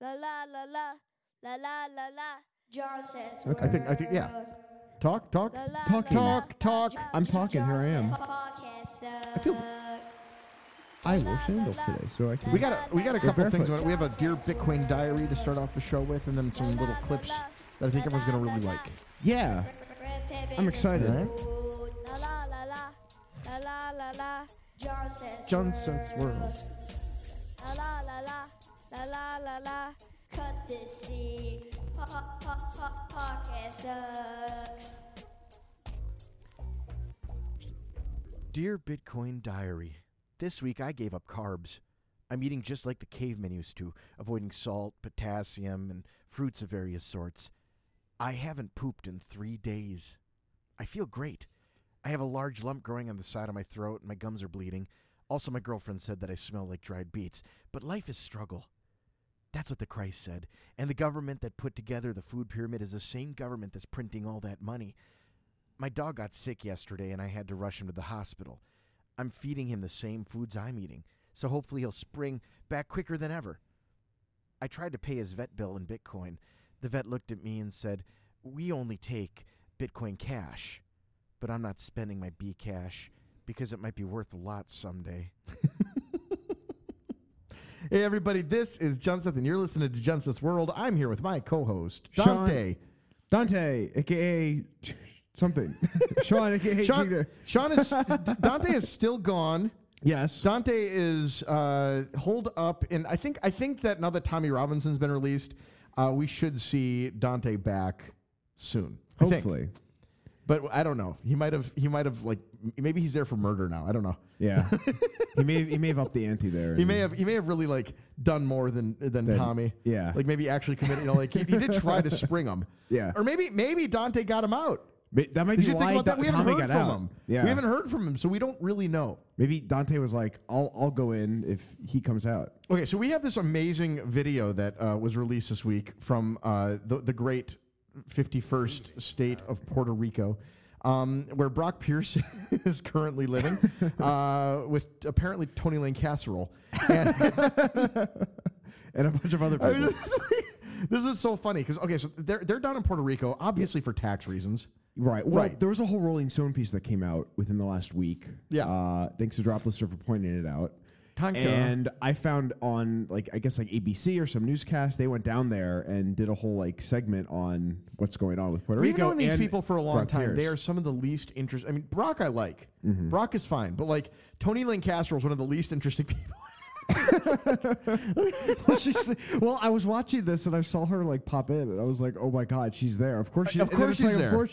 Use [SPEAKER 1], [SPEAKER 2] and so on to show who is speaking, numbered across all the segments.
[SPEAKER 1] La la la la la la la la. John says.
[SPEAKER 2] Okay, I think- I think- yeah.
[SPEAKER 1] words.
[SPEAKER 2] Talk, talk,
[SPEAKER 1] La la
[SPEAKER 2] talk,
[SPEAKER 1] la la.
[SPEAKER 2] talk, talk. I'm talking. Here I am.
[SPEAKER 1] I
[SPEAKER 2] feel-
[SPEAKER 3] I wore sandals today, so I can.
[SPEAKER 2] We got a, we got a
[SPEAKER 3] We're
[SPEAKER 2] couple things.
[SPEAKER 3] barefoot.
[SPEAKER 2] We have a dear Bitcoin diary to start off the show with, and then some little clips that I think everyone's gonna really like.
[SPEAKER 3] Yeah, I'm excited.
[SPEAKER 2] Alright.
[SPEAKER 1] La la la la la la la la. John says.
[SPEAKER 2] Johnson's World.
[SPEAKER 1] La la la la la la la la. Cut this scene. Po- po- po- po- Podcast sucks.
[SPEAKER 2] Dear Bitcoin Diary, this week I gave up carbs. I'm eating just like the cavemen used to, avoiding salt, potassium, and fruits of various sorts. I haven't pooped in three days. I feel great. I have a large lump growing on the side of my throat, and my gums are bleeding. Also, my girlfriend said that I smell like dried beets, but life is struggle. That's what the Christ said. And the government that put together the food pyramid is the same government that's printing all that money. My dog got sick yesterday and I had to rush him to the hospital. I'm feeding him the same foods I'm eating, so hopefully he'll spring back quicker than ever. I tried to pay his vet bill in Bitcoin. The vet looked at me and said, We only take Bitcoin cash, but I'm not spending my B cash because it might be worth a lot someday. hey, everybody, this is John Seth, and you're listening to John Seth's World. I'm here with my co host,
[SPEAKER 3] Sean.
[SPEAKER 2] Dante.
[SPEAKER 3] Dante, aka something. Sean, aka
[SPEAKER 2] Sean,
[SPEAKER 3] Peter.
[SPEAKER 2] Sean is Dante is still gone.
[SPEAKER 3] Yes.
[SPEAKER 2] Dante is uh, holed up, and I think I think that now that Tommy Robinson's been released, uh, we should see Dante back soon. I think.
[SPEAKER 3] Hopefully.
[SPEAKER 2] but I don't know. He might have. He might have like m- maybe he's there for murder now. I don't know.
[SPEAKER 3] Yeah. he may he may have upped the ante there.
[SPEAKER 2] He may have. He may have really like done more than than
[SPEAKER 3] Then-
[SPEAKER 2] Tommy.
[SPEAKER 3] yeah.
[SPEAKER 2] like maybe actually committed. You know, like he, he did try to spring him.
[SPEAKER 3] Yeah.
[SPEAKER 2] or maybe maybe Dante got him out.
[SPEAKER 3] May- That might
[SPEAKER 2] Did you
[SPEAKER 3] be
[SPEAKER 2] think
[SPEAKER 3] why
[SPEAKER 2] about that?
[SPEAKER 3] Da-
[SPEAKER 2] We haven't
[SPEAKER 3] Tommy
[SPEAKER 2] heard
[SPEAKER 3] got
[SPEAKER 2] from
[SPEAKER 3] out.
[SPEAKER 2] him.
[SPEAKER 3] Yeah.
[SPEAKER 2] We haven't heard from him, so we don't really know.
[SPEAKER 3] Maybe Dante was like, "I'll I'll go in if he comes out."
[SPEAKER 2] Okay, so we have this amazing video that uh, was released this week from uh, the, the great 51st state of Puerto Rico, um, where Brock Pierce is currently living uh, with apparently Tony Lane Casserole. And
[SPEAKER 3] And a bunch of other
[SPEAKER 2] I
[SPEAKER 3] people.
[SPEAKER 2] mean, this is like- this is so funny because, okay, so they're, they're down in Puerto Rico, obviously for tax reasons.
[SPEAKER 3] Right. Well,
[SPEAKER 2] Right.
[SPEAKER 3] there was a whole Rolling Stone piece that came out within the last week.
[SPEAKER 2] Yeah.
[SPEAKER 3] Uh, thanks to Drop Lister for pointing it out.
[SPEAKER 2] Tanka.
[SPEAKER 3] And I found on like I guess like ABC or some newscast they went down there and did a whole like segment on what's going on with Puerto
[SPEAKER 2] We've
[SPEAKER 3] Rico.
[SPEAKER 2] known these
[SPEAKER 3] and
[SPEAKER 2] people for a long
[SPEAKER 3] Brock
[SPEAKER 2] time.
[SPEAKER 3] Pierce.
[SPEAKER 2] They are some of the least interest. I mean, Brock, I like. Brock is fine, but like Tony Lane Casserole is one of the least interesting people.
[SPEAKER 3] She's like- well, I was watching this and I saw her like pop in and I was like, oh my god, she's there. Of course she.
[SPEAKER 2] Of
[SPEAKER 3] and then
[SPEAKER 2] course
[SPEAKER 3] it's
[SPEAKER 2] she's
[SPEAKER 3] like,
[SPEAKER 2] there.
[SPEAKER 3] Of course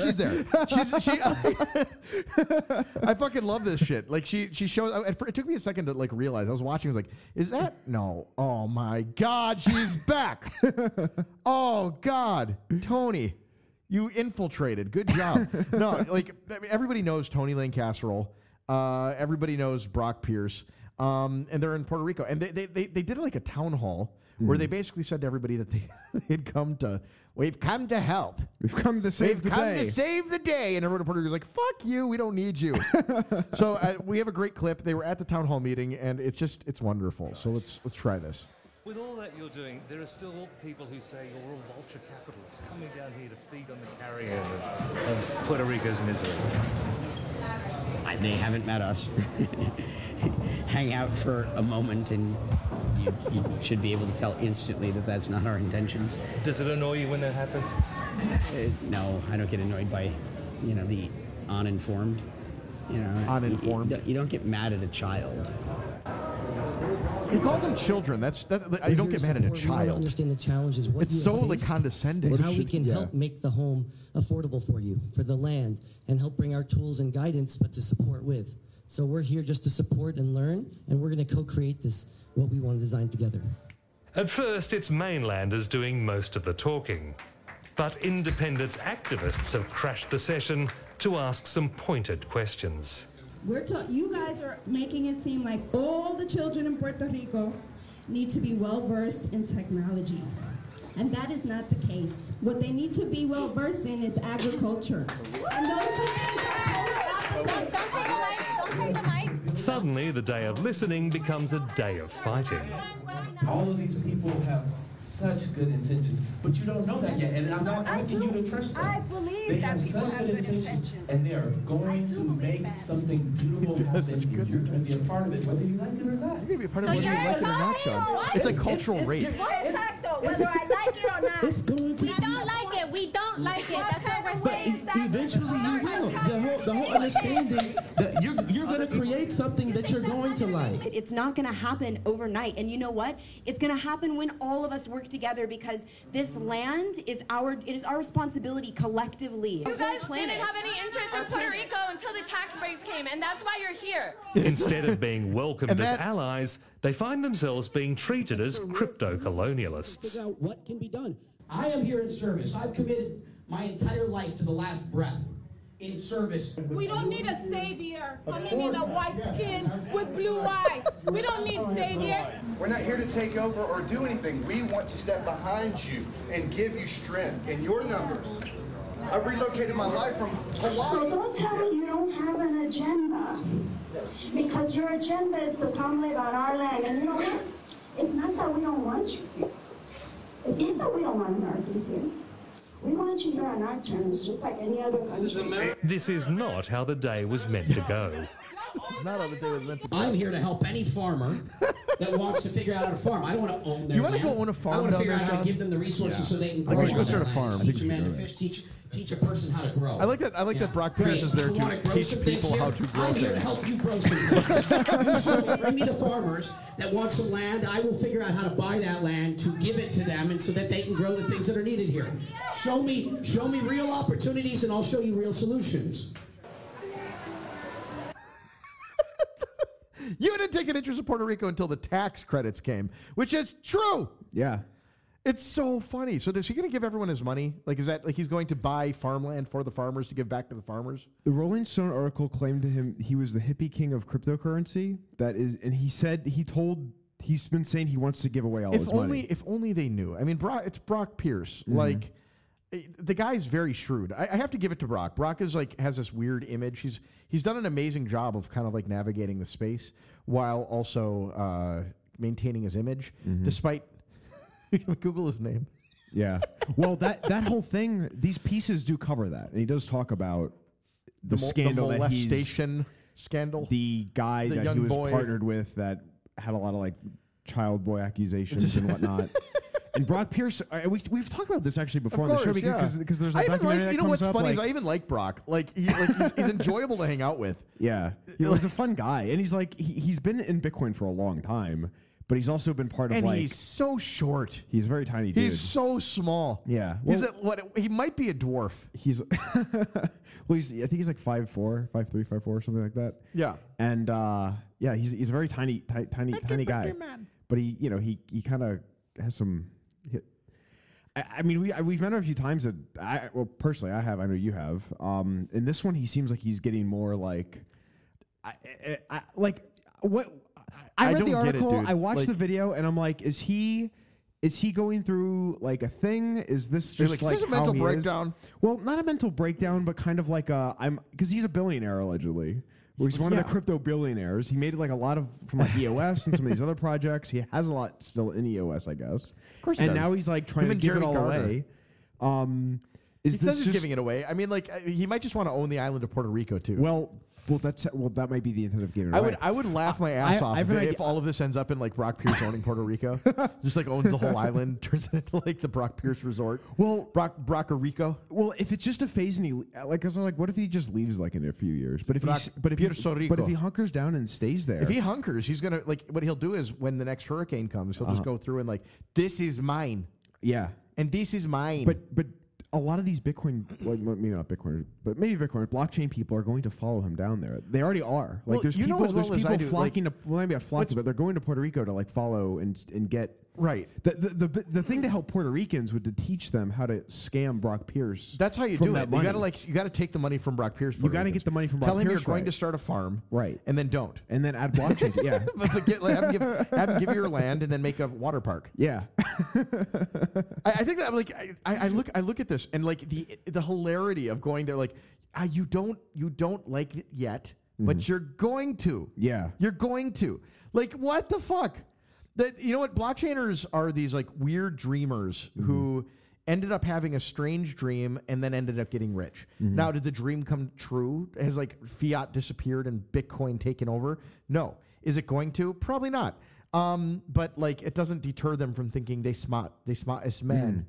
[SPEAKER 3] she's there.
[SPEAKER 2] Of course she's there. She's, she, I, fucking love this shit. Like she she shows. I- at fir- It took me a second to like realize. I was watching. I was like, "Is that no? Oh my god, she's back! oh god, Tony, you infiltrated. Good job. no, like I mean, everybody knows Tony Lane Casserole. Uh, everybody knows Brock Pierce. Um, and they're in Puerto Rico, and they they they, they did like a town hall where
[SPEAKER 3] Hmm.
[SPEAKER 2] they basically said to everybody that they had come to. We've come to help.
[SPEAKER 3] We've come to save
[SPEAKER 2] We've
[SPEAKER 3] the
[SPEAKER 2] come
[SPEAKER 3] day.
[SPEAKER 2] to save the day, and everyone in Puerto Rico was like, "Fuck you, we don't need you." so uh, we have a great clip. They were at the town hall meeting, and it's just it's wonderful. So let's let's try this.
[SPEAKER 4] With all that you're doing, there are still people who say you're all vulture capitalists coming down here to feed on the carrion of, of Puerto Rico's misery.
[SPEAKER 5] I, they haven't met us. Hang out for a moment, and you, you should be able to tell instantly that that's not our intentions.
[SPEAKER 4] Does it annoy you when that happens?
[SPEAKER 5] Uh, no, I don't get annoyed by, you know, the uninformed. You know,
[SPEAKER 2] Uninformed.
[SPEAKER 5] You, you don't get mad at a child.
[SPEAKER 2] He calls them children. That's that. I don't get mad
[SPEAKER 6] Support,
[SPEAKER 2] at a
[SPEAKER 6] we wanna
[SPEAKER 2] child.
[SPEAKER 6] Understand the challenges. What
[SPEAKER 2] It's
[SPEAKER 6] you have
[SPEAKER 2] so, like,
[SPEAKER 6] faced
[SPEAKER 2] condescending.
[SPEAKER 6] And how we
[SPEAKER 3] Should-
[SPEAKER 6] can
[SPEAKER 3] yeah.
[SPEAKER 6] help make the home affordable for you, for the land, and help bring our tools and guidance, but to support with. So we're here just to support and learn, and we're going to co-create this what we want to design together.
[SPEAKER 4] At first, it's mainlanders doing most of the talking. But independence activists have crashed the session to ask some pointed questions.
[SPEAKER 7] We're ta- you guys are making it seem like all the children in Puerto Rico need to be well versed in technology. And that is not the case. What they need to be well versed in is agriculture. And those two things are polar opposites.
[SPEAKER 8] Don't take the mic. Don't take the mic.
[SPEAKER 4] Suddenly, the day of listening becomes a day of fighting.
[SPEAKER 8] All of these people have s- such good intentions, but you don't know that yet. And I'm not
[SPEAKER 9] I
[SPEAKER 8] asking you
[SPEAKER 9] do.
[SPEAKER 8] to trust them.
[SPEAKER 9] I believe
[SPEAKER 8] they
[SPEAKER 9] that
[SPEAKER 8] have
[SPEAKER 9] people
[SPEAKER 8] such
[SPEAKER 9] have
[SPEAKER 8] good
[SPEAKER 9] good
[SPEAKER 8] intentions,
[SPEAKER 9] intentions.
[SPEAKER 8] and they are going
[SPEAKER 9] do
[SPEAKER 8] to
[SPEAKER 9] believe
[SPEAKER 8] make
[SPEAKER 9] that.
[SPEAKER 8] something beautiful
[SPEAKER 2] They have
[SPEAKER 8] happen.
[SPEAKER 2] such
[SPEAKER 8] and
[SPEAKER 2] good
[SPEAKER 8] You're going to be a part of it, whether you like it or not.
[SPEAKER 2] You're gonna be a part of
[SPEAKER 9] So
[SPEAKER 2] whether you
[SPEAKER 9] you're
[SPEAKER 2] like it or not,
[SPEAKER 9] lying or
[SPEAKER 2] Sean.
[SPEAKER 9] what?
[SPEAKER 2] It's like
[SPEAKER 8] It's-
[SPEAKER 2] cultural
[SPEAKER 8] it's-
[SPEAKER 2] rape.
[SPEAKER 8] it's-
[SPEAKER 9] What is that though? Whether I like it or not.
[SPEAKER 8] It's going to
[SPEAKER 10] We don't like it. We don't like it. That's what we're
[SPEAKER 8] But
[SPEAKER 10] saying.
[SPEAKER 8] e- eventually you will. The whole, the whole understanding that you're, you're going to create something that you're going to like.
[SPEAKER 11] It's not going to happen overnight. And you know what? It's going to happen when all of us work together because this land is our it is our responsibility collectively.
[SPEAKER 10] You guys didn't have any interest in Puerto Rico until the tax breaks came, and that's why you're here.
[SPEAKER 4] Instead of being welcomed
[SPEAKER 2] And
[SPEAKER 4] as
[SPEAKER 2] that-
[SPEAKER 4] allies, they find themselves being treated as crypto colonialists.
[SPEAKER 6] Figure out what can be done.
[SPEAKER 5] I am here in service. I've committed my entire life to the last breath in service.
[SPEAKER 10] We don't need a savior coming in a white skin with blue eyes. We don't need saviors.
[SPEAKER 12] We're not here to take over or do anything. We want to step behind you and give you strength in your numbers. I relocated my life from
[SPEAKER 7] So
[SPEAKER 12] Hawaii.
[SPEAKER 7] don't tell me you don't have an agenda. Because your agenda is to come live on our land. And you know what? It's not that we don't want you. It's not that we don't want Americans here. We want you here on our terms, just like any other country.
[SPEAKER 4] This is not how the day was meant to go.
[SPEAKER 2] It's not how the day was meant to be.
[SPEAKER 5] I'm here to help any farmer that wants to figure out how to farm. I don't want to own their
[SPEAKER 2] Do you wanna
[SPEAKER 5] land.
[SPEAKER 2] go own a farm
[SPEAKER 5] I want to
[SPEAKER 2] down
[SPEAKER 5] figure
[SPEAKER 2] there,
[SPEAKER 5] out how
[SPEAKER 2] John?
[SPEAKER 5] to give them the resources so they can grow.
[SPEAKER 2] Like, we should go
[SPEAKER 5] on
[SPEAKER 2] start a
[SPEAKER 5] their
[SPEAKER 2] farm.
[SPEAKER 5] land.
[SPEAKER 2] I think
[SPEAKER 5] Teach
[SPEAKER 2] we
[SPEAKER 5] a man
[SPEAKER 2] should
[SPEAKER 5] to
[SPEAKER 2] do that.
[SPEAKER 5] fish. Teach teach a person how to grow.
[SPEAKER 2] I like that. I like that Brock Pierce is there
[SPEAKER 5] You wanna
[SPEAKER 2] to
[SPEAKER 5] grow
[SPEAKER 2] teach
[SPEAKER 5] some things
[SPEAKER 2] people
[SPEAKER 5] here?
[SPEAKER 2] how to grow
[SPEAKER 5] I'm here to
[SPEAKER 2] things.
[SPEAKER 5] help you grow some things. You show- bring me the farmers that want some land. I will figure out how to buy that land to give it to them, and so that they can grow the things that are needed here. Show me, show me real opportunities, and I'll show you real solutions.
[SPEAKER 2] You didn't take an interest in Puerto Rico until the tax credits came, which is true.
[SPEAKER 3] Yeah.
[SPEAKER 2] It's so funny. So is he going to give everyone his money? Like, is that like he's going to buy farmland for the farmers to give back to the farmers?
[SPEAKER 3] The Rolling Stone article claimed to him he was the hippie king of cryptocurrency. That is, and he said he told he's been saying he wants to give away all
[SPEAKER 2] if
[SPEAKER 3] his
[SPEAKER 2] only,
[SPEAKER 3] money. Mm-hmm.
[SPEAKER 2] if only they knew. I mean, Brock, it's Brock Pierce. Like, eh, the guy's very shrewd. I, I have to give it to Brock. Brock is like has this weird image. He's he's done an amazing job of kind of like navigating the space while also uh, maintaining his image,
[SPEAKER 3] Mm-hmm.
[SPEAKER 2] despite. Google his name.
[SPEAKER 3] Yeah. Well, that that whole thing, these pieces do cover that, and he does talk about the,
[SPEAKER 2] mol-
[SPEAKER 3] scandal
[SPEAKER 2] the
[SPEAKER 3] that he's
[SPEAKER 2] molestation scandal.
[SPEAKER 3] the guy
[SPEAKER 2] The
[SPEAKER 3] that
[SPEAKER 2] young
[SPEAKER 3] he was
[SPEAKER 2] boy.
[SPEAKER 3] partnered with that had a lot of like child boy accusations and whatnot. And Brock Pierce, I, we, we've talked about this actually before on the show because because there's a
[SPEAKER 2] I even
[SPEAKER 3] documentary
[SPEAKER 2] like,
[SPEAKER 3] that
[SPEAKER 2] you know
[SPEAKER 3] comes
[SPEAKER 2] what's
[SPEAKER 3] up,
[SPEAKER 2] funny
[SPEAKER 3] like,
[SPEAKER 2] is I even like Brock. Like, he, like he's, he's enjoyable to hang out with.
[SPEAKER 3] Yeah, he was a fun guy, and he's like he, he's been in Bitcoin for a long time, but he's also been part of
[SPEAKER 2] And
[SPEAKER 3] like
[SPEAKER 2] he's so short.
[SPEAKER 3] he's a very tiny dude.
[SPEAKER 2] He's so small.
[SPEAKER 3] Yeah,
[SPEAKER 2] he's
[SPEAKER 3] well-
[SPEAKER 2] at what? He might be a dwarf.
[SPEAKER 3] he's well, he's, I think he's like five four, five three, five four, something like that.
[SPEAKER 2] Yeah.
[SPEAKER 3] and uh, yeah, he's he's a very tiny, ti- tiny, tiny guy. But he, you know, he he kind of has some. Hit. I, I mean, we I, we've met him a few times. That I well, personally, I have. I know you have. Um, in this one, he seems like he's getting more like, I, I, I like what. I,
[SPEAKER 2] I
[SPEAKER 3] read the
[SPEAKER 2] don't get it,
[SPEAKER 3] article.
[SPEAKER 2] dude.
[SPEAKER 3] I watched
[SPEAKER 2] Like-
[SPEAKER 3] the video, and I'm like, is he? Is he going through like a thing? Is this
[SPEAKER 2] You're
[SPEAKER 3] just
[SPEAKER 2] like,
[SPEAKER 3] like
[SPEAKER 2] is this a
[SPEAKER 3] how
[SPEAKER 2] mental
[SPEAKER 3] he is?
[SPEAKER 2] breakdown?
[SPEAKER 3] Well, not a mental breakdown, but kind of like a I'm because he's a billionaire allegedly. Well, he's one of
[SPEAKER 2] Yeah.
[SPEAKER 3] the crypto billionaires. He made like a lot of from like EOS and some of these other projects. He has a lot still in EOS, I guess. Of
[SPEAKER 2] course he
[SPEAKER 3] And
[SPEAKER 2] does.
[SPEAKER 3] now he's like trying
[SPEAKER 2] Him
[SPEAKER 3] to
[SPEAKER 2] and
[SPEAKER 3] give
[SPEAKER 2] Jeremy
[SPEAKER 3] it all
[SPEAKER 2] Garner.
[SPEAKER 3] away. Um, is
[SPEAKER 2] He
[SPEAKER 3] this
[SPEAKER 2] says he's
[SPEAKER 3] just,
[SPEAKER 2] giving it away. I mean, like uh, he might just want to own the island of Puerto Rico too.
[SPEAKER 3] Well, well, that's well, that might be the intent of giving it
[SPEAKER 2] I
[SPEAKER 3] away.
[SPEAKER 2] would, I would laugh my ass
[SPEAKER 3] I-
[SPEAKER 2] off
[SPEAKER 3] I have
[SPEAKER 2] if,
[SPEAKER 3] an
[SPEAKER 2] if
[SPEAKER 3] idea-
[SPEAKER 2] all of this ends up in like Brock Pierce owning Puerto Rico, just like owns the whole island, turns it into like the Brock Pierce Resort.
[SPEAKER 3] Well-
[SPEAKER 2] Brock Brock Rico.
[SPEAKER 3] Well, if it's just a phase and he le- like, I was like, what if he just leaves like in a few years? But if
[SPEAKER 2] But
[SPEAKER 3] he's,
[SPEAKER 2] I-
[SPEAKER 3] but if
[SPEAKER 2] Pierre
[SPEAKER 3] he,
[SPEAKER 2] Sorico.
[SPEAKER 3] but if he hunkers down and stays there,
[SPEAKER 2] If he hunkers, he's gonna like what he'll do is when the next hurricane comes, he'll
[SPEAKER 3] Uh-huh.
[SPEAKER 2] just go through and like this is mine
[SPEAKER 3] yeah.
[SPEAKER 2] and this is mine.
[SPEAKER 3] But but a lot of these Bitcoin, like well, maybe not Bitcoin, but maybe Bitcoin blockchain people are going to follow him down there. They already are. Like
[SPEAKER 2] Well,
[SPEAKER 3] there's
[SPEAKER 2] you know
[SPEAKER 3] people,
[SPEAKER 2] as
[SPEAKER 3] there's
[SPEAKER 2] well as I
[SPEAKER 3] people
[SPEAKER 2] do,
[SPEAKER 3] flocking
[SPEAKER 2] like-
[SPEAKER 3] to well, maybe not
[SPEAKER 2] What's-
[SPEAKER 3] flocking, but they're going to Puerto Rico to like follow and and get
[SPEAKER 2] Right.
[SPEAKER 3] The the, the bi- the thing to help Puerto Ricans would to teach them how to scam Brock Pierce.
[SPEAKER 2] that's how you
[SPEAKER 3] from
[SPEAKER 2] do
[SPEAKER 3] that
[SPEAKER 2] it. You gotta
[SPEAKER 3] money.
[SPEAKER 2] like you gotta take the money from Brock Pierce. Puerto
[SPEAKER 3] gotta
[SPEAKER 2] Ricans.
[SPEAKER 3] get the money from
[SPEAKER 2] Tell
[SPEAKER 3] Brock
[SPEAKER 2] him
[SPEAKER 3] Pierce,
[SPEAKER 2] you're going
[SPEAKER 3] right.
[SPEAKER 2] to start a farm,
[SPEAKER 3] Right.
[SPEAKER 2] And then don't.
[SPEAKER 3] and then add blockchain. to- yeah,
[SPEAKER 2] but but get, like, have him give have him give you your land and then make a water park.
[SPEAKER 3] yeah.
[SPEAKER 2] I, I think that like I, I I look I look at this and like the the hilarity of going there like ah, you don't you don't like it yet. but you're going to.
[SPEAKER 3] Yeah.
[SPEAKER 2] You're going to. Like, what the fuck? That you know what? Blockchainers are these like weird dreamers who ended up having a strange dream and then ended up getting rich.
[SPEAKER 3] Mhm.
[SPEAKER 2] Now, did the dream come true? Has like fiat disappeared and Bitcoin taken over? No. Is it going to? Probably not. Um, but like, it doesn't deter them from thinking they smart, they smart as men.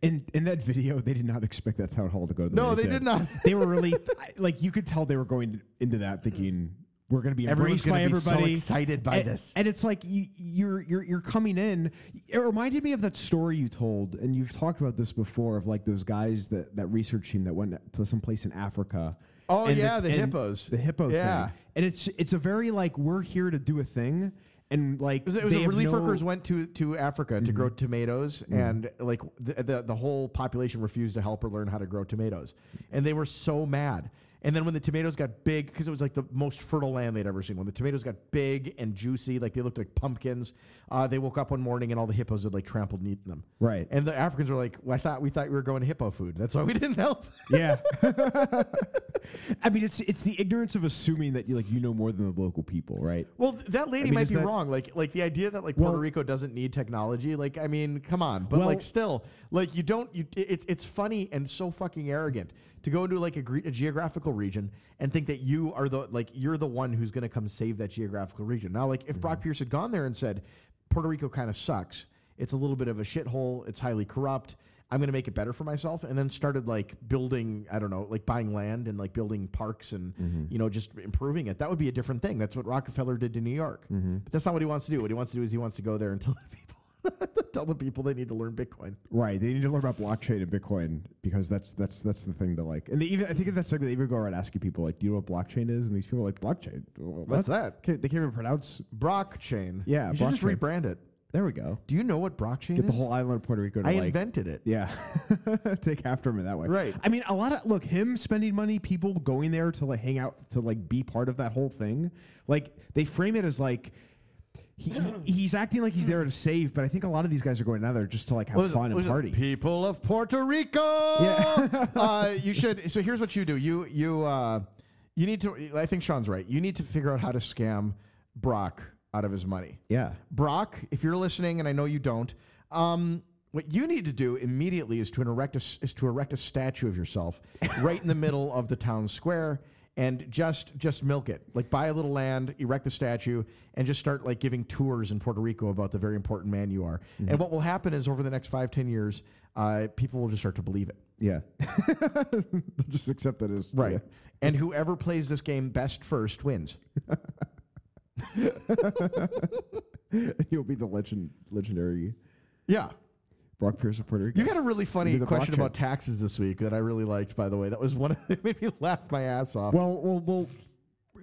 [SPEAKER 3] In in that video, they did not expect that town hall to go to. the
[SPEAKER 2] No,
[SPEAKER 3] way it
[SPEAKER 2] they did not.
[SPEAKER 3] they were really I- like you could tell they were going into that thinking we're going to be
[SPEAKER 2] Everyone's
[SPEAKER 3] embraced by
[SPEAKER 2] gonna be so
[SPEAKER 3] everybody.
[SPEAKER 2] excited by
[SPEAKER 3] And-
[SPEAKER 2] this.
[SPEAKER 3] and it's like you, you're you're you're coming in. It reminded me of that story you told, and you've talked about this before of like those guys that that research team that went to some place in Africa.
[SPEAKER 2] Oh,
[SPEAKER 3] and
[SPEAKER 2] yeah, the
[SPEAKER 3] and
[SPEAKER 2] hippos.
[SPEAKER 3] the hippo
[SPEAKER 2] Yeah.
[SPEAKER 3] thing. And it's it's a very like we're here to do a thing, and like
[SPEAKER 2] It was, it was
[SPEAKER 3] they
[SPEAKER 2] a
[SPEAKER 3] have
[SPEAKER 2] relief
[SPEAKER 3] no-
[SPEAKER 2] workers went to, to Africa to grow tomatoes,
[SPEAKER 3] Mhm.
[SPEAKER 2] and like the, the the whole population refused to help or learn how to grow tomatoes, and they were so mad. And then when the tomatoes got big, because it was like the most fertile land they'd ever seen, when the tomatoes got big and juicy, like they looked like pumpkins, uh, they woke up one morning and all the hippos had like trampled and eaten them.
[SPEAKER 3] Right.
[SPEAKER 2] And the Africans were like, well, "I thought we thought we were going to hippo food. That's why we didn't help."
[SPEAKER 3] Yeah. I mean, it's it's the ignorance of assuming that you like you know more than the local people, right?
[SPEAKER 2] Well, th- that lady
[SPEAKER 3] mean,
[SPEAKER 2] might
[SPEAKER 3] is
[SPEAKER 2] be
[SPEAKER 3] that-
[SPEAKER 2] wrong. Like, like the idea that like Puerto Rico doesn't need technology. Like, I mean, come on. But
[SPEAKER 3] Well-
[SPEAKER 2] like, still, like you don't. You it- it's it's funny and so fucking arrogant to go into like a, gre- a geographical region and think that you are the like you're the one who's going to come save that geographical region. Now, like if Brock Pierce had gone there and said Puerto Rico kind of sucks, it's a little bit of a shithole, it's highly corrupt. I'm going to make it better for myself, and then started like building. I don't know, like buying land and like building parks and you know just improving it. That would be a different thing. That's what Rockefeller did to New York, but that's not what he wants to do. What he wants to do is he wants to go there and tell the people, tell the people they need to learn Bitcoin.
[SPEAKER 3] Right. They need to learn about blockchain and Bitcoin because that's that's that's the thing to like. And they even I think at that segment they even go around asking people like, "Do you know what blockchain is?" And these people are like, "Blockchain? Wh-
[SPEAKER 2] What's
[SPEAKER 3] what?"
[SPEAKER 2] that?
[SPEAKER 3] Can't- they can't even pronounce.
[SPEAKER 2] Blockchain.
[SPEAKER 3] Yeah,
[SPEAKER 2] you should just
[SPEAKER 3] blockchain.
[SPEAKER 2] rebrand it.
[SPEAKER 3] There we go.
[SPEAKER 2] Do you know what blockchain?
[SPEAKER 3] Get the
[SPEAKER 2] is?
[SPEAKER 3] whole island of Puerto Rico. To
[SPEAKER 2] I
[SPEAKER 3] like,
[SPEAKER 2] invented it.
[SPEAKER 3] Yeah. Take after him in that way.
[SPEAKER 2] Right.
[SPEAKER 3] I mean, a lot of look him spending money, people going there to like hang out to like be part of that whole thing. Like they frame it as like. He, he's acting like he's there to save, but I think a lot of these guys are going out there just to like have
[SPEAKER 2] What is it?
[SPEAKER 3] fun
[SPEAKER 2] What
[SPEAKER 3] and
[SPEAKER 2] is it?
[SPEAKER 3] party.
[SPEAKER 2] People of Puerto Rico. Yeah. uh, you should. So here's what you do. You you uh, you need to. I think Sean's right. You need to figure out how to scam Brock out of his money.
[SPEAKER 3] Yeah.
[SPEAKER 2] Brock, if you're listening, and I know you don't, um, what you need to do immediately is to erect a, s- is to erect a statue of yourself right in the middle of the town square. And just just milk it, like buy a little land, erect the statue, and just start like giving tours in Puerto Rico about the very important man you are. And what will happen is over the next five ten years, uh, people will just start to believe it.
[SPEAKER 3] Yeah. They'll just accept that as
[SPEAKER 2] Right.
[SPEAKER 3] yeah.
[SPEAKER 2] And whoever plays this game best first wins.
[SPEAKER 3] You'll be the legend, legendary
[SPEAKER 2] Yeah.
[SPEAKER 3] Brock Pierce of Puerto Rico.
[SPEAKER 2] You got a really funny
[SPEAKER 3] You'll be the
[SPEAKER 2] question
[SPEAKER 3] blockchain.
[SPEAKER 2] about taxes this week that I really liked, by the way. That was one of that made me laugh my ass off.
[SPEAKER 3] Well, well, well.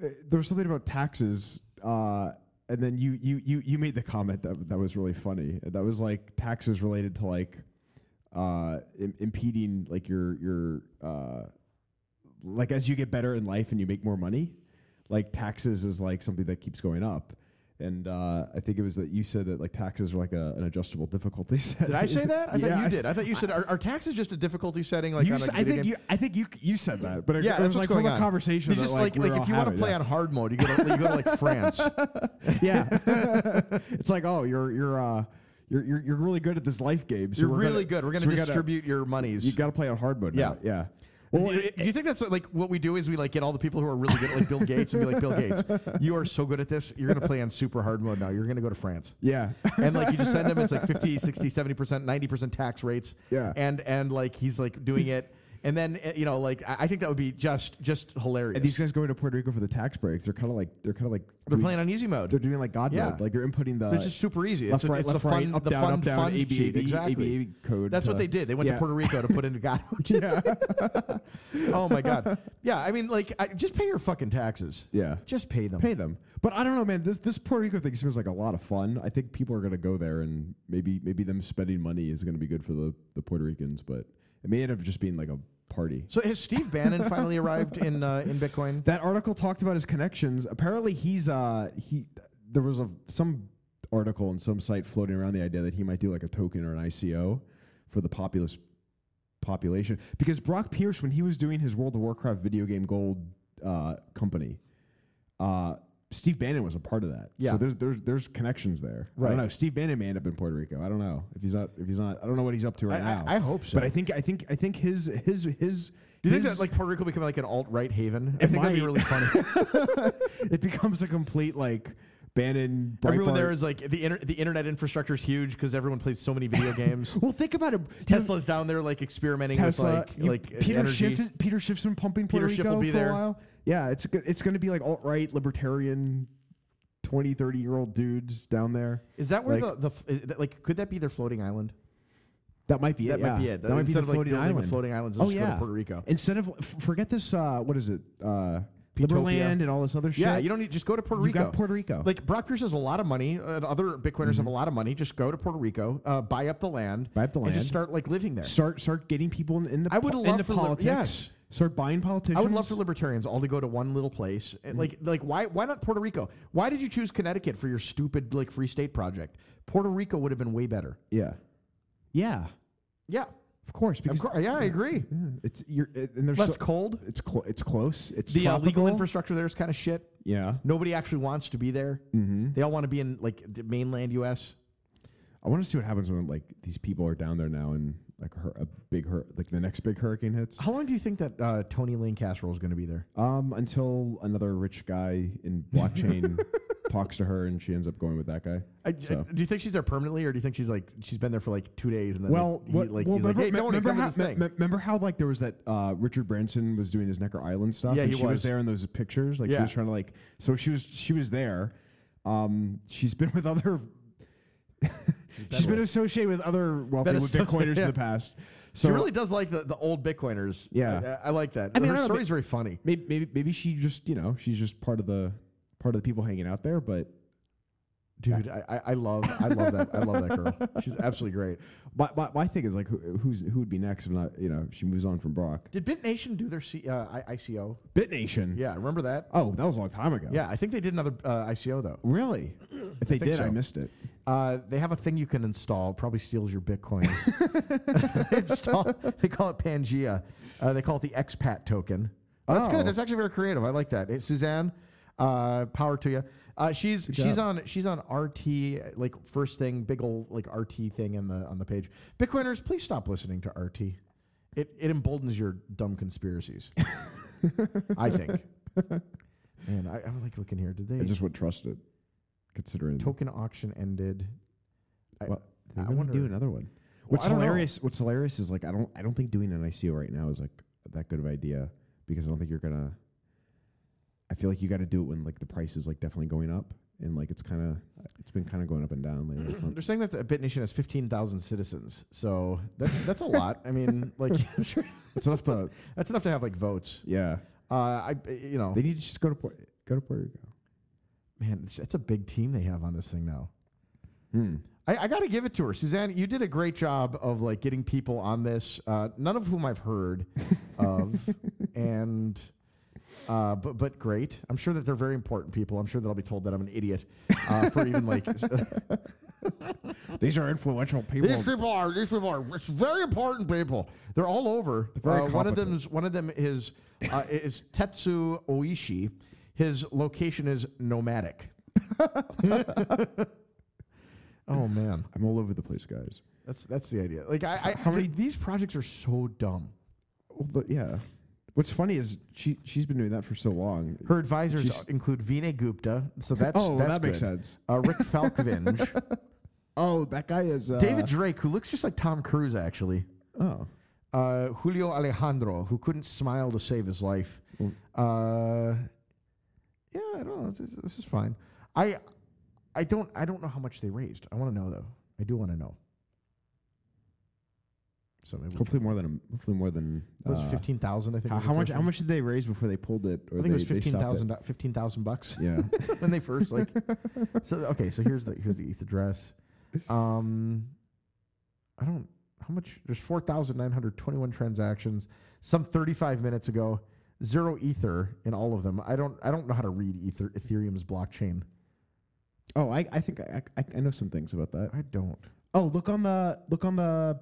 [SPEAKER 3] uh, There was something about taxes, uh, and then you, you, you, you made the comment that that was really funny. That was like taxes related to like uh, Im- impeding like your your uh, like as you get better in life and you make more money, like taxes is like something that keeps going up. And uh, I think it was that you said that like taxes are like a, an adjustable difficulty set.
[SPEAKER 2] did I say that? I
[SPEAKER 3] Yeah.
[SPEAKER 2] thought you did. I thought you said are, are taxes just a difficulty setting like
[SPEAKER 3] You
[SPEAKER 2] on a
[SPEAKER 3] s- I
[SPEAKER 2] video
[SPEAKER 3] think
[SPEAKER 2] game?
[SPEAKER 3] you, I think you you said that, but it,
[SPEAKER 2] yeah,
[SPEAKER 3] it
[SPEAKER 2] that's
[SPEAKER 3] was
[SPEAKER 2] what's
[SPEAKER 3] like
[SPEAKER 2] going
[SPEAKER 3] from
[SPEAKER 2] on.
[SPEAKER 3] a conversation.
[SPEAKER 2] You
[SPEAKER 3] that,
[SPEAKER 2] just like,
[SPEAKER 3] we were
[SPEAKER 2] if
[SPEAKER 3] all
[SPEAKER 2] you want to
[SPEAKER 3] having,
[SPEAKER 2] play
[SPEAKER 3] yeah.
[SPEAKER 2] on hard mode, you go to, you go to like France.
[SPEAKER 3] yeah, it's like oh, you're you're uh, you're you're, you're really good at this life game. So
[SPEAKER 2] You're
[SPEAKER 3] we're
[SPEAKER 2] really
[SPEAKER 3] gonna,
[SPEAKER 2] good. We're going
[SPEAKER 3] so
[SPEAKER 2] to
[SPEAKER 3] we gotta-
[SPEAKER 2] distribute your monies.
[SPEAKER 3] You got to play on hard mode. now.
[SPEAKER 2] Yeah.
[SPEAKER 3] yeah.
[SPEAKER 2] Well, do you, do you think that's like what we do is we like get all the people who are really good, like Bill Gates, and be like, Bill Gates, you are so good at this. You're going to play on super hard mode now. You're going to go to France.
[SPEAKER 3] Yeah.
[SPEAKER 2] And like you just send him, it's like 50, 60, 70%, 90% tax rates.
[SPEAKER 3] Yeah.
[SPEAKER 2] And, and like he's like doing it. And then, uh, you know, like I, I think that would be just, just hilarious.
[SPEAKER 3] And these guys going to Puerto Rico for the tax breaks. They're kind of like they're kind of like
[SPEAKER 2] They're
[SPEAKER 3] doing-
[SPEAKER 2] playing on easy mode.
[SPEAKER 3] They're doing like God
[SPEAKER 2] Yeah.
[SPEAKER 3] mode. Like they're inputting the.
[SPEAKER 2] It's just super easy.
[SPEAKER 3] Left,
[SPEAKER 2] it's a,
[SPEAKER 3] right,
[SPEAKER 2] it's
[SPEAKER 3] left,
[SPEAKER 2] the fun,
[SPEAKER 3] right, up,
[SPEAKER 2] the
[SPEAKER 3] down,
[SPEAKER 2] fun,
[SPEAKER 3] up, down,
[SPEAKER 2] fun
[SPEAKER 3] ABA,
[SPEAKER 2] sheet. Exactly.
[SPEAKER 3] ABA code.
[SPEAKER 2] That's what
[SPEAKER 3] to-
[SPEAKER 2] they did. They went
[SPEAKER 3] Yeah.
[SPEAKER 2] to Puerto Rico to put into God. yeah. oh my God. Yeah. I mean, like, I, just pay your fucking taxes.
[SPEAKER 3] Yeah.
[SPEAKER 2] Just pay them.
[SPEAKER 3] Pay them. But I don't know, man. This this Puerto Rico thing seems like a lot of fun. I think people are going to go there, and maybe maybe them spending money is going to be good for the the Puerto Ricans, but it may end up just being like a party.
[SPEAKER 2] So has Steve Bannon finally arrived in uh, in Bitcoin?
[SPEAKER 3] That article talked about his connections. Apparently, he's uh he there was a some article on some site floating around the idea that he might do like a token or an ICO for the populace population because Brock Pierce when he was doing his World of Warcraft video game gold uh, company Uh, Steve Bannon was a part of that.
[SPEAKER 2] Yeah.
[SPEAKER 3] So there's there's there's connections there. I
[SPEAKER 2] Right.
[SPEAKER 3] don't know. Steve Bannon may end up in Puerto Rico. I don't know if he's not if he's not. I don't know what he's up to right
[SPEAKER 2] I- I-
[SPEAKER 3] now.
[SPEAKER 2] I hope so.
[SPEAKER 3] But I think I think I think his his his.
[SPEAKER 2] Do you think
[SPEAKER 3] his-
[SPEAKER 2] that like Puerto Rico become like an alt right haven? I
[SPEAKER 3] It
[SPEAKER 2] think that'd be
[SPEAKER 3] might.
[SPEAKER 2] really funny.
[SPEAKER 3] it becomes a complete like Bannon.
[SPEAKER 2] Everyone
[SPEAKER 3] Breitbart-
[SPEAKER 2] there is like the inter- the internet infrastructure is huge because everyone plays so many video games.
[SPEAKER 3] well, think about it.
[SPEAKER 2] Tesla's down there like experimenting
[SPEAKER 3] Tesla,
[SPEAKER 2] with like
[SPEAKER 3] you-
[SPEAKER 2] like uh,
[SPEAKER 3] Peter
[SPEAKER 2] energy.
[SPEAKER 3] Schiff. Is, Peter Schiff's been pumping Puerto
[SPEAKER 2] Peter Schiff
[SPEAKER 3] Rico
[SPEAKER 2] will be
[SPEAKER 3] for
[SPEAKER 2] there.
[SPEAKER 3] a while. Yeah, it's go- it's going to be like alt right, libertarian, 20, 30 year old dudes down there.
[SPEAKER 2] Is that where
[SPEAKER 3] Like,
[SPEAKER 2] the the f- is that, like could that be their floating island?
[SPEAKER 3] that might be
[SPEAKER 2] that
[SPEAKER 3] it?
[SPEAKER 2] might
[SPEAKER 3] yeah.
[SPEAKER 2] be it.
[SPEAKER 3] That might
[SPEAKER 2] Instead
[SPEAKER 3] be the
[SPEAKER 2] of, like,
[SPEAKER 3] floating
[SPEAKER 2] building a
[SPEAKER 3] island.
[SPEAKER 2] floating island, they'll
[SPEAKER 3] oh
[SPEAKER 2] just go
[SPEAKER 3] yeah,
[SPEAKER 2] to Puerto Rico.
[SPEAKER 3] Instead of f- forget this. Uh, what is it? Uh, Liberland and all this other shit.
[SPEAKER 2] Yeah, you don't need just go to Puerto
[SPEAKER 3] You
[SPEAKER 2] Rico.
[SPEAKER 3] got Puerto Rico. Mm-hmm.
[SPEAKER 2] Like Brock Pierce has a lot of money. Uh, other Bitcoiners have a lot of money. Just go to Puerto Rico, uh, buy up the land,
[SPEAKER 3] Buy up the
[SPEAKER 2] and
[SPEAKER 3] land.
[SPEAKER 2] just start like living there.
[SPEAKER 3] start start getting people in- into
[SPEAKER 2] I would
[SPEAKER 3] po-
[SPEAKER 2] love
[SPEAKER 3] into
[SPEAKER 2] for li-
[SPEAKER 3] politics.
[SPEAKER 2] yes.
[SPEAKER 3] Start buying politicians.
[SPEAKER 2] I would love for libertarians all to go to one little place. And,
[SPEAKER 3] Mm.
[SPEAKER 2] Like, like why, why not Puerto Rico? Why did you choose Connecticut for your stupid like free state project? Puerto Rico would have been way better.
[SPEAKER 3] Yeah, yeah,
[SPEAKER 2] Yeah,
[SPEAKER 3] of course. Because Mm-hmm.
[SPEAKER 2] cour- yeah, I agree.
[SPEAKER 3] Yeah, it's you're it, and there's
[SPEAKER 2] Less
[SPEAKER 3] so-
[SPEAKER 2] cold.
[SPEAKER 3] It's clo- it's close. It's
[SPEAKER 2] The uh, legal
[SPEAKER 3] tropical.
[SPEAKER 2] infrastructure there is kind of shit.
[SPEAKER 3] Yeah,
[SPEAKER 2] Nobody actually wants to be there.
[SPEAKER 3] Mhm.
[SPEAKER 2] They all want to be in like the mainland U.S.
[SPEAKER 3] I want to see what happens when like these people are down there now and like hur- a big hur- like the next big hurricane hits.
[SPEAKER 2] How long do you think that uh, Tony Lane Casserole is going to be there?
[SPEAKER 3] Um, until another rich guy in blockchain talks to her and she ends up going with that guy.
[SPEAKER 2] I,
[SPEAKER 3] So-
[SPEAKER 2] do you think she's there permanently, or do you think she's like she's been there for like two days and then
[SPEAKER 3] Well,
[SPEAKER 2] he,
[SPEAKER 3] what-
[SPEAKER 2] like
[SPEAKER 3] well,
[SPEAKER 2] he's
[SPEAKER 3] remember,
[SPEAKER 2] like, hey,
[SPEAKER 3] me-
[SPEAKER 2] Tony,
[SPEAKER 3] remember
[SPEAKER 2] come to
[SPEAKER 3] how,
[SPEAKER 2] this thing.
[SPEAKER 3] me- me- remember how like there was that uh, Richard Branson was doing his Necker Island stuff.
[SPEAKER 2] Yeah,
[SPEAKER 3] and
[SPEAKER 2] he
[SPEAKER 3] she was.
[SPEAKER 2] was.
[SPEAKER 3] there in those pictures. Like
[SPEAKER 2] Yeah.
[SPEAKER 3] she was trying to like. So she was she was there. Um, she's been with other. she's been associated with other wealthy
[SPEAKER 2] Been associated-
[SPEAKER 3] Bitcoiners in
[SPEAKER 2] yeah.
[SPEAKER 3] the past.
[SPEAKER 2] She
[SPEAKER 3] So
[SPEAKER 2] really does like the, the old Bitcoiners.
[SPEAKER 3] Yeah.
[SPEAKER 2] I, I like that.
[SPEAKER 3] I mean,
[SPEAKER 2] her
[SPEAKER 3] I don't know,
[SPEAKER 2] story's very funny.
[SPEAKER 3] maybe, maybe maybe she just you know she's just part of the part of the people hanging out there, but.
[SPEAKER 2] dude I, I I love i love that i love that girl she's absolutely great
[SPEAKER 3] My, my, my thing is like who, who's who would be next if not you know if she moves on from Brock
[SPEAKER 2] did bitnation do their C, uh, I, ico
[SPEAKER 3] BitNation
[SPEAKER 2] yeah remember that
[SPEAKER 3] oh that was a long time ago
[SPEAKER 2] yeah i think they did another uh, ico though
[SPEAKER 3] really if they
[SPEAKER 2] think
[SPEAKER 3] did I
[SPEAKER 2] so.
[SPEAKER 3] missed it
[SPEAKER 2] uh, they have a thing you can install probably steals your bitcoin install, they call it pangea uh, they call it the expat token oh, that's
[SPEAKER 3] Oh.
[SPEAKER 2] good that's actually very creative i like that Hey, suzanne uh, power to you uh, she's she's
[SPEAKER 3] job.
[SPEAKER 2] on she's on RT like first thing big old like RT thing on the on the page. Bitcoiners, please stop listening to RT. It it emboldens your dumb conspiracies. I think. Man, I, I'm like looking here. Did
[SPEAKER 3] I
[SPEAKER 2] they
[SPEAKER 3] just would trust it, considering
[SPEAKER 2] token auction ended? I,
[SPEAKER 3] What they
[SPEAKER 2] I
[SPEAKER 3] really
[SPEAKER 2] wonder-
[SPEAKER 3] do another one. What's
[SPEAKER 2] I don't know.
[SPEAKER 3] hilarious? What's hilarious is like I don't I don't think doing an ICO right now is like that good of idea because I don't think you're gonna. I feel like you got to do it when like the price is like definitely going up and like it's kind of it's been kind of going up and down lately. It's not-
[SPEAKER 2] They're saying that the BitNation has 15,000 citizens, so that's that's a lot. I mean, like I'm sure
[SPEAKER 3] it's enough to
[SPEAKER 2] that's enough to have like votes.
[SPEAKER 3] yeah.
[SPEAKER 2] Uh, I you know,
[SPEAKER 3] They need to just go to Puerto, go to Puerto Rico.
[SPEAKER 2] man, it's- that's a big team they have on this thing now.
[SPEAKER 3] Hmm.
[SPEAKER 2] I, I got to give it to her, Suzanne. You did a great job of like getting people on this. Uh, none of whom I've heard of, and uh, but but great. I'm sure that they're very important people. I'm sure that I'll be told that I'm an idiot uh, for even like
[SPEAKER 3] These are influential people.
[SPEAKER 2] these people are these people are it's very important people. They're all over.
[SPEAKER 3] very
[SPEAKER 2] Uh, one of
[SPEAKER 3] competent.
[SPEAKER 2] them's one of them is uh, is Tetsu Oishi. His location is nomadic. oh man.
[SPEAKER 3] I'm all over the place, guys.
[SPEAKER 2] That's that's the idea. Like I, I
[SPEAKER 3] How many-
[SPEAKER 2] th- these projects are so dumb.
[SPEAKER 3] Well, the, yeah. What's funny is she she's been doing that for so long.
[SPEAKER 2] Her advisors
[SPEAKER 3] She's-
[SPEAKER 2] include Vinay Gupta, so that's
[SPEAKER 3] Oh, well,
[SPEAKER 2] that's
[SPEAKER 3] that makes
[SPEAKER 2] good.
[SPEAKER 3] sense.
[SPEAKER 2] Uh, Rick Falkvinge,
[SPEAKER 3] oh, that guy is uh,
[SPEAKER 2] David Drake, who looks just like Tom Cruise actually.
[SPEAKER 3] Oh,
[SPEAKER 2] Uh, Julio Alejandro, who couldn't smile to save his life.
[SPEAKER 3] Mm.
[SPEAKER 2] Uh, yeah, I don't know. This is, this is fine. I I don't I don't know how much they raised. I want to know though. I do want to know. So maybe we
[SPEAKER 3] hopefully more than a, hopefully more than
[SPEAKER 2] can- it was
[SPEAKER 3] uh,
[SPEAKER 2] fifteen thousand. I think.
[SPEAKER 3] How,
[SPEAKER 2] was the
[SPEAKER 3] how much?
[SPEAKER 2] first
[SPEAKER 3] How
[SPEAKER 2] one.
[SPEAKER 3] much did they raise before they pulled it? Or
[SPEAKER 2] I think it was
[SPEAKER 3] they- they
[SPEAKER 2] fifteen
[SPEAKER 3] stopped
[SPEAKER 2] thousand do- fifteen thousand bucks.
[SPEAKER 3] Yeah.
[SPEAKER 2] when they first like so okay so here's the here's the eth address um i don't how much there's 4921 transactions some 35 minutes ago zero ether in all of them i don't i don't know how to read ether ethereum's blockchain
[SPEAKER 3] Oh, I, I think I, I, I know some things about that.
[SPEAKER 2] i don't
[SPEAKER 3] Oh, look on the look on the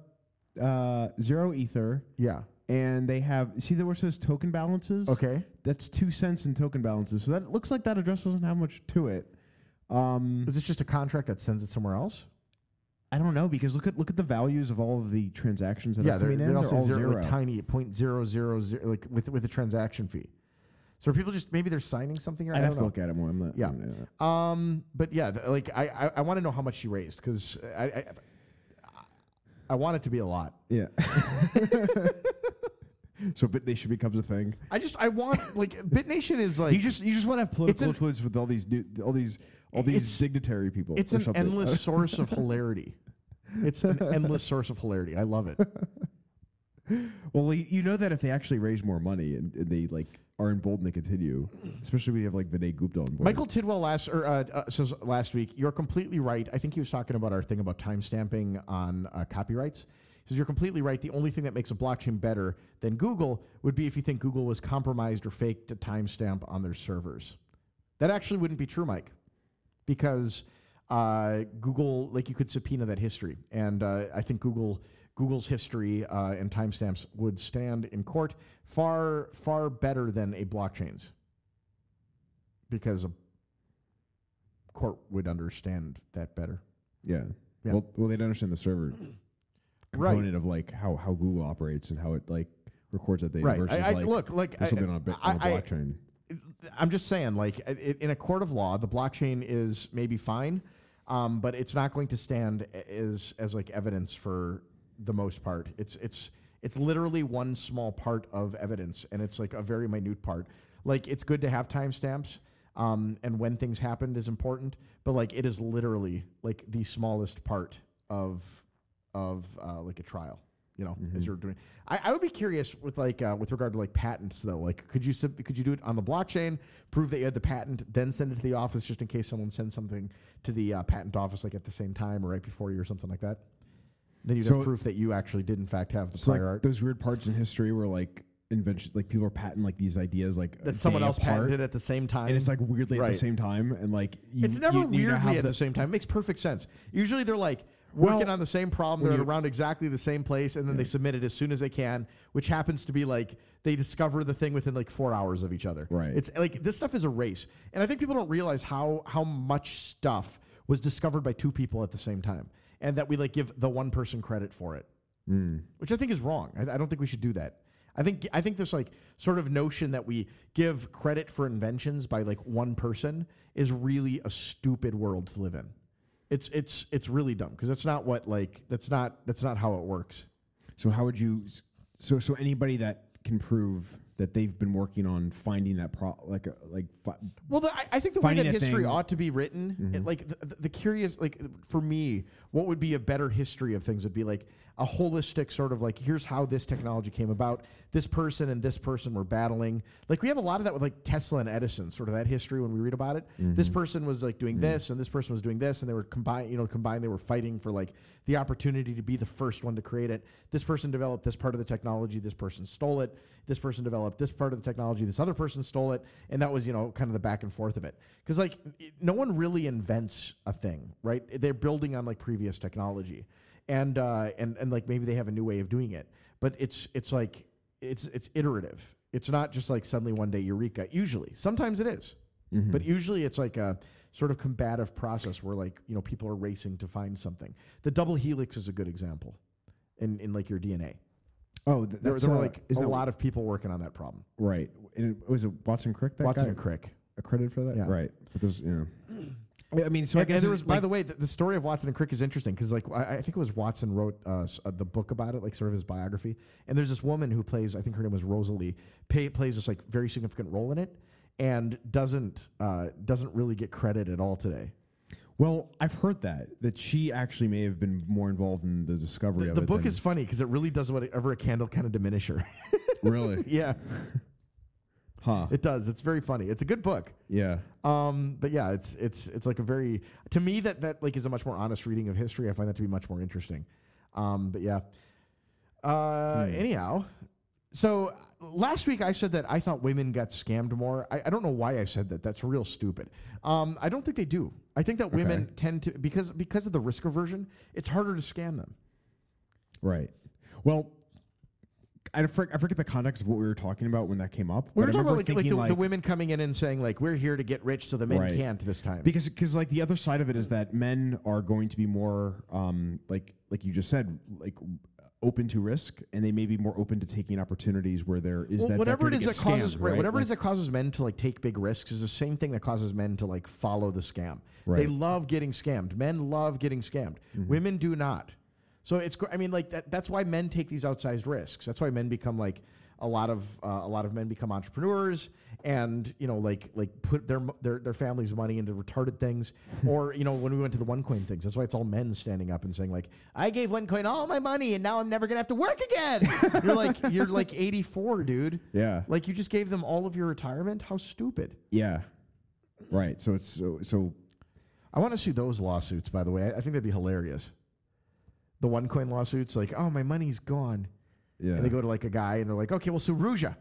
[SPEAKER 3] uh, zero ether
[SPEAKER 2] yeah
[SPEAKER 3] and they have see there where it says token balances.
[SPEAKER 2] Okay,
[SPEAKER 3] that's two cents in token balances. So that it looks like that address doesn't have much to it. Um,
[SPEAKER 2] Is this just a contract that sends it somewhere else?
[SPEAKER 3] I don't know because look at look at the values of all of the transactions that
[SPEAKER 2] yeah,
[SPEAKER 3] are
[SPEAKER 2] they're,
[SPEAKER 3] coming in.
[SPEAKER 2] they're
[SPEAKER 3] They're
[SPEAKER 2] also
[SPEAKER 3] all
[SPEAKER 2] zero,
[SPEAKER 3] zero.
[SPEAKER 2] like tiny at point zero zero zero, like with with a transaction fee. So are people just maybe they're signing something? Or I
[SPEAKER 3] I'd have
[SPEAKER 2] don't
[SPEAKER 3] to
[SPEAKER 2] know.
[SPEAKER 3] look at it more. I'm not.
[SPEAKER 2] Yeah.
[SPEAKER 3] I'm not-
[SPEAKER 2] Um, but yeah, th- like I, I, I want to know how much she raised because I, I, I want it to be a lot.
[SPEAKER 3] Yeah. so Bitnation becomes a thing.
[SPEAKER 2] I just I want like BitNation is like
[SPEAKER 3] you just you just want to have
[SPEAKER 2] it's
[SPEAKER 3] political
[SPEAKER 2] an-
[SPEAKER 3] influence with all these new, all these all these
[SPEAKER 2] It's-
[SPEAKER 3] dignitary people.
[SPEAKER 2] It's
[SPEAKER 3] or
[SPEAKER 2] an
[SPEAKER 3] something.
[SPEAKER 2] endless source of hilarity. It's an endless source of hilarity. I love it.
[SPEAKER 3] well, you you know that if they actually raise more money and, and they like are emboldened to continue, especially when you have like Vinay Gupta on board.
[SPEAKER 2] Michael Tidwell last or, uh, uh, says last week, you're completely right. I think he was talking about our thing about timestamping on uh, copyrights. He says you're completely right. The only thing that makes a blockchain better than Google would be if you think Google was compromised or faked a timestamp on their servers. That actually wouldn't be true, Mike, because uh, Google, like you could subpoena that history, and uh, I think Google Google's history uh, and timestamps would stand in court far far better than a blockchain's because a court would understand that better.
[SPEAKER 3] Yeah.
[SPEAKER 2] Yeah.
[SPEAKER 3] Well, well, they don't understand the server
[SPEAKER 2] Right.
[SPEAKER 3] component of like how how Google operates and how it like records that data
[SPEAKER 2] Right.
[SPEAKER 3] versus
[SPEAKER 2] I- I-
[SPEAKER 3] like
[SPEAKER 2] look, like,
[SPEAKER 3] this will
[SPEAKER 2] I-
[SPEAKER 3] be on a, bit, on a
[SPEAKER 2] I- I-
[SPEAKER 3] blockchain.
[SPEAKER 2] I'm just saying, like i- i- in a court of law, the blockchain is maybe fine, um, but it's not going to stand a- as as like evidence for the most part. It's it's it's literally one small part of evidence, and it's like a very minute part. Like it's good to have timestamps. Um, and when things happened is important, but like it is literally like the smallest part of of uh, like a trial. You know,
[SPEAKER 3] Mm-hmm.
[SPEAKER 2] as you're doing, I, I would be curious with like uh, with regard to like patents though. Like, could you sub- could you do it on the blockchain, prove that you had the patent, then send it to the office just in case someone sends something to the uh, patent office like at the same time or right before you or something like that? Then you'd
[SPEAKER 3] So-
[SPEAKER 2] have proof that you actually did in fact have the
[SPEAKER 3] So
[SPEAKER 2] prior
[SPEAKER 3] like
[SPEAKER 2] art
[SPEAKER 3] those weird parts in history where like invention, like people are patenting like these ideas like a
[SPEAKER 2] that someone
[SPEAKER 3] day
[SPEAKER 2] else
[SPEAKER 3] apart,
[SPEAKER 2] patented at the same time,
[SPEAKER 3] and it's like weirdly at
[SPEAKER 2] Right.
[SPEAKER 3] the same time, and like you,
[SPEAKER 2] it's never
[SPEAKER 3] you, you now have
[SPEAKER 2] weirdly at the,
[SPEAKER 3] the
[SPEAKER 2] same time. It makes perfect sense. Usually they're like
[SPEAKER 3] Well,
[SPEAKER 2] working on the same problem.
[SPEAKER 3] when
[SPEAKER 2] They're
[SPEAKER 3] you-
[SPEAKER 2] around exactly the same place, and then they submit it as soon as they can, which happens to be like they discover the thing within like four hours of each other.
[SPEAKER 3] Right.
[SPEAKER 2] It's like this stuff is a race, and I think people don't realize how how much stuff was discovered by two people at the same time, and that we like give the one person credit for it
[SPEAKER 3] Mm.
[SPEAKER 2] which I think is wrong. I, I don't think we should do that. I think I think this like sort of notion that we give credit for inventions by like one person is really a stupid world to live in. It's it's it's really dumb because that's not what like that's not that's not how it works.
[SPEAKER 3] So how would you? s- So so anybody that can prove that they've been working on finding that pro like a, like fi-
[SPEAKER 2] Well, the, I, I think the way
[SPEAKER 3] finding
[SPEAKER 2] that
[SPEAKER 3] a
[SPEAKER 2] history
[SPEAKER 3] thing-
[SPEAKER 2] ought to be written, it,
[SPEAKER 3] Mhm.
[SPEAKER 2] like the, the- the curious, like for me, what would be a better history of things would be like a holistic sort of like here's how this technology came about. This person and this person were battling. Like we have a lot of that with like Tesla and Edison, sort of that history when we read about it. This
[SPEAKER 3] Mhm.
[SPEAKER 2] person was like doing this, and this person was doing this, and they were combined. You know, combined they were fighting for like the opportunity to be the first one to create it. This person developed this part of the technology. This person stole it. This person developed this part of the technology. This other person stole it, and that was you know kind of the back and forth of it. Because like it- no one really invents a thing, right? They're building on like previous technology, and uh, and and like maybe they have a new way of doing it, but it's it's like it's it's iterative. It's not just like suddenly one day eureka. Usually, sometimes it is.
[SPEAKER 3] Mhm.
[SPEAKER 2] But usually it's like a sort of combative process where like, you know, people are racing to find something. The double helix is a good example in, in like your DNA.
[SPEAKER 3] oh th-
[SPEAKER 2] There,
[SPEAKER 3] that's,
[SPEAKER 2] there were
[SPEAKER 3] uh,
[SPEAKER 2] like
[SPEAKER 3] isn't
[SPEAKER 2] a
[SPEAKER 3] that-
[SPEAKER 2] lot of people working on that problem.
[SPEAKER 3] right and it, was it Watson Crick that
[SPEAKER 2] Watson
[SPEAKER 3] got
[SPEAKER 2] and Crick.
[SPEAKER 3] accredited for that
[SPEAKER 2] Yeah.
[SPEAKER 3] right but there's yeah I- I mean so
[SPEAKER 2] and,
[SPEAKER 3] I guess
[SPEAKER 2] and there
[SPEAKER 3] it-
[SPEAKER 2] was, by
[SPEAKER 3] like-
[SPEAKER 2] the way, the, the story of Watson and Crick is interesting because, like, I, I think it was Watson wrote uh, s- uh, the book about it, like sort of his biography. And there's this woman who plays, I think her name was Rosalie, pay, plays this like very significant role in it, and doesn't uh, doesn't really get credit at all today.
[SPEAKER 3] well I've heard that that she actually may have been more involved in the discovery
[SPEAKER 2] The,
[SPEAKER 3] of
[SPEAKER 2] the
[SPEAKER 3] it
[SPEAKER 2] book
[SPEAKER 3] than-
[SPEAKER 2] is funny because it really does whatever it can to kind of diminish her.
[SPEAKER 3] really
[SPEAKER 2] yeah,
[SPEAKER 3] huh
[SPEAKER 2] it does. It's very funny. It's a good book.
[SPEAKER 3] yeah
[SPEAKER 2] Um, but yeah, it's it's it's like a very to me that that like is a much more honest reading of history. I find that to be much more interesting. Um, but yeah. Uh,
[SPEAKER 3] Hmm.
[SPEAKER 2] Anyhow, so uh, last week I said that I thought women got scammed more. I, I don't know why I said that. That's real stupid. Um, I don't think they do. I think that women
[SPEAKER 3] Okay.
[SPEAKER 2] tend to because because of the risk aversion, it's harder to scam them.
[SPEAKER 3] right well I forget, I forget the context of what we were talking about when that came up.
[SPEAKER 2] We
[SPEAKER 3] but
[SPEAKER 2] were
[SPEAKER 3] I
[SPEAKER 2] talking about
[SPEAKER 3] remember
[SPEAKER 2] like, like, the,
[SPEAKER 3] thinking,
[SPEAKER 2] the women coming in and saying like we're here to get rich so the men
[SPEAKER 3] Right.
[SPEAKER 2] can't this time.
[SPEAKER 3] because because like the other side of it is that men are going to be more um like like you just said like open to risk and they may be more open to taking opportunities where there is
[SPEAKER 2] Well,
[SPEAKER 3] that
[SPEAKER 2] whatever
[SPEAKER 3] vector
[SPEAKER 2] it
[SPEAKER 3] to
[SPEAKER 2] is
[SPEAKER 3] get
[SPEAKER 2] that causes
[SPEAKER 3] scammed,
[SPEAKER 2] right, whatever it
[SPEAKER 3] Like-
[SPEAKER 2] is that causes men to like take big risks is the same thing that causes men to like follow the scam. They
[SPEAKER 3] Right.
[SPEAKER 2] love getting scammed. Men love getting scammed. Women do not. So it's gr- I mean like that, that's why men take these outsized risks. That's why men become like a lot of uh, a lot of men become entrepreneurs and you know like like put their mo- their their family's money into retarded things or you know when we went to the one coin things that's why it's all men standing up and saying like I gave one coin all my money and now I'm never going to have to work again. you're like you're like 84 dude.
[SPEAKER 3] yeah
[SPEAKER 2] Like you just gave them all of your retirement? How stupid.
[SPEAKER 3] yeah right so it's so so
[SPEAKER 2] I want to see those lawsuits, by the way. I, I think that'd be hilarious. The one coin lawsuits, like, oh, my money's gone.
[SPEAKER 3] Yeah.
[SPEAKER 2] And they go to like a guy and they're like, okay, well, sue Ruja.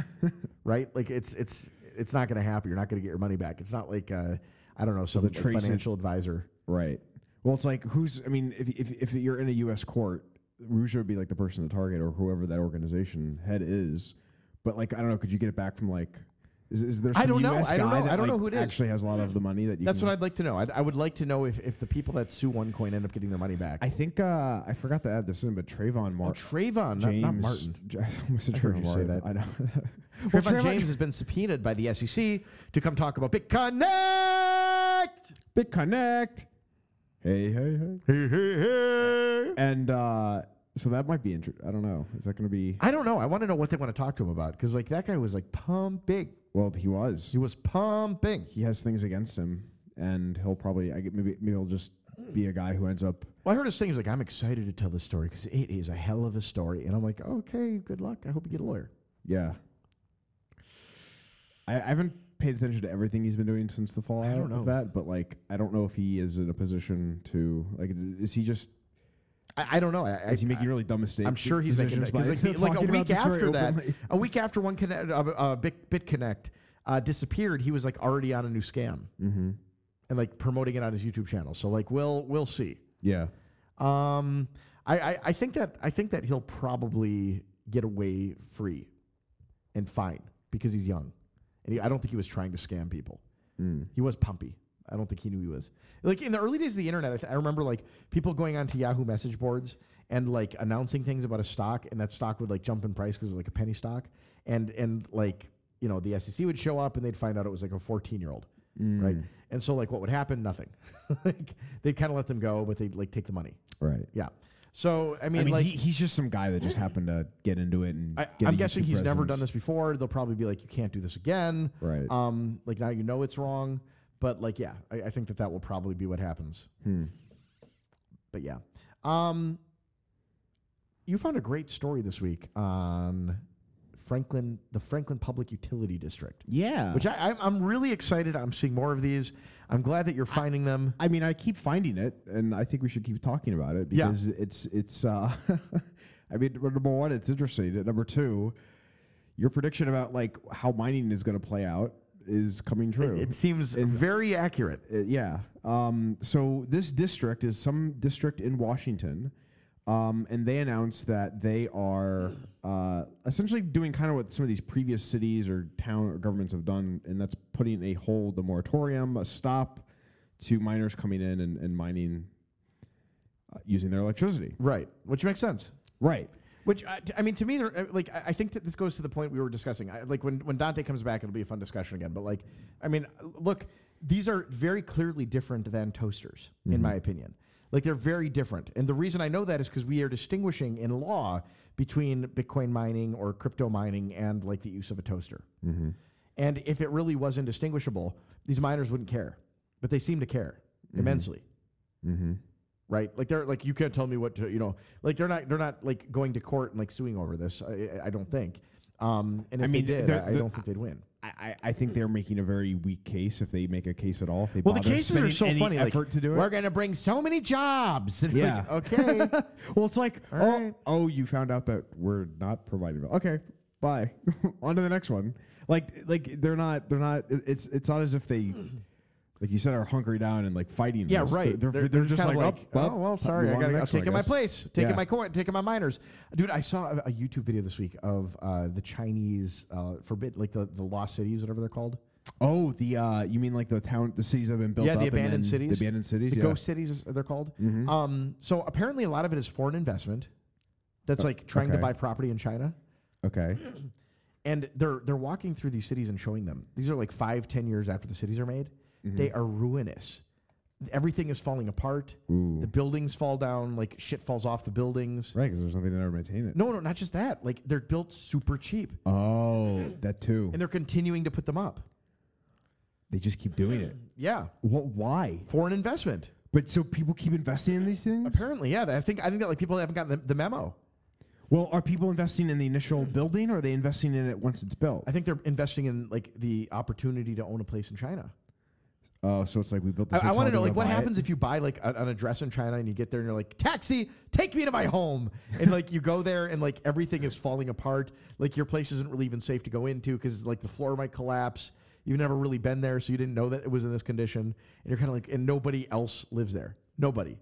[SPEAKER 2] right? Like it's it's it's not gonna happen. You're not gonna get your money back. It's not like uh, I don't know, some
[SPEAKER 3] the
[SPEAKER 2] like,
[SPEAKER 3] trace it-
[SPEAKER 2] financial advisor.
[SPEAKER 3] right well it's like who's i mean if if, if you're in a us court Rouge would be like the person to target or whoever that organization head is but like i don't know could you get it back from like is, is there
[SPEAKER 2] I
[SPEAKER 3] some
[SPEAKER 2] don't know.
[SPEAKER 3] US
[SPEAKER 2] I don't
[SPEAKER 3] guy
[SPEAKER 2] know.
[SPEAKER 3] that
[SPEAKER 2] I don't know
[SPEAKER 3] like
[SPEAKER 2] who it is.
[SPEAKER 3] actually has a lot of the money that you
[SPEAKER 2] That's
[SPEAKER 3] can
[SPEAKER 2] what I'd like to know. I'd, I would like to know if, if the people that sue OneCoin end up getting their money back.
[SPEAKER 3] I think uh, I forgot to add this in, but Trayvon Martin.
[SPEAKER 2] Trayvon, not- not Martin.
[SPEAKER 3] I almost said
[SPEAKER 2] I heard you
[SPEAKER 3] Trayvon
[SPEAKER 2] say
[SPEAKER 3] Martin.
[SPEAKER 2] that.
[SPEAKER 3] I know.
[SPEAKER 2] Trayvon James has been subpoenaed by the SEC to come talk about BitConnect.
[SPEAKER 3] BitConnect. Hey, hey, hey.
[SPEAKER 2] Hey, hey, hey.
[SPEAKER 3] And uh, so that might be interesting. I don't know. Is that going to be.
[SPEAKER 2] I don't know. I want to know what they want to talk to him about because like that guy was like pumping.
[SPEAKER 3] Well, he was. He
[SPEAKER 2] was pumping.
[SPEAKER 3] He has things against him, and he'll probably. I, get- maybe, maybe he'll just be a guy who ends up.
[SPEAKER 2] Well, I heard his thing. He's like, I'm excited to tell this story because it is a hell of a story. And I'm like, okay, good luck. I hope you get a lawyer.
[SPEAKER 3] Yeah. I, I haven't paid attention to everything he's been doing since the fallout
[SPEAKER 2] don't know.
[SPEAKER 3] of that, but like, I don't know if he is in a position to like. Is he just?
[SPEAKER 2] I, I don't know. I,
[SPEAKER 3] is he
[SPEAKER 2] I-
[SPEAKER 3] making really dumb mistakes?
[SPEAKER 2] I'm sure he's making that
[SPEAKER 3] decisions by
[SPEAKER 2] 'cause, like, the- like a
[SPEAKER 3] talking about
[SPEAKER 2] week
[SPEAKER 3] this very
[SPEAKER 2] after that,
[SPEAKER 3] openly?
[SPEAKER 2] a week after one connect, uh, uh, Bit BitConnect uh, disappeared, he was like already on a new scam
[SPEAKER 3] Mm-hmm.
[SPEAKER 2] and like promoting it on his YouTube channel. So like, we'll we'll see.
[SPEAKER 3] Yeah.
[SPEAKER 2] Um, I, I, I think that I think that he'll probably get away free and fine because he's young, and he, I don't think he was trying to scam people.
[SPEAKER 3] Mm.
[SPEAKER 2] He was pumpy. I don't think he knew he was. Like in the early days of the internet, I, th- I remember like people going onto Yahoo message boards and like announcing things about a stock, and that stock would like jump in price because it was like a penny stock, and and like you know the SEC would show up and they'd find out it was like a fourteen year old, right?
[SPEAKER 3] Mm.
[SPEAKER 2] And so like what would happen? Nothing. like they'd kind of let them go, but they'd like take the money.
[SPEAKER 3] Right.
[SPEAKER 2] Yeah. So I
[SPEAKER 3] I
[SPEAKER 2] mean,
[SPEAKER 3] mean,
[SPEAKER 2] like
[SPEAKER 3] he, he's just some guy that just happened to get into it, and
[SPEAKER 2] I,
[SPEAKER 3] get a
[SPEAKER 2] I'm guessing
[SPEAKER 3] YouTube
[SPEAKER 2] he's never done this
[SPEAKER 3] presence.
[SPEAKER 2] before. They'll probably be like, "You can't do this again."
[SPEAKER 3] Right.
[SPEAKER 2] Um. Like now you know it's wrong, but like yeah, I, I think that that will probably be what happens.
[SPEAKER 3] Hmm.
[SPEAKER 2] But yeah, um, you found a great story this week on Franklin, the Franklin Public Utility District.
[SPEAKER 3] Yeah.
[SPEAKER 2] Which I, I'm, I'm really excited. I'm seeing more of these. I'm glad that you're finding them.
[SPEAKER 3] I mean, I keep finding it, and I think we should keep talking about it
[SPEAKER 2] Yeah.
[SPEAKER 3] because it's it's. Uh, I mean, number one, it's interesting. and Number two, your prediction about like how mining is going to play out is coming true.
[SPEAKER 2] It seems very accurate.
[SPEAKER 3] Uh, yeah. Um, so this district is some district in Washington, um, and they announced that they are uh, essentially doing kind of what some of these previous cities or town or governments have done, and that's putting a hold, a moratorium, a stop to miners coming in and, and mining uh, using their electricity.
[SPEAKER 2] Right. Which makes sense.
[SPEAKER 3] Right.
[SPEAKER 2] Which uh, t- I mean, to me, there, uh, like I I think that this goes to the point we were discussing. I, like when when Dante comes back, it'll be a fun discussion again. But like, I mean, uh, look, these are very clearly different than toasters,
[SPEAKER 3] Mm-hmm.
[SPEAKER 2] in my opinion. Like they're very different, and the reason I know that is because we are distinguishing in law between Bitcoin mining or crypto mining and like the use of a toaster.
[SPEAKER 3] Mm-hmm.
[SPEAKER 2] And if it really was indistinguishable, these miners wouldn't care, but they seem to care immensely
[SPEAKER 3] Mm-hmm.
[SPEAKER 2] right? Like they're like you can't tell me what to you know. Like they're not they're not like going to court and like suing over this. I, I- I don't think. Um, and
[SPEAKER 3] I
[SPEAKER 2] if
[SPEAKER 3] mean,
[SPEAKER 2] they did,
[SPEAKER 3] they're-
[SPEAKER 2] I, I
[SPEAKER 3] they're-
[SPEAKER 2] don't think they'd win.
[SPEAKER 3] I, I, I think they're making a very weak case if they make a case at all. If they
[SPEAKER 2] Well, the
[SPEAKER 3] bother
[SPEAKER 2] cases are
[SPEAKER 3] spending
[SPEAKER 2] so
[SPEAKER 3] any
[SPEAKER 2] funny.
[SPEAKER 3] Effort
[SPEAKER 2] like
[SPEAKER 3] to do it.
[SPEAKER 2] we're gonna bring so many jobs. And, like,
[SPEAKER 3] Yeah.
[SPEAKER 2] okay.
[SPEAKER 3] well, it's like,
[SPEAKER 2] All
[SPEAKER 3] oh,
[SPEAKER 2] right.
[SPEAKER 3] oh, you found out that we're not providing. val- Okay, bye. On to the next one. Like, like they're not, they're not. it- It's, it's not as if they like you said, are hunkering down and like fighting.
[SPEAKER 2] Yeah,
[SPEAKER 3] this.
[SPEAKER 2] right.
[SPEAKER 3] They're, they're, just,
[SPEAKER 2] kinda
[SPEAKER 3] like, up, up,
[SPEAKER 2] oh well, sorry,
[SPEAKER 3] move
[SPEAKER 2] I
[SPEAKER 3] on to
[SPEAKER 2] gotta
[SPEAKER 3] the
[SPEAKER 2] go.
[SPEAKER 3] next one,
[SPEAKER 2] taking
[SPEAKER 3] I
[SPEAKER 2] my
[SPEAKER 3] guess."
[SPEAKER 2] place, taking
[SPEAKER 3] Yeah.
[SPEAKER 2] my coin, taking my minors. Dude, I saw a, a YouTube video this week of uh, the Chinese uh, forbid, like the, the lost cities, whatever they're called.
[SPEAKER 3] Oh, the uh, you mean like the town, the cities that have been built?
[SPEAKER 2] yeah,
[SPEAKER 3] up
[SPEAKER 2] the
[SPEAKER 3] and then
[SPEAKER 2] abandoned cities,
[SPEAKER 3] the abandoned cities,
[SPEAKER 2] the
[SPEAKER 3] yeah.
[SPEAKER 2] ghost cities, as they're called.
[SPEAKER 3] Mhm.
[SPEAKER 2] Um, so apparently, a lot of it is foreign investment. That's
[SPEAKER 3] O-
[SPEAKER 2] like trying to
[SPEAKER 3] Oh, okay.
[SPEAKER 2] buy property in China.
[SPEAKER 3] Okay,
[SPEAKER 2] and they're they're walking through these cities and showing them these are like five ten years after the cities are made
[SPEAKER 3] Mhm.
[SPEAKER 2] they are ruinous everything is falling apart
[SPEAKER 3] Ooh.
[SPEAKER 2] the buildings fall down like shit falls off the buildings
[SPEAKER 3] right? Because there's nothing to ever maintain it.
[SPEAKER 2] no no not just that like they're built super cheap
[SPEAKER 3] Oh, that too.
[SPEAKER 2] and they're continuing to put them up
[SPEAKER 3] They just keep doing it.
[SPEAKER 2] yeah
[SPEAKER 3] What? Why?
[SPEAKER 2] foreign investment
[SPEAKER 3] But so people keep investing in these things.
[SPEAKER 2] apparently yeah that- i think i think that like people haven't gotten the, the memo
[SPEAKER 3] Well, are people investing in the initial building, or are they investing in it once it's built?
[SPEAKER 2] i think they're investing in like the opportunity to own a place in china
[SPEAKER 3] Oh, so it's like we built
[SPEAKER 2] Uh, I,
[SPEAKER 3] this.
[SPEAKER 2] want to know, like, what happens if you buy like a, an address in China and you get there and you're like, taxi, take me to my home, and like you go there and like everything is falling apart, like your place isn't really even safe to go into because like the floor might collapse. You've never really been there, so you didn't know that it was in this condition, and you're kind of like, and nobody else lives there, nobody.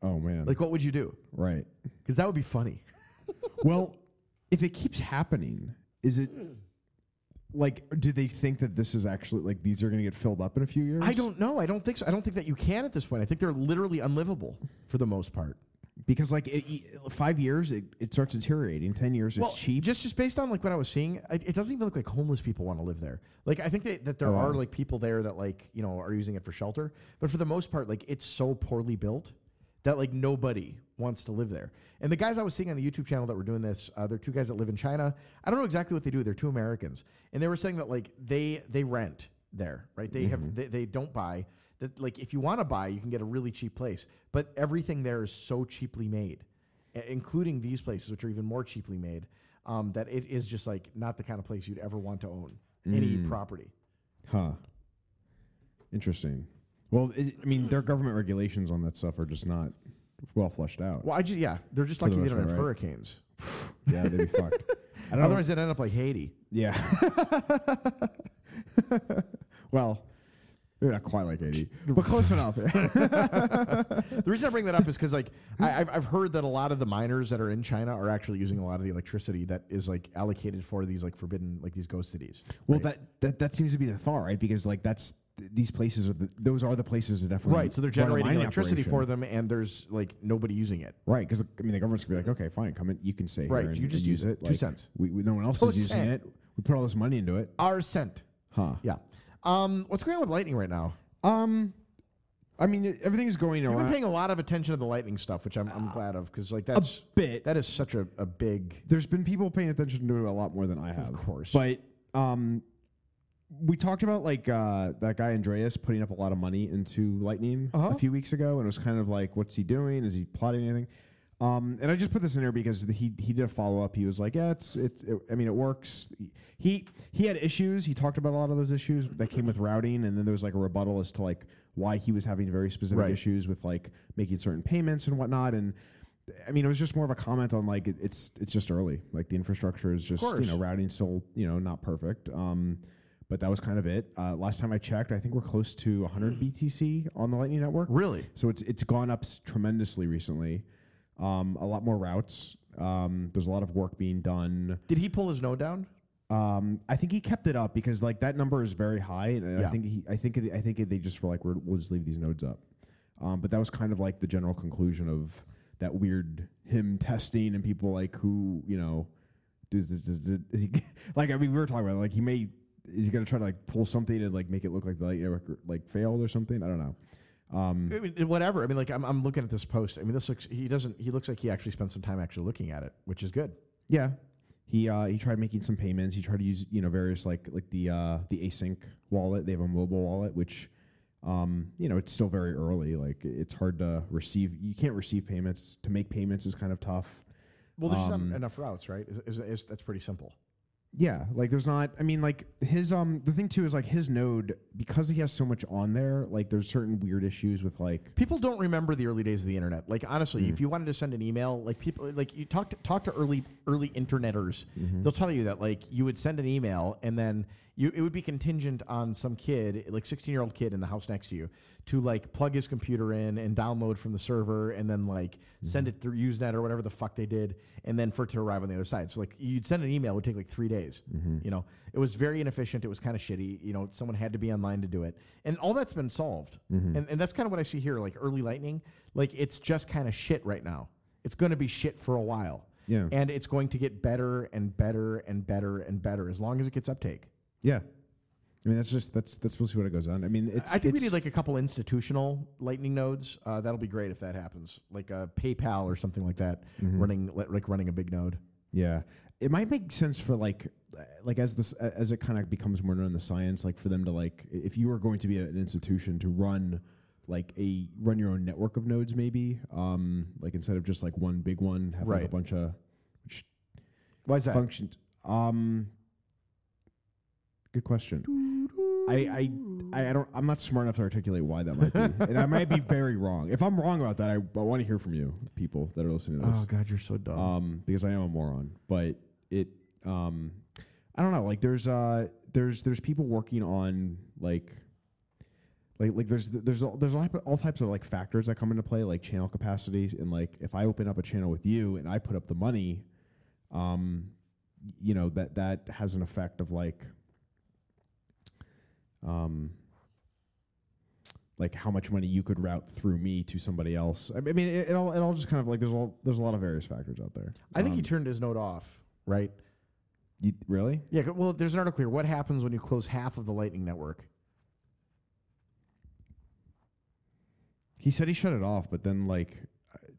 [SPEAKER 3] Oh man.
[SPEAKER 2] Like, what would you do?
[SPEAKER 3] Right.
[SPEAKER 2] Because that would be funny.
[SPEAKER 3] well, if it keeps happening, is it like do they think that this is actually like these are going to get filled up in a few years?
[SPEAKER 2] I don't know. I don't think so. I don't think that you can at this point. I think they're literally unlivable for the most part.
[SPEAKER 3] because like it, it- five years it, it starts deteriorating. Ten years
[SPEAKER 2] well,
[SPEAKER 3] it's cheap.
[SPEAKER 2] Just just based on like what I was seeing, it, it doesn't even look like homeless people want to live there. Like I think that, that there
[SPEAKER 3] Oh,
[SPEAKER 2] are
[SPEAKER 3] wow.
[SPEAKER 2] like people there that like you know are using it for shelter, but for the most part, like it's so poorly built that like nobody wants to live there. And the guys I was seeing on the YouTube channel that were doing this, uh, they're two guys that live in China. I don't know exactly what they do. They're two Americans, and they were saying that like they they rent there, right? They
[SPEAKER 3] Mm-hmm.
[SPEAKER 2] have they, they don't buy. That like if you want to buy, you can get a really cheap place, but everything there is so cheaply made i- including these places, which are even more cheaply made, um, that it is just like not the kind of place you'd ever want to own any
[SPEAKER 3] Mm.
[SPEAKER 2] property.
[SPEAKER 3] Huh. Interesting. Well, it, I mean, their government regulations on that stuff are just not well fleshed out.
[SPEAKER 2] Well, I just yeah, they're just
[SPEAKER 3] For the
[SPEAKER 2] lucky they
[SPEAKER 3] most
[SPEAKER 2] don't have
[SPEAKER 3] part, right? Oh.
[SPEAKER 2] hurricanes.
[SPEAKER 3] Yeah, they'd be fucked. I don't know.
[SPEAKER 2] Otherwise, they'd end up like Haiti.
[SPEAKER 3] Yeah. well, maybe not quite like 80, but close enough.
[SPEAKER 2] the reason I bring that up is because like I, I've, I've heard that a lot of the miners that are in China are actually using a lot of the electricity that is like allocated for these like forbidden like these ghost cities.
[SPEAKER 3] well,
[SPEAKER 2] right?
[SPEAKER 3] that, that that seems to be the thought, right? Because like that's th- these places are the, those are the places that definitely
[SPEAKER 2] right, so they're
[SPEAKER 3] run a
[SPEAKER 2] generating
[SPEAKER 3] mining
[SPEAKER 2] electricity
[SPEAKER 3] operation.
[SPEAKER 2] for them, and there's like nobody using it.
[SPEAKER 3] Right, because I mean the government's gonna be like, okay, fine, come in, you can stay
[SPEAKER 2] Right,
[SPEAKER 3] here and
[SPEAKER 2] you just
[SPEAKER 3] and
[SPEAKER 2] use
[SPEAKER 3] use
[SPEAKER 2] it.
[SPEAKER 3] it.
[SPEAKER 2] Two
[SPEAKER 3] Like,
[SPEAKER 2] cents.
[SPEAKER 3] We, we, no one else
[SPEAKER 2] Two
[SPEAKER 3] is using
[SPEAKER 2] cent.
[SPEAKER 3] it. We put all this money into it,
[SPEAKER 2] Our cent.
[SPEAKER 3] huh?
[SPEAKER 2] Yeah. Um, what's going on with lightning right now?
[SPEAKER 3] Um, I mean it- everything's going
[SPEAKER 2] You've been
[SPEAKER 3] around. Uh,
[SPEAKER 2] paying a lot of attention to the lightning stuff, which I'm, I'm glad of because like that's
[SPEAKER 3] bit.
[SPEAKER 2] That is such a, a big.
[SPEAKER 3] There's been people paying attention to it a lot more than I have,
[SPEAKER 2] Of course.
[SPEAKER 3] But um, we talked about like uh, that guy Andreas putting up a lot of money into Lightning
[SPEAKER 2] Uh-huh.
[SPEAKER 3] a few weeks ago, and it was kind of like, what's he doing? Is he plotting anything? Um, and I just put this in there because the, he he did a follow up. He was like, yeah, it's it's. It, I mean, it works. He he had issues. He talked about a lot of those issues that came with routing, and then there was like a rebuttal as to like why he was having very specific
[SPEAKER 2] Right.
[SPEAKER 3] issues with like making certain payments and whatnot. And I mean, it was just more of a comment on like it, it's it's just early. Like the infrastructure is just you
[SPEAKER 2] course.
[SPEAKER 3] know routing still you know not perfect. Um, but that was kind of it. Uh, last time I checked, I think we're close to 100 BTC on the Lightning Network.
[SPEAKER 2] Mm. Really?
[SPEAKER 3] So it's it's gone up s- tremendously recently. Um, a lot more routes. Um, there's a lot of work being done.
[SPEAKER 2] Did he pull his node down?
[SPEAKER 3] Um, I think he kept it up because like that number is very high, and
[SPEAKER 2] Yeah.
[SPEAKER 3] I think he, I think it- I think it- they just were like we're, we'll just leave these nodes up. Um, but that was kind of like the general conclusion of that weird him testing and people like who you know, does is, is, is, he like I mean we were talking about it, like he may is he gonna try to like pull something and like make it look like the light network like failed or something I don't know. Um,
[SPEAKER 2] I mean, whatever. I mean, like I'm, I'm looking at this post. I mean, this looks. He doesn't. He looks like he actually spent some time actually looking at it, which is good.
[SPEAKER 3] Yeah. He uh, he tried making some payments. He tried to use you know various like like the uh, the async wallet. They have a mobile wallet, which um, you know it's still very early. Like i- it's hard to receive. You can't receive payments. To make payments is kind of tough.
[SPEAKER 2] Well, there's not
[SPEAKER 3] Um,
[SPEAKER 2] enough routes, right? Is, is, is, that's pretty simple.
[SPEAKER 3] Yeah, like there's not. I mean, like his um the thing too is like his node because he has so much on there. Like there's certain weird issues with like
[SPEAKER 2] people don't remember the early days of the internet. Like honestly,
[SPEAKER 3] Mm.
[SPEAKER 2] if you wanted to send an email, like people like you talk to talk to early early interneters, they'll tell you that like you would send an email and then you it would be contingent on some kid, like 16-year-old kid in the house next to you, to like plug his computer in and download from the server and then like send it through Usenet or whatever the fuck they did and then for it to arrive on the other side. So like you'd send an email it would take like 3 days. You know, it was very inefficient, it was kind of shitty, you know, someone had to be online to do it. And all that's been solved.
[SPEAKER 3] Mhm.
[SPEAKER 2] And and that's kind of what I see here, like early lightning. Like it's just kind of shit right now. It's going to be shit for a while.
[SPEAKER 3] Yeah.
[SPEAKER 2] And it's going to get better and better and better and better as long as it gets uptake.
[SPEAKER 3] yeah. I mean that's just that's that's supposed to be what it goes on. I mean it's
[SPEAKER 2] I think we
[SPEAKER 3] it's-
[SPEAKER 2] need like a couple institutional lightning nodes. Uh, that'll be great if that happens, like a PayPal or something like that,
[SPEAKER 3] Mhm.
[SPEAKER 2] running li- like running a big node.
[SPEAKER 3] Yeah, it might make sense for like, uh, like as this as it kind of becomes more known in the science, like for them to like, i- if you are going to be an institution to run, like a run your own network of nodes, maybe, um, like instead of just like one big one, have like a
[SPEAKER 2] Right.
[SPEAKER 3] bunch of, which
[SPEAKER 2] why is that
[SPEAKER 3] functioned? Um, good question. I, I I I don't I'm not smart enough to articulate why that might be, and I might be very wrong. If I'm wrong about that, I, I want to hear from you, people that are listening to this.
[SPEAKER 2] Oh, God, you're so dumb.
[SPEAKER 3] Um, because I am a moron, but it um, I don't know. Like there's uh there's there's people working on like. Like, like there's there's all, there's all, type- all types of like factors that come into play like channel capacities and like if I open up a channel with you and I put up the money, um, you know that that has an effect of like um like how much money you could route through me to somebody else i mean it, it all it all just kind of like there's all there's a lot of various factors out there
[SPEAKER 2] I think
[SPEAKER 3] Um,
[SPEAKER 2] he turned his node off, right?
[SPEAKER 3] you really
[SPEAKER 2] Yeah. c- Well, there's an article here. What happens when you close half of the lightning network?
[SPEAKER 3] he said he shut it off but then like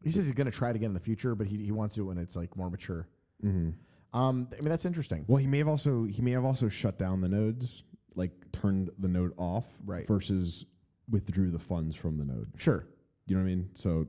[SPEAKER 2] He says he's going to try it again in the future, but he he wants it when it's like more mature.
[SPEAKER 3] mm-hmm.
[SPEAKER 2] Um, th- I mean that's interesting.
[SPEAKER 3] well he may have also he may have also shut down the nodes like turned the node off
[SPEAKER 2] Right.
[SPEAKER 3] versus withdrew the funds from the node
[SPEAKER 2] sure
[SPEAKER 3] you know what i mean so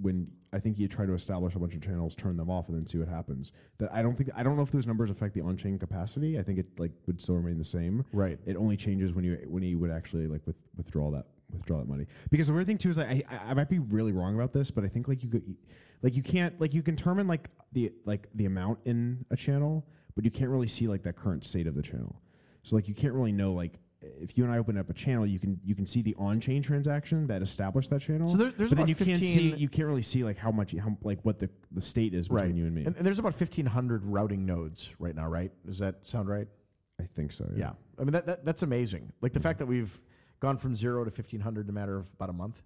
[SPEAKER 3] when i think you try to establish a bunch of channels turn them off and then see what happens that i don't think i don't know if those numbers affect the on-chain capacity i think it like would still remain the same
[SPEAKER 2] Right.
[SPEAKER 3] it only changes when you when you would actually like with, withdraw that withdraw that money because the weird thing too is like, I I might be really wrong about this but I think like you could like you can't like you can determine like the like the amount in a channel but you can't really see like that current state of the channel so like you can't really know like if you and I open up a channel you can you can see the on chain transaction that established that channel
[SPEAKER 2] So there- there's
[SPEAKER 3] but then
[SPEAKER 2] about
[SPEAKER 3] you can't see
[SPEAKER 2] 15
[SPEAKER 3] you can't really see like how much how like what the the state is between you and me
[SPEAKER 2] And, and there's about 1,500 routing nodes right now, right? Does that sound right?
[SPEAKER 3] I think so
[SPEAKER 2] Yeah. I mean, that, that that's amazing. Like the fact that we've gone from zero to 1,500 in a matter of about a month.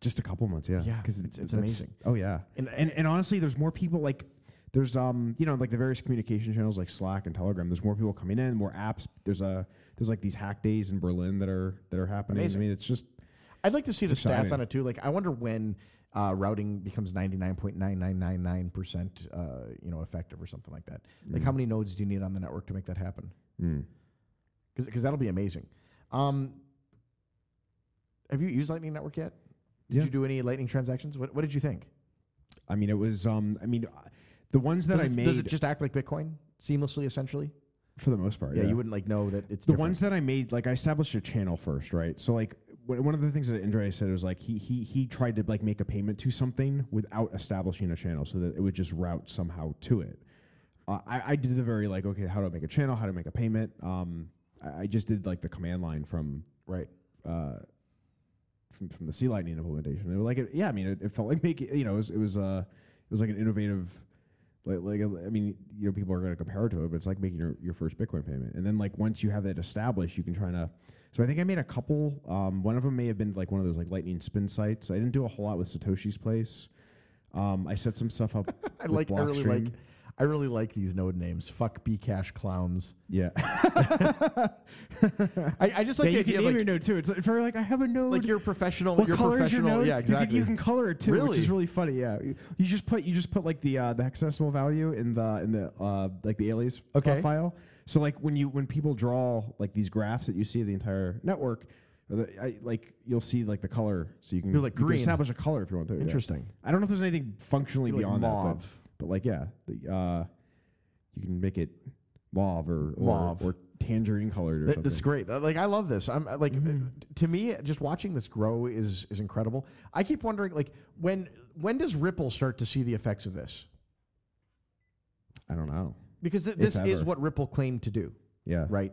[SPEAKER 3] Just a couple months, yeah.
[SPEAKER 2] Yeah,
[SPEAKER 3] 'cause
[SPEAKER 2] it's- it's
[SPEAKER 3] that's-
[SPEAKER 2] amazing.
[SPEAKER 3] Oh yeah,
[SPEAKER 2] And-
[SPEAKER 3] and, and and honestly, there's more people like there's um you know like the various communication channels like Slack and Telegram. There's more people coming in, more apps. There's a there's like these hack days in Berlin that are that are happening.
[SPEAKER 2] Amazing.
[SPEAKER 3] I mean, it's just
[SPEAKER 2] I'd like to see the stats
[SPEAKER 3] Exciting.
[SPEAKER 2] on it too. Like, I wonder when uh, routing becomes 99.9999% uh, you know, effective or something like that.
[SPEAKER 3] Hmm.
[SPEAKER 2] Like, how many nodes do you need on the network to make that happen?
[SPEAKER 3] mm.
[SPEAKER 2] Because that'll be amazing. Um, have you used Lightning Network yet? Did
[SPEAKER 3] Yeah.
[SPEAKER 2] you do any Lightning transactions? What, what did you think?
[SPEAKER 3] I mean, it was um I mean uh, the ones that
[SPEAKER 2] does,
[SPEAKER 3] I
[SPEAKER 2] it,
[SPEAKER 3] made
[SPEAKER 2] does it just act like Bitcoin seamlessly, essentially?
[SPEAKER 3] for the most part.
[SPEAKER 2] Yeah, you wouldn't like know that it's
[SPEAKER 3] the
[SPEAKER 2] different.
[SPEAKER 3] ones that I made, like I established a channel first, right? So like wh- one of the things that Indra said was like he he he tried to like make a payment to something without establishing a channel, so that it would just route somehow to it. Uh, I I did the very like okay, how do I make a channel? How do I make a payment? Um, I, I just did like the command line from
[SPEAKER 2] right.
[SPEAKER 3] Uh, from, from the Sea Lightning implementation, it was like it, yeah, I mean, it, it felt like making you know, it was, it was uh, it was like an innovative like, like I mean, you know, people are going to compare it to it, but it's like making your, your first Bitcoin payment. And then like once you have that established, you can try to. So I think I made a couple. Um, one of them may have been like one of those like Lightning spin sites. I didn't do a whole lot with Satoshi's place. Um, I set some stuff up.
[SPEAKER 2] I
[SPEAKER 3] with
[SPEAKER 2] like. I really like.
[SPEAKER 3] Blockstream.
[SPEAKER 2] I really like these node names. Fuck Bcash clowns.
[SPEAKER 3] Yeah.
[SPEAKER 2] I, I just like
[SPEAKER 3] yeah,
[SPEAKER 2] the idea of,
[SPEAKER 3] you can name
[SPEAKER 2] like,
[SPEAKER 3] your node too. It's like, very like I have a node.
[SPEAKER 2] like you're professional.
[SPEAKER 3] What
[SPEAKER 2] you're
[SPEAKER 3] color is your
[SPEAKER 2] professional.
[SPEAKER 3] node?
[SPEAKER 2] Yeah,
[SPEAKER 3] You can-
[SPEAKER 2] exactly.
[SPEAKER 3] You can, color it too, which
[SPEAKER 2] Really?
[SPEAKER 3] is really funny. Yeah, you you just put you just put like the uh, the hexadecimal value in the in the uh, like the alias uh,
[SPEAKER 2] Okay.
[SPEAKER 3] file. So like when you when people draw like these graphs that you see of the entire network, or the, I, like you'll see like the color, so you can
[SPEAKER 2] You're like
[SPEAKER 3] you can
[SPEAKER 2] green.
[SPEAKER 3] establish a color if you want to. yeah.
[SPEAKER 2] Interesting.
[SPEAKER 3] I don't know if there's anything functionally
[SPEAKER 2] You're like
[SPEAKER 3] beyond that, but-
[SPEAKER 2] mauve.
[SPEAKER 3] but, like yeah, the, uh, you can make it mauve or or,
[SPEAKER 2] Mauve.
[SPEAKER 3] or tangerine colored or
[SPEAKER 2] That-
[SPEAKER 3] something.
[SPEAKER 2] that's great. Uh, Like I love this. I'm uh, like uh, to me, just watching this grow is is incredible. I keep wondering, like when when does Ripple start to see the effects of this?
[SPEAKER 3] I don't know.
[SPEAKER 2] Because th-
[SPEAKER 3] If
[SPEAKER 2] this is
[SPEAKER 3] ever.
[SPEAKER 2] what Ripple claimed to do.
[SPEAKER 3] Yeah.
[SPEAKER 2] Right.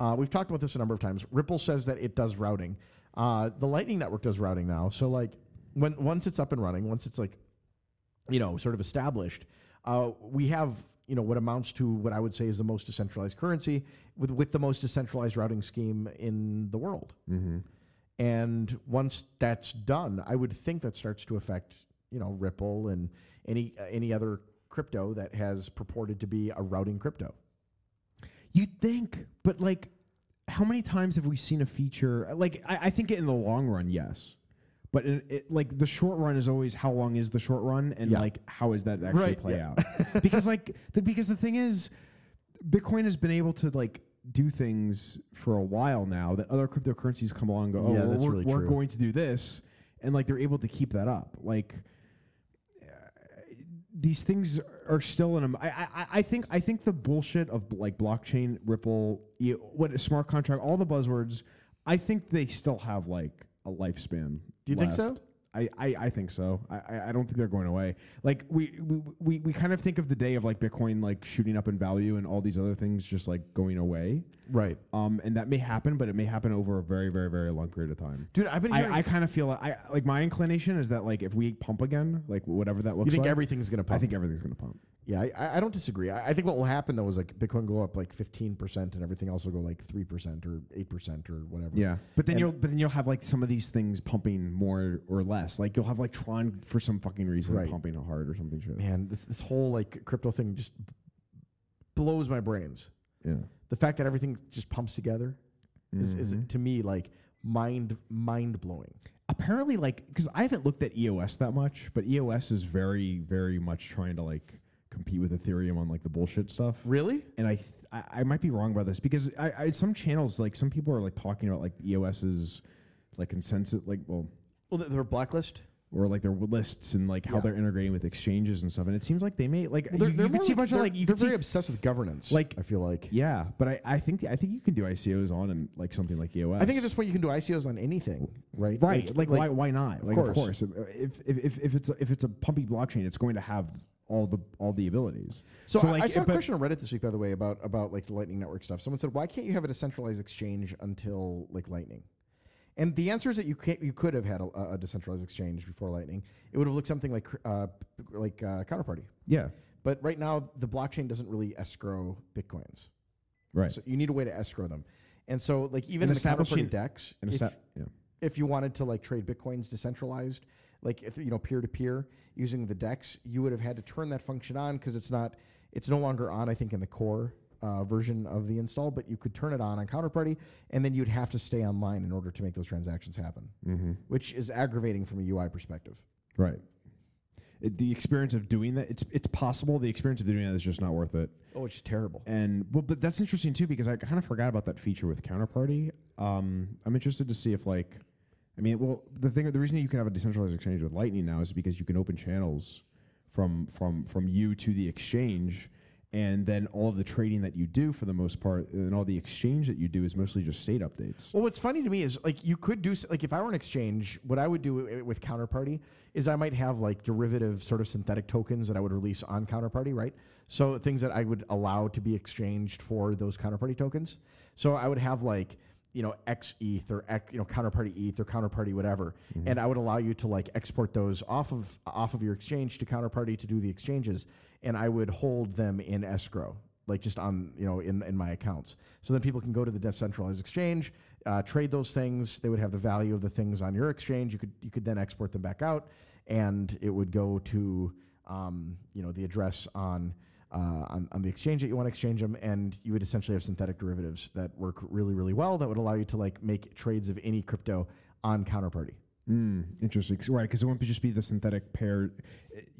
[SPEAKER 2] Uh, we've talked about this a number of times. Ripple says that it does routing. Uh, the Lightning Network does routing now. So like when once it's up and running, once it's like you know, sort of established, uh, we have you know what amounts to what I would say is the most decentralized currency with with the most decentralized routing scheme in the world. And once that's done, I would think that starts to affect you know Ripple and any uh, any other crypto that has purported to be a routing crypto.
[SPEAKER 3] You think, but like, how many times have we seen a feature? Like, I, I think in the long run, yes, but in, it, like the short run is always how long is the short run, and
[SPEAKER 2] Yeah.
[SPEAKER 3] like how is that actually
[SPEAKER 2] Right,
[SPEAKER 3] play
[SPEAKER 2] yeah.
[SPEAKER 3] out? because like, the, because the thing is, Bitcoin has been able to like do things for a while now that other cryptocurrencies come along and go, oh,
[SPEAKER 2] Yeah,
[SPEAKER 3] well,
[SPEAKER 2] that's
[SPEAKER 3] we're,
[SPEAKER 2] really
[SPEAKER 3] we're
[SPEAKER 2] true.
[SPEAKER 3] going to do this, and like they're able to keep that up, like. these things are still in a. I, I, I think I think the bullshit of like blockchain, Ripple, you, what smart contract, all the buzzwords. I think they still have like a lifespan.
[SPEAKER 2] Do you think so?
[SPEAKER 3] left. I, I, I think so. I- I, I don't think they're going away. Like we, we we we kind of think of the day of like Bitcoin like shooting up in value and all these other things just like going away.
[SPEAKER 2] Right.
[SPEAKER 3] Um, and that may happen, but it may happen over a very, very, very long period of time.
[SPEAKER 2] Dude, I've been hearing-
[SPEAKER 3] I, I kind of feel like I like my inclination is that like if we pump again, like whatever that looks
[SPEAKER 2] think
[SPEAKER 3] like,
[SPEAKER 2] everything's gonna
[SPEAKER 3] I
[SPEAKER 2] pump?
[SPEAKER 3] think everything's gonna pump.
[SPEAKER 2] Yeah, I- I, I don't disagree. I, I think what will happen though is like Bitcoin go up like fifteen percent, and everything else will go like three percent or eight percent or whatever.
[SPEAKER 3] Yeah, but then
[SPEAKER 2] And-
[SPEAKER 3] you'll but then you'll have like some of these things pumping more or less. Like you'll have like Tron for some fucking reason
[SPEAKER 2] Right.
[SPEAKER 3] pumping hard or something. Shit.
[SPEAKER 2] man, this this whole like crypto thing just b- blows my brains.
[SPEAKER 3] Yeah.
[SPEAKER 2] The fact that everything just pumps together is, is
[SPEAKER 3] Mhm.
[SPEAKER 2] to me like mind mind blowing.
[SPEAKER 3] Apparently, like because I haven't looked at EOS that much, but EOS is very very much trying to like compete with Ethereum on like the bullshit stuff.
[SPEAKER 2] Really?
[SPEAKER 3] And I th- I, I might be wrong about this because I, I some channels like some people are like talking about like EOS's like consensus like well
[SPEAKER 2] Well, th- their blacklist.
[SPEAKER 3] or like their lists and like how
[SPEAKER 2] Yeah.
[SPEAKER 3] they're integrating with exchanges and stuff. And it seems like they may like
[SPEAKER 2] Well, they're
[SPEAKER 3] you,
[SPEAKER 2] they're
[SPEAKER 3] you could
[SPEAKER 2] more
[SPEAKER 3] see
[SPEAKER 2] like-
[SPEAKER 3] a bunch of
[SPEAKER 2] they're-
[SPEAKER 3] like you
[SPEAKER 2] they're
[SPEAKER 3] could see
[SPEAKER 2] very obsessed with governance.
[SPEAKER 3] like
[SPEAKER 2] I feel like
[SPEAKER 3] yeah, but I, I think I think you can do ICOs on and like something like EOS.
[SPEAKER 2] I think at this point you can do ICOs on anything, right?
[SPEAKER 3] right, like, why why not?
[SPEAKER 2] Of
[SPEAKER 3] Like
[SPEAKER 2] course.
[SPEAKER 3] of course, if if, if if it's if it's a pumpy blockchain, it's going to have all the all the abilities.
[SPEAKER 2] So, I-
[SPEAKER 3] like,
[SPEAKER 2] I saw a
[SPEAKER 3] but-
[SPEAKER 2] question on Reddit this week, by the way, about about like the Lightning Network stuff. Someone said, "Why can't you have a decentralized exchange until like Lightning?" And the answer is that you can't. You could have had a, a decentralized exchange before Lightning. It would have looked something like cr- uh, p- like uh, Counterparty.
[SPEAKER 3] Yeah,
[SPEAKER 2] But right now, the blockchain doesn't really escrow bitcoins.
[SPEAKER 3] right.
[SPEAKER 2] So you need a way to escrow them. And so, like even
[SPEAKER 3] An
[SPEAKER 2] in the counterparty
[SPEAKER 3] establishing-
[SPEAKER 2] decks,
[SPEAKER 3] an
[SPEAKER 2] if,
[SPEAKER 3] esta- yeah.
[SPEAKER 2] if you wanted to like trade bitcoins decentralized, like if, you know peer to peer using the decks, you would have had to turn that function on because it's not, it's no longer on. I think in the core uh, version of the install, but you could turn it on on counterparty, and then you'd have to stay online in order to make those transactions happen,
[SPEAKER 3] Mhm.
[SPEAKER 2] which is aggravating from a UI perspective.
[SPEAKER 3] Right. It- the experience of doing that it's it's possible. The experience of doing that is just not worth it.
[SPEAKER 2] Oh, it's just terrible.
[SPEAKER 3] And well, but that's interesting too because I kind of forgot about that feature with Counterparty. Um, I'm interested to see if like, I mean, well, the thing, the reason you can have a decentralized exchange with Lightning now is because you can open channels from from from you to the exchange, and then all of the trading that you do for the most part, and all the exchange that you do is mostly just state updates.
[SPEAKER 2] Well, what's funny to me is like you could do s- like if I were an exchange, what I would do wi- with Counterparty is I might have like derivative sort of synthetic tokens that I would release on Counterparty, right? So things that I would allow to be exchanged for those Counterparty tokens. So I would have like you know X ETH or X, you know Counterparty ETH or Counterparty whatever, and I would allow you to like export those off of off of your exchange to Counterparty to do the exchanges, and I would hold them in escrow like just on you know in, in my accounts so then people can go to the decentralized exchange uh, trade those things they would have the value of the things on your exchange you could you could then export them back out and it would go to um, you know the address on uh, on, on the exchange that you want to exchange them and you would essentially have synthetic derivatives that work really really well that would allow you to like make trades of any crypto on counterparty
[SPEAKER 3] Mm, interesting, 'Cause- right? Because it won't be just be the synthetic pair,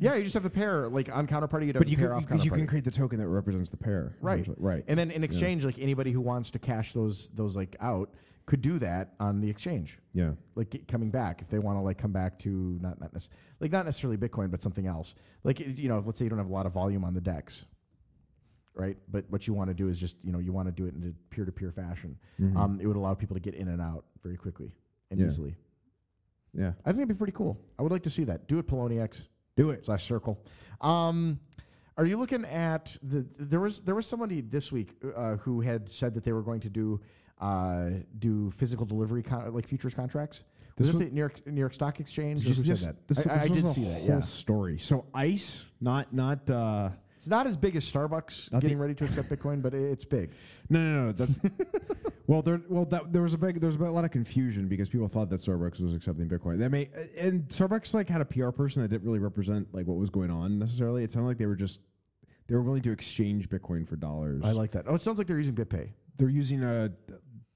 [SPEAKER 2] yeah you just have the pair like on counterparty you'd have
[SPEAKER 3] but
[SPEAKER 2] the
[SPEAKER 3] you
[SPEAKER 2] pair
[SPEAKER 3] can
[SPEAKER 2] off
[SPEAKER 3] because you
[SPEAKER 2] counterparty.
[SPEAKER 3] can create the token that represents the pair,
[SPEAKER 2] Right.
[SPEAKER 3] essentially. Right,
[SPEAKER 2] And then in
[SPEAKER 3] Yeah.
[SPEAKER 2] exchange, like anybody who wants to cash those those like out could do that on the exchange.
[SPEAKER 3] Yeah.
[SPEAKER 2] Like get- coming back if they want to like come back to not not necess- like not necessarily Bitcoin but something else. Like it- you know, let's say you don't have a lot of volume on the decks. right? But what you want to do is just you know you want to do it in a peer to peer fashion.
[SPEAKER 3] Mhm.
[SPEAKER 2] Um, it would allow people to get in and out very quickly and
[SPEAKER 3] Yeah.
[SPEAKER 2] easily.
[SPEAKER 3] Yeah.
[SPEAKER 2] I think it'd be pretty cool. I would like to see that. Do it, Poloniex. Do it slash circle. Um, are you looking at the? There was there was somebody this week uh, who had said that they were going to do uh, do physical delivery con- like futures contracts. Was
[SPEAKER 3] This
[SPEAKER 2] it
[SPEAKER 3] was-
[SPEAKER 2] the New York New York Stock Exchange?
[SPEAKER 3] Did
[SPEAKER 2] or
[SPEAKER 3] you
[SPEAKER 2] who
[SPEAKER 3] just-
[SPEAKER 2] said that?
[SPEAKER 3] This,
[SPEAKER 2] I, I-
[SPEAKER 3] this
[SPEAKER 2] I
[SPEAKER 3] was
[SPEAKER 2] did
[SPEAKER 3] a
[SPEAKER 2] see that.
[SPEAKER 3] whole
[SPEAKER 2] Yeah.
[SPEAKER 3] story. So ice, not not. Uh,
[SPEAKER 2] it's not as big as Starbucks
[SPEAKER 3] Not the-
[SPEAKER 2] getting ready to accept Bitcoin, but i- it's big.
[SPEAKER 3] No, no, no. That's well. There, well, that, there was a big, there was a lot of confusion because people thought that Starbucks was accepting Bitcoin. That may, and Starbucks like had a PR person that didn't really represent like what was going on necessarily. It sounded like they were just they were willing to exchange Bitcoin for dollars.
[SPEAKER 2] I like that. Oh, it sounds like they're using BitPay.
[SPEAKER 3] They're using a,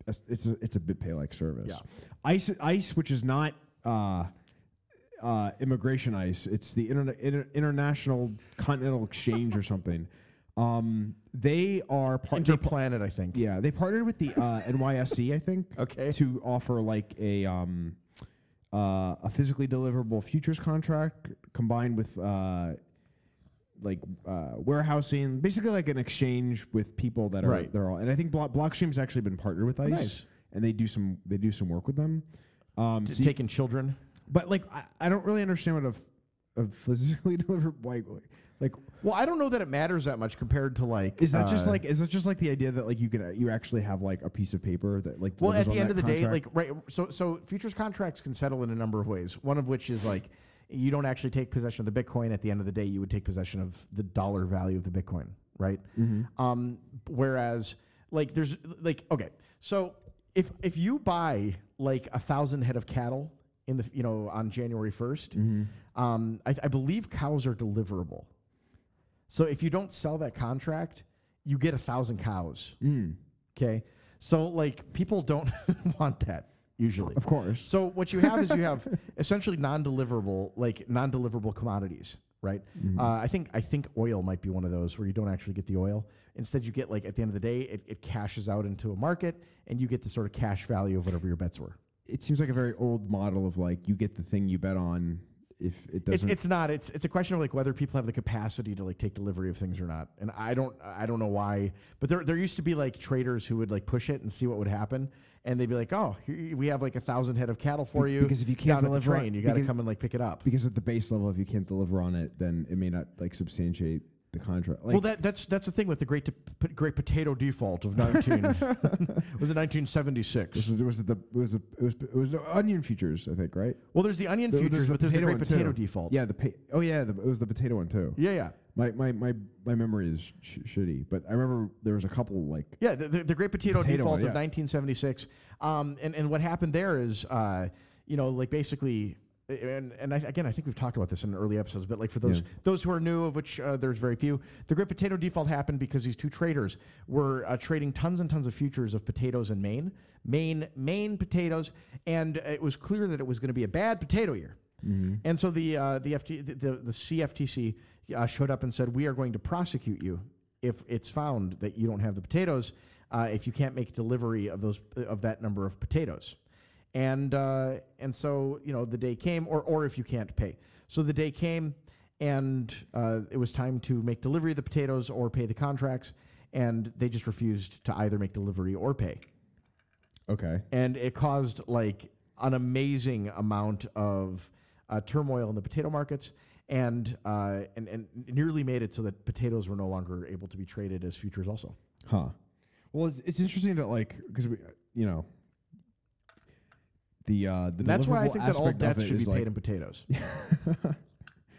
[SPEAKER 3] a it's a it's a BitPay like service.
[SPEAKER 2] Yeah.
[SPEAKER 3] ICE, ICE, which is not uh, uh, immigration ICE, it's the Interna- Inter- International Continental Exchange or something. Um, they are par- they par-
[SPEAKER 2] Planet, I think.
[SPEAKER 3] yeah, they partnered with the uh, NYSE, I think. Okay. To offer like a um, uh, a physically deliverable futures contract combined with uh, like uh, warehousing, basically like an exchange with people that are
[SPEAKER 2] Right. Oh,
[SPEAKER 3] they're all. And I think Blo- Blockstream's actually been partnered with ICE,
[SPEAKER 2] Nice.
[SPEAKER 3] and they do some they do some work with them. Um,
[SPEAKER 2] T-
[SPEAKER 3] so you-
[SPEAKER 2] taking children.
[SPEAKER 3] but like I, I don't really understand what a, f- a physically deliverable like, like
[SPEAKER 2] Well, I don't know that it matters that much compared to like.
[SPEAKER 3] is that just
[SPEAKER 2] uh,
[SPEAKER 3] like is that just like the idea that like you can uh, you actually have like a piece of paper that like
[SPEAKER 2] Well, at
[SPEAKER 3] delivers
[SPEAKER 2] the
[SPEAKER 3] on
[SPEAKER 2] end
[SPEAKER 3] that
[SPEAKER 2] of the day, like
[SPEAKER 3] contract?
[SPEAKER 2] right. So so futures contracts can settle in a number of ways. One of which is like you don't actually take possession of the Bitcoin. At the end of the day, you would take possession of the dollar value of the Bitcoin, right?
[SPEAKER 3] Mm-hmm.
[SPEAKER 2] Um, whereas like there's like okay, so if if you buy like a thousand head of cattle in the f- you know on January 1st
[SPEAKER 3] Mm-hmm.
[SPEAKER 2] um, I, I believe cows are deliverable. So if you don't sell that contract, you get a thousand cows.
[SPEAKER 3] Mm.
[SPEAKER 2] Okay. So like people don't want that usually.
[SPEAKER 3] of course
[SPEAKER 2] So what you have is you have essentially non-deliverable, like non-deliverable commodities, right?
[SPEAKER 3] Mm-hmm.
[SPEAKER 2] Uh, I think I think oil might be one of those where you don't actually get the oil. Instead, you get like at the end of the day, it, it cashes out into a market, and you get the sort of cash value of whatever your bets were.
[SPEAKER 3] it seems like a very old model of like you get the thing you bet on if it
[SPEAKER 2] It's,
[SPEAKER 3] doesn't
[SPEAKER 2] it's not. It's it's a question of like whether people have the capacity to like take delivery of things or not. And I don't I don't know why. But there there used to be like traders who would like push it and see what would happen, and they'd be like, oh, here, we have like a thousand head of cattle for
[SPEAKER 3] Be-
[SPEAKER 2] you
[SPEAKER 3] because if you can't
[SPEAKER 2] down at the
[SPEAKER 3] deliver on-
[SPEAKER 2] train, you got to
[SPEAKER 3] because-
[SPEAKER 2] come and like pick it up.
[SPEAKER 3] because at the base level if you can't deliver on it then it may not like substantiate the contract like
[SPEAKER 2] well, that that's that's the thing with the great to, p- great potato default of nineteen was it nineteen seventy
[SPEAKER 3] was
[SPEAKER 2] six.
[SPEAKER 3] it, was it the was it, it was it was the onion futures I think right
[SPEAKER 2] Well, there's the onion
[SPEAKER 3] There-
[SPEAKER 2] futures, but there's the great
[SPEAKER 3] one, too.
[SPEAKER 2] potato default.
[SPEAKER 3] yeah the pa- oh yeah the, it was the potato one too
[SPEAKER 2] yeah, yeah.
[SPEAKER 3] my my my, my memory is sh- shitty but I remember there was a couple like
[SPEAKER 2] Yeah, the, the, the Great Potato,
[SPEAKER 3] Potato
[SPEAKER 2] Default
[SPEAKER 3] one,
[SPEAKER 2] of
[SPEAKER 3] yeah.
[SPEAKER 2] 1976. Um, and, and what happened there is, uh, you know, like basically, and, and I, again, I think we've talked about this in early episodes, but like for those
[SPEAKER 3] Yeah.
[SPEAKER 2] those who are new, of which uh, there's very few, the Great Potato Default happened because these two traders were uh, trading tons and tons of futures of potatoes in Maine, Maine, Maine potatoes, and it was clear that it was going to be a bad potato year. And so the uh, the, FT, the the the CFTC uh, showed up and said, "We are going to prosecute you if it's found that you don't have the potatoes, uh, if you can't make delivery of those of that number of potatoes." And uh, and so you know the day came, or or if you can't pay. So the day came, and uh, it was time to make delivery of the potatoes or pay the contracts, and they just refused to either make delivery or pay
[SPEAKER 3] okay
[SPEAKER 2] and it caused like an amazing amount of uh, turmoil in the potato markets and, uh, and and nearly made it so that potatoes were no longer able to be traded as futures also
[SPEAKER 3] Huh. Well, it's, it's interesting that like because we you know the uh the
[SPEAKER 2] And that's why i
[SPEAKER 3] deliverable
[SPEAKER 2] think that all
[SPEAKER 3] aspect of
[SPEAKER 2] debts
[SPEAKER 3] it
[SPEAKER 2] should be
[SPEAKER 3] is,
[SPEAKER 2] paid
[SPEAKER 3] like,
[SPEAKER 2] in potatoes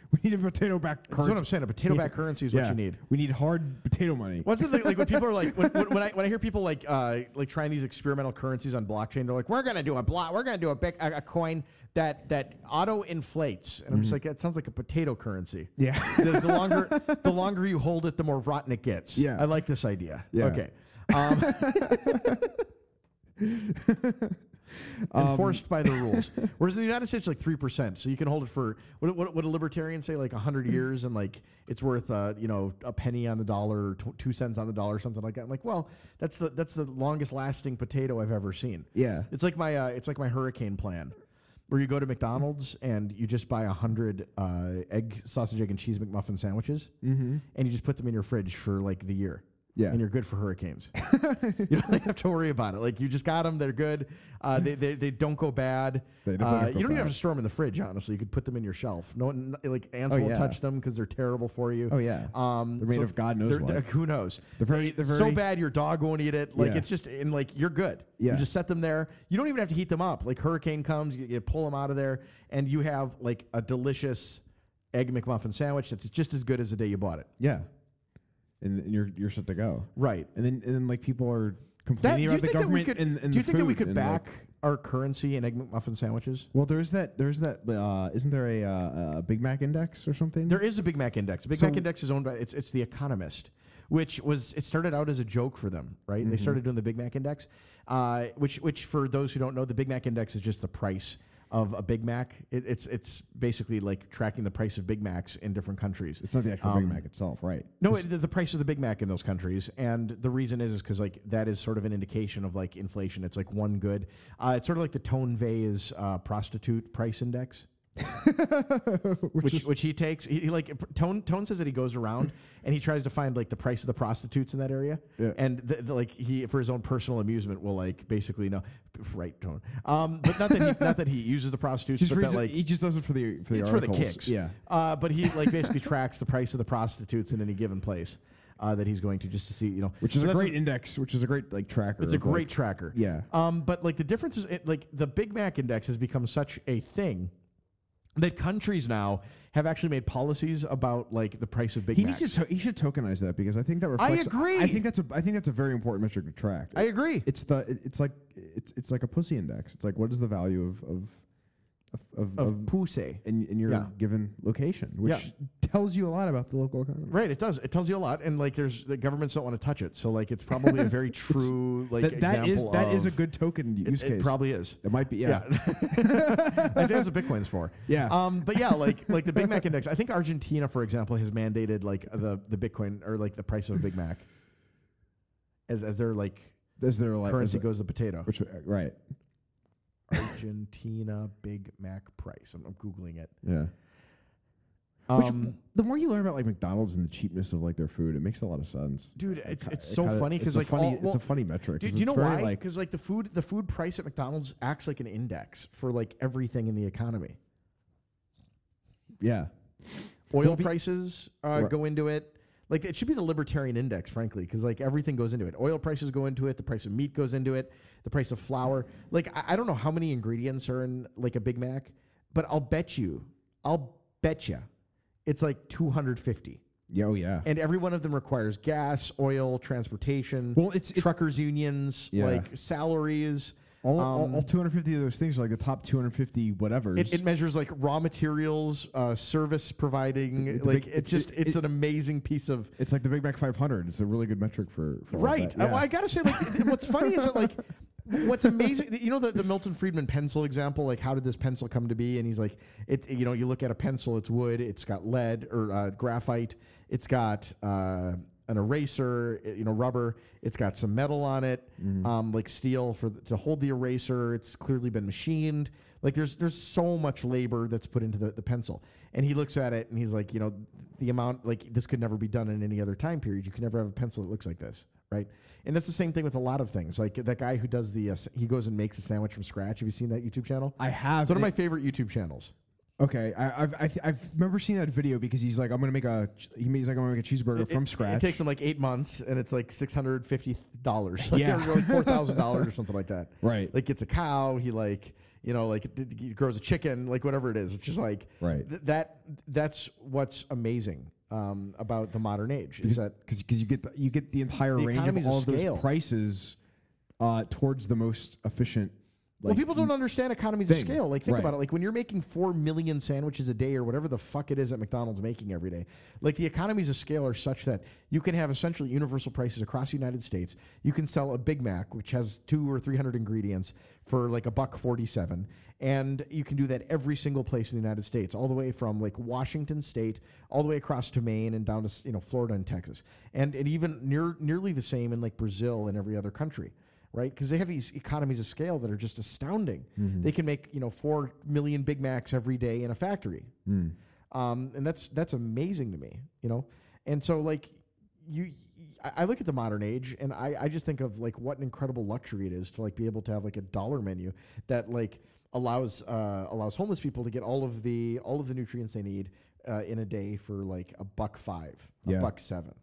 [SPEAKER 3] We need a potato back.
[SPEAKER 2] That's what I'm saying, a potato-back currency is what you need.
[SPEAKER 3] We need hard potato money.
[SPEAKER 2] What's the thing, like when people are like when, when, when I when I hear people like uh, like trying these experimental currencies on blockchain, they're like, we're gonna do a block, we're gonna do a big, a, a coin that that auto inflates, and I'm just like, that sounds like a potato currency.
[SPEAKER 3] Mm-hmm. Yeah.
[SPEAKER 2] the, the longer the longer you hold it, the more rotten it gets.
[SPEAKER 3] Yeah.
[SPEAKER 2] I like this idea.
[SPEAKER 3] Yeah.
[SPEAKER 2] Okay. Um, enforced by the rules. Whereas in the United States, like three percent, so you can hold it for what, what would a libertarian say, like hundred years, and like it's worth uh, you know a penny on the dollar, or tw- two cents on the dollar, or something like that. I'm like, well, that's the that's the longest lasting potato I've ever seen.
[SPEAKER 3] Yeah.
[SPEAKER 2] it's like my uh, it's like my hurricane plan. where you go to McDonald's and you just buy a hundred uh, egg sausage, egg and cheese McMuffin sandwiches,
[SPEAKER 3] Mhm.
[SPEAKER 2] and you just put them in your fridge for like the year.
[SPEAKER 3] Yeah.
[SPEAKER 2] and you're good for hurricanes. you don't have to worry about it. Like you just got them; they're good. Uh, they, they they don't go bad.
[SPEAKER 3] They
[SPEAKER 2] Uh,
[SPEAKER 3] definitely don't go
[SPEAKER 2] you don't even
[SPEAKER 3] bad.
[SPEAKER 2] have to store them in the fridge. Honestly, you could put them in your shelf. No, one, like ants
[SPEAKER 3] Oh,
[SPEAKER 2] won't
[SPEAKER 3] yeah.
[SPEAKER 2] touch them because they're terrible for you.
[SPEAKER 3] Oh, yeah.
[SPEAKER 2] um,
[SPEAKER 3] They're made of God knows
[SPEAKER 2] they're-
[SPEAKER 3] what.
[SPEAKER 2] they're- who knows?
[SPEAKER 3] They're very- they're
[SPEAKER 2] so
[SPEAKER 3] very-
[SPEAKER 2] bad your dog won't eat it. Like
[SPEAKER 3] Yeah.
[SPEAKER 2] it's just and like you're good.
[SPEAKER 3] Yeah.
[SPEAKER 2] you just set them there. You don't even have to heat them up. Like hurricane comes, you, you pull them out of there, and you have like a delicious egg McMuffin sandwich that's just as good as the day you bought it.
[SPEAKER 3] Yeah, and, and you're you're set to go.
[SPEAKER 2] Right.
[SPEAKER 3] And then and then like people are
[SPEAKER 2] That, do
[SPEAKER 3] complaining
[SPEAKER 2] you
[SPEAKER 3] about
[SPEAKER 2] think
[SPEAKER 3] the
[SPEAKER 2] that we
[SPEAKER 3] government
[SPEAKER 2] could?
[SPEAKER 3] and, and
[SPEAKER 2] do you
[SPEAKER 3] the
[SPEAKER 2] think that we
[SPEAKER 3] food
[SPEAKER 2] could
[SPEAKER 3] and, like-
[SPEAKER 2] back our currency in egg McMuffin sandwiches?
[SPEAKER 3] well, there's that. There's that. Uh, isn't there a uh, uh, Big Mac index or something?
[SPEAKER 2] There is a Big Mac index. The Big
[SPEAKER 3] So-
[SPEAKER 2] Mac index is owned by it's it's the Economist, which was it started out as a joke for them, right? They
[SPEAKER 3] Mhm.
[SPEAKER 2] started doing the Big Mac index, uh, which which for those who don't know, the Big Mac index is just the price of a Big Mac. It, it's it's basically like tracking the price of Big Macs in different countries.
[SPEAKER 3] It's not the actual Big
[SPEAKER 2] Um,
[SPEAKER 3] Mac itself, right?
[SPEAKER 2] No, it, the, the price of the Big Mac in those countries, and the reason is is because like that is sort of an indication of like inflation. It's like one good. Uh, it's sort of like the Tone Vase uh, prostitute price index, which which, he takes. He, he, like Tone Tone says that he goes around and he tries to find like the price of the prostitutes in that area,
[SPEAKER 3] Yeah.
[SPEAKER 2] and th- th- like he for his own personal amusement will like basically know right Tone, um, but not that he, not that he uses the prostitutes,
[SPEAKER 3] Just
[SPEAKER 2] but that
[SPEAKER 3] reason-
[SPEAKER 2] like
[SPEAKER 3] he just does it for the for the
[SPEAKER 2] it's for the
[SPEAKER 3] articles.
[SPEAKER 2] kicks.
[SPEAKER 3] Yeah.
[SPEAKER 2] Uh, but he like basically tracks the price of the prostitutes in any given place uh, that he's going to just to see, you know.
[SPEAKER 3] Which is
[SPEAKER 2] So
[SPEAKER 3] a
[SPEAKER 2] that's
[SPEAKER 3] great index. Which is a great like tracker.
[SPEAKER 2] It's a
[SPEAKER 3] of, like-
[SPEAKER 2] great tracker.
[SPEAKER 3] Yeah.
[SPEAKER 2] Um, but like the difference is it, like the Big Mac index has become such a thing that countries now have actually made policies about like the price of Big
[SPEAKER 3] He
[SPEAKER 2] Macs.
[SPEAKER 3] needs to to- he should tokenize that because I think that
[SPEAKER 2] I
[SPEAKER 3] reflects.
[SPEAKER 2] agree.
[SPEAKER 3] I think that's a I think that's a very important metric to track.
[SPEAKER 2] I agree.
[SPEAKER 3] It's the it- it's like it's it's like a pussy index. It's like what is the value of of of,
[SPEAKER 2] Of pussy
[SPEAKER 3] in, in your
[SPEAKER 2] Yeah.
[SPEAKER 3] given location, which tells you a lot about the local economy.
[SPEAKER 2] Right, it does. It tells you a lot, and like, there's the governments don't want to touch it, so like, it's probably a very true like
[SPEAKER 3] that, that is
[SPEAKER 2] example
[SPEAKER 3] that is a
[SPEAKER 2] of-
[SPEAKER 3] good token
[SPEAKER 2] It-
[SPEAKER 3] use
[SPEAKER 2] it
[SPEAKER 3] case.
[SPEAKER 2] probably is.
[SPEAKER 3] It might be. Yeah.
[SPEAKER 2] I think that's what Bitcoin's for.
[SPEAKER 3] Yeah.
[SPEAKER 2] Um, but yeah, like like the Big Mac index. I think Argentina, for example, has mandated like the the Bitcoin or like the price of a Big Mac as as their like
[SPEAKER 3] Is there like
[SPEAKER 2] currency
[SPEAKER 3] is it-
[SPEAKER 2] goes the potato.
[SPEAKER 3] Which, uh, right.
[SPEAKER 2] Argentina Big Mac price. I'm, I'm googling it.
[SPEAKER 3] Yeah. Which,
[SPEAKER 2] Um,
[SPEAKER 3] the more you learn about like McDonald's and the cheapness of like their food, it makes a lot of sense.
[SPEAKER 2] dude,
[SPEAKER 3] It
[SPEAKER 2] it's
[SPEAKER 3] ki-
[SPEAKER 2] it's
[SPEAKER 3] it
[SPEAKER 2] so
[SPEAKER 3] kinda-
[SPEAKER 2] funny
[SPEAKER 3] it's
[SPEAKER 2] because
[SPEAKER 3] a
[SPEAKER 2] like
[SPEAKER 3] funny,
[SPEAKER 2] all-
[SPEAKER 3] it's
[SPEAKER 2] well,
[SPEAKER 3] a funny metric.
[SPEAKER 2] Do,
[SPEAKER 3] 'cause
[SPEAKER 2] do you know
[SPEAKER 3] it's very,
[SPEAKER 2] why?
[SPEAKER 3] Like,
[SPEAKER 2] Because like the food the food price at McDonald's acts like an index for like everything in the economy.
[SPEAKER 3] yeah,
[SPEAKER 2] oil
[SPEAKER 3] Well, be-
[SPEAKER 2] prices uh,
[SPEAKER 3] Right.
[SPEAKER 2] go into it. Like it should be the libertarian index, frankly, because like everything goes into it. Oil prices go into it. The price of meat goes into it. The price of flour. Like I, I don't know how many ingredients are in like a Big Mac, but I'll bet you, I'll bet you, it's like two hundred fifty.
[SPEAKER 3] yeah, oh yeah.
[SPEAKER 2] And every one of them requires gas, oil, transportation.
[SPEAKER 3] Well, it's- it-
[SPEAKER 2] truckers unions,
[SPEAKER 3] Yeah.
[SPEAKER 2] like salaries.
[SPEAKER 3] All, all,
[SPEAKER 2] um,
[SPEAKER 3] all 250 of those things are like the top 250 whatever.
[SPEAKER 2] It, it measures like raw materials, uh, service providing.
[SPEAKER 3] The- the
[SPEAKER 2] like
[SPEAKER 3] big-
[SPEAKER 2] it's
[SPEAKER 3] it-
[SPEAKER 2] just
[SPEAKER 3] it-
[SPEAKER 2] it's
[SPEAKER 3] it-
[SPEAKER 2] an amazing piece of
[SPEAKER 3] it's like the Big Mac 500. It's a really good metric for, for all
[SPEAKER 2] right.
[SPEAKER 3] That.
[SPEAKER 2] Uh, well, I gotta say, like, th- what's funny is that like, w- what's amazing, you know, the, the Milton Friedman pencil example, like, how did this pencil come to be? And he's like, it, you know, you look at a pencil, it's wood, it's got lead or uh, graphite, it's got uh, an eraser, i- you know, rubber, it's got some metal on it, um, like steel for the, to hold the eraser. It's clearly been machined. Like, there's there's so much labor that's put into the, the pencil. And he looks at it and he's like, you know, the amount like this could never be done in any other time period. You can never have a pencil that looks like this right? And that's the same thing with a lot of things. Like that guy who does the uh, s- he goes and makes a sandwich from scratch. Have you seen that YouTube channel?
[SPEAKER 3] I have.
[SPEAKER 2] It's one of my
[SPEAKER 3] It-
[SPEAKER 2] favorite YouTube channels.
[SPEAKER 3] Okay, I, I've I, th- I've remember seeing that video because he's like, I'm gonna make a ch- he makes like I'm gonna make a cheeseburger
[SPEAKER 2] It-
[SPEAKER 3] from
[SPEAKER 2] it-
[SPEAKER 3] scratch.
[SPEAKER 2] It takes him like eight months, and it's like six hundred fifty dollars.
[SPEAKER 3] Yeah.
[SPEAKER 2] like four thousand dollars or something like that.
[SPEAKER 3] Right.
[SPEAKER 2] Like gets a cow. He like you know like d- d- he grows a chicken. Like whatever it is, it's just like
[SPEAKER 3] Right.
[SPEAKER 2] th- that that's what's amazing um, about the modern age is
[SPEAKER 3] because
[SPEAKER 2] that
[SPEAKER 3] cause, 'cause you get the, you get the entire
[SPEAKER 2] The
[SPEAKER 3] range
[SPEAKER 2] economies of
[SPEAKER 3] of all of
[SPEAKER 2] scale.
[SPEAKER 3] those prices uh, towards the most efficient. Like,
[SPEAKER 2] well, people don't understand economies
[SPEAKER 3] thing.
[SPEAKER 2] of scale. Like, think
[SPEAKER 3] Right.
[SPEAKER 2] about it. Like, when you're making four million sandwiches a day, or whatever the fuck it is that McDonald's making every day, like the economies of scale are such that you can have essentially universal prices across the United States. You can sell a Big Mac, which has two or three hundred ingredients, for like a buck forty-seven, and you can do that every single place in the United States, all the way from like Washington State, all the way across to Maine and down to s- you know Florida and Texas, and and even near nearly the same in like Brazil and every other country. right? Because they have these economies of scale that are just astounding.
[SPEAKER 3] Mm-hmm.
[SPEAKER 2] They can make you know four million Big Macs every day in a factory,
[SPEAKER 3] Mm.
[SPEAKER 2] um, and that's that's amazing to me, you know. And so like you, I I look at the modern age, and I I just think of like what an incredible luxury it is to like be able to have like a dollar menu that like allows uh, allows homeless people to get all of the all of the nutrients they need uh, in a day for like a buck five, a
[SPEAKER 3] Yeah.
[SPEAKER 2] buck seven.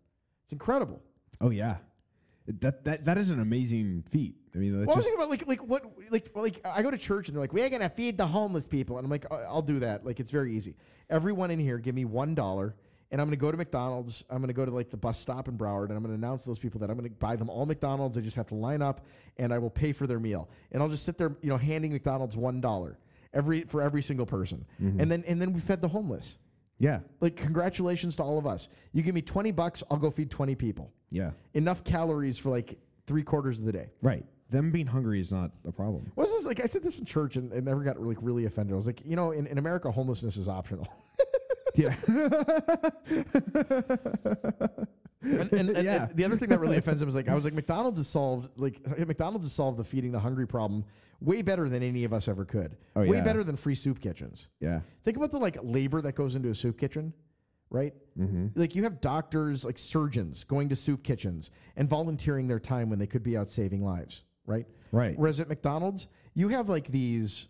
[SPEAKER 2] It's incredible.
[SPEAKER 3] Oh yeah, that that that is an amazing feat. I mean, that
[SPEAKER 2] Well, I was
[SPEAKER 3] just
[SPEAKER 2] thinking about like like what like like I go to church and they're like we're gonna feed the homeless people and I'm like "I- I'll do that like it's very easy. Everyone in here give me one dollar and I'm gonna go to McDonald's. I'm gonna go to like the bus stop in Broward and I'm gonna announce to those people that I'm gonna buy them all McDonald's. They just have to line up and I will pay for their meal and I'll just sit there you know handing McDonald's one dollar every for every single person
[SPEAKER 3] Mm-hmm.
[SPEAKER 2] and then and then we fed the homeless.
[SPEAKER 3] yeah,
[SPEAKER 2] Like congratulations to all of us. You give me twenty bucks, I'll go feed twenty people.
[SPEAKER 3] yeah,
[SPEAKER 2] Enough calories for like three quarters of the day.
[SPEAKER 3] right. Them being hungry is not a problem.
[SPEAKER 2] What was this like? I said this in church and, and never got like really offended. I was like, you know, in, in America, homelessness is optional.
[SPEAKER 3] yeah.
[SPEAKER 2] and, and, and-
[SPEAKER 3] Yeah.
[SPEAKER 2] and the other thing that really offends him is like, I was like, McDonald's has solved like McDonald's has solved the feeding the hungry problem way better than any of us ever could.
[SPEAKER 3] Oh,
[SPEAKER 2] way
[SPEAKER 3] yeah.
[SPEAKER 2] better than free soup kitchens.
[SPEAKER 3] Yeah.
[SPEAKER 2] Think about the like labor that goes into a soup kitchen, right? Like you have doctors, like surgeons, going to soup kitchens and volunteering their time when they could be out saving lives, right?
[SPEAKER 3] Right.
[SPEAKER 2] Whereas at McDonald's, you have like these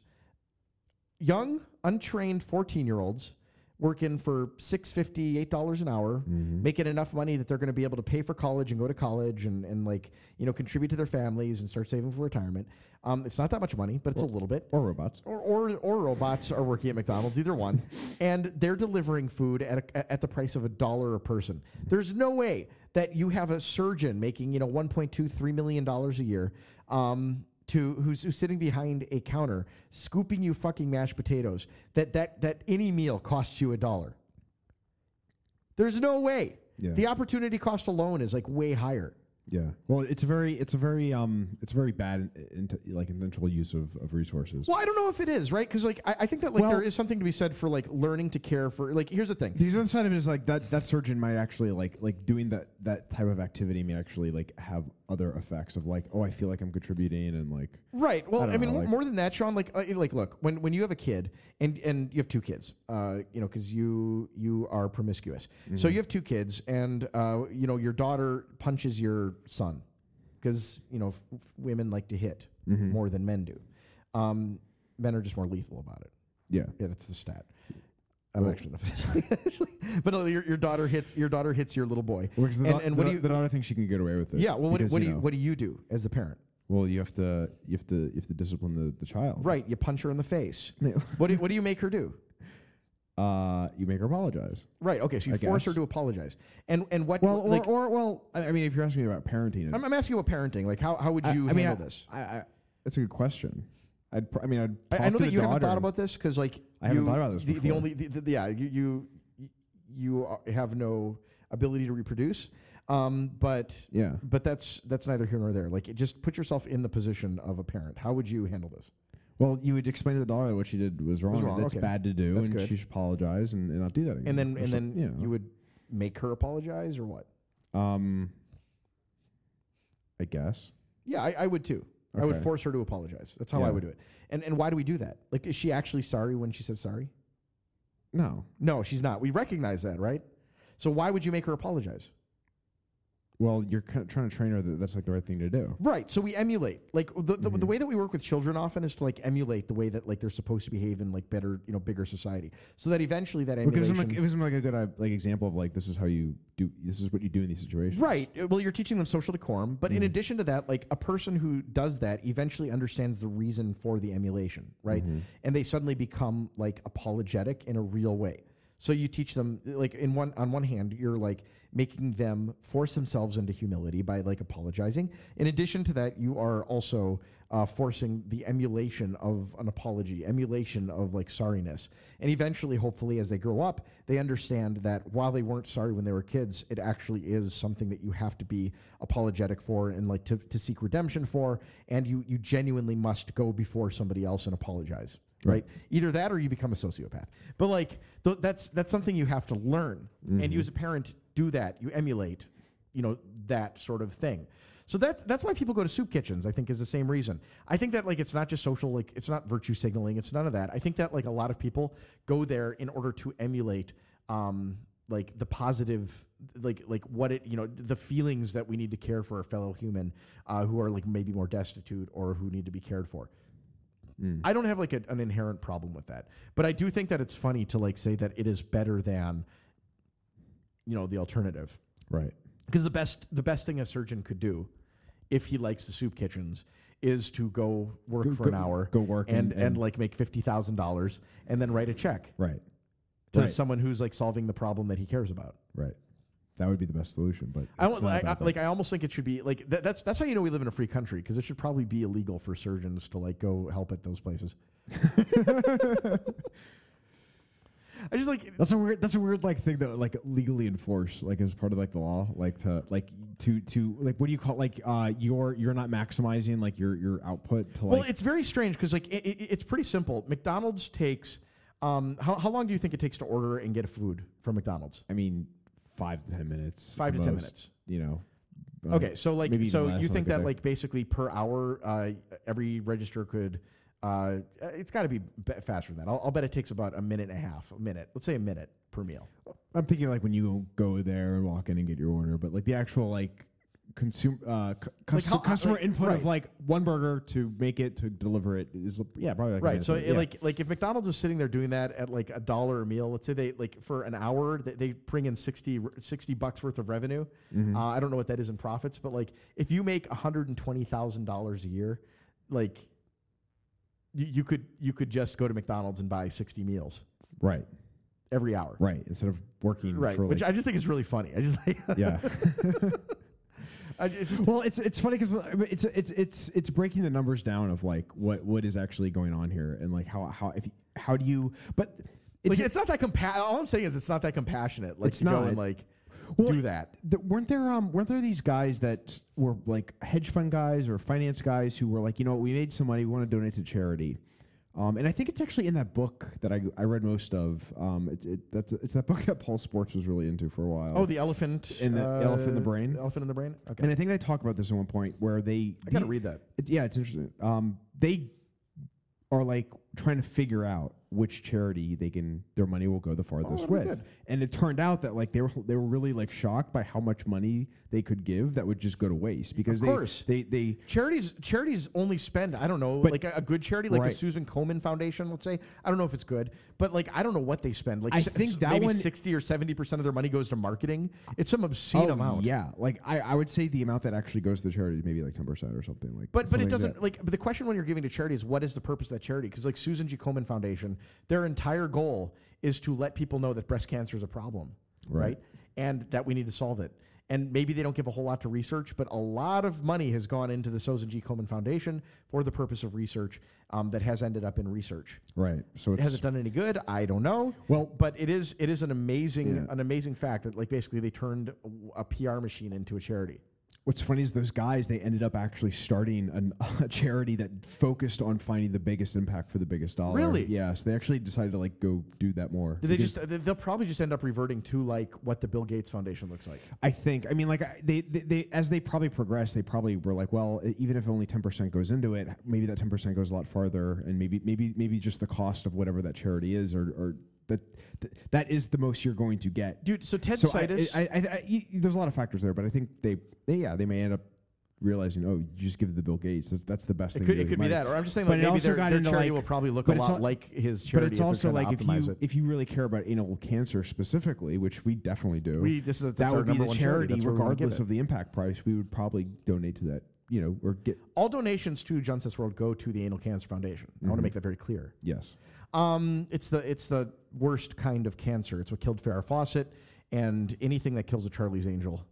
[SPEAKER 2] young, untrained 14 year olds working for six fifty, eight dollars an hour, making enough money that they're going to be able to pay for college and go to college and, and like, you know, contribute to their families and start saving for retirement. Um, it's not that much money, but it's a little bit.
[SPEAKER 3] Or robots.
[SPEAKER 2] Or, or, or robots are working at McDonald's, either one, and they're delivering food at, a, at the price of a dollar a person. There's no way that you have a surgeon making you know 1.2 3 million dollars a year um, to who's, who's sitting behind a counter scooping you fucking mashed potatoes that that that any meal costs you a dollar. There's no way.
[SPEAKER 3] Yeah.
[SPEAKER 2] The opportunity cost alone is like way higher.
[SPEAKER 3] Yeah. Well, it's a very, it's a very, um, it's a very bad, in, in, like intentional use of, of resources.
[SPEAKER 2] Well, I don't know if it is right because like I, I think that like
[SPEAKER 3] Well-
[SPEAKER 2] there is something to be said for like learning to care for like here's the thing.
[SPEAKER 3] The other side of it is like that. That surgeon might actually like like doing that that type of activity may actually like have other effects of like oh I feel like I'm contributing and like
[SPEAKER 2] Right. Well,
[SPEAKER 3] I
[SPEAKER 2] I,
[SPEAKER 3] don't
[SPEAKER 2] mean,
[SPEAKER 3] know,
[SPEAKER 2] mo-
[SPEAKER 3] like-
[SPEAKER 2] more than that, Sean. Like, uh, like, look, when when you have a kid, and and you have two kids, uh, you know, because you you are promiscuous,
[SPEAKER 3] Mm-hmm.
[SPEAKER 2] so you have two kids, and uh, you know, your daughter punches your son, because you know, f- f- women like to hit
[SPEAKER 3] Mm-hmm.
[SPEAKER 2] more than men do. Um, men are just more lethal about it.
[SPEAKER 3] yeah
[SPEAKER 2] Yeah, that's the stat. I don't actually know. if it's- actually, but uh, your, your daughter hits your daughter hits your little boy.
[SPEAKER 3] Well, 'cause the
[SPEAKER 2] and
[SPEAKER 3] dau-
[SPEAKER 2] and
[SPEAKER 3] the
[SPEAKER 2] what do
[SPEAKER 3] dau-
[SPEAKER 2] you?
[SPEAKER 3] the daughter thinks she can get away with it
[SPEAKER 2] Yeah. Well, what,
[SPEAKER 3] because,
[SPEAKER 2] what do
[SPEAKER 3] you
[SPEAKER 2] you
[SPEAKER 3] know,
[SPEAKER 2] what do you do as the parent?
[SPEAKER 3] well you have to you have to you have to discipline the the child
[SPEAKER 2] Right. You punch her in the face. what do, what do you make her do?
[SPEAKER 3] uh you make her apologize
[SPEAKER 2] Right. Okay. So you
[SPEAKER 3] I
[SPEAKER 2] force her
[SPEAKER 3] guess.
[SPEAKER 2] to apologize. And and what?
[SPEAKER 3] well or,
[SPEAKER 2] like,
[SPEAKER 3] or well I I mean if you're asking me about parenting
[SPEAKER 2] I'm, I'm asking you about parenting. Like, how, how would you handle
[SPEAKER 3] mean, I-
[SPEAKER 2] this?
[SPEAKER 3] I, I that's a good question I'd pr- I mean I'd
[SPEAKER 2] I, I
[SPEAKER 3] talk
[SPEAKER 2] know
[SPEAKER 3] to
[SPEAKER 2] that
[SPEAKER 3] the
[SPEAKER 2] you haven't
[SPEAKER 3] daughter
[SPEAKER 2] thought
[SPEAKER 3] and-
[SPEAKER 2] about this because, like,
[SPEAKER 3] I haven't
[SPEAKER 2] you-
[SPEAKER 3] thought about this
[SPEAKER 2] The, the
[SPEAKER 3] before.
[SPEAKER 2] only, the, the- yeah, you you you are- have no ability to reproduce. Um, but
[SPEAKER 3] Yeah.
[SPEAKER 2] but that's that's neither here nor there. Like, it- just put yourself in the position of a parent. How would you handle this?
[SPEAKER 3] well you would explain to the daughter what she did was wrong, and
[SPEAKER 2] wrong,
[SPEAKER 3] that's
[SPEAKER 2] okay.
[SPEAKER 3] bad to do
[SPEAKER 2] That's
[SPEAKER 3] and
[SPEAKER 2] good.
[SPEAKER 3] she should apologize and, and not do that again
[SPEAKER 2] And then
[SPEAKER 3] or
[SPEAKER 2] and then
[SPEAKER 3] something, know.
[SPEAKER 2] you would make her apologize or what?
[SPEAKER 3] Um, I guess.
[SPEAKER 2] Yeah, I, I would too. I would
[SPEAKER 3] Okay.
[SPEAKER 2] force her to apologize. That's how I
[SPEAKER 3] Yeah.
[SPEAKER 2] would do it. And and why do we do that? Like, is she actually sorry when she says sorry?
[SPEAKER 3] No.
[SPEAKER 2] No, she's not. We recognize that, right? So why would you make her apologize?
[SPEAKER 3] Well, you're kind of trying to train her that that's like the right thing to do.
[SPEAKER 2] Right. So we emulate. Like the, the,
[SPEAKER 3] Mm-hmm.
[SPEAKER 2] the way that we work with children often is to like emulate the way that like they're supposed to behave in like better, you know, bigger society. So that eventually that
[SPEAKER 3] Well, it gives
[SPEAKER 2] emulation
[SPEAKER 3] them like, it gives them like a good uh, like example of like this is how you do this is what you do in these situations.
[SPEAKER 2] Right. Uh, Well, you're teaching them Mm-hmm. social decorum, but in addition to that, like a person who does that eventually understands the reason for the emulation, right? And they suddenly become like apologetic in a real way. So you teach them like in one on one hand, you're like making them force themselves into humility by like apologizing. In addition to that, you are also uh, forcing the emulation of an apology, emulation of like sorriness. And eventually, hopefully, as they grow up, they understand that while they weren't sorry when they were kids, it actually is something that you have to be apologetic for and like to, to seek redemption for. And you, you genuinely must go before somebody else and apologize. Right. Either that or you become a sociopath. But like th- that's that's something you have to learn. And you as a parent do that. You emulate you know that sort of thing. So that that's why people go to soup kitchens. I think is the same reason. I think that like it's not just social, like it's not virtue signaling. It's none of that. I think that like a lot of people go there in order to emulate. Um, like the positive like like what it you know the feelings that we need to care for a fellow human uh, who are like maybe more destitute or who need to be cared for i don't have like a, an inherent problem with that but i do think that it's funny to like say that it is better than you know the alternative
[SPEAKER 3] Right.
[SPEAKER 2] because the best the best thing a surgeon could do if he likes the soup kitchens is to go work
[SPEAKER 3] Go-
[SPEAKER 2] for
[SPEAKER 3] go-
[SPEAKER 2] an hour
[SPEAKER 3] go work
[SPEAKER 2] and,
[SPEAKER 3] and-
[SPEAKER 2] and,
[SPEAKER 3] and-
[SPEAKER 2] like make $50000 and then write a check
[SPEAKER 3] Right.
[SPEAKER 2] to
[SPEAKER 3] Right.
[SPEAKER 2] someone who's like solving the problem that he cares about
[SPEAKER 3] Right. That would be the best solution, but
[SPEAKER 2] I,
[SPEAKER 3] it's
[SPEAKER 2] want-
[SPEAKER 3] not
[SPEAKER 2] like,
[SPEAKER 3] about
[SPEAKER 2] I,
[SPEAKER 3] that.
[SPEAKER 2] like I almost think it should be like that, that's that's how you know we live in a free country because it should probably be illegal for surgeons to like go help at those places. I just like
[SPEAKER 3] That's a weird. That's a weird like thing that like legally enforced like as part of like the law, like to like to to like what do you call like uh you're you're not maximizing like your your output to like
[SPEAKER 2] well, it's very strange because like it, it, it's pretty simple. McDonald's takes um how how long do you think it takes to order and get food from McDonald's?
[SPEAKER 3] I mean five to ten minutes,
[SPEAKER 2] Five
[SPEAKER 3] at
[SPEAKER 2] to 10
[SPEAKER 3] most,
[SPEAKER 2] minutes.
[SPEAKER 3] you know. uh,
[SPEAKER 2] Okay, so like
[SPEAKER 3] maybe even
[SPEAKER 2] so
[SPEAKER 3] less
[SPEAKER 2] you
[SPEAKER 3] when I
[SPEAKER 2] think
[SPEAKER 3] get
[SPEAKER 2] that
[SPEAKER 3] there.
[SPEAKER 2] like basically per hour uh, every register could uh, it's got to be be- faster than that. I'll, I'll bet it takes about a minute and a half, a minute. Let's say a minute per meal.
[SPEAKER 3] I'm thinking like when you go there and walk in and get your order, but like the actual like consumer uh, cu- cus-
[SPEAKER 2] how-
[SPEAKER 3] customer
[SPEAKER 2] like-
[SPEAKER 3] input
[SPEAKER 2] right.
[SPEAKER 3] of like one burger to make it to deliver it is yeah probably like a
[SPEAKER 2] right.
[SPEAKER 3] minute,
[SPEAKER 2] So
[SPEAKER 3] but
[SPEAKER 2] it,
[SPEAKER 3] yeah.
[SPEAKER 2] like like if McDonald's is sitting there doing that at like a dollar a meal, let's say they like for an hour they, they bring in 60, r- 60 bucks worth of revenue.
[SPEAKER 3] Mhm.
[SPEAKER 2] Uh, I don't know what that is in profits, but like if you make one hundred and twenty thousand dollars a year, like you, you could you could just go to McDonald's and buy sixty meals
[SPEAKER 3] right
[SPEAKER 2] every hour.
[SPEAKER 3] right instead of working
[SPEAKER 2] Right,
[SPEAKER 3] for,
[SPEAKER 2] which
[SPEAKER 3] like-
[SPEAKER 2] I just think is really funny. I just like
[SPEAKER 3] yeah.
[SPEAKER 2] I just,
[SPEAKER 3] well, it's it's funny because it's it's it's it's breaking the numbers down of like what what is actually going on here and like how how if you, how do you but
[SPEAKER 2] like, it's not that compa- All I'm saying is it's not that compassionate. Like
[SPEAKER 3] It's
[SPEAKER 2] to go
[SPEAKER 3] not.
[SPEAKER 2] and like
[SPEAKER 3] Well,
[SPEAKER 2] do that.
[SPEAKER 3] th- weren't there um weren't there these guys that were like hedge fund guys or finance guys who were like you know we made some money we want to donate to charity um, and I think it's actually in that book that I, I read most of. Um, it's it, that's it's that book that Paul Sports was really into for a while.
[SPEAKER 2] Oh, the elephant
[SPEAKER 3] and the elephant in the
[SPEAKER 2] uh,
[SPEAKER 3] brain.
[SPEAKER 2] Elephant in the brain. Okay.
[SPEAKER 3] And I think they talk about this at one point where they.
[SPEAKER 2] I gotta
[SPEAKER 3] the-
[SPEAKER 2] read that.
[SPEAKER 3] it- yeah, it's interesting. Um, they are like trying to figure out which charity they can their money will go the farthest
[SPEAKER 2] Oh, that'd be
[SPEAKER 3] with,
[SPEAKER 2] good.
[SPEAKER 3] and it turned out that like they were they were really like shocked by how much money they could give that would just go to waste because they,
[SPEAKER 2] course.
[SPEAKER 3] they they
[SPEAKER 2] Charities charities only spend I don't know
[SPEAKER 3] But-
[SPEAKER 2] like a, a good charity like the
[SPEAKER 3] Right.
[SPEAKER 2] Susan Komen Foundation let's say I don't know if it's good but like I don't know what they spend like
[SPEAKER 3] I
[SPEAKER 2] s-
[SPEAKER 3] think
[SPEAKER 2] s-
[SPEAKER 3] that
[SPEAKER 2] maybe
[SPEAKER 3] one-
[SPEAKER 2] sixty or seventy percent of their money goes to marketing it's some obscene
[SPEAKER 3] oh,
[SPEAKER 2] amount
[SPEAKER 3] Yeah, like I, I would say the amount that actually goes to the charity is maybe like ten percent or something like.
[SPEAKER 2] But but
[SPEAKER 3] something
[SPEAKER 2] it
[SPEAKER 3] like
[SPEAKER 2] doesn't
[SPEAKER 3] that.
[SPEAKER 2] like but the question when you're giving to charity is what is the purpose of that charity? Because like Susan G. Komen Foundation, their entire goal is to let people know that breast cancer is a problem, right?
[SPEAKER 3] Right.
[SPEAKER 2] And that we need to solve it. And maybe they don't give a whole lot to research, but a lot of money has gone into the Susan G. Komen Foundation for the purpose of research um, that has ended up in research.
[SPEAKER 3] right. So it's
[SPEAKER 2] Has it done any good? I don't know.
[SPEAKER 3] Well-
[SPEAKER 2] but it is it is an amazing
[SPEAKER 3] Yeah.
[SPEAKER 2] an amazing fact that like basically they turned a, a PR machine into a charity.
[SPEAKER 3] What's funny is those guys they ended up actually starting an, a charity that focused on finding the biggest impact for the biggest dollar.
[SPEAKER 2] Really?
[SPEAKER 3] Yeah. So they actually decided to like go do that more.
[SPEAKER 2] Did they
[SPEAKER 3] because
[SPEAKER 2] just? they- They'll probably just end up reverting to like what the Bill Gates Foundation looks like.
[SPEAKER 3] I think. I mean, like I, they, they, they, as they probably progressed, they probably were like, well, e- even if only ten percent goes into it, maybe that ten percent goes a lot farther, and maybe, maybe, maybe just the cost of whatever that charity is, or, or that, th- that is the most you're going to get.
[SPEAKER 2] Dude, so Ted
[SPEAKER 3] so I,
[SPEAKER 2] Saitis-
[SPEAKER 3] I, I, I- y- y- there's a lot of factors there, but I think they, they, yeah, they may end up realizing, oh, you just give it to Bill Gates. That's, that's the best
[SPEAKER 2] It
[SPEAKER 3] thing.
[SPEAKER 2] could,
[SPEAKER 3] to do
[SPEAKER 2] it
[SPEAKER 3] with
[SPEAKER 2] could be
[SPEAKER 3] money.
[SPEAKER 2] that, or I'm just saying like
[SPEAKER 3] But it
[SPEAKER 2] maybe
[SPEAKER 3] also
[SPEAKER 2] their,
[SPEAKER 3] got
[SPEAKER 2] their
[SPEAKER 3] into,
[SPEAKER 2] charity
[SPEAKER 3] like-
[SPEAKER 2] will probably look a
[SPEAKER 3] but it's
[SPEAKER 2] lot
[SPEAKER 3] al-
[SPEAKER 2] like his charity.
[SPEAKER 3] But it's
[SPEAKER 2] if they're
[SPEAKER 3] also
[SPEAKER 2] trying to
[SPEAKER 3] like if
[SPEAKER 2] optimize
[SPEAKER 3] you
[SPEAKER 2] it.
[SPEAKER 3] if you really care about anal cancer specifically, which we definitely do.
[SPEAKER 2] We- this is- that's
[SPEAKER 3] that
[SPEAKER 2] our
[SPEAKER 3] would be
[SPEAKER 2] number
[SPEAKER 3] the
[SPEAKER 2] one charity.
[SPEAKER 3] charity,
[SPEAKER 2] That's where we wanna give
[SPEAKER 3] regardless
[SPEAKER 2] it.
[SPEAKER 3] of the impact price. We would probably donate to that, you know, or get
[SPEAKER 2] all donations to John Seth's World go to the Anal Cancer Foundation. I want to
[SPEAKER 3] Mhm.
[SPEAKER 2] make that very clear.
[SPEAKER 3] yes,
[SPEAKER 2] Um, it's the it's the worst kind of cancer. It's what killed Farrah Fawcett and anything that kills a Charlie's Angel.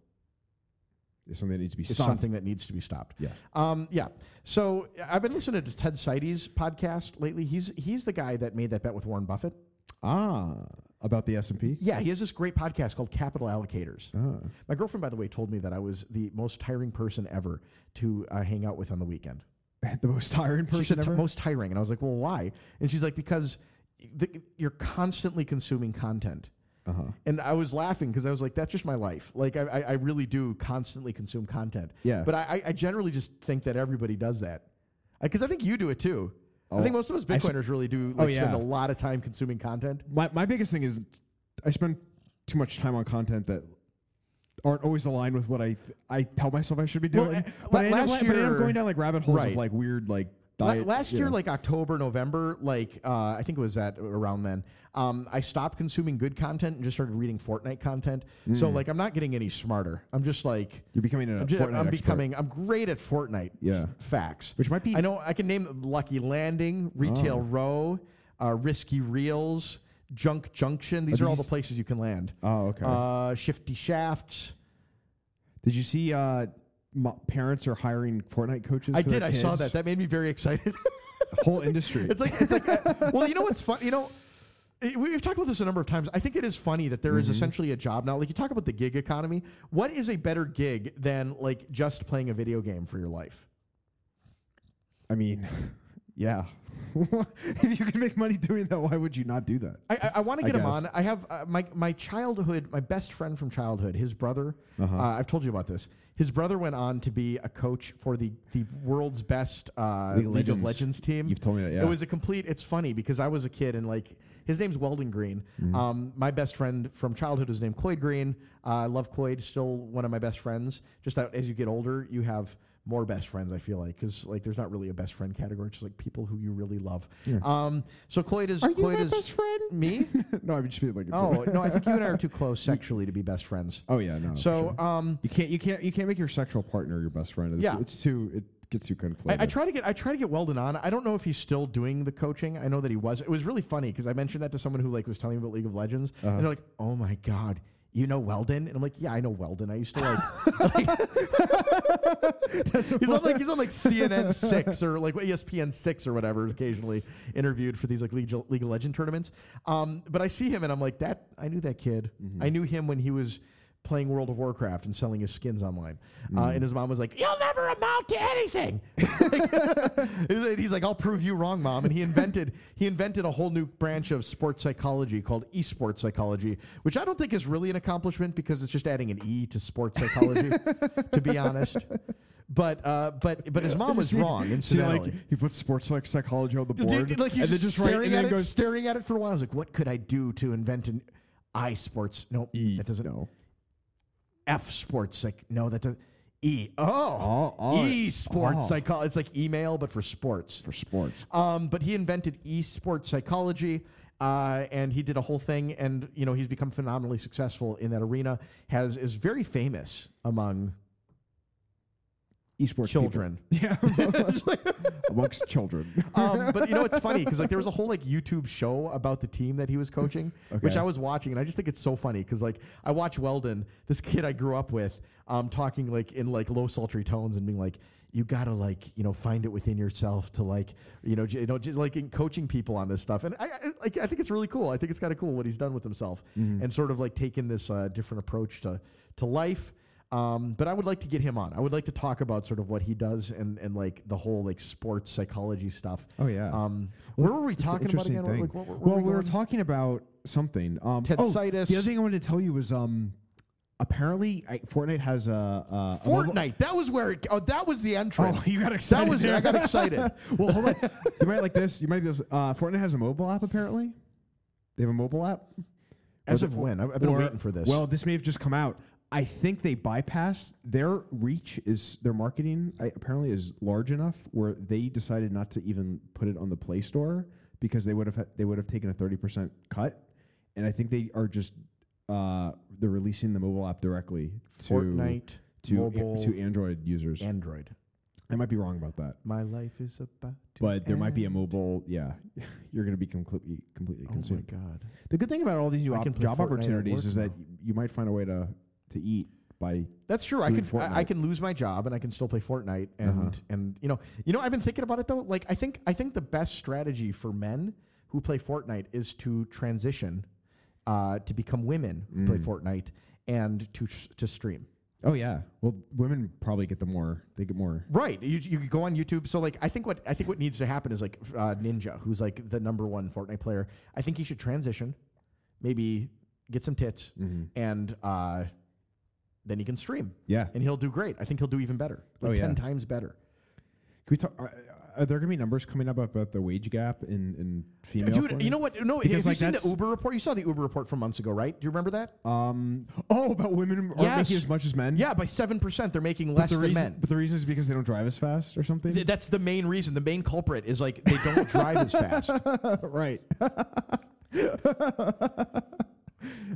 [SPEAKER 3] it's something that needs to be
[SPEAKER 2] is
[SPEAKER 3] stopped.
[SPEAKER 2] something that needs to be stopped.
[SPEAKER 3] Yes.
[SPEAKER 2] Um, yeah. So I've been listening to Ted Seides' podcast lately. He's he's the guy that made that bet with Warren Buffett.
[SPEAKER 3] Ah, about the S and P.
[SPEAKER 2] Yeah, he has this great podcast called Capital Allocators.
[SPEAKER 3] Ah.
[SPEAKER 2] My girlfriend, by the way, told me that I was the most tiring person ever to uh, hang out with on the weekend.
[SPEAKER 3] the most tiring
[SPEAKER 2] She
[SPEAKER 3] person
[SPEAKER 2] said "T-
[SPEAKER 3] ever.
[SPEAKER 2] most tiring, and I was like, "Well, why?" And she's like, "Because the, you're constantly consuming content."
[SPEAKER 3] Uh-huh.
[SPEAKER 2] And I was laughing because I was like, that's just my life. Like, I, I, I really do constantly consume content.
[SPEAKER 3] Yeah.
[SPEAKER 2] But I, I- I generally just think that everybody does that. Because I think you do it too. I
[SPEAKER 3] Oh,
[SPEAKER 2] think most of us
[SPEAKER 3] I s-
[SPEAKER 2] Bitcoiners really do like,
[SPEAKER 3] Oh,
[SPEAKER 2] spend
[SPEAKER 3] yeah.
[SPEAKER 2] a lot of time consuming content.
[SPEAKER 3] My my biggest thing is I spend too much time on content that aren't always aligned with what I I tell myself I should be
[SPEAKER 2] Well,
[SPEAKER 3] doing.
[SPEAKER 2] uh,
[SPEAKER 3] but, I
[SPEAKER 2] la-
[SPEAKER 3] end up,
[SPEAKER 2] last
[SPEAKER 3] li- but I end up
[SPEAKER 2] year-
[SPEAKER 3] going down like rabbit holes
[SPEAKER 2] Right.
[SPEAKER 3] of like weird like
[SPEAKER 2] La-
[SPEAKER 3] diet.
[SPEAKER 2] last
[SPEAKER 3] you
[SPEAKER 2] year,
[SPEAKER 3] know.
[SPEAKER 2] like October, November, like uh, I think it was that around then. Um, I stopped consuming good content and just started reading Fortnite content. So
[SPEAKER 3] Mm.
[SPEAKER 2] like I'm not getting any smarter. I'm just like
[SPEAKER 3] you're becoming a
[SPEAKER 2] I'm, ju-
[SPEAKER 3] Fortnite
[SPEAKER 2] I'm
[SPEAKER 3] expert.
[SPEAKER 2] becoming I'm great at Fortnite.
[SPEAKER 3] Yeah.
[SPEAKER 2] facts.
[SPEAKER 3] Which might be-
[SPEAKER 2] I know I can name Lucky Landing, Retail
[SPEAKER 3] Oh.
[SPEAKER 2] Row, uh, Risky Reels, Junk Junction. These are,
[SPEAKER 3] Are
[SPEAKER 2] all the
[SPEAKER 3] these-
[SPEAKER 2] places you can land.
[SPEAKER 3] Oh, okay.
[SPEAKER 2] Uh, shifty Shafts.
[SPEAKER 3] Did you see uh, mo- parents are hiring Fortnite coaches?
[SPEAKER 2] I
[SPEAKER 3] for their
[SPEAKER 2] did. I saw
[SPEAKER 3] kids?
[SPEAKER 2] that. That made me very excited.
[SPEAKER 3] whole industry.
[SPEAKER 2] It's like it's like uh, well, you know what's fun? You know, i- we've talked about this a number of times. I think it is funny that
[SPEAKER 3] Mm-hmm.
[SPEAKER 2] there is essentially a job now. Like you talk about the gig economy. What is a better gig than like just playing a video game for your life?
[SPEAKER 3] I mean, yeah. if you can make money doing that, why would you not do that?
[SPEAKER 2] I, I, I want to
[SPEAKER 3] I
[SPEAKER 2] get him
[SPEAKER 3] guess.
[SPEAKER 2] on. I have uh, my my childhood, my best friend from childhood, his brother.
[SPEAKER 3] Uh-huh.
[SPEAKER 2] uh, I've told you about this. His brother went on to be a coach for the the world's best uh, League,
[SPEAKER 3] League of
[SPEAKER 2] of
[SPEAKER 3] Legends.
[SPEAKER 2] Legends team.
[SPEAKER 3] You've told me that, yeah.
[SPEAKER 2] It was a complete. It's funny because I was a kid and like his name's Weldon Green.
[SPEAKER 3] Mm.
[SPEAKER 2] Um, my best friend from childhood was named Cloyd Green. Uh, I love Cloyd. Still one of my best friends. Just that as you get older, you have more best friends. I feel like because like there's not really a best friend category. It's just like people who you really love.
[SPEAKER 3] Yeah.
[SPEAKER 2] Um, so Cloyd is
[SPEAKER 3] Are you
[SPEAKER 2] Cloyd
[SPEAKER 3] my
[SPEAKER 2] is
[SPEAKER 3] best friend?
[SPEAKER 2] me.
[SPEAKER 3] no, I'm just being like.
[SPEAKER 2] Oh no, I think you and I are too close sexually to be best friends.
[SPEAKER 3] Oh yeah, no.
[SPEAKER 2] So
[SPEAKER 3] sure.
[SPEAKER 2] um,
[SPEAKER 3] you can't you can't you can't make your sexual partner your best friend. It's,
[SPEAKER 2] Yeah.
[SPEAKER 3] it's too it gets too conflicted.
[SPEAKER 2] I, I try to get I try to get Weldon on. I don't know if he's still doing the coaching. I know that he was. It was really funny because I mentioned that to someone who like was telling me about League of Legends,
[SPEAKER 3] Uh-huh.
[SPEAKER 2] and they're like, "Oh my god." You know Weldon, and I'm like, yeah, I know Weldon. I used to like. he's on like he's on like CNN six or like E ESPN six or whatever. Occasionally interviewed for these like League, League of Legend tournaments. Um, but I see him and I'm like, that I knew that kid. I knew him when he was playing World of Warcraft and selling his skins online. Uh, and his mom was like, "You'll never amount to anything." And he's like, "I'll prove you wrong, mom." And he invented he invented a whole new branch of sports psychology called esports psychology, which I don't think is really an accomplishment because it's just adding an e to sports psychology, to be honest. But uh, but but his mom was wrong.
[SPEAKER 3] See,
[SPEAKER 2] Incidentally,
[SPEAKER 3] like he puts sports like psychology on the
[SPEAKER 2] Dude,
[SPEAKER 3] board,
[SPEAKER 2] dude, like he's
[SPEAKER 3] and then
[SPEAKER 2] just,
[SPEAKER 3] just right-
[SPEAKER 2] staring
[SPEAKER 3] and
[SPEAKER 2] at
[SPEAKER 3] then
[SPEAKER 2] it,
[SPEAKER 3] goes,
[SPEAKER 2] staring at it for a while. I was like, "What could I do to invent an i sports?" No, that doesn't.
[SPEAKER 3] E, No.
[SPEAKER 2] F sports like no that does E oh,
[SPEAKER 3] Oh, oh,
[SPEAKER 2] e sports
[SPEAKER 3] oh.
[SPEAKER 2] psychology it's like email but for sports
[SPEAKER 3] for sports.
[SPEAKER 2] um but he invented e sports psychology uh, and he did a whole thing and you know he's become phenomenally successful in that arena has is very famous among
[SPEAKER 3] Esports people.
[SPEAKER 2] children
[SPEAKER 3] amongst children.
[SPEAKER 2] um, but you know it's funny because like there was a whole like YouTube show about the team that he was coaching, which
[SPEAKER 3] Okay.
[SPEAKER 2] I was watching, and I just think it's so funny because like I watch Weldon, this kid I grew up with, um, talking like in like low sultry tones and being like. You gotta like you know find it within yourself to like you know j- you know j- like in coaching people on this stuff and I, I like I think it's really cool I think it's kind of cool what he's done with himself
[SPEAKER 3] Mm-hmm.
[SPEAKER 2] and sort of like taking this uh, different approach to to life um, but I would like to get him on I would like to talk about sort of what he does and and like the whole like sports psychology stuff
[SPEAKER 3] Oh, yeah.
[SPEAKER 2] um,
[SPEAKER 3] Well,
[SPEAKER 2] where were we
[SPEAKER 3] it's an
[SPEAKER 2] talking about
[SPEAKER 3] interesting
[SPEAKER 2] again?
[SPEAKER 3] thing.
[SPEAKER 2] Like, what, where
[SPEAKER 3] well,
[SPEAKER 2] were
[SPEAKER 3] we,
[SPEAKER 2] we,
[SPEAKER 3] were
[SPEAKER 2] going?
[SPEAKER 3] talking about something. Um, oh,
[SPEAKER 2] Tensitis.
[SPEAKER 3] the other thing I wanted to tell you was um, apparently I, Fortnite has a, a a mobile-
[SPEAKER 2] Fortnite. That was where. It, oh, that was the entrance.
[SPEAKER 3] Oh, you got excited.
[SPEAKER 2] That was it.
[SPEAKER 3] there.
[SPEAKER 2] I got excited.
[SPEAKER 3] well, hold on. You might like this. You might like this. Uh, Fortnite has a mobile app apparently. They have a mobile app.
[SPEAKER 2] As
[SPEAKER 3] Or
[SPEAKER 2] of
[SPEAKER 3] the-
[SPEAKER 2] when? I've- I've been
[SPEAKER 3] or-
[SPEAKER 2] waiting for this.
[SPEAKER 3] Well, this may have just come out. I think they bypassed their reach is their marketing I, apparently is large enough where they decided not to even put it on the Play Store because they would have they would have taken a thirty percent cut, and I think they are just uh, they're releasing the mobile app directly to
[SPEAKER 2] Fortnite
[SPEAKER 3] to
[SPEAKER 2] mobile
[SPEAKER 3] to Android users.
[SPEAKER 2] Android.
[SPEAKER 3] I might be wrong about that
[SPEAKER 2] My life is about. To
[SPEAKER 3] but there might be a
[SPEAKER 2] end.
[SPEAKER 3] mobile. Yeah, you're going to be completely completely
[SPEAKER 2] Oh my
[SPEAKER 3] consumed.
[SPEAKER 2] god.
[SPEAKER 3] the good thing about all these new
[SPEAKER 2] I
[SPEAKER 3] op-
[SPEAKER 2] can play
[SPEAKER 3] job
[SPEAKER 2] Fortnite at
[SPEAKER 3] opportunities
[SPEAKER 2] work
[SPEAKER 3] is that
[SPEAKER 2] now.
[SPEAKER 3] y- you might find a way to to eat by.
[SPEAKER 2] That's true. I
[SPEAKER 3] doing
[SPEAKER 2] could I, I
[SPEAKER 3] Fortnite.
[SPEAKER 2] can lose my job and I can still play Fortnite and
[SPEAKER 3] Uh-huh.
[SPEAKER 2] and you know you know I've been thinking about it though. Like I think I think the best strategy for men who play Fortnite is to transition uh, to become women who play
[SPEAKER 3] Mm.
[SPEAKER 2] Fortnite and to to stream.
[SPEAKER 3] Oh yeah, well, women probably get the more. They get more.
[SPEAKER 2] Right. You you could go on YouTube. So like I think what I think what needs to happen is like f- uh, Ninja, who's like the number one Fortnite player. I think he should transition, maybe get some tits,
[SPEAKER 3] Mm-hmm.
[SPEAKER 2] and uh, then he can stream.
[SPEAKER 3] Yeah.
[SPEAKER 2] and he'll do great. I think he'll do even better, like
[SPEAKER 3] Oh,
[SPEAKER 2] ten
[SPEAKER 3] yeah.
[SPEAKER 2] times better.
[SPEAKER 3] Can we talk? Are, are there gonna be numbers coming up about the wage gap in in female?
[SPEAKER 2] Dude,
[SPEAKER 3] employment?
[SPEAKER 2] you know what? No,
[SPEAKER 3] Because,
[SPEAKER 2] have
[SPEAKER 3] like,
[SPEAKER 2] you seen the
[SPEAKER 3] that's-
[SPEAKER 2] Uber report? You saw the Uber report from months ago, right? Do you remember that?
[SPEAKER 3] Um, oh, about women aren't making as much as men.
[SPEAKER 2] Yeah, by seven percent, they're making less
[SPEAKER 3] but the
[SPEAKER 2] than
[SPEAKER 3] reason,
[SPEAKER 2] men.
[SPEAKER 3] But the reason is because they don't drive as fast or something.
[SPEAKER 2] Th- that's the main reason. The main culprit is like they don't drive as fast.
[SPEAKER 3] right.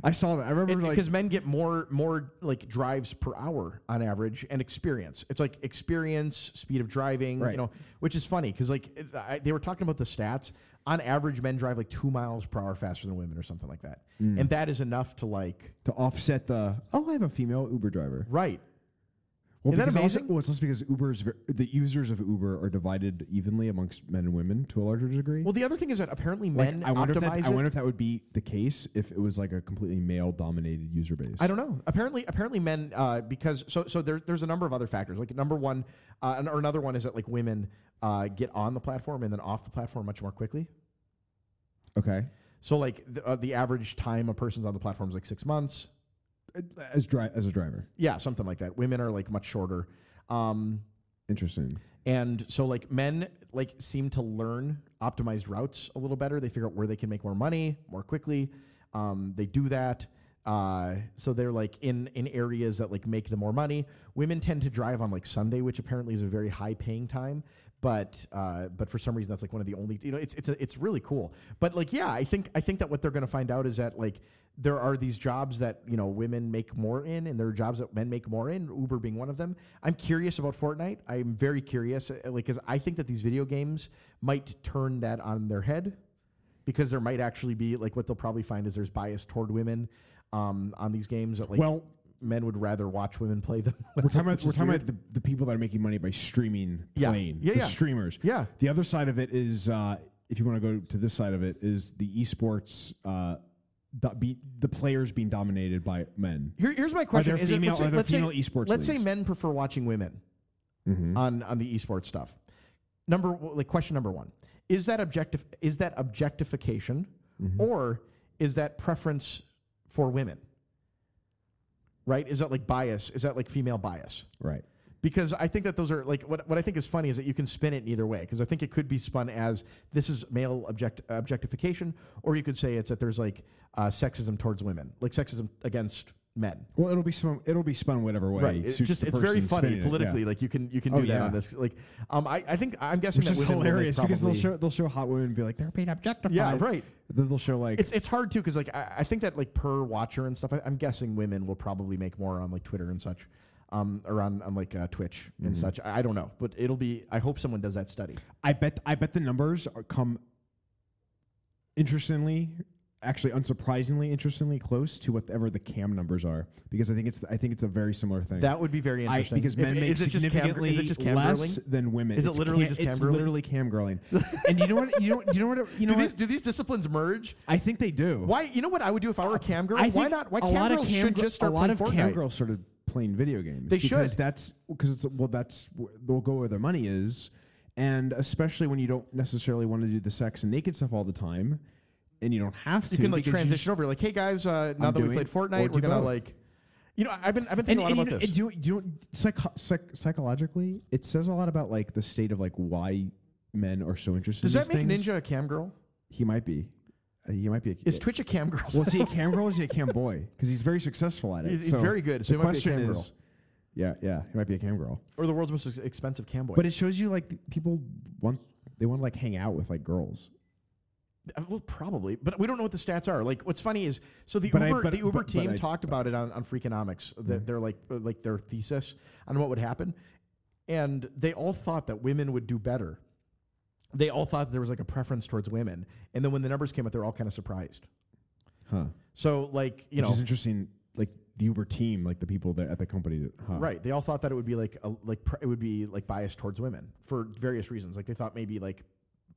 [SPEAKER 3] I saw that. I remember like
[SPEAKER 2] because men get more more like drives per hour on average and experience it's like experience speed of driving you
[SPEAKER 3] Right.
[SPEAKER 2] know which is funny because like it, I, they were talking about the stats on average men drive like two miles per hour faster than women or something like that
[SPEAKER 3] Mm.
[SPEAKER 2] and that is enough to like
[SPEAKER 3] to offset the oh, I have a female Uber driver.
[SPEAKER 2] right
[SPEAKER 3] Well,
[SPEAKER 2] Isn't that
[SPEAKER 3] because also-
[SPEAKER 2] amazing?
[SPEAKER 3] well, it's also because Uber's ver- the users of Uber are divided evenly amongst men and women to a larger degree.
[SPEAKER 2] well the other thing is that apparently
[SPEAKER 3] Like,
[SPEAKER 2] men
[SPEAKER 3] I wonder
[SPEAKER 2] optimize
[SPEAKER 3] if that, I
[SPEAKER 2] it.
[SPEAKER 3] wonder if that would be the case if it was like a completely male dominated user base.
[SPEAKER 2] I don't know. Apparently, apparently, men uh, because so so there, there's a number of other factors. Like number one, uh, and- or another one is that like women uh, get on the platform and then off the platform much more quickly.
[SPEAKER 3] Okay.
[SPEAKER 2] So like the, uh, the average time a person's on the platform is like six months.
[SPEAKER 3] As dri- as a driver.
[SPEAKER 2] Yeah, something like that. Women are like much shorter. Um,
[SPEAKER 3] Interesting.
[SPEAKER 2] and so like men like seem to learn optimized routes a little better. They figure out where they can make more money more quickly. Um, they do that. Uh, so they're like in in areas that like make them more money. Women tend to drive on like Sunday, which apparently is a very high paying time. But uh, but for some reason that's like one of the only you know it's it's a, it's really cool. But like yeah, I think I think that what they're going to find out is that like there are these jobs that you know women make more in and there are jobs that men make more in uber being one of them i'm curious about fortnite i'm very curious uh, like because i think that these video games might turn that on their head because there might actually be like what they'll probably find is there's bias toward women um, on these games that like
[SPEAKER 3] Well-
[SPEAKER 2] men would rather watch women play them
[SPEAKER 3] We're talking about
[SPEAKER 2] which
[SPEAKER 3] we're
[SPEAKER 2] is
[SPEAKER 3] talking
[SPEAKER 2] weird.
[SPEAKER 3] about the, the people that are making money by streaming
[SPEAKER 2] Yeah.
[SPEAKER 3] playing.
[SPEAKER 2] Yeah,
[SPEAKER 3] the
[SPEAKER 2] yeah.
[SPEAKER 3] streamers.
[SPEAKER 2] Yeah.
[SPEAKER 3] The other side of it is uh, if you want to go to this side of it is the esports uh, do- be, the players being dominated by men.
[SPEAKER 2] Here- here's my question
[SPEAKER 3] Are there
[SPEAKER 2] is it-
[SPEAKER 3] female,
[SPEAKER 2] let's say-
[SPEAKER 3] are there
[SPEAKER 2] let's say-
[SPEAKER 3] female esports
[SPEAKER 2] let's say
[SPEAKER 3] leagues?
[SPEAKER 2] men prefer watching women
[SPEAKER 3] Mm-hmm.
[SPEAKER 2] on on the esports stuff. Number w- like question number one is that objective is that objectification or is that preference for women? Right? Is that like bias? Is that like female bias?
[SPEAKER 3] Right.
[SPEAKER 2] Because I think that those are like what what I think is funny is that you can spin it in either way. Because I think it could be spun as this is male object objectification, or you could say it's that there's like uh, sexism towards women, like sexism against men.
[SPEAKER 3] Well, it'll be spun. It'll be spun whatever way.
[SPEAKER 2] Right. It's
[SPEAKER 3] suits
[SPEAKER 2] just
[SPEAKER 3] the
[SPEAKER 2] it's very
[SPEAKER 3] person
[SPEAKER 2] funny
[SPEAKER 3] spinning it, yeah.
[SPEAKER 2] politically. Like you can you can do
[SPEAKER 3] Oh,
[SPEAKER 2] that
[SPEAKER 3] yeah.
[SPEAKER 2] on this. Like um, I, I think I'm guessing
[SPEAKER 3] which
[SPEAKER 2] that
[SPEAKER 3] is
[SPEAKER 2] women will, like,
[SPEAKER 3] hilarious because they'll
[SPEAKER 2] probably-
[SPEAKER 3] show they'll show hot women and be like they're being objectified.
[SPEAKER 2] Yeah, right.
[SPEAKER 3] Then they'll show like
[SPEAKER 2] It's it's hard too because like I, I think that like per watcher and stuff. I, I'm guessing women will probably make more on like Twitter and such, um, or on, on like uh, Twitch and
[SPEAKER 3] Mm-hmm.
[SPEAKER 2] such. I, I don't know, but it'll be. I hope someone does that study.
[SPEAKER 3] I bet I bet the numbers are come interestingly, actually unsurprisingly, interestingly close to whatever the cam numbers are because I think it's I think it's a very similar thing.
[SPEAKER 2] That would be very
[SPEAKER 3] I-
[SPEAKER 2] interesting.
[SPEAKER 3] because
[SPEAKER 2] If-
[SPEAKER 3] men make
[SPEAKER 2] is it just cam-
[SPEAKER 3] significantly
[SPEAKER 2] is it just cam
[SPEAKER 3] less
[SPEAKER 2] girling?
[SPEAKER 3] than women.
[SPEAKER 2] Is it
[SPEAKER 3] It's
[SPEAKER 2] literally
[SPEAKER 3] ca-
[SPEAKER 2] just cam
[SPEAKER 3] It's
[SPEAKER 2] girling?
[SPEAKER 3] literally cam girling. and you know what? You know you know what? it- You know
[SPEAKER 2] do
[SPEAKER 3] what?
[SPEAKER 2] these do these disciplines merge?
[SPEAKER 3] I think they do.
[SPEAKER 2] Why you know what I would do if I were a cam girl?
[SPEAKER 3] Uh, I
[SPEAKER 2] Why
[SPEAKER 3] think
[SPEAKER 2] not? Why
[SPEAKER 3] a lot
[SPEAKER 2] cam
[SPEAKER 3] of
[SPEAKER 2] girls
[SPEAKER 3] cam
[SPEAKER 2] should
[SPEAKER 3] gir-
[SPEAKER 2] just start
[SPEAKER 3] a lot
[SPEAKER 2] playing
[SPEAKER 3] of
[SPEAKER 2] Fortnite?
[SPEAKER 3] cam girls started playing video games.
[SPEAKER 2] They
[SPEAKER 3] because
[SPEAKER 2] should.
[SPEAKER 3] That's because it's well, that's wh- they'll go where their money is, and especially when you don't necessarily want to do the sex and naked stuff all the time, and you don't have to.
[SPEAKER 2] you can like
[SPEAKER 3] because
[SPEAKER 2] transition over. Like, hey guys, uh, now
[SPEAKER 3] I'm
[SPEAKER 2] that we
[SPEAKER 3] doing-
[SPEAKER 2] played Fortnite,
[SPEAKER 3] or
[SPEAKER 2] we're
[SPEAKER 3] do
[SPEAKER 2] gonna
[SPEAKER 3] both.
[SPEAKER 2] like, you know, I've been I've been thinking
[SPEAKER 3] and,
[SPEAKER 2] a lot
[SPEAKER 3] and
[SPEAKER 2] about
[SPEAKER 3] you
[SPEAKER 2] this.
[SPEAKER 3] know, and do you, do you, psycho- psych- psychologically, it says a lot about like the state of like why men are so interested.
[SPEAKER 2] Does
[SPEAKER 3] in
[SPEAKER 2] that
[SPEAKER 3] these
[SPEAKER 2] make
[SPEAKER 3] things.
[SPEAKER 2] Ninja a cam girl?
[SPEAKER 3] He might be. Uh, he might be. A,
[SPEAKER 2] Is Twitch a cam girl?
[SPEAKER 3] Well, is he a cam girl? Or is he a cam boy? Because he's very successful at it.
[SPEAKER 2] He's- he's very good, so
[SPEAKER 3] the
[SPEAKER 2] he might be a
[SPEAKER 3] question
[SPEAKER 2] cam
[SPEAKER 3] is,
[SPEAKER 2] girl.
[SPEAKER 3] yeah, yeah, he might be a cam girl.
[SPEAKER 2] or the world's most ex- expensive cam boy?
[SPEAKER 3] But it shows you like th- people want they want to like hang out with like girls.
[SPEAKER 2] Uh, Well, probably, but we don't know what the stats are. Like, what's funny is, so the
[SPEAKER 3] But I-
[SPEAKER 2] Uber,
[SPEAKER 3] but-
[SPEAKER 2] the Uber
[SPEAKER 3] but- but
[SPEAKER 2] team
[SPEAKER 3] I- Mm-hmm.
[SPEAKER 2] talked about it on on Freakonomics. That they're like uh, like their thesis on what would happen, and they all thought that women would do better. They all thought that there was like a preference towards women, and then when the numbers came out, they were all kind of surprised.
[SPEAKER 3] Huh.
[SPEAKER 2] So, like, you
[SPEAKER 3] Which
[SPEAKER 2] know,
[SPEAKER 3] is interesting. Like the Uber team, like the people that at the company. That, huh.
[SPEAKER 2] Right. They all thought that it would be like a, like pr- it would be like biased towards women for various reasons. Like they thought maybe like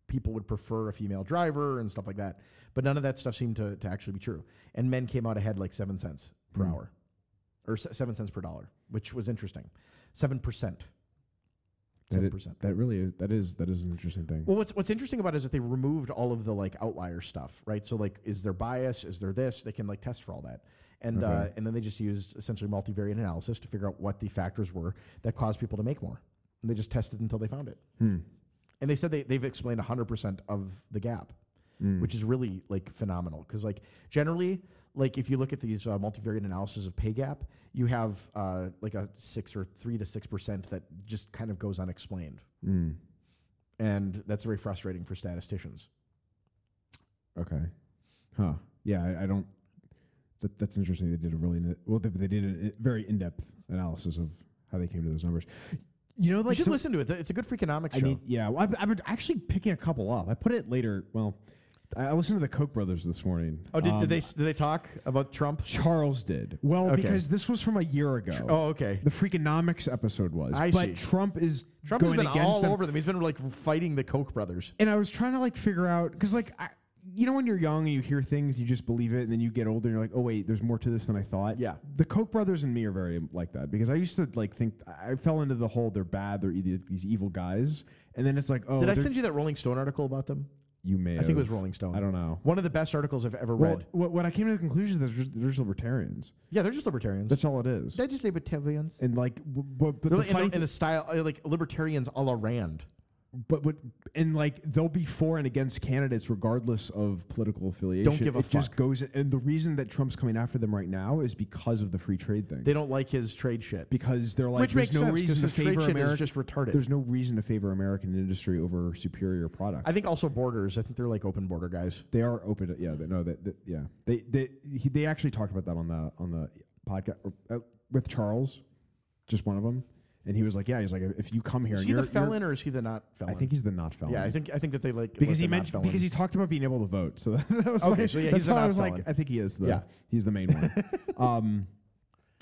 [SPEAKER 2] people would prefer a female driver and stuff like that. But none of that stuff seemed to, to actually be true. And men came out ahead like seven cents per
[SPEAKER 3] Hmm.
[SPEAKER 2] hour, or se- seven cents per dollar, which was interesting. Seven percent.
[SPEAKER 3] That, it, that really is that is that is an interesting thing.
[SPEAKER 2] Well, what's what's interesting about it is that they removed all of the like outlier stuff, right? So like, is there bias? Is there this? They can like test for all that, and uh,
[SPEAKER 3] Okay.
[SPEAKER 2] and then they just used essentially multivariate analysis to figure out what the factors were that caused people to make more, and they just tested until they found it.
[SPEAKER 3] Hmm.
[SPEAKER 2] And they said they they've explained 100 percent of the gap,
[SPEAKER 3] Mm.
[SPEAKER 2] which is really like phenomenal because like generally. Like if you look at these uh, multivariate analysis of pay gap, you have uh, like a six or three to six percent that just kind of goes unexplained,
[SPEAKER 3] Mm.
[SPEAKER 2] and that's very frustrating for statisticians.
[SPEAKER 3] Okay. Huh. Yeah, I, I don't. That, that's interesting. They did a really in- well. They, they did a i- very in-depth analysis of how they came to those numbers. You know,
[SPEAKER 2] You
[SPEAKER 3] like
[SPEAKER 2] should
[SPEAKER 3] some-
[SPEAKER 2] listen to it. Th- It's a good freakonomics
[SPEAKER 3] I
[SPEAKER 2] show.
[SPEAKER 3] need, yeah, well, I've, I've been actually picking a couple up. I put it later. Well, I I listened to the Koch brothers this morning.
[SPEAKER 2] oh, did,
[SPEAKER 3] Um,
[SPEAKER 2] did they s- did they talk about Trump?
[SPEAKER 3] Charles did. Well,
[SPEAKER 2] Okay.
[SPEAKER 3] because this was from a year ago.
[SPEAKER 2] Oh, okay.
[SPEAKER 3] The Freakonomics episode was.
[SPEAKER 2] I
[SPEAKER 3] but
[SPEAKER 2] see.
[SPEAKER 3] Trump is
[SPEAKER 2] Trump
[SPEAKER 3] going
[SPEAKER 2] has been
[SPEAKER 3] against
[SPEAKER 2] all
[SPEAKER 3] them.
[SPEAKER 2] over them. He's been like fighting the Koch brothers.
[SPEAKER 3] And I was trying to like figure out because like I, you know when you're young and you hear things you just believe it and then you get older and you're like oh wait there's more to this than I thought. Yeah. The Koch brothers and me are very like that because I used to like think I fell into the whole they're bad they're either these evil guys and then it's like oh
[SPEAKER 2] did I
[SPEAKER 3] they're-
[SPEAKER 2] send you that Rolling Stone article about them?
[SPEAKER 3] you may
[SPEAKER 2] I think it was
[SPEAKER 3] have.
[SPEAKER 2] Rolling Stone.
[SPEAKER 3] I don't know.
[SPEAKER 2] One of the best articles I've ever
[SPEAKER 3] Well,
[SPEAKER 2] read.
[SPEAKER 3] what, what I came to the conclusion is that there's, there's libertarians.
[SPEAKER 2] Yeah, they're just libertarians.
[SPEAKER 3] That's all it is.
[SPEAKER 2] They're just libertarians.
[SPEAKER 3] And like, w- w- but
[SPEAKER 2] They're
[SPEAKER 3] the
[SPEAKER 2] like in, the,
[SPEAKER 3] funny
[SPEAKER 2] in the style uh, like libertarians a la Rand.
[SPEAKER 3] but what and like they'll be for and against candidates regardless of political affiliation.
[SPEAKER 2] give a
[SPEAKER 3] it just
[SPEAKER 2] fuck.
[SPEAKER 3] goes and the reason that Trump's coming after them right now is because of the free trade thing.
[SPEAKER 2] They don't like his trade shit.
[SPEAKER 3] because they're like
[SPEAKER 2] Which
[SPEAKER 3] there's
[SPEAKER 2] makes
[SPEAKER 3] no
[SPEAKER 2] sense, 'cause
[SPEAKER 3] reason to
[SPEAKER 2] his trade
[SPEAKER 3] favor
[SPEAKER 2] shit is
[SPEAKER 3] America.
[SPEAKER 2] just retarded.
[SPEAKER 3] There's no reason to favor American industry over superior product.
[SPEAKER 2] I think also borders. I think they're like open border guys.
[SPEAKER 3] they are open. To, yeah, they, no, that that- yeah. They they he, they actually talked about that on the on the podcast or, uh, with Charles, just one of them, and he was like, yeah, he's like, if you come here,
[SPEAKER 2] Is
[SPEAKER 3] and
[SPEAKER 2] he the
[SPEAKER 3] you're- you're-
[SPEAKER 2] felon or is he the not felon?
[SPEAKER 3] I think he's the not felon.
[SPEAKER 2] Yeah, I think I think that they like
[SPEAKER 3] because
[SPEAKER 2] let the
[SPEAKER 3] he
[SPEAKER 2] not
[SPEAKER 3] mentioned
[SPEAKER 2] felon.
[SPEAKER 3] because he talked about being able to vote. So that was
[SPEAKER 2] Okay,
[SPEAKER 3] why-
[SPEAKER 2] so yeah,
[SPEAKER 3] that's
[SPEAKER 2] he's a
[SPEAKER 3] how I
[SPEAKER 2] not
[SPEAKER 3] was like,
[SPEAKER 2] felon.
[SPEAKER 3] I think he is the
[SPEAKER 2] Yeah.
[SPEAKER 3] he's the main one, um,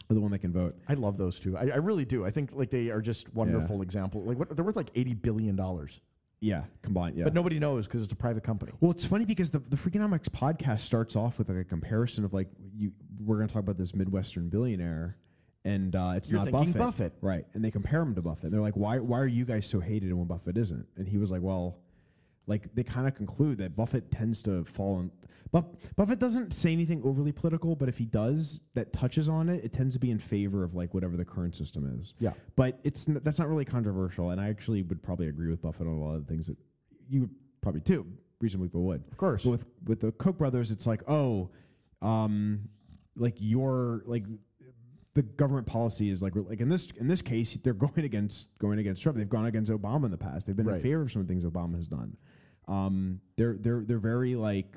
[SPEAKER 3] the one that can vote.
[SPEAKER 2] I love those two. I, I really do. I think like they are just wonderful example. Like what, they're worth like eighty billion dollars,
[SPEAKER 3] Yeah, combined. Yeah,
[SPEAKER 2] but nobody knows because it's a private company.
[SPEAKER 3] Well, it's funny because the, the Freakonomics podcast starts off with like a comparison of like you we're going to talk about this Midwestern billionaire, and uh, it's
[SPEAKER 2] You're
[SPEAKER 3] not
[SPEAKER 2] thinking
[SPEAKER 3] Buffett,
[SPEAKER 2] Buffett.
[SPEAKER 3] right? And they compare him to Buffett. And they're like, why why are you guys so hated when Buffett isn't? And he was like, well, like they kind of conclude that Buffett tends to fall in. Buff, Buffett doesn't say anything overly political, but if he does that touches on it, it tends to be in favor of like whatever the current system is.
[SPEAKER 2] Yeah.
[SPEAKER 3] but it's n- that's not really controversial, and I actually would probably agree with Buffett on a lot of the things that you would probably too. Reasonably, people would. Of
[SPEAKER 2] course.
[SPEAKER 3] But with with the Koch brothers, it's like, oh, um, like your like the government policy is like re- like in this in this case they're going against going against Trump. They've gone against Obama in the past. They've been
[SPEAKER 2] Right.
[SPEAKER 3] in favor of some of the things Obama has done. Um, they're they're they're very like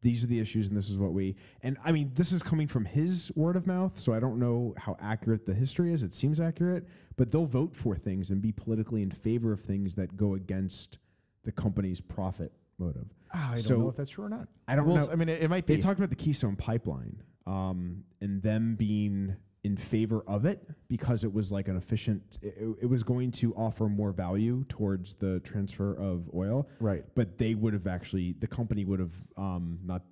[SPEAKER 3] these are the issues and this is what we and I mean this is coming from his word of mouth, so I don't know how accurate the history is. It seems accurate, but they'll vote for things and be politically in favor of things that go against the company's profit motive.
[SPEAKER 2] Ah, I
[SPEAKER 3] So-
[SPEAKER 2] don't know if that's true or not.
[SPEAKER 3] I don't
[SPEAKER 2] Well,
[SPEAKER 3] know.
[SPEAKER 2] I mean, it, it might be.
[SPEAKER 3] They talked about the Keystone Pipeline um, and them being in favor of it because it was like an efficient. It, it- it was going to offer more value towards the transfer of oil.
[SPEAKER 2] Right.
[SPEAKER 3] But they would have actually the company would have um, not.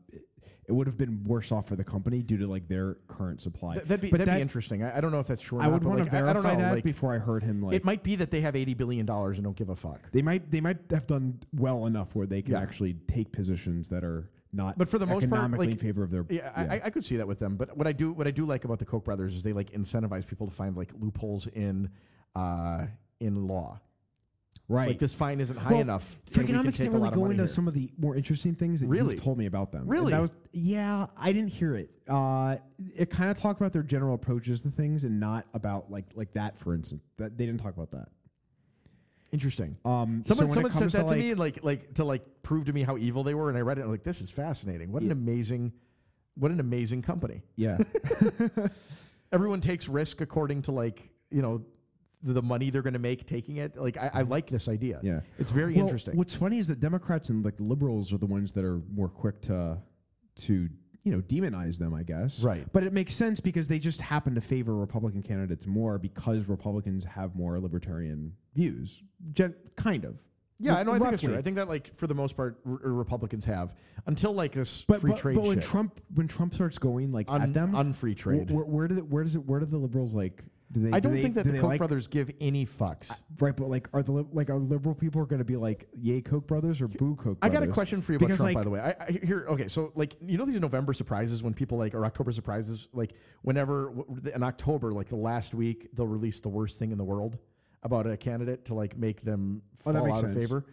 [SPEAKER 3] It, would have been worse off for the company due to like their current supply.
[SPEAKER 2] Th- that'd be
[SPEAKER 3] But
[SPEAKER 2] that'd
[SPEAKER 3] that-
[SPEAKER 2] be interesting. I, I don't know if that's true. Or
[SPEAKER 3] I
[SPEAKER 2] not,
[SPEAKER 3] would
[SPEAKER 2] but,
[SPEAKER 3] want
[SPEAKER 2] like,
[SPEAKER 3] to
[SPEAKER 2] I,
[SPEAKER 3] verify
[SPEAKER 2] I don't know,
[SPEAKER 3] that
[SPEAKER 2] like,
[SPEAKER 3] before I heard him. Like
[SPEAKER 2] it might be that they have eighty billion dollars and don't give a fuck.
[SPEAKER 3] They might they might have done well enough where they can
[SPEAKER 2] Yeah.
[SPEAKER 3] actually take positions that are not.
[SPEAKER 2] But for the most part,
[SPEAKER 3] economically
[SPEAKER 2] like,
[SPEAKER 3] in favor of their.
[SPEAKER 2] yeah, I, I- I could see that with them. But what I do what I do like about the Koch brothers is they like incentivize people to find like loopholes in uh, in law.
[SPEAKER 3] right.
[SPEAKER 2] Like this fine isn't high
[SPEAKER 3] Well,
[SPEAKER 2] enough. and we can
[SPEAKER 3] Freakonomics
[SPEAKER 2] take a
[SPEAKER 3] didn't really
[SPEAKER 2] lot of
[SPEAKER 3] go
[SPEAKER 2] money
[SPEAKER 3] into
[SPEAKER 2] here.
[SPEAKER 3] some of the more interesting things that
[SPEAKER 2] Really?
[SPEAKER 3] you've told me about them. And
[SPEAKER 2] Really?
[SPEAKER 3] that was yeah. I didn't hear it. Uh, it kind of talked about their general approaches to things and not about like like that. For instance, that they didn't talk about that.
[SPEAKER 2] Interesting.
[SPEAKER 3] Um, so
[SPEAKER 2] Someone,
[SPEAKER 3] when
[SPEAKER 2] someone
[SPEAKER 3] it
[SPEAKER 2] said
[SPEAKER 3] comes
[SPEAKER 2] that to,
[SPEAKER 3] like-
[SPEAKER 2] me, and like, like to like prove to me how evil they were, and I read it. and I'm like, this is fascinating. What an amazing, what an amazing company.
[SPEAKER 3] Yeah.
[SPEAKER 2] Everyone takes risk according to like you know the money they're going to make taking it. Like I, I like this idea.
[SPEAKER 3] Yeah,
[SPEAKER 2] it's very
[SPEAKER 3] Well,
[SPEAKER 2] interesting.
[SPEAKER 3] What's funny is that Democrats and like liberals are the ones that are more quick to to you know demonize them, I guess.
[SPEAKER 2] Right.
[SPEAKER 3] But it makes sense because they just happen to favor Republican candidates more because Republicans have more libertarian views, Gen- kind of.
[SPEAKER 2] yeah, I know. I think it's true.
[SPEAKER 3] Roughly.
[SPEAKER 2] I think that like for the most part, r- Republicans have until like this
[SPEAKER 3] But,
[SPEAKER 2] free
[SPEAKER 3] but,
[SPEAKER 2] trade.
[SPEAKER 3] but when
[SPEAKER 2] shit.
[SPEAKER 3] Trump when Trump starts going like
[SPEAKER 2] Un-
[SPEAKER 3] at them
[SPEAKER 2] unfree
[SPEAKER 3] wh-
[SPEAKER 2] trade.
[SPEAKER 3] wh- where, do the, where does it where do the liberals like Do they,
[SPEAKER 2] I
[SPEAKER 3] do
[SPEAKER 2] don't
[SPEAKER 3] they-
[SPEAKER 2] think that
[SPEAKER 3] do
[SPEAKER 2] the
[SPEAKER 3] they
[SPEAKER 2] Koch
[SPEAKER 3] like-
[SPEAKER 2] brothers give any fucks.
[SPEAKER 3] Right, but like, are the li- like are liberal people are going to be like, "Yay, Koch brothers" or "Boo, Koch brothers"?
[SPEAKER 2] I got a question for you about
[SPEAKER 3] Because,
[SPEAKER 2] Trump, by
[SPEAKER 3] like,
[SPEAKER 2] the way. I, I here, okay, so like you know these November surprises when people like or October surprises, like whenever w- in October, like the last week, they'll release the worst thing in the world about a candidate to like make them
[SPEAKER 3] Oh,
[SPEAKER 2] fall
[SPEAKER 3] that makes
[SPEAKER 2] out of
[SPEAKER 3] sense.
[SPEAKER 2] favor.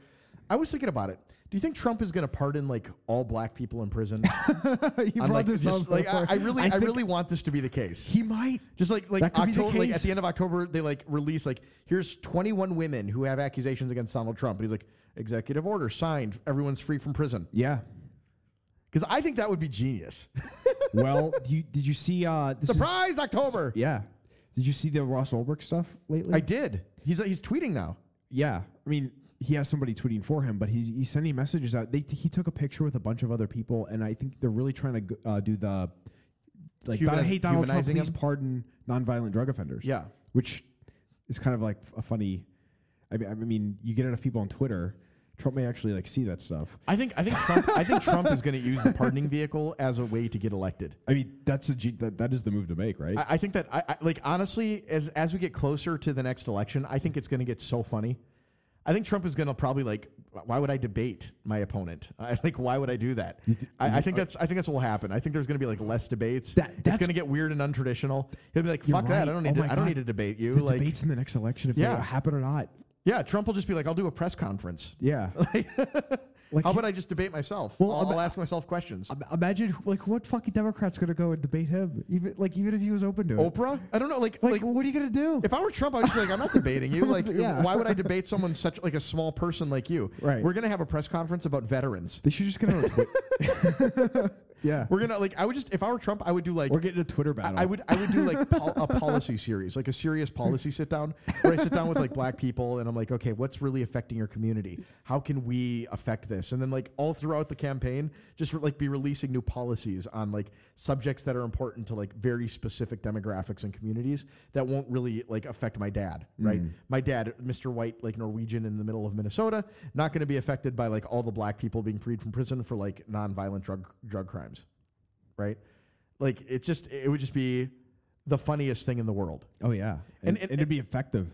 [SPEAKER 2] I was thinking about it. Do you think Trump is going to pardon like all black people in prison?
[SPEAKER 3] you
[SPEAKER 2] I'm,
[SPEAKER 3] brought
[SPEAKER 2] like,
[SPEAKER 3] this
[SPEAKER 2] just,
[SPEAKER 3] up
[SPEAKER 2] like, I,
[SPEAKER 3] before.
[SPEAKER 2] I really,
[SPEAKER 3] I
[SPEAKER 2] I,
[SPEAKER 3] think-
[SPEAKER 2] really want this to be the case.
[SPEAKER 3] He might
[SPEAKER 2] just like like
[SPEAKER 3] That could be the
[SPEAKER 2] October, like at
[SPEAKER 3] case.
[SPEAKER 2] the end of October, they like release like here's 21 women who have accusations against Donald Trump, and he's like executive order signed, everyone's free from prison.
[SPEAKER 3] Yeah,
[SPEAKER 2] because I think that would be genius.
[SPEAKER 3] well, do you, did you see uh, this is-
[SPEAKER 2] Surprise, October!
[SPEAKER 3] yeah, did you see the Ross Ulbricht stuff lately?
[SPEAKER 2] I did. He's he's tweeting now.
[SPEAKER 3] Yeah, I mean, he has somebody tweeting for him, but he's he's sending messages out. They t- he took a picture with a bunch of other people, and I think they're really trying to g- uh, do the like.
[SPEAKER 2] Humanize-
[SPEAKER 3] I hate Donald Trump.
[SPEAKER 2] humanizing
[SPEAKER 3] Please
[SPEAKER 2] him?
[SPEAKER 3] pardon nonviolent drug offenders.
[SPEAKER 2] Yeah.
[SPEAKER 3] which is kind of like a funny. I mean, I mean, you get enough people on Twitter, Trump may actually like see that stuff.
[SPEAKER 2] I think I think Trump, I think Trump is going to use the pardoning vehicle as a way to get elected.
[SPEAKER 3] I mean, that's a G- that, that is the move to make, right?
[SPEAKER 2] I, I think that I, I like honestly, as as we get closer to the next election, I think it's going to get so funny. I think Trump is going to probably like, why would I debate my opponent? I, like, why would I do that? I, I think that's I think that's what will happen. I think there's going to be like less debates. it's going to get weird and untraditional. He'll be like,
[SPEAKER 3] You're
[SPEAKER 2] fuck that. I
[SPEAKER 3] right.
[SPEAKER 2] don't need
[SPEAKER 3] Oh
[SPEAKER 2] to,
[SPEAKER 3] my
[SPEAKER 2] I don't
[SPEAKER 3] God.
[SPEAKER 2] need to debate you.
[SPEAKER 3] The
[SPEAKER 2] like,
[SPEAKER 3] debates in the next election, if
[SPEAKER 2] Yeah.
[SPEAKER 3] they happen or not.
[SPEAKER 2] yeah, Trump will just be like, I'll do a press conference.
[SPEAKER 3] Yeah.
[SPEAKER 2] How about I just debate myself?
[SPEAKER 3] Well,
[SPEAKER 2] I'll,
[SPEAKER 3] I'm-
[SPEAKER 2] I'll ask myself questions.
[SPEAKER 3] Im- Imagine who- like what fucking Democrat's gonna go and debate him, even like even if he was open to it.
[SPEAKER 2] Oprah? I don't know. Like, like,
[SPEAKER 3] what are you gonna do?
[SPEAKER 2] If I were Trump, I'd just be like, I'm not debating you. Like,
[SPEAKER 3] Yeah.
[SPEAKER 2] why would I debate someone such like a small person like you?
[SPEAKER 3] Right.
[SPEAKER 2] We're gonna have a press conference about veterans.
[SPEAKER 3] They should just get on a Twitter. yeah,
[SPEAKER 2] We're gonna like. I would just if I were Trump, I would do like.
[SPEAKER 3] we're getting a Twitter battle.
[SPEAKER 2] I would I would do like pol- a policy series, like a serious policy sit down, where I sit down with like black people and I'm like, okay, what's really affecting your community? How can we affect this? And then like all throughout the campaign, just like be releasing new policies on like subjects that are important to like very specific demographics and communities that won't really like affect my dad, right? My dad, Mr. White, like Norwegian in the middle of Minnesota, not going to be affected by like all the black people being freed from prison for like nonviolent drug drug crimes right? Like it's just it would just be the funniest thing in the world.
[SPEAKER 3] Oh yeah,
[SPEAKER 2] And-
[SPEAKER 3] and, and,
[SPEAKER 2] and-
[SPEAKER 3] it'd be effective.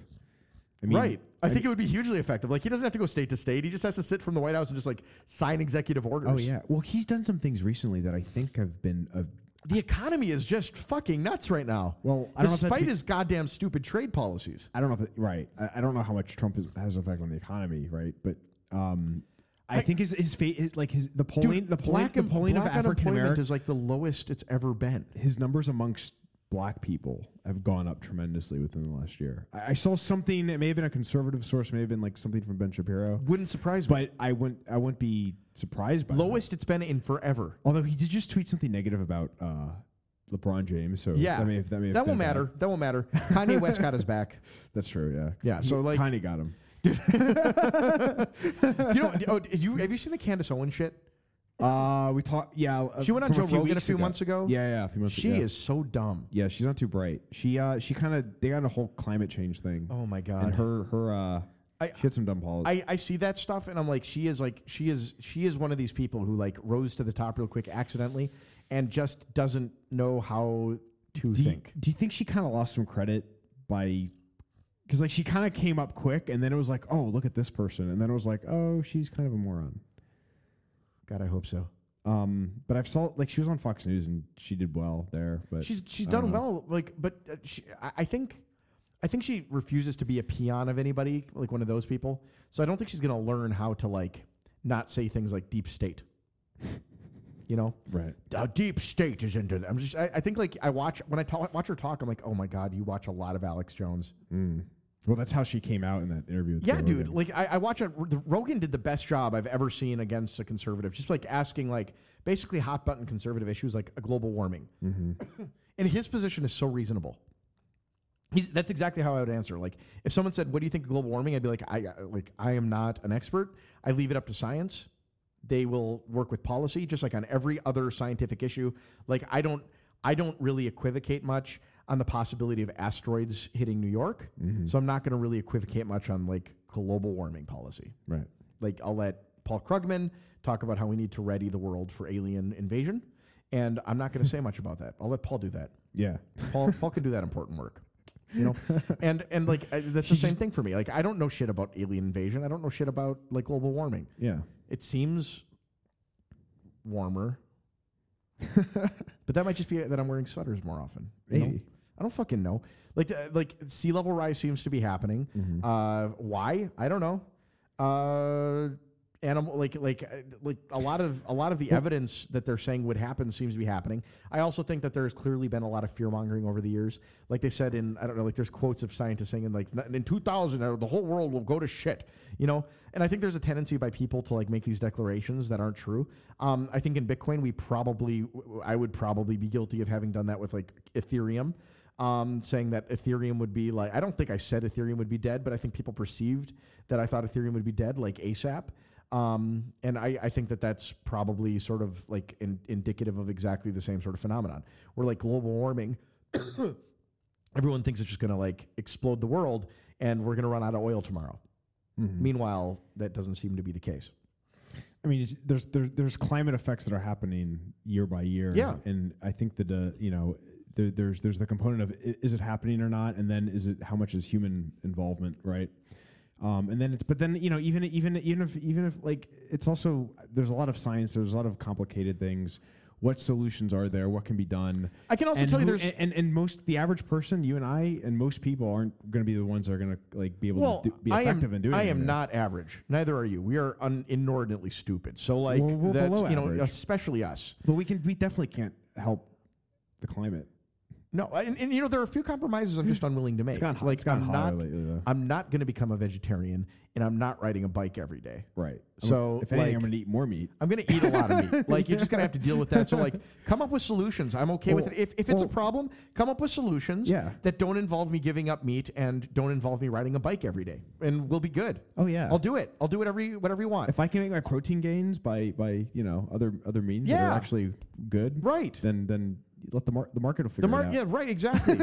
[SPEAKER 3] I mean,
[SPEAKER 2] right. I, think it would be hugely effective. Like he doesn't have to go state to state. He just has to sit from the White House and just like sign executive orders.
[SPEAKER 3] Oh yeah. Well, he's done some things recently that I think have been. Uh,
[SPEAKER 2] The economy is just fucking nuts right now.
[SPEAKER 3] Well, I don't know if that's
[SPEAKER 2] despite
[SPEAKER 3] be-
[SPEAKER 2] his goddamn stupid trade policies.
[SPEAKER 3] I don't know if it, right. I, I don't know how much Trump is, has an effect on the economy, right? But um, I, think his his fate is like his the polling the polling, the
[SPEAKER 2] em-
[SPEAKER 3] polling of
[SPEAKER 2] black
[SPEAKER 3] African
[SPEAKER 2] unemployment
[SPEAKER 3] Americans.
[SPEAKER 2] is like the lowest it's ever been.
[SPEAKER 3] his numbers amongst black people have gone up tremendously within the last year. I, I saw something. It may have been a conservative source. May have been like something from Ben Shapiro.
[SPEAKER 2] Wouldn't surprise me.
[SPEAKER 3] But I wouldn't. I wouldn't be surprised by that.
[SPEAKER 2] lowest it's been in forever.
[SPEAKER 3] Although he did just tweet something negative about uh, LeBron James. So
[SPEAKER 2] Yeah,
[SPEAKER 3] that, may have, that, may have
[SPEAKER 2] won't
[SPEAKER 3] been bad.
[SPEAKER 2] matter. That won't matter. Kanye West got his back.
[SPEAKER 3] That's true. Yeah.
[SPEAKER 2] Yeah, so, like-
[SPEAKER 3] Kanye got him.
[SPEAKER 2] Do you know? Oh, did you have you seen the Candace Owens shit?
[SPEAKER 3] Uh, we talked. Yeah, uh,
[SPEAKER 2] She went on
[SPEAKER 3] from
[SPEAKER 2] Joe Rogan a
[SPEAKER 3] weeks
[SPEAKER 2] few months ago.
[SPEAKER 3] Yeah, yeah, a few months
[SPEAKER 2] She
[SPEAKER 3] ago. yeah.
[SPEAKER 2] is so dumb.
[SPEAKER 3] Yeah, she's not too bright. She uh, she kind of they got in a whole climate change thing.
[SPEAKER 2] Oh my god.
[SPEAKER 3] and her her uh,
[SPEAKER 2] I-
[SPEAKER 3] she had some dumb policies.
[SPEAKER 2] I, I see that stuff and I'm like, she is like she is she is one of these people who like rose to the top real quick accidentally and just doesn't know how to
[SPEAKER 3] do
[SPEAKER 2] think.
[SPEAKER 3] You, do you think she kind of lost some credit by because like she kind of came up quick and then it was like, oh, look at this person, and then it was like, oh, she's kind of a moron.
[SPEAKER 2] God, I hope so.
[SPEAKER 3] Um, but I've saw like she was on Fox News and she did well there, but
[SPEAKER 2] She's she's
[SPEAKER 3] I don't
[SPEAKER 2] done
[SPEAKER 3] know.
[SPEAKER 2] well, like, but uh, she, I, I think, I think she refuses to be a peon of anybody, like one of those people. So I don't think she's gonna learn how to like not say things like deep state. you know,
[SPEAKER 3] Right.
[SPEAKER 2] a deep state is into that. I'm just, I, I think like I watch when I ta- watch her talk, I'm like, oh my god, you watch a lot of Alex Jones.
[SPEAKER 3] Mm. Well, that's how she came out in that interview. With
[SPEAKER 2] Yeah,
[SPEAKER 3] Joe
[SPEAKER 2] dude.
[SPEAKER 3] Rogan.
[SPEAKER 2] Like I, I watch a, the Rogan did the best job I've ever seen against a conservative, just like asking like basically hot button conservative issues like a global warming, and his position is so reasonable. He's, that's exactly how I would answer. Like, if someone said, "What do you think of global warming?" I'd be like, "I I- like I am not an expert. I leave it up to science. They will work with policy, just like on every other scientific issue. Like, I don't I don't really equivocate much on the possibility of asteroids hitting New York, so I'm not going to really equivocate much on like global warming policy.
[SPEAKER 3] right.
[SPEAKER 2] Like, I'll let Paul Krugman talk about how we need to ready the world for alien invasion, and I'm not going to say much about that. I'll let Paul do that.
[SPEAKER 3] Yeah.
[SPEAKER 2] Paul Paul can do that important work. you know and and like I, that's the same thing for me like i don't know shit about alien invasion i don't know shit about like global warming
[SPEAKER 3] Yeah.
[SPEAKER 2] it seems warmer but that might just be that i'm wearing sweaters more often you know?
[SPEAKER 3] Maybe.
[SPEAKER 2] i don't fucking know like uh, like sea level rise seems to be happening uh why i don't know uh animal like like uh, like a lot of a lot of the evidence that they're saying would happen seems to be happening i also think that there's clearly been a lot of fear mongering over the years like they said in i don't know like there's quotes of scientists saying in like "N- in 2000 uh, the whole world will go to shit you know and i think there's a tendency by people to like make these declarations that aren't true um, i think in bitcoin we probably i would probably be guilty of having done that with like ethereum um, saying that Ethereum would be like, I don't think I said Ethereum would be dead, but I think people perceived that I thought Ethereum would be dead, like ASAP. Um, and I, I think that that's probably sort of like in, indicative of exactly the same sort of phenomenon where like global warming, everyone thinks it's just going to like explode the world and we're going to run out of oil tomorrow.
[SPEAKER 3] Mhm.
[SPEAKER 2] Meanwhile, that doesn't seem to be the case.
[SPEAKER 3] I mean, it's- there's there, there's climate effects that are happening year by year.
[SPEAKER 2] Yeah.
[SPEAKER 3] and I think that uh, you know there, there's there's the component of i- is it happening or not, and then is it how much is human involvement, right? Um, and then it's but then you know even even even if even if like it's also there's a lot of science, there's a lot of complicated things. What solutions are there? What can be done?
[SPEAKER 2] I can also
[SPEAKER 3] And
[SPEAKER 2] tell you
[SPEAKER 3] who-
[SPEAKER 2] there's-
[SPEAKER 3] and, and and most the average person, you and I, and most people aren't going to be the ones that are going to like be able
[SPEAKER 2] Well,
[SPEAKER 3] to do, be
[SPEAKER 2] I am,
[SPEAKER 3] effective in doing.
[SPEAKER 2] I am
[SPEAKER 3] anything.
[SPEAKER 2] not average. Neither are you. We are un- inordinately stupid. So like
[SPEAKER 3] Well, we're
[SPEAKER 2] that's,
[SPEAKER 3] below
[SPEAKER 2] you know,
[SPEAKER 3] average.
[SPEAKER 2] especially us.
[SPEAKER 3] But we can. We definitely can't help the climate.
[SPEAKER 2] No, and, and you know there are a few compromises I'm just unwilling to make.
[SPEAKER 3] gone hot-
[SPEAKER 2] like
[SPEAKER 3] Hmm. it's gone
[SPEAKER 2] I'm
[SPEAKER 3] hotter
[SPEAKER 2] not,
[SPEAKER 3] lately, though.
[SPEAKER 2] I'm not going to become a vegetarian, and I'm not riding a bike every day.
[SPEAKER 3] Right. I'm-
[SPEAKER 2] So
[SPEAKER 3] if anything,
[SPEAKER 2] like,
[SPEAKER 3] I'm gonna eat more meat.
[SPEAKER 2] I'm going to eat a lot of meat. Like you're just going to have to deal with that. So like, come up with solutions. I'm okay with
[SPEAKER 3] Well,
[SPEAKER 2] it. If, if it's a
[SPEAKER 3] well-
[SPEAKER 2] problem, come up with solutions
[SPEAKER 3] Yeah.
[SPEAKER 2] that don't involve me giving up meat and don't involve me riding a bike every day, and we'll be good.
[SPEAKER 3] Oh, yeah.
[SPEAKER 2] I'll do it. I'll do whatever you, whatever you want.
[SPEAKER 3] If I can make my protein gains by by you know other other means that
[SPEAKER 2] Yeah.
[SPEAKER 3] are actually good,
[SPEAKER 2] Right.
[SPEAKER 3] Then then let the mar- the market will figure
[SPEAKER 2] the mar-
[SPEAKER 3] it out.
[SPEAKER 2] yeah right exactly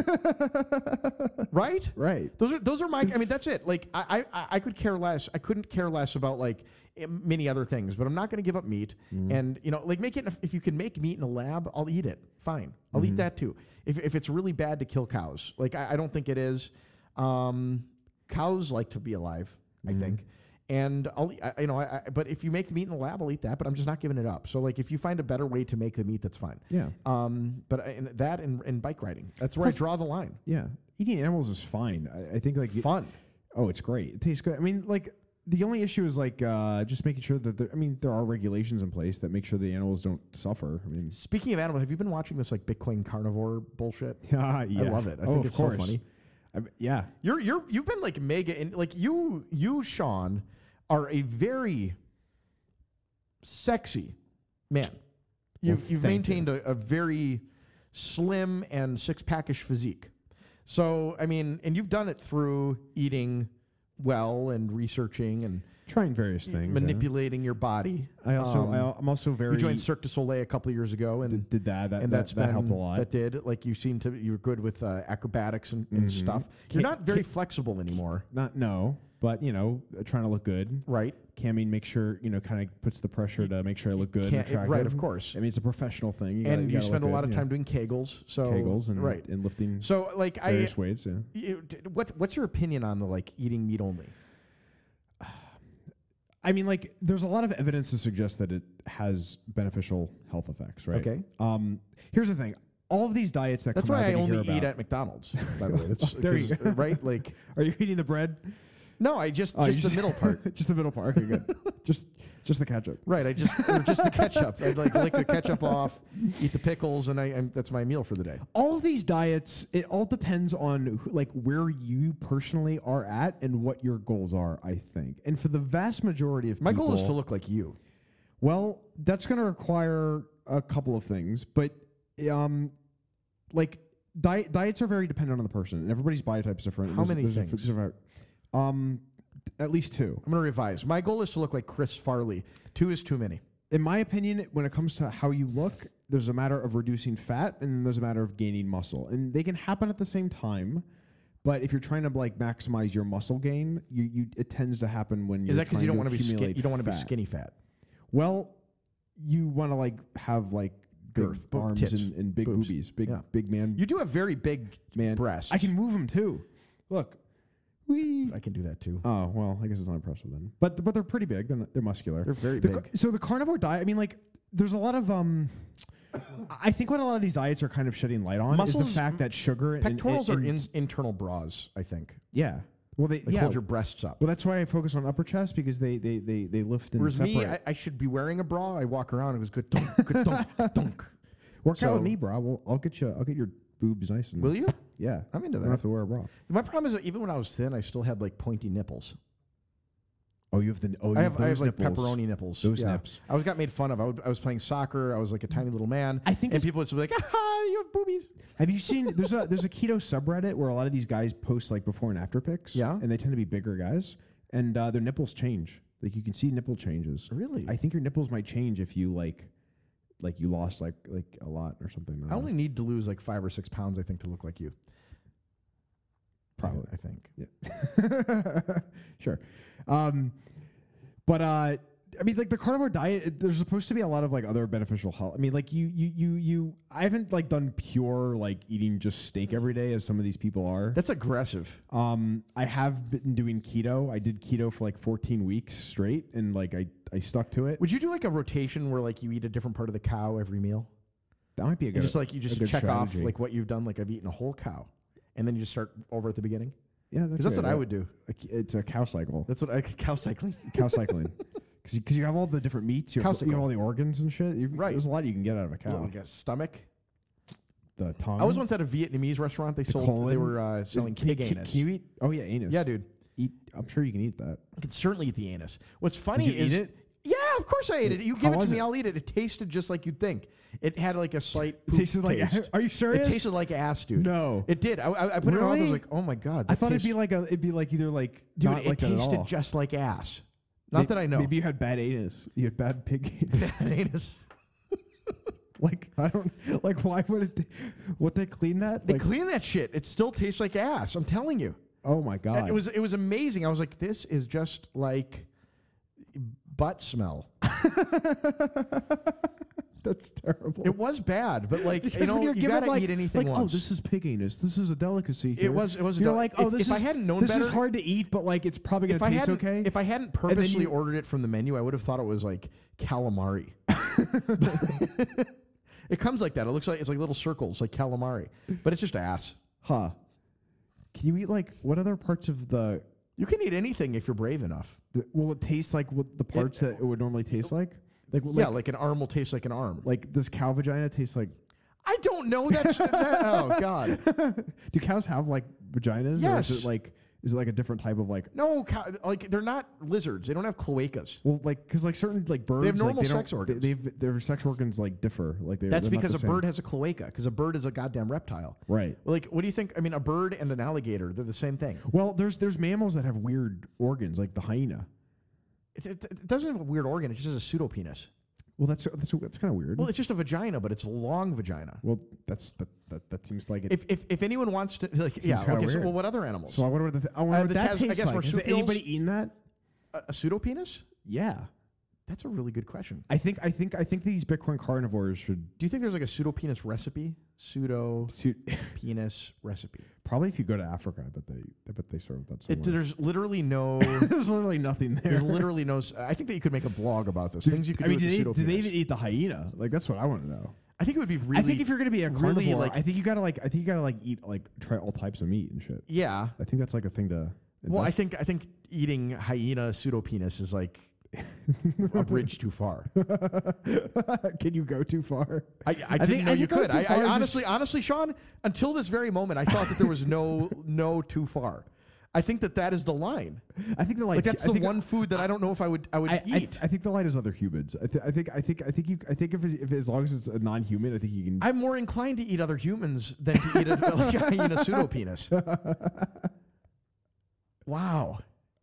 [SPEAKER 2] right
[SPEAKER 3] Right.
[SPEAKER 2] those are those are my i mean that's it like I, I i could care less i couldn't care less about like eh, many other things but i'm not going to give up meat
[SPEAKER 3] Mm-hmm.
[SPEAKER 2] and you know like make it if you can make meat in a lab i'll eat it fine i'll
[SPEAKER 3] Mm-hmm.
[SPEAKER 2] eat that too if, if it's really bad to kill cows like i, I don't think it is um, cows like to be alive
[SPEAKER 3] Mm-hmm.
[SPEAKER 2] i think and I'll, e- I, you know, I, I, but if you make the meat in the lab, I'll eat that. But I'm just not giving it up. So, like, if you find a better way to make the meat, that's fine.
[SPEAKER 3] Yeah.
[SPEAKER 2] Um, but I, and that and, and bike riding. That's where
[SPEAKER 3] Plus-
[SPEAKER 2] I draw the line.
[SPEAKER 3] Yeah. Eating animals is fine. I, I think like it-
[SPEAKER 2] Fun.
[SPEAKER 3] oh, it's great. It tastes good. I mean, like the only issue is like uh, just making sure that there, I mean there are regulations in place that make sure the animals don't suffer. I mean,
[SPEAKER 2] Speaking of animals, have you been watching this like Bitcoin carnivore bullshit?
[SPEAKER 3] yeah,
[SPEAKER 2] I love it. I
[SPEAKER 3] Oh,
[SPEAKER 2] think
[SPEAKER 3] of
[SPEAKER 2] it's
[SPEAKER 3] course.
[SPEAKER 2] so funny.
[SPEAKER 3] I, yeah.
[SPEAKER 2] You're you're you've been like mega in like you you Sean are a very sexy man. You've you've
[SPEAKER 3] thank you.
[SPEAKER 2] maintained A, a very slim and six packish physique. So I mean, and you've done it through eating well and researching and
[SPEAKER 3] Trying various things. yeah.
[SPEAKER 2] manipulating your body.
[SPEAKER 3] I also
[SPEAKER 2] Um,
[SPEAKER 3] I, al- I'm also very
[SPEAKER 2] you joined Cirque du Soleil a couple of years ago, and
[SPEAKER 3] did, did that that
[SPEAKER 2] and
[SPEAKER 3] that,
[SPEAKER 2] that's
[SPEAKER 3] that
[SPEAKER 2] been-
[SPEAKER 3] helped a lot.
[SPEAKER 2] That did like you seem to you're good with uh, acrobatics and, and
[SPEAKER 3] Mm-hmm.
[SPEAKER 2] stuff. You're not very flexible anymore,
[SPEAKER 3] Not no, but you know, uh, trying to look good.
[SPEAKER 2] right?
[SPEAKER 3] Camming makes sure you know kind of puts the pressure to make sure I look good. And
[SPEAKER 2] can't- right,
[SPEAKER 3] attractive.
[SPEAKER 2] of course.
[SPEAKER 3] I mean, it's a professional thing,
[SPEAKER 2] and
[SPEAKER 3] you gotta-
[SPEAKER 2] you
[SPEAKER 3] gotta
[SPEAKER 2] spend a
[SPEAKER 3] look
[SPEAKER 2] lot of
[SPEAKER 3] good, yeah.
[SPEAKER 2] time doing Kegels, so
[SPEAKER 3] kegels and
[SPEAKER 2] right.
[SPEAKER 3] and lifting
[SPEAKER 2] so like I,
[SPEAKER 3] various weights. Yeah.
[SPEAKER 2] you, d- what what's your opinion on the like eating meat only?
[SPEAKER 3] I mean, like, there's a lot of evidence to suggest that it has beneficial health effects, right?
[SPEAKER 2] Okay.
[SPEAKER 3] Um, here's the thing: all of these diets that
[SPEAKER 2] That's
[SPEAKER 3] come out
[SPEAKER 2] why I
[SPEAKER 3] that you hear
[SPEAKER 2] only eat
[SPEAKER 3] about- Oh,
[SPEAKER 2] at McDonald's. By the way, that's
[SPEAKER 3] There you
[SPEAKER 2] 'cause,
[SPEAKER 3] go.
[SPEAKER 2] right? Like
[SPEAKER 3] Are you eating the bread?
[SPEAKER 2] no, I just
[SPEAKER 3] Oh, you
[SPEAKER 2] just the middle part.
[SPEAKER 3] just the middle part. Okay, good. just just the ketchup.
[SPEAKER 2] Right, I just or just the ketchup. I'd like lick the ketchup off, eat the pickles, and I, i that's my meal for the day.
[SPEAKER 3] all of these diets it all depends on who, like where you personally are at and what your goals are i think and for the vast majority of
[SPEAKER 2] My
[SPEAKER 3] people,
[SPEAKER 2] goal is to look like you.
[SPEAKER 3] well that's going to require a couple of things but um like diet diets are very dependent on the person and everybody's body type's different
[SPEAKER 2] How many
[SPEAKER 3] a-
[SPEAKER 2] things?
[SPEAKER 3] a var- um at least two
[SPEAKER 2] I'm going to revise. My goal is to look like Chris Farley. Two is too many.
[SPEAKER 3] in my opinion, when it comes to how you look, there's a matter of reducing fat and then there's a matter of gaining muscle. And they can happen at the same time. But if you're trying to like maximize your muscle gain, you, you it tends to happen when you're
[SPEAKER 2] Is that because you don't want to be skinny?
[SPEAKER 3] skinny?
[SPEAKER 2] You don't want to be skinny fat.
[SPEAKER 3] Well, you want to like have like girth,
[SPEAKER 2] boob-
[SPEAKER 3] arms,
[SPEAKER 2] tits,
[SPEAKER 3] and, and big
[SPEAKER 2] boobs.
[SPEAKER 3] boobies, big
[SPEAKER 2] Yeah.
[SPEAKER 3] big man. You
[SPEAKER 2] do have very big
[SPEAKER 3] man
[SPEAKER 2] breasts.
[SPEAKER 3] I can move them too. Look, we.
[SPEAKER 2] I can do that too.
[SPEAKER 3] Oh well, I guess it's not impressive then. But but they're pretty big. They're not, they're muscular. They're
[SPEAKER 2] very
[SPEAKER 3] car-
[SPEAKER 2] big.
[SPEAKER 3] so the carnivore diet. I mean, like, there's a lot of um. I think what a lot of these diets are kind of shedding light on is
[SPEAKER 2] Muscles-
[SPEAKER 3] the fact that sugar and- and
[SPEAKER 2] Pectorals
[SPEAKER 3] and,
[SPEAKER 2] are in, internal bras, I think.
[SPEAKER 3] Yeah. Well, they
[SPEAKER 2] Like
[SPEAKER 3] yeah.
[SPEAKER 2] hold your breasts up.
[SPEAKER 3] Well, that's why I focus on upper chest because they they they, they lift and
[SPEAKER 2] Whereas
[SPEAKER 3] separate.
[SPEAKER 2] me, I, I should be wearing a bra. I walk around. It was good dunk, good dunk, dunk.
[SPEAKER 3] Work out
[SPEAKER 2] So-
[SPEAKER 3] with me, bro. We'll, I'll get you. I'll get your boobs nice and.
[SPEAKER 2] Will you?
[SPEAKER 3] Yeah,
[SPEAKER 2] I'm into
[SPEAKER 3] I
[SPEAKER 2] that.
[SPEAKER 3] Don't have to wear a bra.
[SPEAKER 2] My problem is that even when I was thin, I still had like pointy nipples.
[SPEAKER 3] Oh, you have the. Oh, you
[SPEAKER 2] I have, I have
[SPEAKER 3] those
[SPEAKER 2] like
[SPEAKER 3] nipples.
[SPEAKER 2] pepperoni nipples.
[SPEAKER 3] Those
[SPEAKER 2] yeah.
[SPEAKER 3] nips.
[SPEAKER 2] I was got made fun of. I, would, I was playing soccer. I was like a tiny little man.
[SPEAKER 3] I think
[SPEAKER 2] and
[SPEAKER 3] it's-
[SPEAKER 2] people would be like, "Ah, you have boobies."
[SPEAKER 3] Have you seen? There's a there's a keto subreddit where a lot of these guys post like before and after pics. Yeah, and they tend to be bigger guys, and uh, their nipples change. Like you can see nipple changes.
[SPEAKER 2] Really?
[SPEAKER 3] I think your nipples might change if you like, like you lost like like a lot or something. don't
[SPEAKER 2] I
[SPEAKER 3] know.
[SPEAKER 2] only need to lose like five or six pounds, I think, to look like you.
[SPEAKER 3] Probably.
[SPEAKER 2] I think.
[SPEAKER 3] sure. Um, but uh, I mean, like the carnivore diet, it- there's supposed to be a lot of like other beneficial health. I mean, like you, you, you, you. I haven't like done pure like eating just steak every day as some of these people are.
[SPEAKER 2] That's aggressive.
[SPEAKER 3] Um, I have been doing keto. I did keto for like 14 weeks straight, and like I, I stuck to it.
[SPEAKER 2] Would you do like a rotation where like you eat a different part of the cow every meal?
[SPEAKER 3] That might be a
[SPEAKER 2] And
[SPEAKER 3] good.
[SPEAKER 2] just like you
[SPEAKER 3] a
[SPEAKER 2] just
[SPEAKER 3] good
[SPEAKER 2] check off
[SPEAKER 3] strategy.
[SPEAKER 2] like what you've done. Like I've eaten a whole cow, and then you just start over at the beginning.
[SPEAKER 3] yeah,
[SPEAKER 2] 'Cause that's
[SPEAKER 3] good.
[SPEAKER 2] what I would do.
[SPEAKER 3] Like, It's a cow cycle.
[SPEAKER 2] That's what I cow cycling.
[SPEAKER 3] cow cycling. Because you have all the different meats, you have,
[SPEAKER 2] Cow
[SPEAKER 3] you have
[SPEAKER 2] cycle.
[SPEAKER 3] all the organs and shit. You-
[SPEAKER 2] Right.
[SPEAKER 3] There's a lot you can get out of a cow.
[SPEAKER 2] Like a stomach.
[SPEAKER 3] the tongue.
[SPEAKER 2] I was once at a Vietnamese restaurant. They sold. They
[SPEAKER 3] colon.
[SPEAKER 2] were uh,
[SPEAKER 3] Is-
[SPEAKER 2] selling
[SPEAKER 3] can you-
[SPEAKER 2] pig
[SPEAKER 3] can-
[SPEAKER 2] anus.
[SPEAKER 3] Can you eat? Oh yeah, anus.
[SPEAKER 2] Yeah, dude.
[SPEAKER 3] Eat. I'm sure you can eat that.
[SPEAKER 2] I could certainly eat the anus. What's funny
[SPEAKER 3] you
[SPEAKER 2] is
[SPEAKER 3] eat it?
[SPEAKER 2] Yeah, of course I ate it. You give
[SPEAKER 3] How
[SPEAKER 2] it
[SPEAKER 3] was
[SPEAKER 2] to me,
[SPEAKER 3] it?
[SPEAKER 2] I'll eat it. It tasted just like you'd think. It had like a slight.
[SPEAKER 3] It tasted like-
[SPEAKER 2] taste.
[SPEAKER 3] Are you serious?
[SPEAKER 2] It tasted like ass, dude.
[SPEAKER 3] No.
[SPEAKER 2] it did. I, I, I put it on. I was
[SPEAKER 3] Really?
[SPEAKER 2] like, oh my god.
[SPEAKER 3] I
[SPEAKER 2] that
[SPEAKER 3] thought
[SPEAKER 2] tastes-
[SPEAKER 3] it'd be like a. It'd be like either like
[SPEAKER 2] Dude,
[SPEAKER 3] not
[SPEAKER 2] it
[SPEAKER 3] like that at
[SPEAKER 2] tasted
[SPEAKER 3] all.
[SPEAKER 2] just like ass. Not
[SPEAKER 3] May-
[SPEAKER 2] that I know.
[SPEAKER 3] Maybe you had bad anus. You had bad pig.
[SPEAKER 2] anus.
[SPEAKER 3] like I don't. Like why would it? Would they clean that?
[SPEAKER 2] They
[SPEAKER 3] Like,
[SPEAKER 2] clean that shit. It still tastes like ass. I'm telling you.
[SPEAKER 3] Oh my
[SPEAKER 2] And
[SPEAKER 3] god.
[SPEAKER 2] It was it was amazing. I was like, this is just like butt smell.
[SPEAKER 3] That's terrible.
[SPEAKER 2] It was bad, but like
[SPEAKER 3] Because
[SPEAKER 2] you
[SPEAKER 3] when
[SPEAKER 2] know,
[SPEAKER 3] you're
[SPEAKER 2] you
[SPEAKER 3] given,
[SPEAKER 2] gotta
[SPEAKER 3] like-
[SPEAKER 2] eat anything
[SPEAKER 3] like,
[SPEAKER 2] once.
[SPEAKER 3] Oh, this is pig anus. This is a delicacy. here.
[SPEAKER 2] was- it was a
[SPEAKER 3] You're
[SPEAKER 2] del-
[SPEAKER 3] like, oh,
[SPEAKER 2] if-
[SPEAKER 3] this
[SPEAKER 2] if I
[SPEAKER 3] is
[SPEAKER 2] hadn't known
[SPEAKER 3] this is
[SPEAKER 2] better-
[SPEAKER 3] hard to eat, but like it's probably gonna
[SPEAKER 2] if I
[SPEAKER 3] taste
[SPEAKER 2] hadn't
[SPEAKER 3] okay.
[SPEAKER 2] if I hadn't
[SPEAKER 3] And then
[SPEAKER 2] purposely
[SPEAKER 3] you-
[SPEAKER 2] ordered it from the menu, I would have thought it was like calamari. it comes like that. It looks like it's like little circles, like calamari, but it's just ass.
[SPEAKER 3] Huh. Can you eat like what other parts of the?
[SPEAKER 2] You can eat anything if you're brave enough.
[SPEAKER 3] the will it taste like what the parts that it would normally taste like? Like
[SPEAKER 2] yeah,
[SPEAKER 3] like,
[SPEAKER 2] like an arm will taste like an arm.
[SPEAKER 3] like does cow vagina taste like?
[SPEAKER 2] I don't know that. sh- that- oh God,
[SPEAKER 3] Do cows have like vaginas? Or
[SPEAKER 2] Yes.
[SPEAKER 3] is it like is it like a different type of like?
[SPEAKER 2] no, cow, like they're not lizards. They don't have cloacas.
[SPEAKER 3] Well, like because like certain like birds like,
[SPEAKER 2] normal
[SPEAKER 3] they don't-
[SPEAKER 2] sex
[SPEAKER 3] they-
[SPEAKER 2] organs.
[SPEAKER 3] They've, their sex organs like differ. Like they
[SPEAKER 2] That's because a bird has a cloaca. Because a bird is a goddamn reptile.
[SPEAKER 3] right.
[SPEAKER 2] Like, what do you think? I mean, a bird and an alligator, they're the same thing.
[SPEAKER 3] Well, there's there's mammals that have weird organs, like the hyena.
[SPEAKER 2] It, it, it doesn't have a weird organ. It just has a pseudo penis.
[SPEAKER 3] Well, that's that's that's kind of weird.
[SPEAKER 2] Well, it's just a vagina, but it's a long vagina.
[SPEAKER 3] Well, that's that that, that seems like it.
[SPEAKER 2] If, if, if anyone wants to, like, yeah,
[SPEAKER 3] kinda
[SPEAKER 2] okay, so,
[SPEAKER 3] weird.
[SPEAKER 2] well, what other animals?
[SPEAKER 3] so I wonder what the th- I wonder
[SPEAKER 2] Uh,
[SPEAKER 3] what
[SPEAKER 2] the
[SPEAKER 3] that
[SPEAKER 2] Tas- I
[SPEAKER 3] tastes
[SPEAKER 2] guess
[SPEAKER 3] like. Has
[SPEAKER 2] marsupials-
[SPEAKER 3] anybody eaten that?
[SPEAKER 2] a, a pseudo penis?
[SPEAKER 3] Yeah.
[SPEAKER 2] That's a really good question.
[SPEAKER 3] I think I think I think these Bitcoin carnivores should
[SPEAKER 2] Do you think there's like a pseudo penis recipe? Pseudo
[SPEAKER 3] suit.
[SPEAKER 2] penis recipe.
[SPEAKER 3] Probably if you go to Africa, I bet they I bet they serve that
[SPEAKER 2] It,
[SPEAKER 3] somewhere.
[SPEAKER 2] there's literally no.
[SPEAKER 3] there's literally nothing there.
[SPEAKER 2] There's literally no. s- I think that you could make a blog about this. Things you could
[SPEAKER 3] I mean,
[SPEAKER 2] do. with the
[SPEAKER 3] do, they, do they
[SPEAKER 2] pseudopenis.
[SPEAKER 3] even eat the hyena? Like that's what I want to know.
[SPEAKER 2] I think it would be really.
[SPEAKER 3] I think if you're gonna be a carnivore,
[SPEAKER 2] really like.
[SPEAKER 3] I think you gotta like I think you gotta like eat like try all types of meat and shit.
[SPEAKER 2] yeah.
[SPEAKER 3] I think that's like a thing to.
[SPEAKER 2] Well, I
[SPEAKER 3] invest-
[SPEAKER 2] think I think eating hyena pseudo penis is like a bridge too far.
[SPEAKER 3] Can you go too far?
[SPEAKER 2] I, I didn't
[SPEAKER 3] think-
[SPEAKER 2] know
[SPEAKER 3] I
[SPEAKER 2] you
[SPEAKER 3] think going
[SPEAKER 2] could.
[SPEAKER 3] too
[SPEAKER 2] I,
[SPEAKER 3] far
[SPEAKER 2] I
[SPEAKER 3] is just-
[SPEAKER 2] honestly, honestly, Sean, until this very moment, I thought that there was no no too far. I think that that is the line.
[SPEAKER 3] I think the
[SPEAKER 2] Like
[SPEAKER 3] lights.
[SPEAKER 2] that's
[SPEAKER 3] I
[SPEAKER 2] the
[SPEAKER 3] think-
[SPEAKER 2] one food that I don't know if I would I would
[SPEAKER 3] I, I,
[SPEAKER 2] eat.
[SPEAKER 3] I think the light is other humans. I, th- I think I think I think you I think if, it- if as long as it's a non-human, I think you can.
[SPEAKER 2] I, am more inclined to eat other humans than to eat a, like a hyena pseudo penis. Wow,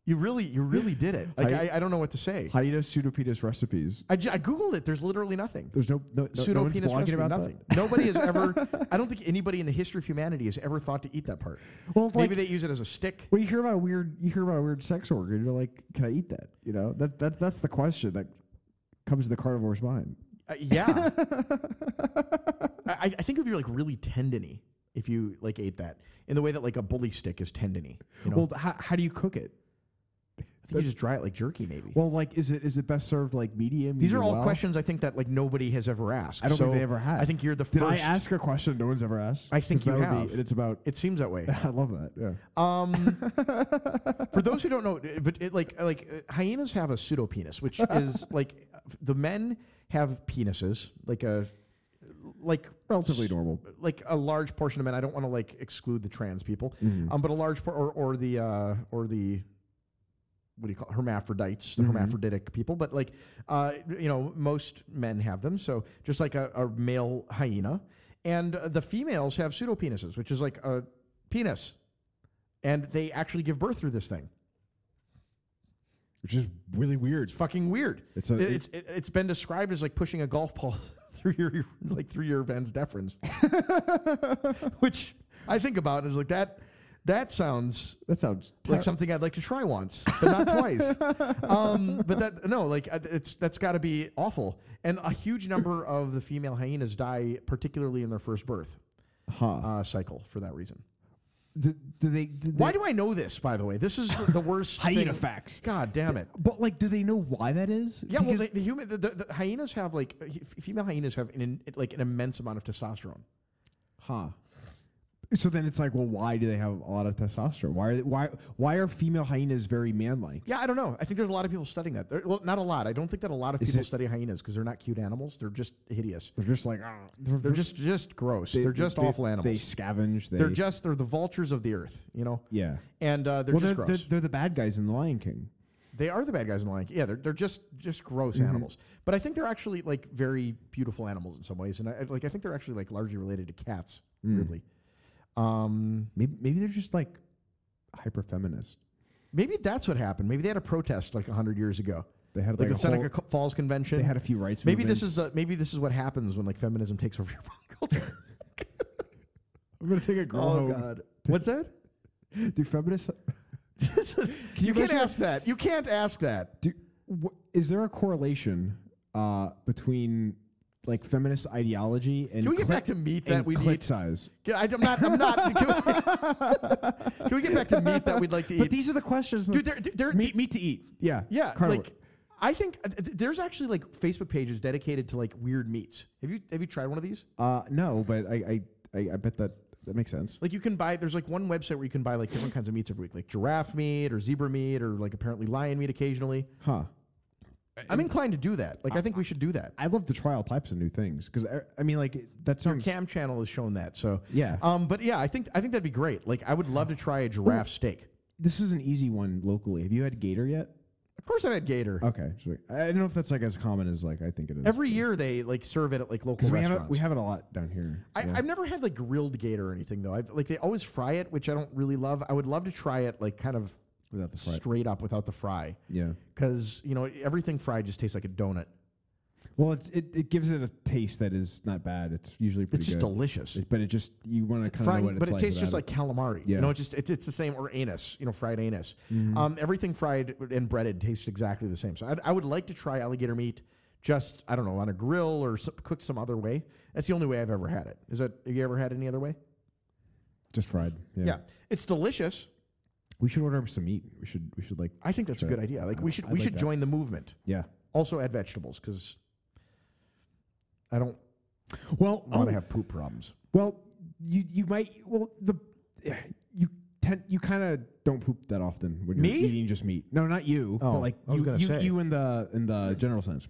[SPEAKER 2] you really you really did it. Like I,
[SPEAKER 3] I-
[SPEAKER 2] I, don't know what to say.
[SPEAKER 3] hyena pseudopenis recipes.
[SPEAKER 2] I, ju- I googled it. There's literally nothing.
[SPEAKER 3] There's no no, no, no
[SPEAKER 2] pseudo
[SPEAKER 3] one's
[SPEAKER 2] penis
[SPEAKER 3] blogging about
[SPEAKER 2] nothing.
[SPEAKER 3] That.
[SPEAKER 2] Nobody has ever. I don't think anybody in the history of humanity has ever thought to eat that part.
[SPEAKER 3] Well,
[SPEAKER 2] maybe
[SPEAKER 3] like-
[SPEAKER 2] they use it as a stick.
[SPEAKER 3] Well, you hear about a weird you hear about a weird sex organ. You're like, can I eat that? You know that that that's the question that comes to the carnivore's mind.
[SPEAKER 2] Uh, yeah. I, I I think it would be like really tendony if you like ate that in the way that like a bully stick is tendony. You know?
[SPEAKER 3] Well, how, how do you cook it?
[SPEAKER 2] I think you just dry it like jerky, maybe.
[SPEAKER 3] Well, like, is it is it best served like medium?
[SPEAKER 2] These are
[SPEAKER 3] medium
[SPEAKER 2] all
[SPEAKER 3] well?
[SPEAKER 2] questions I think that like nobody has ever asked.
[SPEAKER 3] I don't think
[SPEAKER 2] So
[SPEAKER 3] they ever had.
[SPEAKER 2] I think you're the
[SPEAKER 3] Did
[SPEAKER 2] first.
[SPEAKER 3] I ask a question no one's ever asked?
[SPEAKER 2] I think
[SPEAKER 3] 'Cause
[SPEAKER 2] you
[SPEAKER 3] that would
[SPEAKER 2] have.
[SPEAKER 3] Be, and it's about.
[SPEAKER 2] It seems that way.
[SPEAKER 3] I love that. Yeah.
[SPEAKER 2] Um, for those who don't know, uh, but it, like like uh, hyenas have a pseudo penis, which is like uh, f- the men have penises, like a like
[SPEAKER 3] Relatively
[SPEAKER 2] s-
[SPEAKER 3] normal.
[SPEAKER 2] like a large portion of men. I don't want to like exclude the trans people,
[SPEAKER 3] Mm-hmm.
[SPEAKER 2] um, but a large por- or or the uh, or the what do you call it? hermaphrodites,
[SPEAKER 3] Mm-hmm.
[SPEAKER 2] the hermaphroditic people. But like, uh, you know, most men have them. So just like a, a male hyena, and uh, the females have pseudopenises, which is like a penis, and they actually give birth through this thing.
[SPEAKER 3] Which is really weird.
[SPEAKER 2] It's fucking weird.
[SPEAKER 3] It's a-
[SPEAKER 2] It- it's it, it's been described as like pushing a golf ball through your like through your Vans deferens, which I think about and is like that. That sounds
[SPEAKER 3] That sounds
[SPEAKER 2] like something I'd like to try once, but not twice. Um, but that no, like uh, it's that's got to be awful. And a huge number of the female hyenas die, particularly in their first birth
[SPEAKER 3] Huh.
[SPEAKER 2] uh, cycle, for that reason.
[SPEAKER 3] do, do they? Do
[SPEAKER 2] Why
[SPEAKER 3] they-
[SPEAKER 2] do I know this? By the way, this is the- the worst
[SPEAKER 3] Hyena
[SPEAKER 2] thing.
[SPEAKER 3] facts.
[SPEAKER 2] God damn it!
[SPEAKER 3] But like, do they know why that is?
[SPEAKER 2] Yeah, well,
[SPEAKER 3] Because-
[SPEAKER 2] the, the human the, the, the hyenas have like uh, f- female hyenas have an, in like an immense amount of testosterone.
[SPEAKER 3] Huh. So then it's like, well, why do they have a lot of testosterone? Why are they, why why are female hyenas very manlike?
[SPEAKER 2] Yeah, I don't know. I think there's a lot of people studying that. There- well, not a lot. I don't think that a lot of
[SPEAKER 3] Is
[SPEAKER 2] people
[SPEAKER 3] it-
[SPEAKER 2] study hyenas because they're not cute animals. They're just hideous.
[SPEAKER 3] They're just like "Ah."
[SPEAKER 2] They're just just gross. They, are just
[SPEAKER 3] they-
[SPEAKER 2] awful animals.
[SPEAKER 3] They scavenge. They,
[SPEAKER 2] They're just they're the vultures of the earth, you know.
[SPEAKER 3] yeah.
[SPEAKER 2] And uh, they're
[SPEAKER 3] well,
[SPEAKER 2] just
[SPEAKER 3] they're,
[SPEAKER 2] gross.
[SPEAKER 3] They're, they're the bad guys in The Lion King.
[SPEAKER 2] They are the bad guys in the Lion King. Yeah, they're they're just just gross
[SPEAKER 3] Mm-hmm.
[SPEAKER 2] animals. But I think they're actually like very beautiful animals in some ways, and I, I- like I think they're actually like largely related to cats.
[SPEAKER 3] Mm.
[SPEAKER 2] Weirdly, um,
[SPEAKER 3] Maybe maybe they're just like hyper feminist.
[SPEAKER 2] maybe that's what happened. Maybe they had a protest like hundred years ago,
[SPEAKER 3] They had
[SPEAKER 2] like,
[SPEAKER 3] like,
[SPEAKER 2] the
[SPEAKER 3] a
[SPEAKER 2] Seneca
[SPEAKER 3] whole-
[SPEAKER 2] Co- Falls Convention.
[SPEAKER 3] They had a few rights.
[SPEAKER 2] Maybe
[SPEAKER 3] movements.
[SPEAKER 2] this is the maybe this is what happens when like feminism takes over your pop culture.
[SPEAKER 3] I'm gonna take a girl.
[SPEAKER 2] Oh,
[SPEAKER 3] home.
[SPEAKER 2] God. What's that?
[SPEAKER 3] Do feminists?
[SPEAKER 2] you, can't
[SPEAKER 3] imagine-
[SPEAKER 2] ask that. You can't ask that.
[SPEAKER 3] Do, wh- is there a correlation uh, between like feminist ideology and
[SPEAKER 2] Can we get
[SPEAKER 3] clit-
[SPEAKER 2] back to meat that
[SPEAKER 3] and
[SPEAKER 2] we
[SPEAKER 3] clit
[SPEAKER 2] need?
[SPEAKER 3] size?
[SPEAKER 2] Yeah, I, am not. I'm not. Can we, can we get back to meat that we'd like to eat?
[SPEAKER 3] But these are the questions.
[SPEAKER 2] Dude,
[SPEAKER 3] that-
[SPEAKER 2] they're- they're-
[SPEAKER 3] meat, meat to eat. Yeah,
[SPEAKER 2] yeah,
[SPEAKER 3] carnivore.
[SPEAKER 2] like I think uh, th- there's actually like Facebook pages dedicated to like weird meats. Have you have you tried one of these?
[SPEAKER 3] uh, no, but I, I, I, I bet that that makes sense.
[SPEAKER 2] Like you can buy. There's like one website where you can buy like different kinds of meats every week, like giraffe meat or zebra meat or like apparently lion meat occasionally.
[SPEAKER 3] Huh?
[SPEAKER 2] I'm inclined to do that. Like I think we should do that.
[SPEAKER 3] I love to try all types of new things because I, I mean, like it- that
[SPEAKER 2] Your
[SPEAKER 3] sounds.
[SPEAKER 2] cam channel has shown that. So
[SPEAKER 3] Yeah.
[SPEAKER 2] Um. But yeah, I think I think that'd be great. Like I would love to try a giraffe steak.
[SPEAKER 3] This is an easy one locally. Have you had gator yet?
[SPEAKER 2] Of course, I've had gator.
[SPEAKER 3] Okay, so I don't know if that's like as common as like I think it is.
[SPEAKER 2] Every year they like serve it at like local
[SPEAKER 3] because we have
[SPEAKER 2] restaurants.
[SPEAKER 3] it, we have it a lot down here.
[SPEAKER 2] I,
[SPEAKER 3] yeah.
[SPEAKER 2] I've never had like grilled gator or anything though. I've, like they always fry it, which I don't really love. I would love to try it like kind of
[SPEAKER 3] Without the fry.
[SPEAKER 2] straight up without the fry,
[SPEAKER 3] yeah.
[SPEAKER 2] because you know everything fried just tastes like a donut.
[SPEAKER 3] Well, it, it it gives it a taste that is not bad. It's usually pretty.
[SPEAKER 2] It's just
[SPEAKER 3] good.
[SPEAKER 2] delicious.
[SPEAKER 3] It- but it just you want to kind of know
[SPEAKER 2] Frying,
[SPEAKER 3] what it's
[SPEAKER 2] but it
[SPEAKER 3] like
[SPEAKER 2] tastes just
[SPEAKER 3] without
[SPEAKER 2] like calamari.
[SPEAKER 3] Yeah. Mm-hmm.
[SPEAKER 2] You know, it just it, it's the same or anus. You know, fried anus. Um, everything fried and breaded tastes exactly the same. So I'd, I would like to try alligator meat. Just I don't know on a grill or so, cooked some other way. That's the only way I've ever had it. Is that have you ever had any other way?
[SPEAKER 3] just fried. Yeah.
[SPEAKER 2] yeah. it's delicious.
[SPEAKER 3] we should order some meat. We should we should like
[SPEAKER 2] I think that's a
[SPEAKER 3] Sure.
[SPEAKER 2] good idea. Like
[SPEAKER 3] I-
[SPEAKER 2] we should
[SPEAKER 3] I
[SPEAKER 2] we
[SPEAKER 3] like
[SPEAKER 2] should
[SPEAKER 3] that.
[SPEAKER 2] join the movement.
[SPEAKER 3] yeah.
[SPEAKER 2] Also add vegetables because I don't
[SPEAKER 3] Well,
[SPEAKER 2] want to
[SPEAKER 3] oh,
[SPEAKER 2] have poop problems.
[SPEAKER 3] well, you you might well the you tend you kind of don't poop that often when you're
[SPEAKER 2] Me?
[SPEAKER 3] eating just meat. No, not you.
[SPEAKER 2] Oh,
[SPEAKER 3] but like
[SPEAKER 2] I was
[SPEAKER 3] you
[SPEAKER 2] gonna
[SPEAKER 3] you,
[SPEAKER 2] say.
[SPEAKER 3] you in the in the general sense.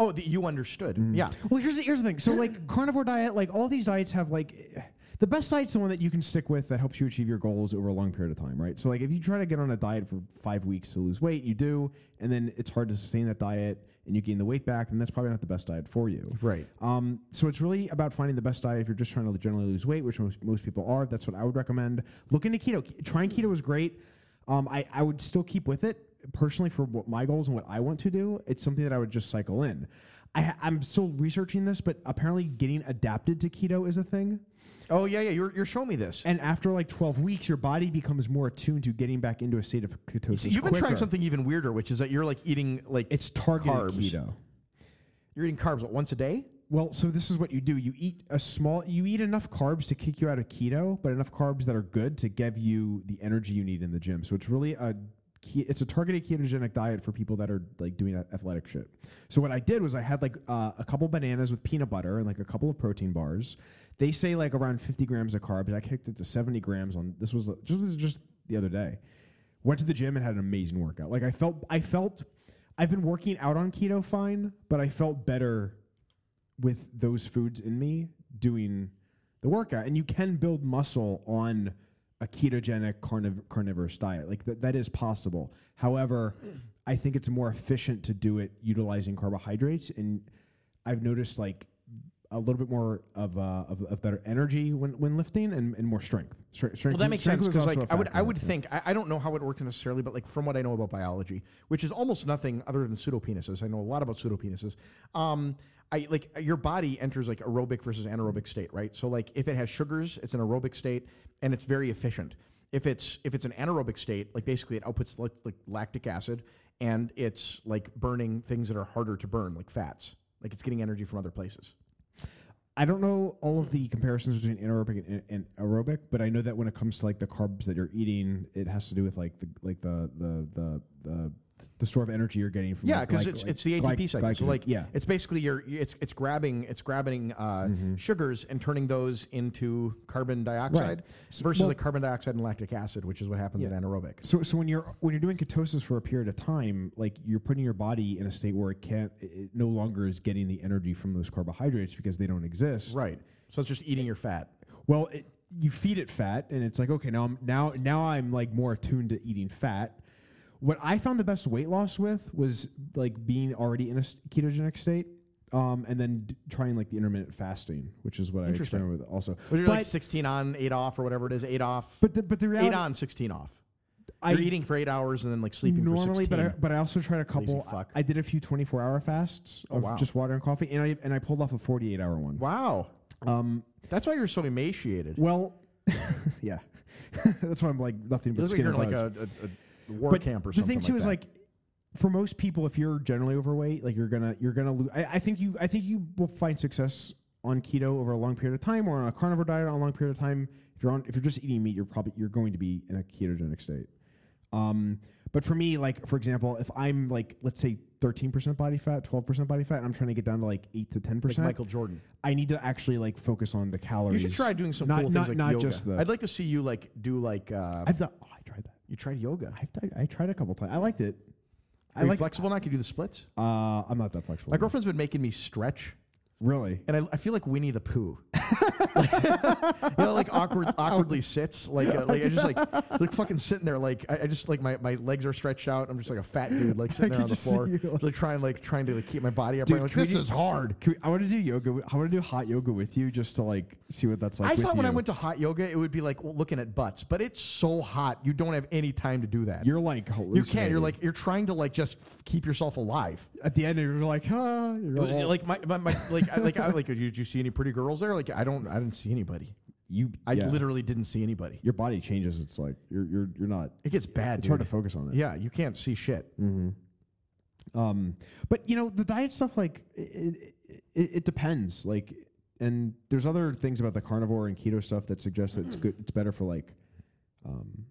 [SPEAKER 2] Oh, the, you understood. Yeah.
[SPEAKER 3] Well, here's the, here's the thing. So like carnivore diet, like all these diets have like eh, the best diet's the one that you can stick with that helps you achieve your goals over a long period of time, right? So like if you try to get on a diet for five weeks to lose weight, you do, and then it's hard to sustain that diet and you gain the weight back, then that's probably not the best diet for you.
[SPEAKER 2] Right.
[SPEAKER 3] Um, so it's really about finding the best diet if you're just trying to generally lose weight, which most, most people are. That's what I would recommend. Look into keto. Ke- Trying keto is great. Um, I, I would still keep with it personally for what my goals and what I want to do. It's something that I would just cycle in. I, ha- I'm still researching this, but apparently getting adapted to keto is a thing.
[SPEAKER 2] Oh yeah, yeah. You're you're showing me this.
[SPEAKER 3] And after like 12 weeks, your body becomes more attuned to getting back into a state of ketosis.
[SPEAKER 2] See, you've been trying
[SPEAKER 3] quicker.
[SPEAKER 2] something even weirder, which is that you're like eating like
[SPEAKER 3] It's targeted
[SPEAKER 2] carbs.
[SPEAKER 3] keto.
[SPEAKER 2] You're eating carbs what, once a day?
[SPEAKER 3] Well, so this is what you do. You eat a small you eat enough carbs to kick you out of keto, but enough carbs that are good to give you the energy you need in the gym. So it's really a ke- it's a targeted ketogenic diet for people that are like doing a- athletic shit. So what I did was I had like uh, a couple bananas with peanut butter and like a couple of protein bars. They say like around 50 grams of carbs. I kicked it to 70 grams on this was uh, just this was just the other day. Went to the gym and had an amazing workout. Like I felt I felt I've been working out on keto fine, but I felt better with those foods in me doing the workout. And you can build muscle on a ketogenic carniv- carnivorous diet. Like that, that is possible. However, I think it's more efficient to do it utilizing carbohydrates. And I've noticed like a little bit more of, uh, of, of better energy when, when lifting and, and more strength. Stre- strength.
[SPEAKER 2] Well, that makes
[SPEAKER 3] strength
[SPEAKER 2] sense
[SPEAKER 3] is
[SPEAKER 2] because
[SPEAKER 3] also
[SPEAKER 2] like
[SPEAKER 3] a
[SPEAKER 2] I would I
[SPEAKER 3] factor,
[SPEAKER 2] would
[SPEAKER 3] yeah.
[SPEAKER 2] think I, I don't know how it works necessarily, but like from what I know about biology, which is almost nothing other than pseudopenises. I know a lot about pseudopenises. Um, I like your body enters like aerobic versus anaerobic state, right? So like if it has sugars, it's an aerobic state and it's very efficient. If it's if it's an anaerobic state, like basically it outputs like, like lactic acid and it's like burning things that are harder to burn, like fats. Like it's getting energy from other places.
[SPEAKER 3] I don't know all of the comparisons between anaerobic and, and aerobic, but I know that when it comes to like the carbs that you're eating, it has to do with like the like the the the the, the store of energy you're getting from
[SPEAKER 2] Yeah,
[SPEAKER 3] like,
[SPEAKER 2] because
[SPEAKER 3] glyc-
[SPEAKER 2] it's
[SPEAKER 3] like
[SPEAKER 2] it's the ATP
[SPEAKER 3] glyc-
[SPEAKER 2] cycle. So
[SPEAKER 3] glycogen.
[SPEAKER 2] like
[SPEAKER 3] yeah,
[SPEAKER 2] it's basically your it's it's grabbing it's grabbing uh,
[SPEAKER 3] Mm-hmm.
[SPEAKER 2] sugars and turning those into carbon dioxide
[SPEAKER 3] So-
[SPEAKER 2] versus
[SPEAKER 3] well-
[SPEAKER 2] like carbon dioxide and lactic acid, which is what happens in anaerobic.
[SPEAKER 3] So so when you're when you're doing ketosis for a period of time, like you're putting your body in a state where it can't, it, it no longer is getting the energy from those carbohydrates because they don't exist.
[SPEAKER 2] Right. So it's just eating your fat.
[SPEAKER 3] Well, it, you feed it fat, and it's like okay, now I'm now now I'm like more attuned to eating fat. What I found the best weight loss with was like being already in a s- ketogenic state. Um, and then d- trying like the intermittent fasting, which is what I
[SPEAKER 2] Interesting.
[SPEAKER 3] experimented with also.
[SPEAKER 2] But you're like
[SPEAKER 3] But-
[SPEAKER 2] sixteen on, eight off, or whatever it is, eight off.
[SPEAKER 3] But the, but the reality-
[SPEAKER 2] eight on, sixteen off.
[SPEAKER 3] I-
[SPEAKER 2] you're eating for eight hours and then like sleeping for
[SPEAKER 3] normally,
[SPEAKER 2] sixteen.
[SPEAKER 3] but I, but I also tried a couple.
[SPEAKER 2] Lazy fuck.
[SPEAKER 3] I did a few 24 hour fasts
[SPEAKER 2] Oh,
[SPEAKER 3] of
[SPEAKER 2] wow.
[SPEAKER 3] just water and coffee, and I and I pulled off a 48 hour one.
[SPEAKER 2] Wow.
[SPEAKER 3] Um,
[SPEAKER 2] that's why you're so emaciated.
[SPEAKER 3] Well, yeah, that's why I'm like nothing
[SPEAKER 2] you look
[SPEAKER 3] but
[SPEAKER 2] like
[SPEAKER 3] skin
[SPEAKER 2] you're in
[SPEAKER 3] and
[SPEAKER 2] like
[SPEAKER 3] bones.
[SPEAKER 2] a, a, a war
[SPEAKER 3] But
[SPEAKER 2] camp or
[SPEAKER 3] the
[SPEAKER 2] something.
[SPEAKER 3] thing too
[SPEAKER 2] like
[SPEAKER 3] is
[SPEAKER 2] that.
[SPEAKER 3] like for most people if you're generally overweight like you're gonna you're gonna lose I, I think you i think you will find success on keto over a long period of time or on a carnivore diet on a long period of time if you're on if you're just eating meat you're probably you're going to be in a ketogenic state um but for me like for example if i'm like let's say 13% body fat 12% body fat and i'm trying to get down to like 8 to 10%
[SPEAKER 2] Michael Jordan.
[SPEAKER 3] i need to actually like focus on the calories
[SPEAKER 2] You should try doing some
[SPEAKER 3] not,
[SPEAKER 2] cool
[SPEAKER 3] not,
[SPEAKER 2] things like
[SPEAKER 3] not
[SPEAKER 2] yoga.
[SPEAKER 3] just the
[SPEAKER 2] I'd like to see you like do like. Uh,
[SPEAKER 3] I've done. Oh, I tried that.
[SPEAKER 2] You tried yoga.
[SPEAKER 3] I've done, I tried a couple times. I liked it.
[SPEAKER 2] Are you flexible now? Can you do the splits?
[SPEAKER 3] Uh, I'm not that flexible.
[SPEAKER 2] My girlfriend's been making me stretch.
[SPEAKER 3] Really?
[SPEAKER 2] And I, I feel like Winnie the Pooh. you know, like awkward, awkwardly sits. Like, uh, like I just like, like fucking sitting there. Like, I, I just like my, my legs are stretched out. I'm just like a fat dude, like sitting there
[SPEAKER 3] I could
[SPEAKER 2] on the
[SPEAKER 3] just see
[SPEAKER 2] floor,
[SPEAKER 3] you,
[SPEAKER 2] like trying, like trying to like, keep my body upright.
[SPEAKER 3] Dude,
[SPEAKER 2] Like,
[SPEAKER 3] can we
[SPEAKER 2] this
[SPEAKER 3] do-
[SPEAKER 2] is hard.
[SPEAKER 3] can we- I want to do yoga. with- I want to do hot yoga with you just to like see what that's like.
[SPEAKER 2] I
[SPEAKER 3] with
[SPEAKER 2] thought when I
[SPEAKER 3] you.
[SPEAKER 2] went to hot yoga, it would be like well, looking at butts, but it's so hot, you don't have any time to do that.
[SPEAKER 3] You're like
[SPEAKER 2] you can't. You're
[SPEAKER 3] hallucinating.
[SPEAKER 2] like you're trying to like just f- keep yourself alive.
[SPEAKER 3] at the end, you're like, huh? You're
[SPEAKER 2] It was,
[SPEAKER 3] all-
[SPEAKER 2] like my, my, my like I, like I like did you see any pretty girls there? Like I don't I didn't see anybody.
[SPEAKER 3] You
[SPEAKER 2] I
[SPEAKER 3] yeah.
[SPEAKER 2] literally didn't see anybody.
[SPEAKER 3] your body changes. It's like you're you're you're not.
[SPEAKER 2] It gets bad.
[SPEAKER 3] It's hard to
[SPEAKER 2] dude.
[SPEAKER 3] focus on it.
[SPEAKER 2] Yeah, you can't see shit.
[SPEAKER 3] Um, but you know the diet stuff, like it, it, it, it depends. Like, and there's other things about the carnivore and keto stuff that suggests that it's good. It's better for like, um,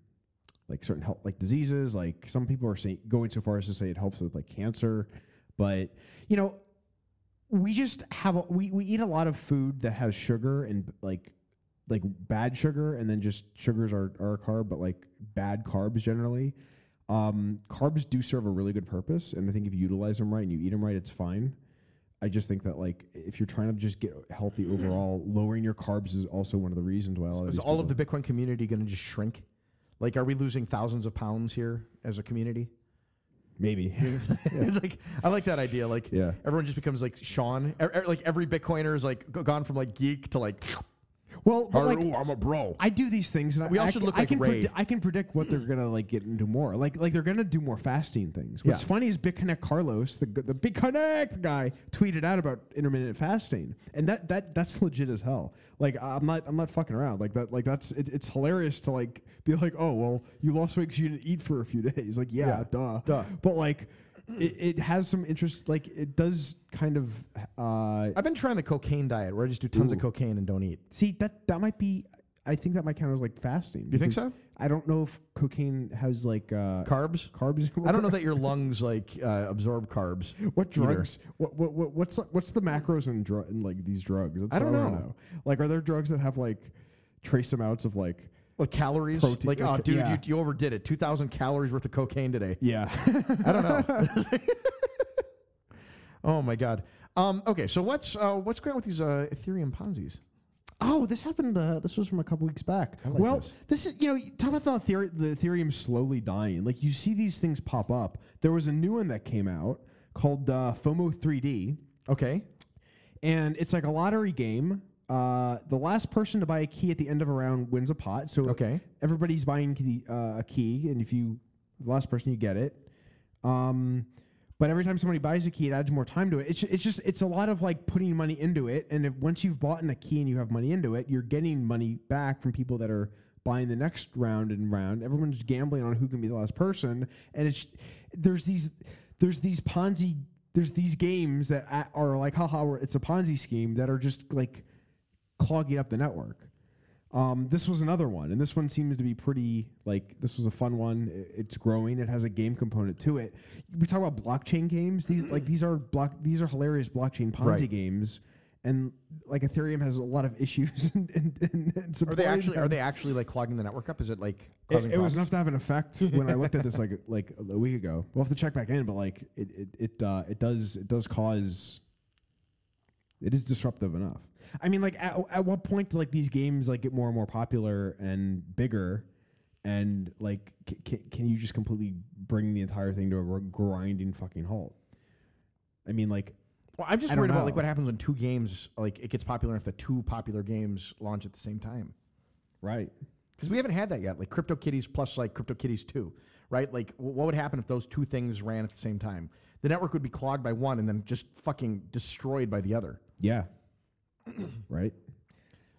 [SPEAKER 3] like certain health, like diseases. Like some people are saying going so far as to say it helps with like cancer, but you know, we just have a, we we eat a lot of food that has sugar and like like bad sugar and then just sugars are, are a carb but like bad carbs generally um, carbs do serve a really good purpose and i think if you utilize them right and you eat them right it's fine i just think that like if you're trying to just get healthy overall lowering your carbs is also one of the reasons why a lot of
[SPEAKER 2] Is
[SPEAKER 3] these
[SPEAKER 2] all of
[SPEAKER 3] people-
[SPEAKER 2] the Bitcoin community going to just shrink? Like, are we losing thousands of pounds here as a community?
[SPEAKER 3] maybe
[SPEAKER 2] it's like I like that idea. Like,
[SPEAKER 3] Yeah.
[SPEAKER 2] everyone just becomes like Sean. E- e- like every Bitcoiner is like g- gone from like geek to like.
[SPEAKER 3] well but,
[SPEAKER 2] "Arr,
[SPEAKER 3] like
[SPEAKER 2] ooh, I'm a bro.
[SPEAKER 3] I do these things, and
[SPEAKER 2] We
[SPEAKER 3] I,
[SPEAKER 2] all
[SPEAKER 3] I
[SPEAKER 2] should
[SPEAKER 3] c-
[SPEAKER 2] look
[SPEAKER 3] I
[SPEAKER 2] like
[SPEAKER 3] can
[SPEAKER 2] Ray.
[SPEAKER 3] predi- I can predict what they're gonna like get into more. Like like they're gonna do more fasting things. What's
[SPEAKER 2] Yeah.
[SPEAKER 3] funny is BitConnect Carlos, the g- the BitConnect guy, tweeted out about intermittent fasting, and that that that's legit as hell. Like I'm not I'm not fucking around. Like that like that's it, it's hilarious to like be like oh well you lost weight 'cause you didn't eat for a few days. Like yeah,
[SPEAKER 2] Yeah,
[SPEAKER 3] duh
[SPEAKER 2] duh.
[SPEAKER 3] But like it, it has some interest. Like it does kind of. Uh,
[SPEAKER 2] I've been trying the cocaine diet where I just do tons of cocaine and don't eat.
[SPEAKER 3] See that that might be. I think that might count as like fasting.
[SPEAKER 2] You think so?
[SPEAKER 3] because I don't know if cocaine has like uh,
[SPEAKER 2] carbs.
[SPEAKER 3] Carbs.
[SPEAKER 2] I don't know that your lungs like uh, absorb carbs.
[SPEAKER 3] What
[SPEAKER 2] either.
[SPEAKER 3] drugs? What, what what what's what's the macros in, dru- in like these drugs? That's
[SPEAKER 2] I
[SPEAKER 3] what
[SPEAKER 2] don't
[SPEAKER 3] wanna
[SPEAKER 2] know.
[SPEAKER 3] Like, are there drugs that have like trace amounts of like
[SPEAKER 2] What calories?
[SPEAKER 3] Protein-
[SPEAKER 2] Like, oh,
[SPEAKER 3] okay,
[SPEAKER 2] dude,
[SPEAKER 3] yeah.
[SPEAKER 2] you, you overdid it. Two thousand calories worth of cocaine today.
[SPEAKER 3] Yeah.
[SPEAKER 2] I don't know. oh my god. Um, okay, so what's uh, what's going on with these uh, Ethereum Ponzi's?
[SPEAKER 3] Oh, this happened. Uh, this was from a couple weeks back.
[SPEAKER 2] like
[SPEAKER 3] well,
[SPEAKER 2] this.
[SPEAKER 3] this. is you know you talk about the, theory, the Ethereum slowly dying. Like you see these things pop up. There was a new one that came out called uh, FOMO 3D,
[SPEAKER 2] Okay.
[SPEAKER 3] and it's like a lottery game. Uh, the last person to buy a key at the end of a round wins a pot. So
[SPEAKER 2] Okay.
[SPEAKER 3] everybody's buying key, uh, a key, and if you the last person, you get it. Um, but every time somebody buys a key, it adds more time to it. It's, ju- it's just it's a lot of like putting money into it, and if, once you've bought in a key and you have money into it, you're getting money back from people that are buying the next round and round. Everyone's gambling on who can be the last person, and it's there's these there's these Ponzi there's these games that a- are like haha we're- it's a Ponzi scheme that are just like clogging up the network. Um, this was another one, and this one seems to be pretty like this was a fun one. I- It's growing. It has a game component to it. We talk about blockchain games. These like these are block. These are hilarious blockchain Ponzi
[SPEAKER 2] Right.
[SPEAKER 3] games, and like Ethereum has a lot of issues. And, and, and, and
[SPEAKER 2] Are they
[SPEAKER 3] supporting
[SPEAKER 2] actually are
[SPEAKER 3] them.
[SPEAKER 2] they actually like clogging the network up? Is it like
[SPEAKER 3] It,
[SPEAKER 2] causing
[SPEAKER 3] it was
[SPEAKER 2] problems?
[SPEAKER 3] enough to have an effect when I looked at this like like a week ago. We'll have to check back in, but like it it it, uh, it does it does cause it is disruptive enough. I mean, like at, at what point do like these games like get more and more popular and bigger, and like c- c- can you just completely bring the entire thing to a r- grinding fucking halt? I mean, like
[SPEAKER 2] Well, I'm just
[SPEAKER 3] I don't
[SPEAKER 2] worried about like
[SPEAKER 3] know.
[SPEAKER 2] what happens when two games like it gets popular if the two popular games launch at the same time.
[SPEAKER 3] right?
[SPEAKER 2] Because we haven't had that yet, like CryptoKitties plus like CryptoKitties two, right? Like, wh- what would happen if those two things ran at the same time? The network would be clogged by one and then just fucking destroyed by the other.
[SPEAKER 3] Yeah, right.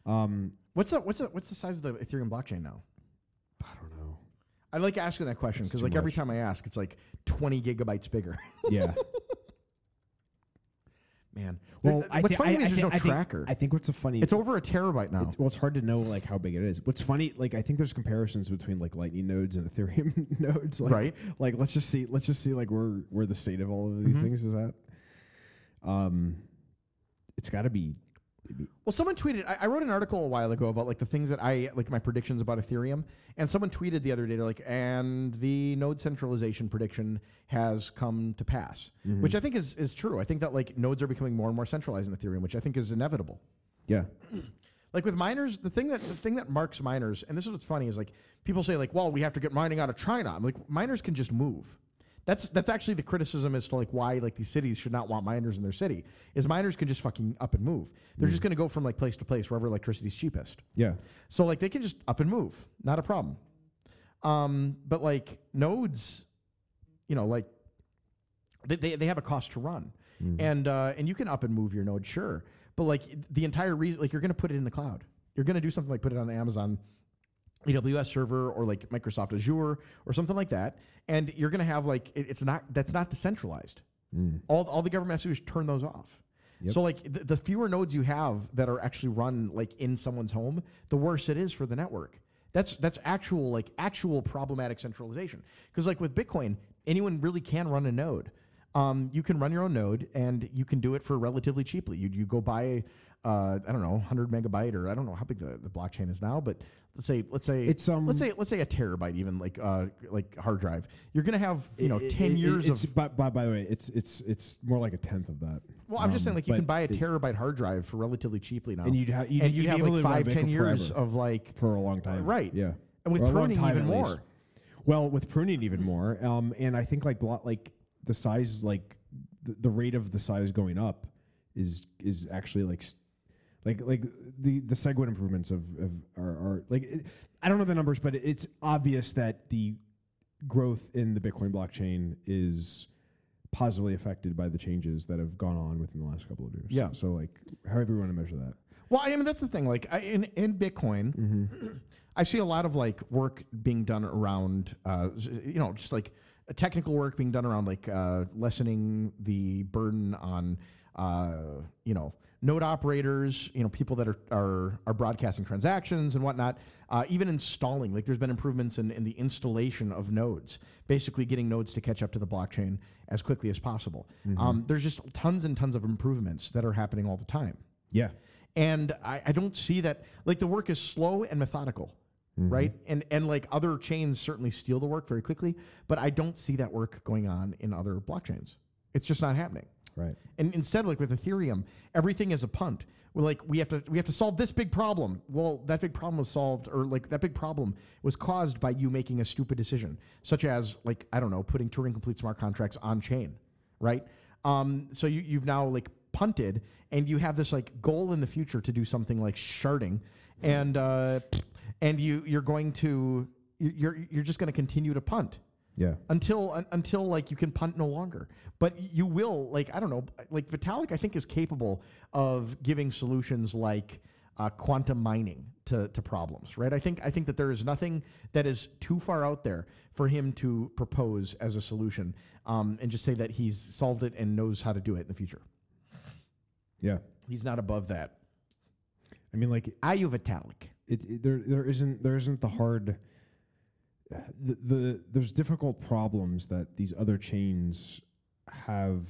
[SPEAKER 3] Um,
[SPEAKER 2] What's the what's the, what's the size of the Ethereum blockchain now?
[SPEAKER 3] I don't know.
[SPEAKER 2] I like asking that question because
[SPEAKER 3] too
[SPEAKER 2] like every
[SPEAKER 3] much.
[SPEAKER 2] time I ask, it's like 20 gigabytes bigger.
[SPEAKER 3] Yeah.
[SPEAKER 2] Man,
[SPEAKER 3] Well,
[SPEAKER 2] Th-
[SPEAKER 3] I
[SPEAKER 2] what's
[SPEAKER 3] thi-
[SPEAKER 2] funny
[SPEAKER 3] I- I
[SPEAKER 2] is there's
[SPEAKER 3] thi-
[SPEAKER 2] no
[SPEAKER 3] I think-
[SPEAKER 2] tracker.
[SPEAKER 3] I think what's a funny
[SPEAKER 2] it's over a terabyte now.
[SPEAKER 3] It's, well, it's hard to know like how big it is. What's funny, like I think there's comparisons between like Lightning nodes and Ethereum nodes. Like,
[SPEAKER 2] Right.
[SPEAKER 3] Like let's just see, let's just see like where where the state of all of these
[SPEAKER 2] Mhm.
[SPEAKER 3] things is at. Um, it's got to be.
[SPEAKER 2] Well, someone tweeted. I, I wrote an article a while ago about like the things that I like my predictions about Ethereum, and someone tweeted the other day. They're like, "And the node centralization prediction has come to pass," which I think is is true. I think that like nodes are becoming more and more centralized in Ethereum, which I think is inevitable.
[SPEAKER 3] Yeah.
[SPEAKER 2] Like with miners, the thing that the thing that marks miners, and this is what's funny, is like people say like, "Well, we have to get mining out of China." I'm like, miners can just move. That's that's actually the criticism as to like why like these cities should not want miners in their city is miners can just fucking up and move. They're just going to go from like place to place wherever electricity's cheapest.
[SPEAKER 3] Yeah.
[SPEAKER 2] So like they can just up and move, not a problem. Um, but like nodes, you know, like they, they, they have a cost to run, and uh, and you can up and move your node, sure. But like the entire reason, like you're going to put it in the cloud. You're going to do something like put it on the Amazon AWS server or like Microsoft Azure or something like that, and you're going to have like it- it's not that's not decentralized. All all the government has to do is turn those off. So like the, the fewer nodes you have that are actually run like in someone's home, the worse it is for the network. That's that's actual like actual problematic centralization. Because like with Bitcoin, anyone really can run a node. Um, you can run your own node and you can do it for relatively cheaply. You you go buy uh, I don't know, 100 megabyte, or I don't know how big the, the blockchain is now, but let's say, let's say,
[SPEAKER 3] It's, um,
[SPEAKER 2] let's say, let's say a terabyte, even like, uh, like hard drive. You're gonna have, you know,
[SPEAKER 3] It- it-
[SPEAKER 2] 10
[SPEAKER 3] it-
[SPEAKER 2] years
[SPEAKER 3] it's,
[SPEAKER 2] of.
[SPEAKER 3] By, by, by the way, it's it's it's more like a tenth of that.
[SPEAKER 2] Well, I'm just
[SPEAKER 3] Um,
[SPEAKER 2] saying, like, you can
[SPEAKER 3] but
[SPEAKER 2] buy a
[SPEAKER 3] it-
[SPEAKER 2] terabyte hard drive for relatively cheaply now,
[SPEAKER 3] And you'd ha- you'd-
[SPEAKER 2] and you'd
[SPEAKER 3] you'd be
[SPEAKER 2] have
[SPEAKER 3] able
[SPEAKER 2] like
[SPEAKER 3] to run
[SPEAKER 2] five,
[SPEAKER 3] Bitcoin
[SPEAKER 2] 10 years
[SPEAKER 3] forever.
[SPEAKER 2] of like
[SPEAKER 3] for a long time.
[SPEAKER 2] Right.
[SPEAKER 3] Yeah.
[SPEAKER 2] And with
[SPEAKER 3] Or a long
[SPEAKER 2] pruning
[SPEAKER 3] time
[SPEAKER 2] even
[SPEAKER 3] at
[SPEAKER 2] more.
[SPEAKER 3] least. Well, with pruning even more. Um, and I think like blo- like the size like the, the rate of the size going up is is actually like s- like like the the segment improvements of, of are, are like it, I don't know the numbers, but it's obvious that the growth in the Bitcoin blockchain is positively affected by the changes that have gone on within the last couple of years.
[SPEAKER 2] Yeah.
[SPEAKER 3] So like however you want to measure that.
[SPEAKER 2] Well, I mean that's the thing. Like I, in in Bitcoin, I see a lot of like work being done around, uh, s- you know, just like uh, technical work being done around like uh, lessening the burden on uh, you know node operators, you know people that are are, are broadcasting transactions and whatnot. Uh, even installing, like there's been improvements in, in the installation of nodes, basically getting nodes to catch up to the blockchain as quickly as possible.
[SPEAKER 3] Mhm.
[SPEAKER 2] Um, there's just tons and tons of improvements that are happening all the time.
[SPEAKER 3] Yeah.
[SPEAKER 2] And I, I don't see that like the work is slow and methodical, right? And and like other chains certainly steal the work very quickly, but I don't see that work going on in other blockchains. It's just not happening.
[SPEAKER 3] Right.
[SPEAKER 2] And instead, like with Ethereum, everything is a punt. We're like we have to we have to solve this big problem. Well, that big problem was solved, or like that big problem was caused by you making a stupid decision, such as like I don't know, putting Turing complete smart contracts on chain, right? Um, so you you've now like punted, and you have this like goal in the future to do something like sharding, and uh, and you you're going to you're you're just going to continue to punt
[SPEAKER 3] Yeah.
[SPEAKER 2] until un- until like you can punt no longer. But you will like I don't know like Vitalik I think is capable of giving solutions like uh, quantum mining to, to problems, right? I think I think that there is nothing that is too far out there for him to propose as a solution, um, and just say that he's solved it and knows how to do it in the future.
[SPEAKER 3] Yeah.
[SPEAKER 2] He's not above that.
[SPEAKER 3] I mean, like
[SPEAKER 2] are you Vitalik?
[SPEAKER 3] It, it- there, there isn't, there isn't the hard. The, the there's difficult problems that these other chains have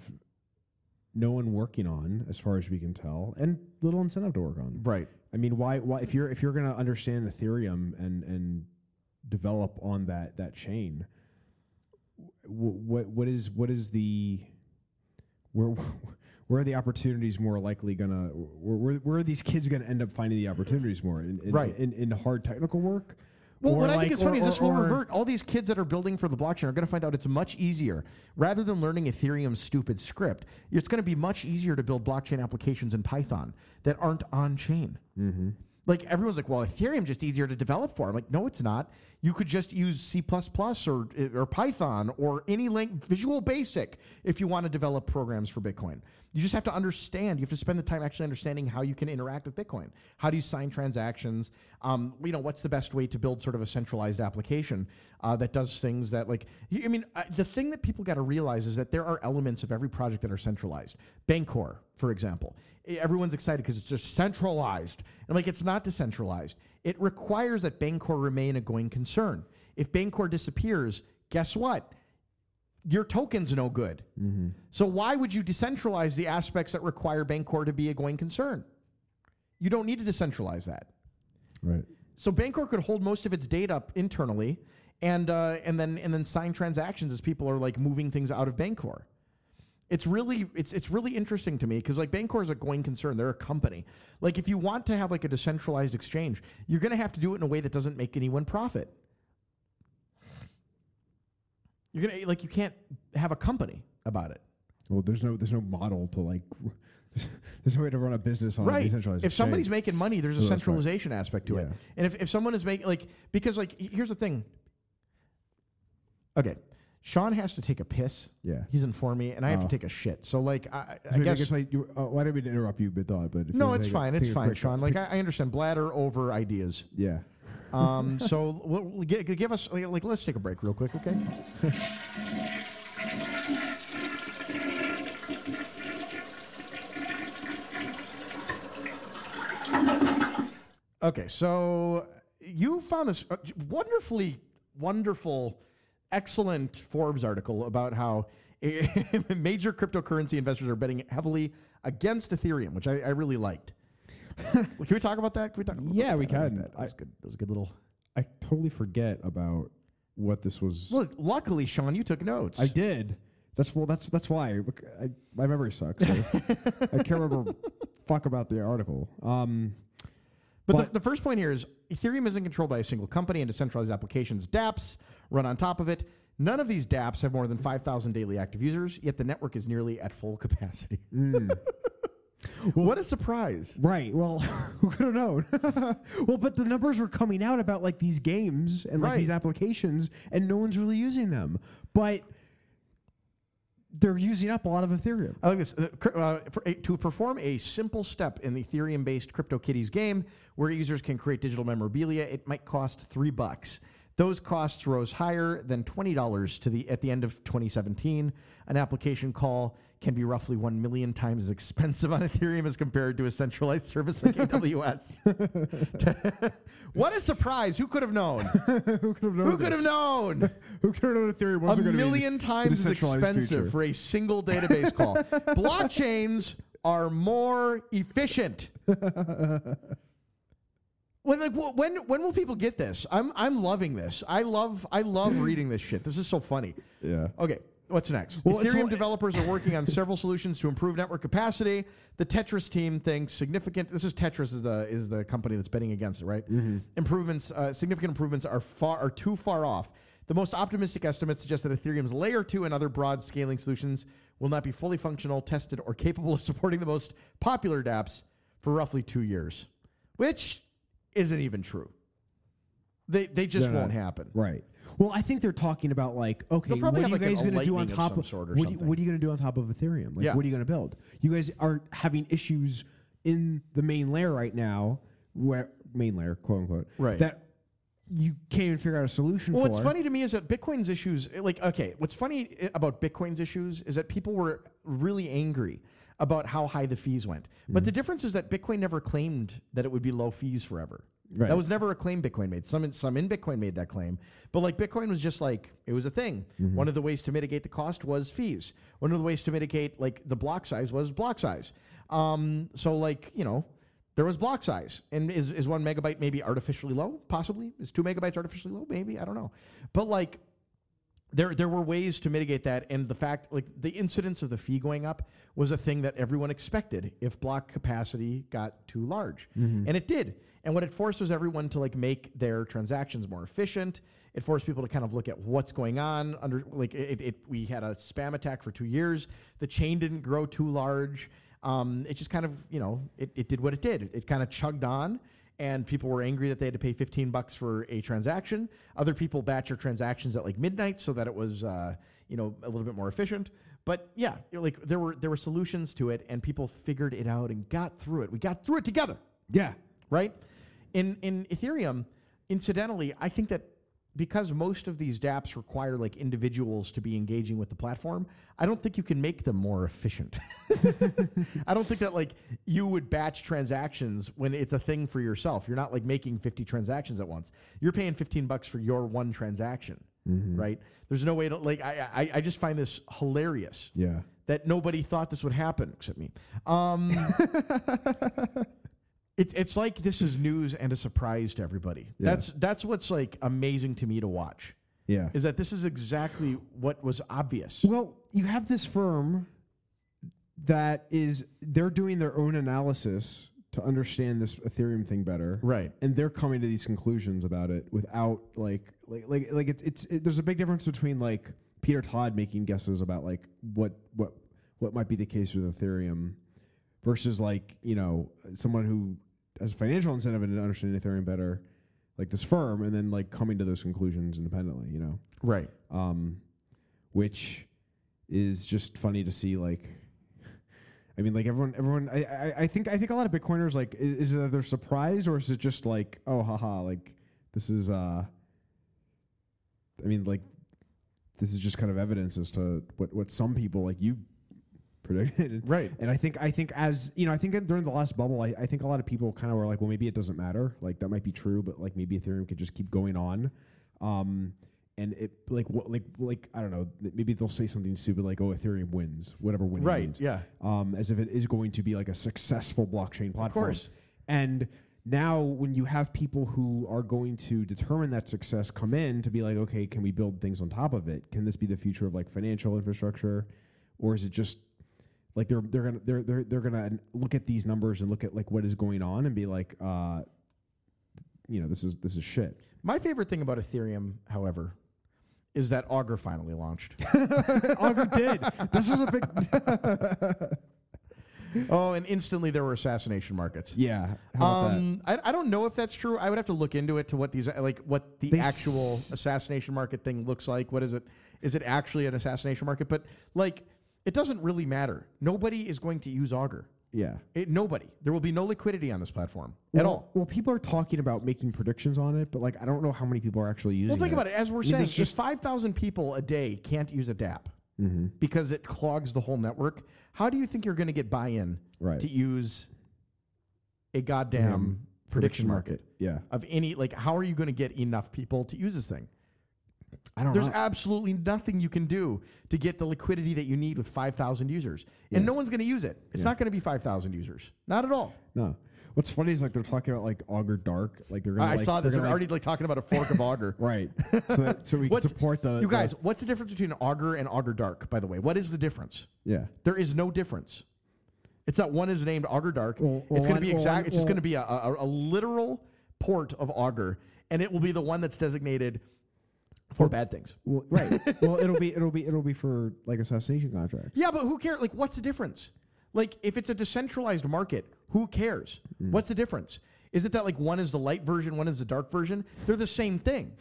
[SPEAKER 3] no one working on, as far as we can tell, and little incentive to work on.
[SPEAKER 2] Right.
[SPEAKER 3] I mean, why, why if you're if you're going to understand Ethereum and and develop on that that chain, w- what what is what is the where where are the opportunities more likely gonna where where, where are these kids gonna end up finding the opportunities more in in,
[SPEAKER 2] Right.
[SPEAKER 3] in, in hard technical work?
[SPEAKER 2] Well,
[SPEAKER 3] Or
[SPEAKER 2] what I
[SPEAKER 3] like-
[SPEAKER 2] think is
[SPEAKER 3] or-
[SPEAKER 2] funny is
[SPEAKER 3] or-
[SPEAKER 2] this will
[SPEAKER 3] or-
[SPEAKER 2] revert. All these kids that are building for the blockchain are going to find out it's much easier. Rather than learning Ethereum's stupid script, it's going to be much easier to build blockchain applications in Python that aren't on chain.
[SPEAKER 3] Mm-hmm.
[SPEAKER 2] Like everyone's like, well, Ethereum just easier to develop for. I'm like, no, it's not. You could just use C or or Python or any lang- Visual Basic if you want to develop programs for Bitcoin. You just have to understand. You have to spend the time actually understanding how you can interact with Bitcoin. How do you sign transactions? Um, you know, what's the best way to build sort of a centralized application uh, that does things that like you- I mean, uh, the thing that people got to realize is that there are elements of every project that are centralized. Bancor, for example, I- everyone's excited because it's just centralized. And like, it's not decentralized. It requires that Bancor remain a going concern. If Bancor disappears, guess what? Your token's no good.
[SPEAKER 3] Mm-hmm.
[SPEAKER 2] So why would you decentralize the aspects that require Bancor to be a going concern? You don't need to decentralize that.
[SPEAKER 3] Right.
[SPEAKER 2] So Bancor could hold most of its data up internally, and uh, and then and then sign transactions as people are like moving things out of Bancor. It's really it's it's really interesting to me because like Bancor is a going concern. They're a company. Like if you want to have like a decentralized exchange, you're going to have to do it in a way that doesn't make anyone profit. You're gonna like you can't have a company about it.
[SPEAKER 3] Well, there's no there's no model to like there's no way to run a business on a
[SPEAKER 2] right.
[SPEAKER 3] decentralized.
[SPEAKER 2] If somebody's
[SPEAKER 3] exchange.
[SPEAKER 2] making money, there's a
[SPEAKER 3] So that's right.
[SPEAKER 2] centralization aspect to it.
[SPEAKER 3] Yeah.
[SPEAKER 2] And if, if someone is making like because like he- here's the thing. Okay. Sean has to take a piss.
[SPEAKER 3] Yeah.
[SPEAKER 2] He's informed me, and I have
[SPEAKER 3] Oh.
[SPEAKER 2] to take a shit. So like I, I
[SPEAKER 3] So if
[SPEAKER 2] guess
[SPEAKER 3] could play- you- uh, why did we interrupt you? But thought, but if you
[SPEAKER 2] no,
[SPEAKER 3] wanna
[SPEAKER 2] it's
[SPEAKER 3] take a-
[SPEAKER 2] fine. It's
[SPEAKER 3] take a
[SPEAKER 2] fine,
[SPEAKER 3] quick-
[SPEAKER 2] Sean. Like I, I understand bladder over ideas.
[SPEAKER 3] yeah.
[SPEAKER 2] Um. so we'll, we'll gi- give us like, like let's take a break real quick, okay? Okay, so you found this uh, j- wonderfully, wonderful, excellent Forbes article about how major cryptocurrency investors are betting heavily against Ethereum, which I, I really liked. Well, can we talk about that? Can we talk? a little bit
[SPEAKER 3] Yeah,
[SPEAKER 2] about
[SPEAKER 3] we
[SPEAKER 2] that? I like
[SPEAKER 3] can.
[SPEAKER 2] That. that was good. That was a good little.
[SPEAKER 3] I totally forget about what this was.
[SPEAKER 2] Look, luckily, Sean, you took notes.
[SPEAKER 3] I did. That's well. That's that's why Look, I, my memory sucks. I, I can't remember fuck about the article. Um,
[SPEAKER 2] But, the, the first point here is Ethereum isn't controlled by a single company and decentralized applications, dApps, run on top of it. None of these dApps have more than 5,000 daily active users, yet the network is nearly at full capacity. what a surprise.
[SPEAKER 3] right. Well, who could have known? well, but the numbers were coming out about like these games and like
[SPEAKER 2] Right.
[SPEAKER 3] these applications, and no one's really using them. But they're using up a lot of Ethereum.
[SPEAKER 2] I like this. Uh, cr- uh, for a- to perform a simple step in the Ethereum-based CryptoKitties game, where users can create digital memorabilia, it might cost three bucks. Those costs rose higher than $20 to the, at the end of 2017. An application call can be roughly 1 million times as expensive on Ethereum as compared to a centralized service like AWS. what a surprise! Who could have known?
[SPEAKER 3] Who could have known?
[SPEAKER 2] Who could have
[SPEAKER 3] this?
[SPEAKER 2] known?
[SPEAKER 3] Who could have known Ethereum
[SPEAKER 2] a
[SPEAKER 3] wasn't going to be
[SPEAKER 2] million
[SPEAKER 3] in the
[SPEAKER 2] times as
[SPEAKER 3] decentralized
[SPEAKER 2] expensive
[SPEAKER 3] future?
[SPEAKER 2] for a single database call. Blockchains are more efficient. When, like wh- when when will people get this? I'm I'm loving this. I love I love reading this shit. This is so funny.
[SPEAKER 3] Yeah.
[SPEAKER 2] Okay, what's next?
[SPEAKER 3] Well, it's
[SPEAKER 2] Ethereum
[SPEAKER 3] all-
[SPEAKER 2] developers are working on several solutions to improve network capacity. The Tetris team thinks significant. This is Tetris is the is the company that's betting against it, right?
[SPEAKER 3] Mm-hmm.
[SPEAKER 2] Improvements, uh, significant improvements are far are too far off. The most optimistic estimates suggest that Ethereum's layer two and other broad scaling solutions will not be fully functional, tested, or capable of supporting the most popular dApps for roughly two years, which isn't even true. They they just
[SPEAKER 3] They're not-
[SPEAKER 2] won't happen.
[SPEAKER 3] Right. Well, I think they're talking about like, okay,
[SPEAKER 2] They'll
[SPEAKER 3] what
[SPEAKER 2] probably
[SPEAKER 3] are you
[SPEAKER 2] have, like,
[SPEAKER 3] guys
[SPEAKER 2] an- a
[SPEAKER 3] going to do on
[SPEAKER 2] lightning of
[SPEAKER 3] top
[SPEAKER 2] some
[SPEAKER 3] of
[SPEAKER 2] sort or
[SPEAKER 3] what, do you-
[SPEAKER 2] something.
[SPEAKER 3] what are you going to do on top of Ethereum? Like,
[SPEAKER 2] Yeah.
[SPEAKER 3] what are you going to build? You guys are having issues in the main layer right now, where main layer, quote unquote,
[SPEAKER 2] Right.
[SPEAKER 3] That you can't even figure out a solution
[SPEAKER 2] Well,
[SPEAKER 3] for.
[SPEAKER 2] what's funny to me is that Bitcoin's issues, eh, like, okay, what's funny i- about Bitcoin's issues is that people were really angry about how high the fees went.
[SPEAKER 3] Mm-hmm.
[SPEAKER 2] But the difference is that Bitcoin never claimed that it would be low fees forever.
[SPEAKER 3] Right.
[SPEAKER 2] That was never a claim Bitcoin made. Some in, some in Bitcoin made that claim, but like Bitcoin was just like it was a thing. One of the ways to mitigate the cost was fees. One of the ways to mitigate like the block size was block size. Um, so like you know, there was block size. And is, is one megabyte maybe artificially low? Possibly. Is two megabytes artificially low? Maybe. I don't know. But like there there were ways to mitigate that and the fact like the incidence of the fee going up was a thing that everyone expected if block capacity got too large and it did and what it forced was everyone to like make their transactions more efficient it forced people to kind of look at what's going on under like it, it we had a spam attack for two years the chain didn't grow too large um, it just kind of you know it, it did what it did it kind of chugged on and people were angry that they had to pay 15 bucks for a transaction. Other people batch their transactions at like midnight so that it was, uh, you know, a little bit more efficient. But yeah, you know, like there were there were solutions to it, and people figured it out and got through it. We got through it together,
[SPEAKER 3] yeah,
[SPEAKER 2] right? In in Ethereum, incidentally, I think that because most of these DApps require like individuals to be engaging with the platform, I don't think you can make them more efficient. I don't think that like you would batch transactions when it's a thing for yourself. You're not like making 50 transactions at once. You're paying 15 bucks for your one transaction,
[SPEAKER 3] Mm-hmm.
[SPEAKER 2] right? There's no way to like. I, I I just find this hilarious
[SPEAKER 3] yeah.
[SPEAKER 2] that nobody thought this would happen except me. Um, it's it's like this is news and a surprise to everybody.
[SPEAKER 3] Yeah.
[SPEAKER 2] That's that's what's like amazing to me to watch
[SPEAKER 3] Yeah.
[SPEAKER 2] is that this is exactly what was obvious.
[SPEAKER 3] Well, you have this firm that is they're doing their own analysis to understand this Ethereum thing better,
[SPEAKER 2] Right.
[SPEAKER 3] And they're coming to these conclusions about it without like like like like it's it's it, there's a big difference between like Peter Todd making guesses about like what what what might be the case with Ethereum versus like you know someone who has a financial incentive in understanding Ethereum better, like this firm, and then like coming to those conclusions independently, you know
[SPEAKER 2] Right.
[SPEAKER 3] um, which is just funny to see. Like, I mean, like everyone, everyone. I, I, I think, I think a lot of Bitcoiners like i- is it they're surprised or is it just like, oh, haha, like this is. uh I mean, like this is just kind of evidence as to what what some people like you predicted.
[SPEAKER 2] Right.
[SPEAKER 3] And I think I think as you know, I think that during the last bubble, I, I think a lot of people kind of were like, well, maybe it doesn't matter. Like that might be true, but like maybe Ethereum could just keep going on. Um, and it like what like like I don't know. th- Maybe they'll say something stupid like, oh, Ethereum wins, whatever winning
[SPEAKER 2] Right,
[SPEAKER 3] means.
[SPEAKER 2] yeah.
[SPEAKER 3] Um, as if it is going to be like a successful blockchain platform.
[SPEAKER 2] course.
[SPEAKER 3] And now, when you have people who are going to determine that success come in to be like, okay, can we build things on top of it? Can this be the future of like financial infrastructure, or is it just like they're they're gonna they're they're they're gonna look at these numbers and look at like what is going on and be like, uh, you know, this is this is shit.
[SPEAKER 2] My favorite thing about Ethereum, however, is that Augur finally launched.
[SPEAKER 3] Augur did. This was a big
[SPEAKER 2] oh, and instantly there were assassination markets.
[SPEAKER 3] yeah. How about that?
[SPEAKER 2] Um, I, I don't know if that's true. I would have to look into it to what these like what the
[SPEAKER 3] They
[SPEAKER 2] actual
[SPEAKER 3] s-
[SPEAKER 2] assassination market thing looks like. What is it? Is it actually an assassination market? But like, it doesn't really matter. Nobody is going to use Augur.
[SPEAKER 3] Yeah.
[SPEAKER 2] It, nobody. There will be no liquidity on this platform at
[SPEAKER 3] Well-
[SPEAKER 2] all.
[SPEAKER 3] Well, people are talking about making predictions on it, but like I don't know how many people are actually using.
[SPEAKER 2] Well, think
[SPEAKER 3] it.
[SPEAKER 2] about it. As we're
[SPEAKER 3] I mean,
[SPEAKER 2] saying,
[SPEAKER 3] it's just
[SPEAKER 2] if 5,000 people a day can't use a DAP
[SPEAKER 3] Mhm.
[SPEAKER 2] because it clogs the whole network, how do you think you're going to get buy in
[SPEAKER 3] Right.
[SPEAKER 2] to use a goddamn
[SPEAKER 3] Damn
[SPEAKER 2] prediction
[SPEAKER 3] prediction
[SPEAKER 2] market?
[SPEAKER 3] yeah.
[SPEAKER 2] Of any, like, how are you going to get enough people to use this thing?
[SPEAKER 3] Uh-huh. I don't
[SPEAKER 2] There's
[SPEAKER 3] know.
[SPEAKER 2] absolutely nothing you can do to get the liquidity that you need with 5,000 users.
[SPEAKER 3] Yeah.
[SPEAKER 2] And no one's going to use it. It's
[SPEAKER 3] Yeah.
[SPEAKER 2] not going to be 5,000 users. Not at all.
[SPEAKER 3] no. What's funny is like they're talking about like Augur Dark, like they're gonna.
[SPEAKER 2] I
[SPEAKER 3] like,
[SPEAKER 2] saw this.
[SPEAKER 3] they're
[SPEAKER 2] They're
[SPEAKER 3] gonna,
[SPEAKER 2] already like talking about a fork of auger.
[SPEAKER 3] right. So, that, so we can
[SPEAKER 2] What's-
[SPEAKER 3] support the
[SPEAKER 2] you guys,
[SPEAKER 3] the-
[SPEAKER 2] what's the difference between an auger and auger dark? By the way, what is the difference?
[SPEAKER 3] yeah.
[SPEAKER 2] There is no difference. It's that one is named auger dark.
[SPEAKER 3] well,
[SPEAKER 2] it's going
[SPEAKER 3] one-
[SPEAKER 2] to be
[SPEAKER 3] well,
[SPEAKER 2] exact.
[SPEAKER 3] one-
[SPEAKER 2] it's just
[SPEAKER 3] well-
[SPEAKER 2] going to be a, a, a literal port of auger, and it will be the one that's designated for bad things.
[SPEAKER 3] Well, right. well, it'll be it'll be it'll be for like assassination contracts.
[SPEAKER 2] Yeah, but who cares? Like, what's the difference? Like, if it's a decentralized market, who cares? What's the difference? Is it that like one is the light version, one is the dark version? They're the same thing.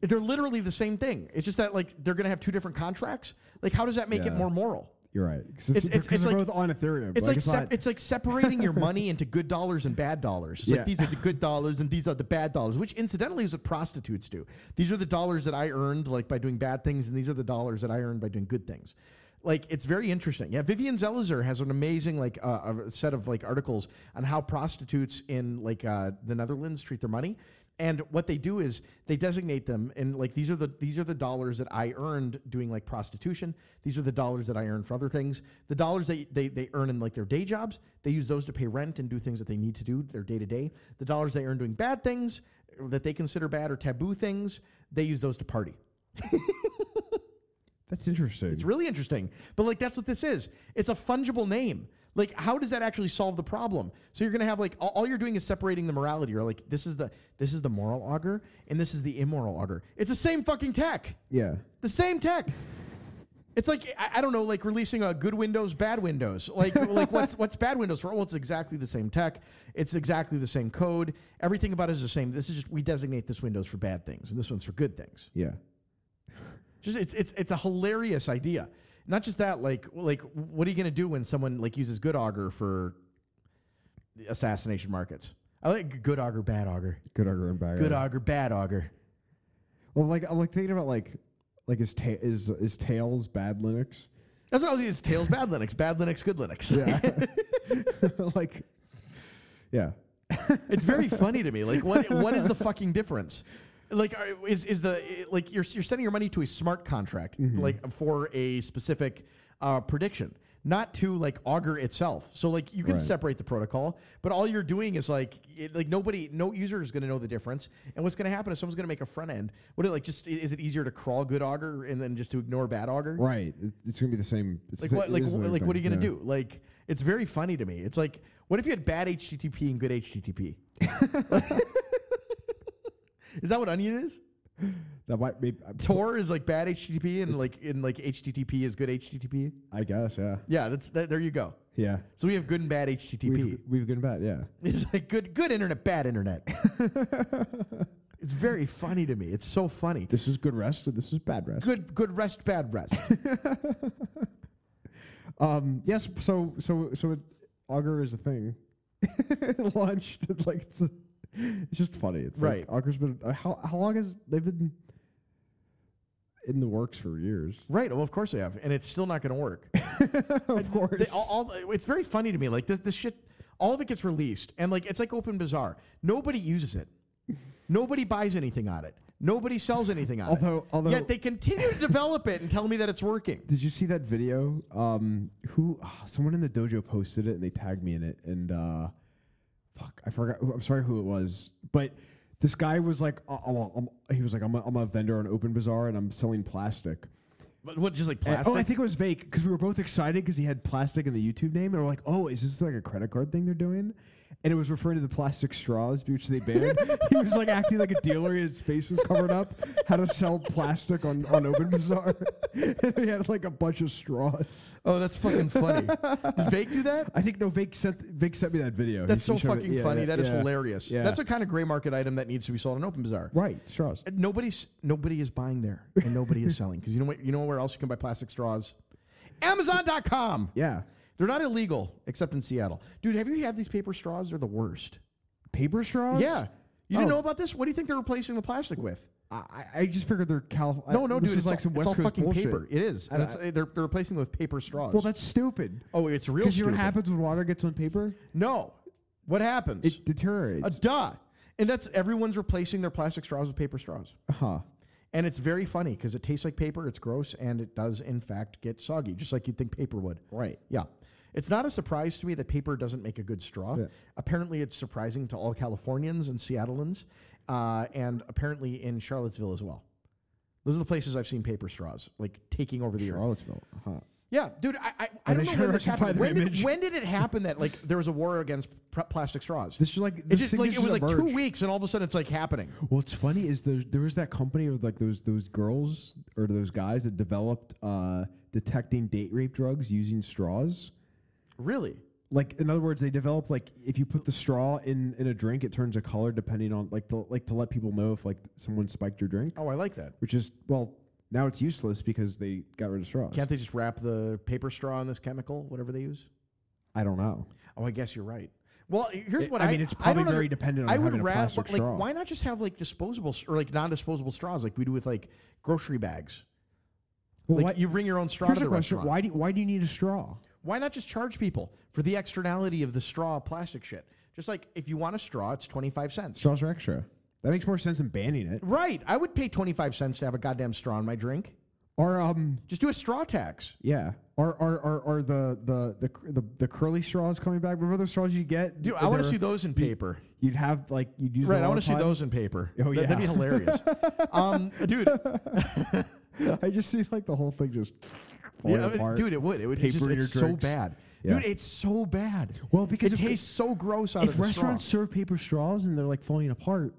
[SPEAKER 2] They're literally the same thing. It's just that like they're gonna have two different contracts. Like, how does that make it
[SPEAKER 3] Yeah.
[SPEAKER 2] more moral?
[SPEAKER 3] You're right.
[SPEAKER 2] It's-
[SPEAKER 3] 'Cause It's,
[SPEAKER 2] it's-
[SPEAKER 3] it's,
[SPEAKER 2] it's
[SPEAKER 3] they're
[SPEAKER 2] like-
[SPEAKER 3] both on Ethereum.
[SPEAKER 2] It's like, sep-
[SPEAKER 3] not-
[SPEAKER 2] it's like separating your money into good dollars and bad dollars. It's
[SPEAKER 3] Yeah.
[SPEAKER 2] like these are the good dollars and these are the bad dollars, which incidentally is what prostitutes do. These are the dollars that I earned like by doing bad things, and these are the dollars that I earned by doing good things. Like it's very interesting. Yeah, Vivian Zelizer has an amazing like uh, a set of like articles on how prostitutes in like uh, the Netherlands treat their money. And what they do is they designate them, and like these are the these are the dollars that I earned doing like prostitution. These are the dollars that I earned for other things. The dollars they they, they earn in like their day jobs, they use those to pay rent and do things that they need to do their day to day. The dollars they earn doing bad things uh, that they consider bad or taboo things, they use those to party.
[SPEAKER 3] That's interesting.
[SPEAKER 2] It's really interesting. But like that's what this is. It's a fungible name. Like how does that actually solve the problem? So you're going to have like all, all you're doing is separating the morality or like this is the this is the moral auger and this is the immoral auger. It's the same fucking tech.
[SPEAKER 3] yeah.
[SPEAKER 2] The same tech. It's like I, I don't know, like releasing a good Windows, bad Windows. Like like what's what's bad Windows for? Well, it's exactly the same tech. It's exactly the same code. Everything about it is the same. This is just we designate this Windows for bad things and this one's for good things.
[SPEAKER 3] Yeah.
[SPEAKER 2] Just it's it's it's a hilarious idea. Not just that, like like what are you gonna do when someone like uses good auger for the assassination markets? I like good auger, bad auger,
[SPEAKER 3] Good auger and bad
[SPEAKER 2] good
[SPEAKER 3] auger.
[SPEAKER 2] auger, bad auger.
[SPEAKER 3] Well, like I'm like thinking about like like is ta- is is tails bad Linux?
[SPEAKER 2] That's what I was saying. It's tails, bad Linux, bad Linux, good Linux.
[SPEAKER 3] like, yeah.
[SPEAKER 2] it's very funny to me. Like, what what is the fucking difference? Like, are- is is the like you're you're sending your money to a smart contract, like for a specific uh, prediction, not to like Augur itself. So like you can
[SPEAKER 3] Right.
[SPEAKER 2] separate the protocol, but all you're doing is like it, like nobody, no user is going to know the difference. And what's going to happen is someone's going to make a front end. What it like? Just i- is it easier to crawl good Augur and then just to ignore bad Augur?
[SPEAKER 3] Right. It- it's gonna be the same. It's
[SPEAKER 2] Like
[SPEAKER 3] the-
[SPEAKER 2] what?
[SPEAKER 3] it
[SPEAKER 2] Like
[SPEAKER 3] is the
[SPEAKER 2] wh-
[SPEAKER 3] same
[SPEAKER 2] like what are
[SPEAKER 3] thing,
[SPEAKER 2] you gonna
[SPEAKER 3] yeah.
[SPEAKER 2] do? Like it's very funny to me. It's like what if you had bad HTTP and good HTTP? is that what Onion is?
[SPEAKER 3] That might be. I-
[SPEAKER 2] Tor is like bad HTTP and like in like HTTP is good HTTP.
[SPEAKER 3] I guess. Yeah.
[SPEAKER 2] Yeah, that's that, there you go.
[SPEAKER 3] Yeah.
[SPEAKER 2] So we have good and bad HTTP.
[SPEAKER 3] We've, we've good and bad. Yeah.
[SPEAKER 2] It's like good good internet, bad internet. it's very funny to me. It's so funny.
[SPEAKER 3] This is good rest. This is bad rest.
[SPEAKER 2] Good good rest, bad rest.
[SPEAKER 3] Um. Yes. So so so it, auger is a thing. Launched. It's Like it's. a- it's just funny. It's like
[SPEAKER 2] Right.
[SPEAKER 3] auger's been. Uh, how how long has they've been in the works for years?
[SPEAKER 2] Right. Well, of course they have, and it's still not going to work. of course. all, all- it's very funny to me. Like this, this shit, all of it gets released, and like it's like Open Bazaar. Nobody uses it. Nobody buys anything on it. Nobody sells anything on it.
[SPEAKER 3] Although- although-
[SPEAKER 2] yet they continue to develop it and tell me that it's working.
[SPEAKER 3] Did you see that video? Um, who? ah, someone in the dojo posted it, and they tagged me in it. And uh, fuck, I forgot. Who, I'm sorry who it was, but this guy was like, uh, I'm a- I'm- he was like, I'm a, I'm a vendor on Open Bazaar, and I'm selling plastic.
[SPEAKER 2] But what, just like
[SPEAKER 3] And-
[SPEAKER 2] plastic?
[SPEAKER 3] oh, I think it was fake because we were both excited because he had plastic in the YouTube name, and we're like, oh, is this like a credit card thing they're doing? And it was referring to the plastic straws which they banned. he was like acting like a dealer. His face was covered up. How to sell plastic on, on Open Bazaar? and he had like a bunch of straws.
[SPEAKER 2] Oh, that's fucking funny. Did Vake do that?
[SPEAKER 3] I think no, Vic sent Vic sent me that video. He-
[SPEAKER 2] That's so
[SPEAKER 3] he showed me-
[SPEAKER 2] fucking
[SPEAKER 3] yeah,
[SPEAKER 2] funny.
[SPEAKER 3] yeah,
[SPEAKER 2] That is
[SPEAKER 3] yeah.
[SPEAKER 2] hilarious.
[SPEAKER 3] Yeah.
[SPEAKER 2] That's a kind of gray market item that needs to be sold on Open Bazaar.
[SPEAKER 3] right straws.
[SPEAKER 2] Uh, Nobody's nobody is buying there, and nobody is selling because you know what? You know where else you can buy plastic straws? Amazon.com.
[SPEAKER 3] Yeah,
[SPEAKER 2] They're not illegal except in Seattle. Dude, have you had these paper straws? They're the worst.
[SPEAKER 3] Paper straws?
[SPEAKER 2] Yeah. You didn't
[SPEAKER 3] Oh.
[SPEAKER 2] know about this? What do you think they're replacing the plastic with?
[SPEAKER 3] I, I just figured they're California.
[SPEAKER 2] no, no,
[SPEAKER 3] this
[SPEAKER 2] dude. It's
[SPEAKER 3] Is like
[SPEAKER 2] all,
[SPEAKER 3] some
[SPEAKER 2] it's
[SPEAKER 3] West
[SPEAKER 2] all
[SPEAKER 3] Coast
[SPEAKER 2] fucking
[SPEAKER 3] bullshit.
[SPEAKER 2] paper. It is. And
[SPEAKER 3] And
[SPEAKER 2] it's,
[SPEAKER 3] I-
[SPEAKER 2] uh, they're, they're replacing it with paper straws.
[SPEAKER 3] well, that's stupid.
[SPEAKER 2] oh, it's real.
[SPEAKER 3] Because you know what
[SPEAKER 2] stupid.
[SPEAKER 3] happens when water gets on paper?
[SPEAKER 2] No. What happens?
[SPEAKER 3] It deteriorates.
[SPEAKER 2] A duh. And that's everyone's replacing their plastic straws with paper straws.
[SPEAKER 3] huh.
[SPEAKER 2] And it's very funny because it tastes like paper, it's gross, and it does, in fact, get soggy, just like you'd think paper would.
[SPEAKER 3] Right.
[SPEAKER 2] Yeah. It's not a surprise to me that paper doesn't make a good straw.
[SPEAKER 3] Yeah.
[SPEAKER 2] Apparently, it's surprising to all Californians and Seattleans, uh, and apparently in Charlottesville as well. Those are the places I've seen paper straws, like taking over the earth.
[SPEAKER 3] Charlottesville. Huh.
[SPEAKER 2] Yeah, dude, I, I, I
[SPEAKER 3] Are
[SPEAKER 2] don't know
[SPEAKER 3] they trying
[SPEAKER 2] when
[SPEAKER 3] to
[SPEAKER 2] this
[SPEAKER 3] rectify
[SPEAKER 2] happened.
[SPEAKER 3] their
[SPEAKER 2] When did,
[SPEAKER 3] image?
[SPEAKER 2] when did it happen that like there was a war against pr- plastic straws?
[SPEAKER 3] This is like
[SPEAKER 2] it
[SPEAKER 3] this
[SPEAKER 2] just
[SPEAKER 3] thing
[SPEAKER 2] like it was like two
[SPEAKER 3] emerged.
[SPEAKER 2] weeks, and all of a sudden it's like happening.
[SPEAKER 3] What's funny is there there was that company with like those those girls or those guys that developed uh, detecting date rape drugs using straws.
[SPEAKER 2] Really?
[SPEAKER 3] Like in other words, they developed like if you put the straw in in a drink, it turns a color depending on like to, like to let people know if like someone spiked your drink.
[SPEAKER 2] Oh, I like that.
[SPEAKER 3] Which is well now it's useless because they got rid of straws.
[SPEAKER 2] Can't they just wrap the paper straw in this chemical, whatever they use?
[SPEAKER 3] I don't know.
[SPEAKER 2] Oh, I guess you're right. Well, here's
[SPEAKER 3] It-
[SPEAKER 2] what
[SPEAKER 3] I
[SPEAKER 2] I
[SPEAKER 3] mean, it's
[SPEAKER 2] I
[SPEAKER 3] probably
[SPEAKER 2] don't under-
[SPEAKER 3] very dependent on
[SPEAKER 2] I would
[SPEAKER 3] having a
[SPEAKER 2] rather
[SPEAKER 3] plastic
[SPEAKER 2] like
[SPEAKER 3] straw.
[SPEAKER 2] why not just have like disposable s- or like non-disposable straws like we do with like grocery bags.
[SPEAKER 3] Well,
[SPEAKER 2] like
[SPEAKER 3] why-
[SPEAKER 2] you bring your own straw
[SPEAKER 3] Here's
[SPEAKER 2] to
[SPEAKER 3] a
[SPEAKER 2] the
[SPEAKER 3] question:
[SPEAKER 2] restaurant.
[SPEAKER 3] Why do why do you need a straw?
[SPEAKER 2] Why not just charge people for the externality of the straw plastic shit? Just like if you want a straw, it's 25 cents.
[SPEAKER 3] Straws are extra. That makes more sense than banning it.
[SPEAKER 2] Right. I would pay 25 cents to have a goddamn straw in my drink.
[SPEAKER 3] Or um,
[SPEAKER 2] Just do a straw tax.
[SPEAKER 3] Yeah. Are are are, are the, the the cr- the the curly straws coming back? Remember those straws you get?
[SPEAKER 2] Dude,
[SPEAKER 3] Th-
[SPEAKER 2] I want to
[SPEAKER 3] they're-
[SPEAKER 2] see those in paper.
[SPEAKER 3] You'd have like you'd use.
[SPEAKER 2] Right.
[SPEAKER 3] them
[SPEAKER 2] I
[SPEAKER 3] all
[SPEAKER 2] want
[SPEAKER 3] the
[SPEAKER 2] to see
[SPEAKER 3] time.
[SPEAKER 2] those in paper.
[SPEAKER 3] Oh,
[SPEAKER 2] That- That'd be
[SPEAKER 3] yeah.
[SPEAKER 2] hilarious. um, dude,
[SPEAKER 3] I just see like the whole thing just. falling
[SPEAKER 2] yeah,
[SPEAKER 3] apart.
[SPEAKER 2] dude, it would. It would it's just,
[SPEAKER 3] Paper in your
[SPEAKER 2] it's so
[SPEAKER 3] drinks.
[SPEAKER 2] bad.
[SPEAKER 3] Yeah.
[SPEAKER 2] Dude, it's so bad.
[SPEAKER 3] Well, because
[SPEAKER 2] it
[SPEAKER 3] if-
[SPEAKER 2] tastes so gross out of the
[SPEAKER 3] if
[SPEAKER 2] straw.
[SPEAKER 3] restaurants serve paper straws and they're like falling apart,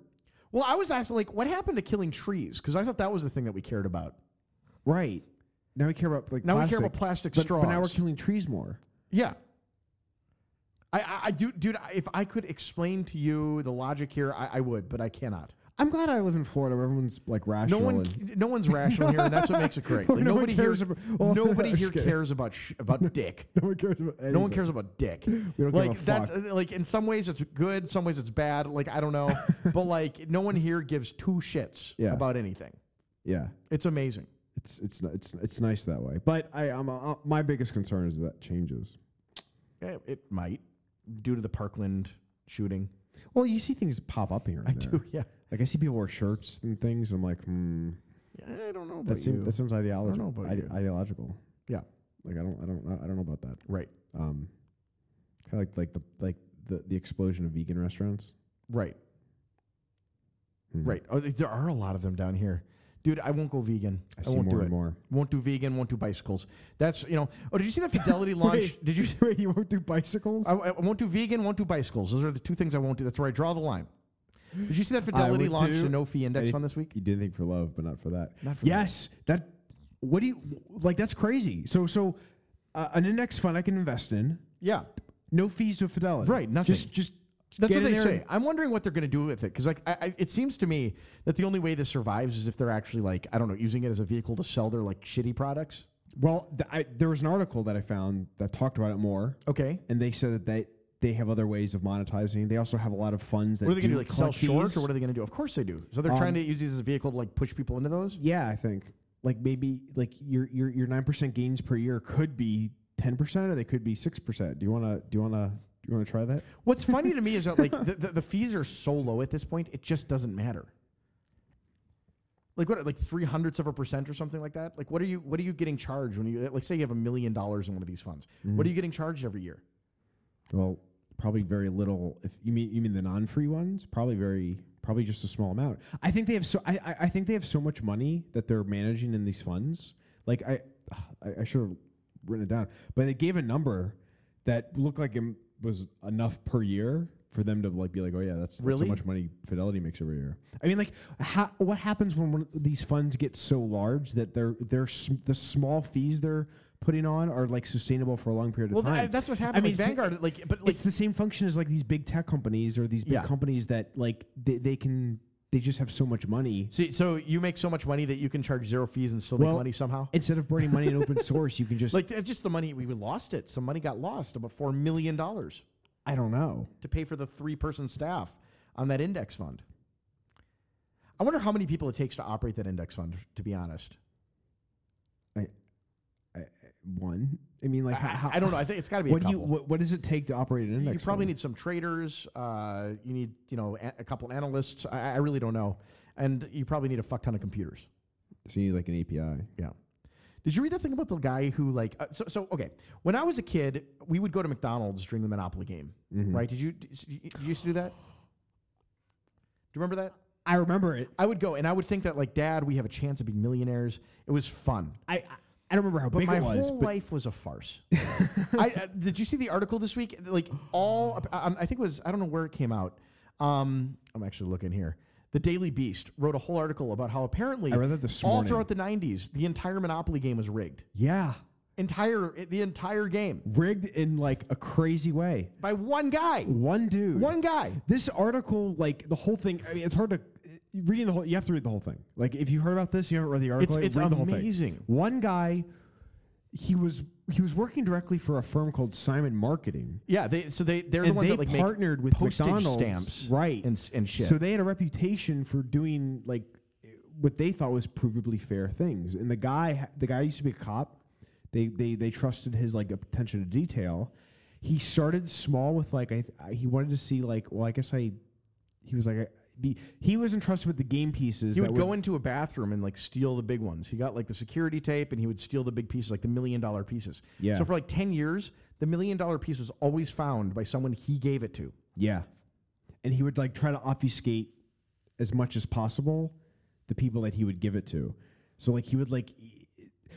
[SPEAKER 2] Well, I was asking, like, what happened to killing trees? Because I thought that was the thing that we cared about.
[SPEAKER 3] right? Now we care about like
[SPEAKER 2] Now we care about plastic
[SPEAKER 3] but, But now we're
[SPEAKER 2] straws.
[SPEAKER 3] killing trees more.
[SPEAKER 2] Yeah. I, I, I do, dude. I- If I could explain to you the logic here, I, I would, but I cannot.
[SPEAKER 3] I'm glad I live in Florida where everyone's like
[SPEAKER 2] No
[SPEAKER 3] rational. and-
[SPEAKER 2] one, no one's rational here, and that's what makes it great. Like,
[SPEAKER 3] No one
[SPEAKER 2] nobody here,
[SPEAKER 3] cares about- well,
[SPEAKER 2] nobody
[SPEAKER 3] I'm
[SPEAKER 2] here
[SPEAKER 3] just kidding.
[SPEAKER 2] cares about sh- about dick.
[SPEAKER 3] no one cares about.
[SPEAKER 2] No one
[SPEAKER 3] anything.
[SPEAKER 2] cares about dick.
[SPEAKER 3] don't give
[SPEAKER 2] like
[SPEAKER 3] a
[SPEAKER 2] that's
[SPEAKER 3] fuck.
[SPEAKER 2] uh, like in some ways it's good, some ways it's bad. Like I don't know, but like no one here gives two shits
[SPEAKER 3] Yeah.
[SPEAKER 2] about anything.
[SPEAKER 3] Yeah.
[SPEAKER 2] It's amazing.
[SPEAKER 3] It's it's ni- it's it's nice that way, but I um uh, my biggest concern is that changes.
[SPEAKER 2] Eh, It might due to the Parkland shooting.
[SPEAKER 3] Well, you see things pop up here. And
[SPEAKER 2] I
[SPEAKER 3] there.
[SPEAKER 2] do, yeah.
[SPEAKER 3] Like I see people wear shirts and things. I'm like, hmm,
[SPEAKER 2] I don't know about
[SPEAKER 3] that seems that seems ideological.
[SPEAKER 2] about
[SPEAKER 3] ide-
[SPEAKER 2] you.
[SPEAKER 3] ideological.
[SPEAKER 2] yeah,
[SPEAKER 3] Like I don't I don't know- I don't know about that.
[SPEAKER 2] right,
[SPEAKER 3] Um, kind of like like the like the, the explosion of vegan restaurants.
[SPEAKER 2] right.
[SPEAKER 3] Hmm.
[SPEAKER 2] Right. Oh, th- there are a lot of them down here. Dude, I won't go vegan.
[SPEAKER 3] I
[SPEAKER 2] I,
[SPEAKER 3] see
[SPEAKER 2] won't
[SPEAKER 3] more
[SPEAKER 2] do
[SPEAKER 3] and
[SPEAKER 2] it.
[SPEAKER 3] more.
[SPEAKER 2] Won't do vegan. Won't do bicycles. That's you know. Oh, did you see that Fidelity launch?
[SPEAKER 3] Wait.
[SPEAKER 2] Did you?
[SPEAKER 3] Wait, you won't do bicycles?
[SPEAKER 2] I, I won't do vegan. Won't do bicycles. Those are the two things I won't do. That's where I draw the line. Did you see that Fidelity
[SPEAKER 3] would
[SPEAKER 2] launched
[SPEAKER 3] do
[SPEAKER 2] a no fee index
[SPEAKER 3] any-
[SPEAKER 2] fund this week?
[SPEAKER 3] You did think for love, but not for that.
[SPEAKER 2] Not for
[SPEAKER 3] yes, that. What do you like? That's crazy. So so, uh, an index fund I can invest in.
[SPEAKER 2] Yeah,
[SPEAKER 3] No fees to Fidelity.
[SPEAKER 2] Right, nothing.
[SPEAKER 3] Just just.
[SPEAKER 2] that's
[SPEAKER 3] get
[SPEAKER 2] what
[SPEAKER 3] in
[SPEAKER 2] they
[SPEAKER 3] there
[SPEAKER 2] say.
[SPEAKER 3] and-
[SPEAKER 2] I'm wondering what they're going to do with it because like I, I, it seems to me that the only way this survives is if they're actually like I don't know using it as a vehicle to sell their like shitty products.
[SPEAKER 3] Well, th- I, there was an article that I found that talked about it more.
[SPEAKER 2] Okay.
[SPEAKER 3] and they said that they they have other ways of monetizing. They also have a lot of funds that
[SPEAKER 2] What are they going to do? Like sell
[SPEAKER 3] collect
[SPEAKER 2] short,
[SPEAKER 3] fees.
[SPEAKER 2] or what are they going to do? Of course they do. So they're
[SPEAKER 3] Um,
[SPEAKER 2] trying to use these as a vehicle to like push people into those.
[SPEAKER 3] Yeah, I think like maybe like your your your nine percent gains per year could be ten percent, or they could be six percent. Do you wanna do you wanna do you wanna try that?
[SPEAKER 2] What's funny to me is that like the, the, the fees are so low at this point, it just doesn't matter. Like what, like three hundredths of a percent or something like that. Like what are you what are you getting charged when you like say you have a million dollars in one of these funds? What
[SPEAKER 3] Mm-hmm.
[SPEAKER 2] are you getting charged every year?
[SPEAKER 3] Well, probably very little. If you mean you mean the non free ones, probably very probably just a small amount. I think they have so I, I I think they have so much money that they're managing in these funds. Like I I, I should have written it down, but they gave a number that looked like it m- was enough per year for them to like be like, oh yeah, that's, that's
[SPEAKER 2] Really?
[SPEAKER 3] how much money Fidelity makes every year. I mean, like, how, what happens when one of these funds get so large that they're they're sm- the small fees they're putting on are like sustainable for a long period of
[SPEAKER 2] Well,
[SPEAKER 3] time.
[SPEAKER 2] th- I- that's what happened. I mean,
[SPEAKER 3] it's-
[SPEAKER 2] Vanguard, like, but like
[SPEAKER 3] it's the same function as like these big tech companies or these big
[SPEAKER 2] Yeah.
[SPEAKER 3] companies that like they, they can they they just have so much money.
[SPEAKER 2] See, so you make so much money that you can charge zero fees and still make money somehow.
[SPEAKER 3] Instead of burning money in open source, you can just
[SPEAKER 2] like uh, just the money we we lost it. Some money got lost, about four million dollars
[SPEAKER 3] I don't know.
[SPEAKER 2] to pay for the three person staff on that index fund. I wonder how many people it takes to operate that index fund. To be honest,
[SPEAKER 3] One. I mean, like
[SPEAKER 2] I-
[SPEAKER 3] how,
[SPEAKER 2] I don't know. I think it's gotta be a
[SPEAKER 3] What do you?
[SPEAKER 2] couple.
[SPEAKER 3] What, what does it take to operate an index?
[SPEAKER 2] you probably
[SPEAKER 3] fund?
[SPEAKER 2] need some traders. Uh, you need you know a, a couple analysts. I, I really don't know, and you probably need a fuck ton of computers.
[SPEAKER 3] So you need like an API.
[SPEAKER 2] Yeah. Did you read that thing about the guy who like uh, so so okay? When I was a kid, we would go to McDonald's during the Monopoly game,
[SPEAKER 3] Mhm.
[SPEAKER 2] right? Did you did you you used to do that? Do you remember that?
[SPEAKER 3] I remember it.
[SPEAKER 2] I would go and I would think that like, Dad, we have a chance of being millionaires. It was fun.
[SPEAKER 3] I I don't remember how
[SPEAKER 2] but
[SPEAKER 3] big
[SPEAKER 2] my
[SPEAKER 3] it was,
[SPEAKER 2] whole
[SPEAKER 3] but-
[SPEAKER 2] life was a farce. I, uh, did you see the article this week? Like all, I, I think it was I don't know where it came out. Um, I'm actually looking here. The Daily Beast wrote a whole article about how apparently
[SPEAKER 3] I read that this
[SPEAKER 2] all
[SPEAKER 3] morning.
[SPEAKER 2] throughout the '90s, the entire Monopoly game was rigged.
[SPEAKER 3] Yeah,
[SPEAKER 2] Entire the entire game
[SPEAKER 3] rigged in like a crazy way.
[SPEAKER 2] by one guy.
[SPEAKER 3] One dude.
[SPEAKER 2] One guy.
[SPEAKER 3] This article, like the whole thing, I mean, it's hard to reading the whole. You have to read the whole thing. Like if you heard about this, you haven't read the article.
[SPEAKER 2] It's- it's
[SPEAKER 3] read The
[SPEAKER 2] amazing.
[SPEAKER 3] whole thing. One guy, he was he was working directly for a firm called Simon Marketing.
[SPEAKER 2] Yeah, they so they they're the
[SPEAKER 3] and
[SPEAKER 2] ones
[SPEAKER 3] they
[SPEAKER 2] that like make
[SPEAKER 3] partnered with
[SPEAKER 2] postage
[SPEAKER 3] McDonald's,
[SPEAKER 2] stamps,
[SPEAKER 3] right?
[SPEAKER 2] and s- and shit.
[SPEAKER 3] So they had a reputation for doing like what they thought was provably fair things. And the guy, the guy used to be a cop. They they they trusted his like attention to detail. He started small with like I, I he wanted to see like well I guess I he was like I, be, he was entrusted with the game pieces.
[SPEAKER 2] He
[SPEAKER 3] that
[SPEAKER 2] would go
[SPEAKER 3] were-
[SPEAKER 2] into a bathroom and like steal the big ones. He got like the security tape and he would steal the big pieces, like the million dollar pieces.
[SPEAKER 3] Yeah.
[SPEAKER 2] So for like 10 years, the million dollar piece was always found by someone he gave it to.
[SPEAKER 3] Yeah. And he would like try to obfuscate as much as possible the people that he would give it to. So like he would like e-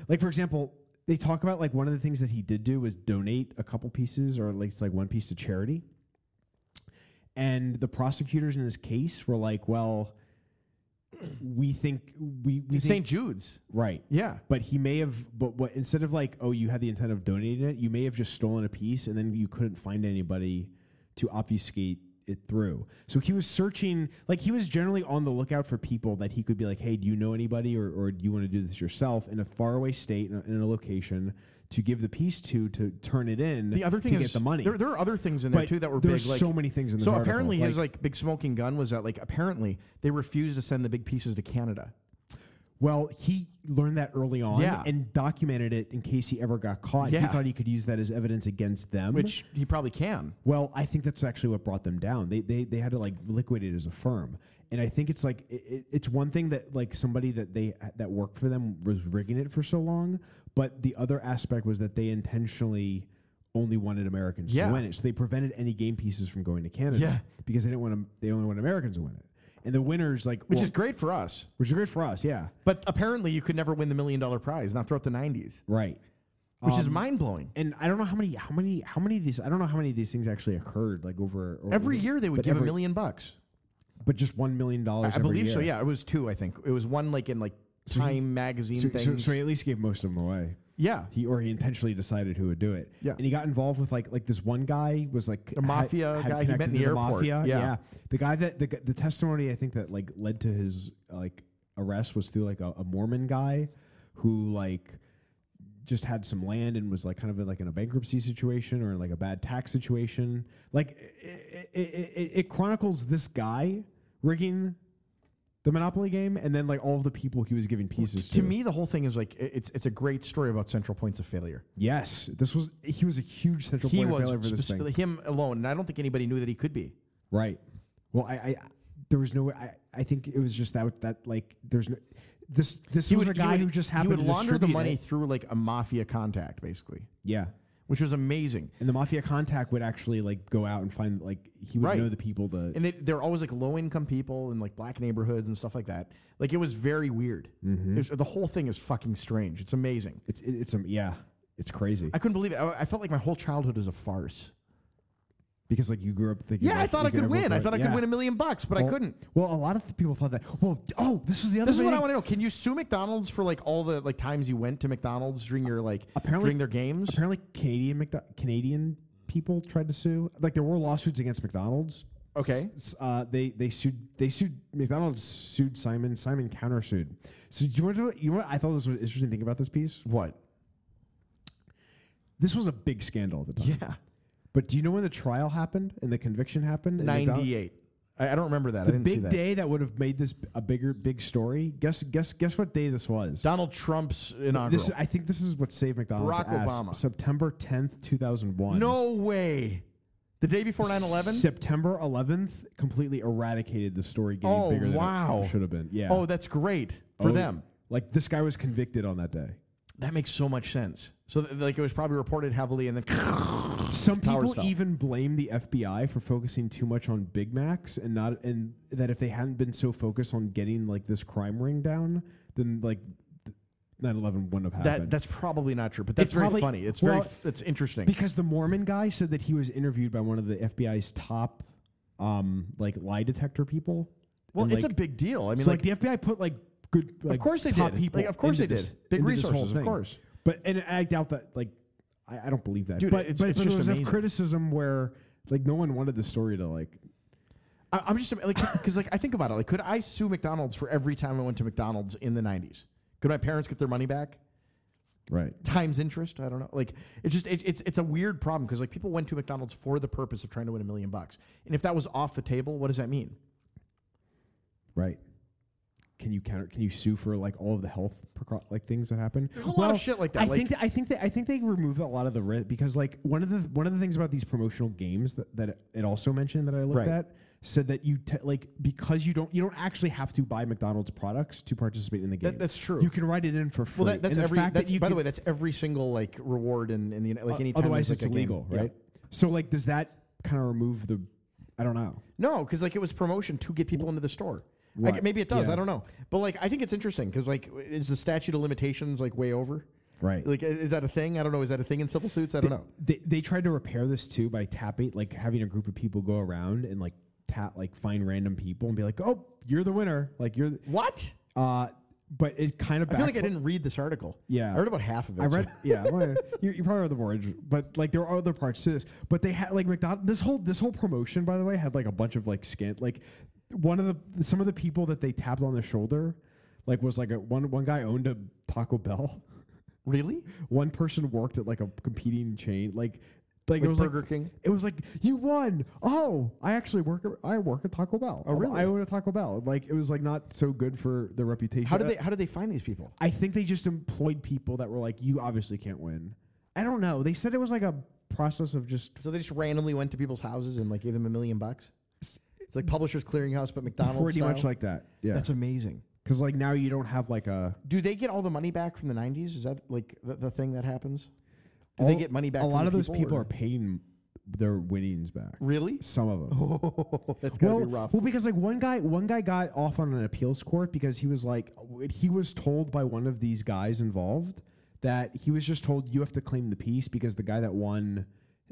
[SPEAKER 3] like for example, they talk about like one of the things that he did do was donate a couple pieces or like it's like one piece to charity. And the prosecutors in his case were like, well, we think we, we
[SPEAKER 2] It's St.
[SPEAKER 3] think,
[SPEAKER 2] Jude's.
[SPEAKER 3] right
[SPEAKER 2] Yeah.
[SPEAKER 3] but he may have but what instead of like oh you had the intent of donating it you may have just stolen a piece and then you couldn't find anybody to obfuscate it through so he was searching like he was generally on the lookout for people that he could be like hey do you know anybody or, or do you want to do this yourself in a faraway state in a, in a location to give the piece to to turn it in
[SPEAKER 2] The other thing
[SPEAKER 3] to
[SPEAKER 2] is
[SPEAKER 3] get the money
[SPEAKER 2] There, there are other things in there
[SPEAKER 3] But
[SPEAKER 2] too that were
[SPEAKER 3] there
[SPEAKER 2] big.
[SPEAKER 3] were
[SPEAKER 2] Like
[SPEAKER 3] so many things in this
[SPEAKER 2] So
[SPEAKER 3] article,
[SPEAKER 2] apparently his
[SPEAKER 3] like-
[SPEAKER 2] like big smoking gun was that like apparently they refused to send the big pieces to Canada.
[SPEAKER 3] Well, he learned that early on
[SPEAKER 2] Yeah.
[SPEAKER 3] and documented it in case he ever got caught. He
[SPEAKER 2] Yeah.
[SPEAKER 3] thought he could use that as evidence against them.
[SPEAKER 2] Which he probably can.
[SPEAKER 3] Well, I think that's actually what brought them down. They they, they had to like liquidate it as a firm, and I think it's like it, it- it's one thing that like somebody that they that worked for them was rigging it for so long, but the other aspect was that they intentionally only wanted Americans
[SPEAKER 2] Yeah.
[SPEAKER 3] to win it, so they prevented any game pieces from going to Canada
[SPEAKER 2] Yeah.
[SPEAKER 3] because they didn't want 'em- they only want Americans to win it, and the winners like
[SPEAKER 2] Which
[SPEAKER 3] well,
[SPEAKER 2] is great for us.
[SPEAKER 3] which is great for us, yeah,
[SPEAKER 2] But apparently you could never win the million dollar prize, not throughout the 90s,
[SPEAKER 3] right.
[SPEAKER 2] which is
[SPEAKER 3] Um,
[SPEAKER 2] mind blowing.
[SPEAKER 3] and I don't know how many how many how many of these I don't know how many of these things actually occurred like over, over-
[SPEAKER 2] Every year they would
[SPEAKER 3] but
[SPEAKER 2] give a
[SPEAKER 3] every-
[SPEAKER 2] million bucks.
[SPEAKER 3] but just one million dollars.
[SPEAKER 2] I
[SPEAKER 3] every
[SPEAKER 2] believe so.
[SPEAKER 3] year.
[SPEAKER 2] Yeah, it was two. I think it was one like in like
[SPEAKER 3] So he-
[SPEAKER 2] Time magazine
[SPEAKER 3] So, so,
[SPEAKER 2] thing.
[SPEAKER 3] so he at least gave most of them away.
[SPEAKER 2] yeah,
[SPEAKER 3] He or he intentionally decided who would do it.
[SPEAKER 2] Yeah.
[SPEAKER 3] and he got involved with like like this one guy was like
[SPEAKER 2] The mafia
[SPEAKER 3] had- had
[SPEAKER 2] guy he met
[SPEAKER 3] connected
[SPEAKER 2] in the
[SPEAKER 3] to
[SPEAKER 2] airport.
[SPEAKER 3] Mafia.
[SPEAKER 2] Yeah.
[SPEAKER 3] the guy that the, g- the testimony I think that like led to his like arrest was through like a, a Mormon guy who like just had some land and was like kind of in, like in a bankruptcy situation or like a bad tax situation. Like it, it, it, it chronicles this guy rigging the Monopoly game and then like all of the people he was giving pieces to.
[SPEAKER 2] to me, the whole thing is like i- it's it's a great story about central points of failure.
[SPEAKER 3] yes, this was he was a huge central
[SPEAKER 2] He
[SPEAKER 3] point of
[SPEAKER 2] was
[SPEAKER 3] failure for this thing.
[SPEAKER 2] specifically him alone, and I don't think anybody knew that he could be.
[SPEAKER 3] Right. Well, I, I there was no way. I, I think it was just that that like there's no this this
[SPEAKER 2] He
[SPEAKER 3] was
[SPEAKER 2] would-
[SPEAKER 3] a
[SPEAKER 2] he
[SPEAKER 3] guy
[SPEAKER 2] would-
[SPEAKER 3] who just
[SPEAKER 2] he
[SPEAKER 3] happened
[SPEAKER 2] would
[SPEAKER 3] to
[SPEAKER 2] launder the
[SPEAKER 3] distribute
[SPEAKER 2] money
[SPEAKER 3] it.
[SPEAKER 2] through like a mafia contact, basically,
[SPEAKER 3] Yeah.
[SPEAKER 2] which was amazing.
[SPEAKER 3] And the mafia contact would actually like go out and find like he would
[SPEAKER 2] Right.
[SPEAKER 3] know the people to
[SPEAKER 2] And they, they're always like low income people in like black neighborhoods and stuff like that. Like it was very weird.
[SPEAKER 3] Mm-hmm.
[SPEAKER 2] It was- the whole thing is fucking strange. It's amazing.
[SPEAKER 3] it's it, it's um yeah it's crazy
[SPEAKER 2] I couldn't believe it. I, I felt like my whole childhood was a farce.
[SPEAKER 3] because like you grew up thinking
[SPEAKER 2] Yeah, I
[SPEAKER 3] like,
[SPEAKER 2] thought
[SPEAKER 3] you
[SPEAKER 2] I could
[SPEAKER 3] never
[SPEAKER 2] win. I
[SPEAKER 3] play-
[SPEAKER 2] thought I
[SPEAKER 3] yeah.
[SPEAKER 2] could win a million bucks, but I
[SPEAKER 3] Well-
[SPEAKER 2] couldn't.
[SPEAKER 3] Well, a lot of people thought that. Well, d- oh, this was the other.
[SPEAKER 2] This is what I
[SPEAKER 3] thing.
[SPEAKER 2] want to know. Can you sue McDonald's for like all the like times you went to McDonald's during your like
[SPEAKER 3] Apparently-
[SPEAKER 2] during their games?
[SPEAKER 3] Apparently, Canadian McDo- Canadian people tried to sue. Like there were lawsuits against McDonald's
[SPEAKER 2] Okay.
[SPEAKER 3] S- s- uh, they they sued they sued McDonald's sued Simon Simon countersued. So you want to you want I thought this was an interesting thing about this piece.
[SPEAKER 2] What?
[SPEAKER 3] This was a big scandal at the time.
[SPEAKER 2] Yeah.
[SPEAKER 3] But do you know when the trial happened and the conviction happened? in McDonald's?
[SPEAKER 2] 98. I, I don't remember that. I
[SPEAKER 3] The
[SPEAKER 2] didn't
[SPEAKER 3] big
[SPEAKER 2] see that.
[SPEAKER 3] day that would have made this a bigger big story. Guess guess guess what day this was?
[SPEAKER 2] Donald Trump's inaugural.
[SPEAKER 3] This is, I think this is what saved McDonald's.
[SPEAKER 2] Barack
[SPEAKER 3] ass.
[SPEAKER 2] Obama.
[SPEAKER 3] September tenth, two thousand one.
[SPEAKER 2] no way. The day before 9 11?
[SPEAKER 3] September 11th completely eradicated the story getting
[SPEAKER 2] Oh,
[SPEAKER 3] bigger
[SPEAKER 2] wow.
[SPEAKER 3] than it should have been. Yeah.
[SPEAKER 2] Oh, that's great for
[SPEAKER 3] Oh,
[SPEAKER 2] them.
[SPEAKER 3] Like this guy was convicted on that day.
[SPEAKER 2] That makes so much sense. So, th- like, it was probably reported heavily, and then
[SPEAKER 3] Some
[SPEAKER 2] Towers
[SPEAKER 3] people
[SPEAKER 2] fell.
[SPEAKER 3] even blame the FBI for focusing too much on Big Macs and not and that if they hadn't been so focused on getting like this crime ring down, then like th- 9/11 wouldn't have
[SPEAKER 2] that
[SPEAKER 3] happened.
[SPEAKER 2] that's probably not true. But that's
[SPEAKER 3] It's
[SPEAKER 2] very
[SPEAKER 3] probably-
[SPEAKER 2] funny. It's
[SPEAKER 3] well,
[SPEAKER 2] very f- it's interesting.
[SPEAKER 3] because the Mormon guy said that he was interviewed by one of the FBI's top um like lie detector people.
[SPEAKER 2] well,
[SPEAKER 3] And,
[SPEAKER 2] it's
[SPEAKER 3] like,
[SPEAKER 2] a big deal. I mean,
[SPEAKER 3] so,
[SPEAKER 2] like,
[SPEAKER 3] like, the FBI put like good, like,
[SPEAKER 2] course they
[SPEAKER 3] top
[SPEAKER 2] did.
[SPEAKER 3] people.
[SPEAKER 2] Like, of course
[SPEAKER 3] into
[SPEAKER 2] they
[SPEAKER 3] this-
[SPEAKER 2] did. Big
[SPEAKER 3] into this whole
[SPEAKER 2] resources, of
[SPEAKER 3] thing.
[SPEAKER 2] course.
[SPEAKER 3] But and I doubt that. Like I, I don't believe that.
[SPEAKER 2] Dude,
[SPEAKER 3] but
[SPEAKER 2] it's-
[SPEAKER 3] but,
[SPEAKER 2] it's
[SPEAKER 3] but
[SPEAKER 2] just
[SPEAKER 3] there was enough
[SPEAKER 2] amazing.
[SPEAKER 3] criticism where like no one wanted the story to like.
[SPEAKER 2] I, I'm just like because like I think about it. Like, could I sue McDonald's for every time I went to McDonald's in the '90s? Could my parents get their money back?
[SPEAKER 3] Right.
[SPEAKER 2] Times interest. I don't know. Like, it's just it, it's it's a weird problem because like people went to McDonald's for the purpose of trying to win a million bucks, and if that was off the table, what does that mean?
[SPEAKER 3] Right. Can you counter? Can you sue for like all of the health precau- like things that happen?
[SPEAKER 2] There's a lot of shit like that,
[SPEAKER 3] I
[SPEAKER 2] like-
[SPEAKER 3] think that, I think that I think they remove a lot of the risk because like one of the one of the things about these promotional games that, that it also mentioned that I looked
[SPEAKER 2] Right.
[SPEAKER 3] at said that you te- like because you don't you don't actually have to buy McDonald's products to participate in the game.
[SPEAKER 2] That- that's true.
[SPEAKER 3] You can write it in for free.
[SPEAKER 2] Well, that, that's
[SPEAKER 3] And the
[SPEAKER 2] every.
[SPEAKER 3] fact that
[SPEAKER 2] That's,
[SPEAKER 3] you
[SPEAKER 2] by the
[SPEAKER 3] could- Uh,
[SPEAKER 2] way, that's every single like reward in in the like any. time
[SPEAKER 3] otherwise
[SPEAKER 2] there's,
[SPEAKER 3] it's
[SPEAKER 2] like, a game.
[SPEAKER 3] illegal,
[SPEAKER 2] Yeah.
[SPEAKER 3] right? So like, does that kind of remove the? I don't know.
[SPEAKER 2] No, because like it was promotion to get people into the store. Like,
[SPEAKER 3] Right.
[SPEAKER 2] maybe it does.
[SPEAKER 3] Yeah.
[SPEAKER 2] I don't know. But like I think it's interesting because like is the statute of limitations like way over?
[SPEAKER 3] Right.
[SPEAKER 2] Like i- is that a thing? I don't know. Is that a thing in civil suits? I don't know.
[SPEAKER 3] They, they tried to repair this too by tapping, like having a group of people go around and like tap, like find random people and be like, "Oh, you're the winner!" Like you're. The,
[SPEAKER 2] What?
[SPEAKER 3] uh, but it kind of.
[SPEAKER 2] I feel like I
[SPEAKER 3] backfi-
[SPEAKER 2] didn't read this article.
[SPEAKER 3] Yeah,
[SPEAKER 2] I read about half of it.
[SPEAKER 3] I
[SPEAKER 2] so-
[SPEAKER 3] read, yeah, well, you, you probably read the more, int- but like there are other parts to this. But they had like McDonald. This whole this whole promotion, by the way, had like a bunch of like scant. Like one of the some of the people that they tapped on the shoulder, like was like a one one guy owned a Taco Bell.
[SPEAKER 2] really?
[SPEAKER 3] One person worked at like a competing chain, like
[SPEAKER 2] Like
[SPEAKER 3] like, it was
[SPEAKER 2] Burger
[SPEAKER 3] like,
[SPEAKER 2] King?
[SPEAKER 3] It was like you won. Oh, I actually work. At, I work at Taco Bell. Oh,
[SPEAKER 2] really?
[SPEAKER 3] I own a Taco Bell. Like it was like not so good for the reputation.
[SPEAKER 2] How did
[SPEAKER 3] Uh,
[SPEAKER 2] they how did they find these people?
[SPEAKER 3] I think they just employed people that were like, you obviously can't win. I don't know. They said it was like a process of just.
[SPEAKER 2] So they just randomly went to people's houses and like gave them a million bucks. It's like Publishers Clearinghouse, but McDonald's.
[SPEAKER 3] Pretty much
[SPEAKER 2] style?
[SPEAKER 3] like that, yeah.
[SPEAKER 2] That's amazing.
[SPEAKER 3] Because like now you don't have like a.
[SPEAKER 2] Do they get all the money back from the '90s? Is that like the, the thing that happens? Do they
[SPEAKER 3] all-
[SPEAKER 2] get money back?
[SPEAKER 3] A
[SPEAKER 2] from
[SPEAKER 3] lot
[SPEAKER 2] the
[SPEAKER 3] of those people
[SPEAKER 2] or-
[SPEAKER 3] are paying their winnings back.
[SPEAKER 2] really.
[SPEAKER 3] Some of them.
[SPEAKER 2] That's gotta
[SPEAKER 3] well,
[SPEAKER 2] be rough.
[SPEAKER 3] well, because like one guy, one guy got off on an appeals court because he was like, w- he was told by one of these guys involved that he was just told you have to claim the piece because the guy that won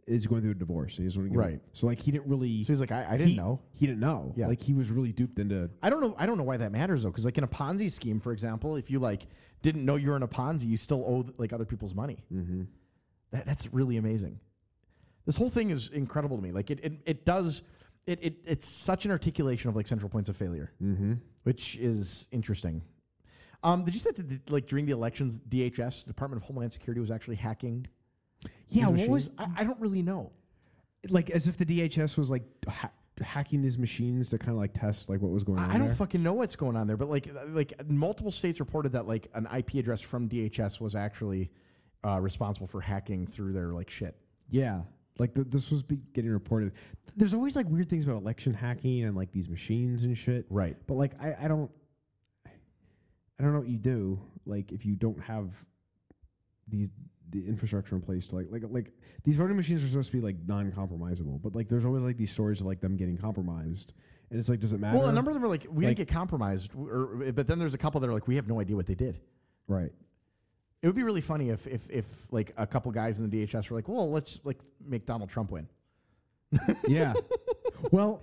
[SPEAKER 3] is going through a divorce. He doesn't wanna give up."
[SPEAKER 2] Right.
[SPEAKER 3] So like he didn't really.
[SPEAKER 2] So he's like, I- I didn't
[SPEAKER 3] he-
[SPEAKER 2] know.
[SPEAKER 3] He didn't know.
[SPEAKER 2] Yeah.
[SPEAKER 3] Like he was really duped into.
[SPEAKER 2] I don't know. I don't know why that matters though, because like in a Ponzi scheme, for example, if you like didn't know you were in a Ponzi, you still owe like other people's money.
[SPEAKER 3] Mm-hmm.
[SPEAKER 2] That, that's really amazing. This whole thing is incredible to me. Like it, it, it does. It, it it's such an articulation of like central points of failure,
[SPEAKER 3] Mm-hmm.
[SPEAKER 2] which is interesting. Um, did you say that the, like during the elections, DHS, Department of Homeland Security, was actually hacking?
[SPEAKER 3] Yeah.
[SPEAKER 2] these
[SPEAKER 3] What was
[SPEAKER 2] machines? I, I don't really know.
[SPEAKER 3] like as if the DHS was like ha- hacking these machines to kind of like test like what was going on.
[SPEAKER 2] I, I don't
[SPEAKER 3] there.
[SPEAKER 2] fucking know what's going on there, but like uh, like multiple states reported that like an IP address from DHS was actually uh, responsible for hacking through their like shit.
[SPEAKER 3] Yeah. Like th- this was be getting reported. There's always like weird things about election hacking and like these machines and shit.
[SPEAKER 2] Right.
[SPEAKER 3] But like I, I don't I don't know what you do like if you don't have these the infrastructure in place to like like like these voting machines are supposed to be like non-compromisable, but like there's always like these stories of like them getting compromised. And it's like does it matter?
[SPEAKER 2] Well, a number of them are like we
[SPEAKER 3] Like-
[SPEAKER 2] didn't get compromised, or, or- but then there's a couple that are like we have no idea what they did.
[SPEAKER 3] Right.
[SPEAKER 2] It would be really funny if if if like a couple guys in the DHS were like, well, let's like make Donald Trump win.
[SPEAKER 3] Yeah. well,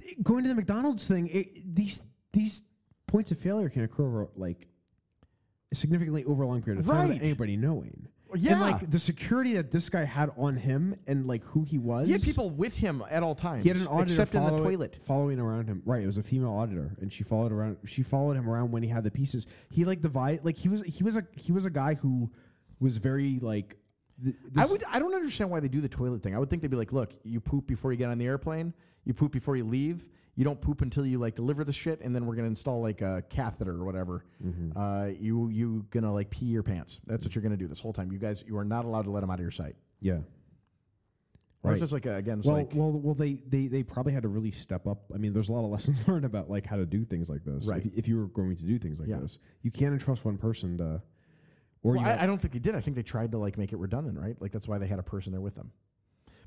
[SPEAKER 3] i- going to the McDonald's thing, it, these these points of failure can occur over like significantly over a long period of time without
[SPEAKER 2] Right.
[SPEAKER 3] anybody knowing. Yeah. And like the security that this guy had on him and like who he was.
[SPEAKER 2] He had people with him at all times.
[SPEAKER 3] He had an auditor
[SPEAKER 2] except in the
[SPEAKER 3] follow-
[SPEAKER 2] toilet.
[SPEAKER 3] following around him. Right, it was a female auditor, and she followed around. She followed him around when he had the pieces. He like divide like he was he was a he was a guy who was very like. th-
[SPEAKER 2] I
[SPEAKER 3] this-
[SPEAKER 2] would. I don't understand why they do the toilet thing. I would think they'd be like, look, you poop before you get on the airplane. You poop before you leave. You don't poop until you like deliver the shit, and then we're gonna install like a catheter or whatever.
[SPEAKER 3] Mm-hmm.
[SPEAKER 2] Uh, you you gonna like pee your pants. That's what you're gonna do this whole time. You guys, you are not allowed to let him out of your sight.
[SPEAKER 3] Yeah.
[SPEAKER 2] Or it's just like a, again, it's
[SPEAKER 3] well,
[SPEAKER 2] like
[SPEAKER 3] well, well, they, they they probably had to really step up. I mean, there's a lot of lessons learned about like how to do things like this.
[SPEAKER 2] Right.
[SPEAKER 3] If, if you were going to do things like
[SPEAKER 2] Yeah.
[SPEAKER 3] this, you can't entrust one person to. Or
[SPEAKER 2] well,
[SPEAKER 3] you
[SPEAKER 2] I, I don't think they did. I think they tried to like make it redundant, right? Like that's why they had a person there with them.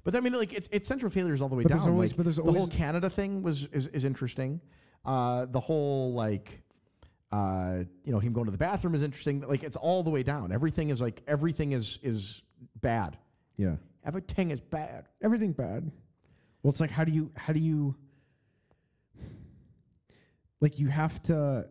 [SPEAKER 2] But I mean, like it's it's central failures all the way
[SPEAKER 3] But
[SPEAKER 2] down.
[SPEAKER 3] there's always-
[SPEAKER 2] like,
[SPEAKER 3] but there's
[SPEAKER 2] the
[SPEAKER 3] always-
[SPEAKER 2] whole Canada thing was is, is interesting. Uh, the whole like, uh, you know, him going to the bathroom is interesting. Like it's all the way down. Everything is like everything is is bad.
[SPEAKER 3] yeah.
[SPEAKER 2] Everything is bad.
[SPEAKER 3] everything bad. Well, it's like how do you how do you like you have to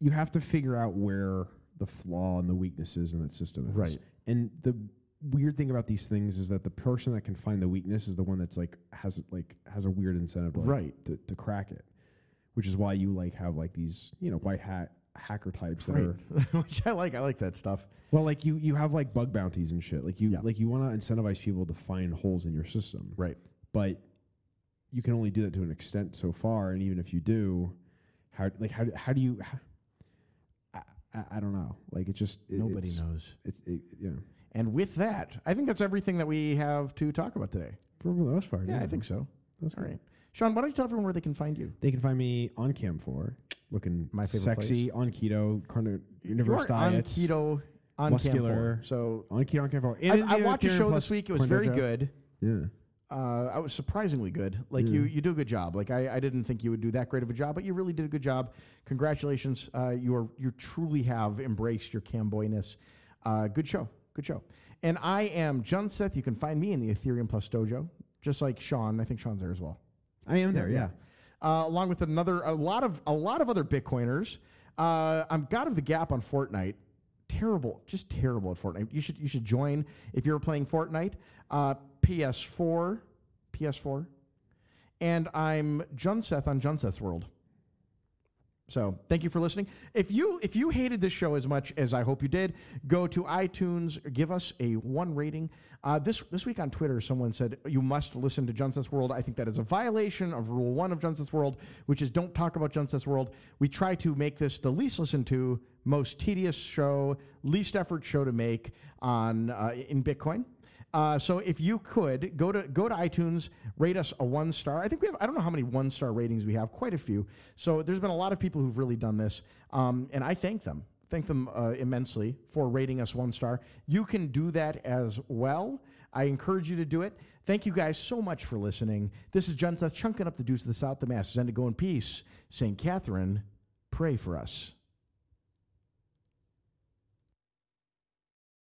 [SPEAKER 3] you have to figure out where the flaw and the weaknesses in that system is.
[SPEAKER 2] Right.
[SPEAKER 3] And the weird thing about these things is that the person that can find the weakness is the one that's like has like has a weird incentive like,
[SPEAKER 2] Right.
[SPEAKER 3] to, to crack it. Which is why you like have like these, you know, white hat hacker types that are
[SPEAKER 2] Right. Which I like. I like that stuff.
[SPEAKER 3] well, like you, you have like bug bounties and shit. Like you, like you want to incentivize people to find holes in your system,
[SPEAKER 2] right?
[SPEAKER 3] But you can only do that to an extent so far, and even if you do, how like how do- how do you? I, I, I don't know. Like it just it-
[SPEAKER 2] Nobody
[SPEAKER 3] it's-
[SPEAKER 2] knows.
[SPEAKER 3] It, it, yeah,
[SPEAKER 2] And with that, I think that's everything that we have to talk about today.
[SPEAKER 3] for the most part.
[SPEAKER 2] Yeah,
[SPEAKER 3] Yeah,
[SPEAKER 2] I think so.
[SPEAKER 3] That's
[SPEAKER 2] all
[SPEAKER 3] great.
[SPEAKER 2] right. Sean, why don't you tell everyone where they can find you?
[SPEAKER 3] They can find me on cam floor, looking
[SPEAKER 2] My favorite
[SPEAKER 3] sexy on keto, carnivore
[SPEAKER 2] You
[SPEAKER 3] universe
[SPEAKER 2] are on
[SPEAKER 3] diets,
[SPEAKER 2] keto, on
[SPEAKER 3] muscular.
[SPEAKER 2] Camphor. So
[SPEAKER 3] on keto on cam floor.
[SPEAKER 2] I-
[SPEAKER 3] And
[SPEAKER 2] I
[SPEAKER 3] the
[SPEAKER 2] watched a
[SPEAKER 3] Karen
[SPEAKER 2] show
[SPEAKER 3] Plus
[SPEAKER 2] this week. It was
[SPEAKER 3] Porn
[SPEAKER 2] very
[SPEAKER 3] Dojo.
[SPEAKER 2] good.
[SPEAKER 3] Yeah.
[SPEAKER 2] Uh, I was surprisingly good. Like you,
[SPEAKER 3] Mm.
[SPEAKER 2] you do a good job. Like I, I didn't think you would do that great of a job, but you really did a good job. Congratulations. Uh, you are you truly have embraced your camboyness. Uh, good show. Good show. And I am John Seth. You can find me in the Ethereum Plus Dojo, just like Sean. I think Sean's there as well.
[SPEAKER 3] I am there. yeah.
[SPEAKER 2] Uh, along with another a lot of a lot of other Bitcoiners. Uh, I'm God of the Gap on Fortnite. Terrible, just terrible at Fortnite. You should you should join if you're playing Fortnite. Uh, PS4, PS4, and I'm Junseth on Junseth's World. So thank you for listening. If you if you hated this show as much as I hope you did, go to iTunes, give us a one rating. Uh, this this week on Twitter, someone said you must listen to Johnson's World. I think that is a violation of Rule One of Johnson's World, which is don't talk about Johnson's World. We try to make this the least listened to, most tedious show, least effort show to make on uh, in Bitcoin. Uh, so if you could go to go to iTunes, rate us a one star. I think we have I don't know how many one star ratings we have, quite a few. So there's been a lot of people who've really done this, um, and I thank them, thank them uh, immensely for rating us one star. You can do that as well. I encourage you to do it. Thank you guys so much for listening. This is John Seth chunking up the deuce of the South, the masses, and to go in peace. Saint Catherine, pray for us.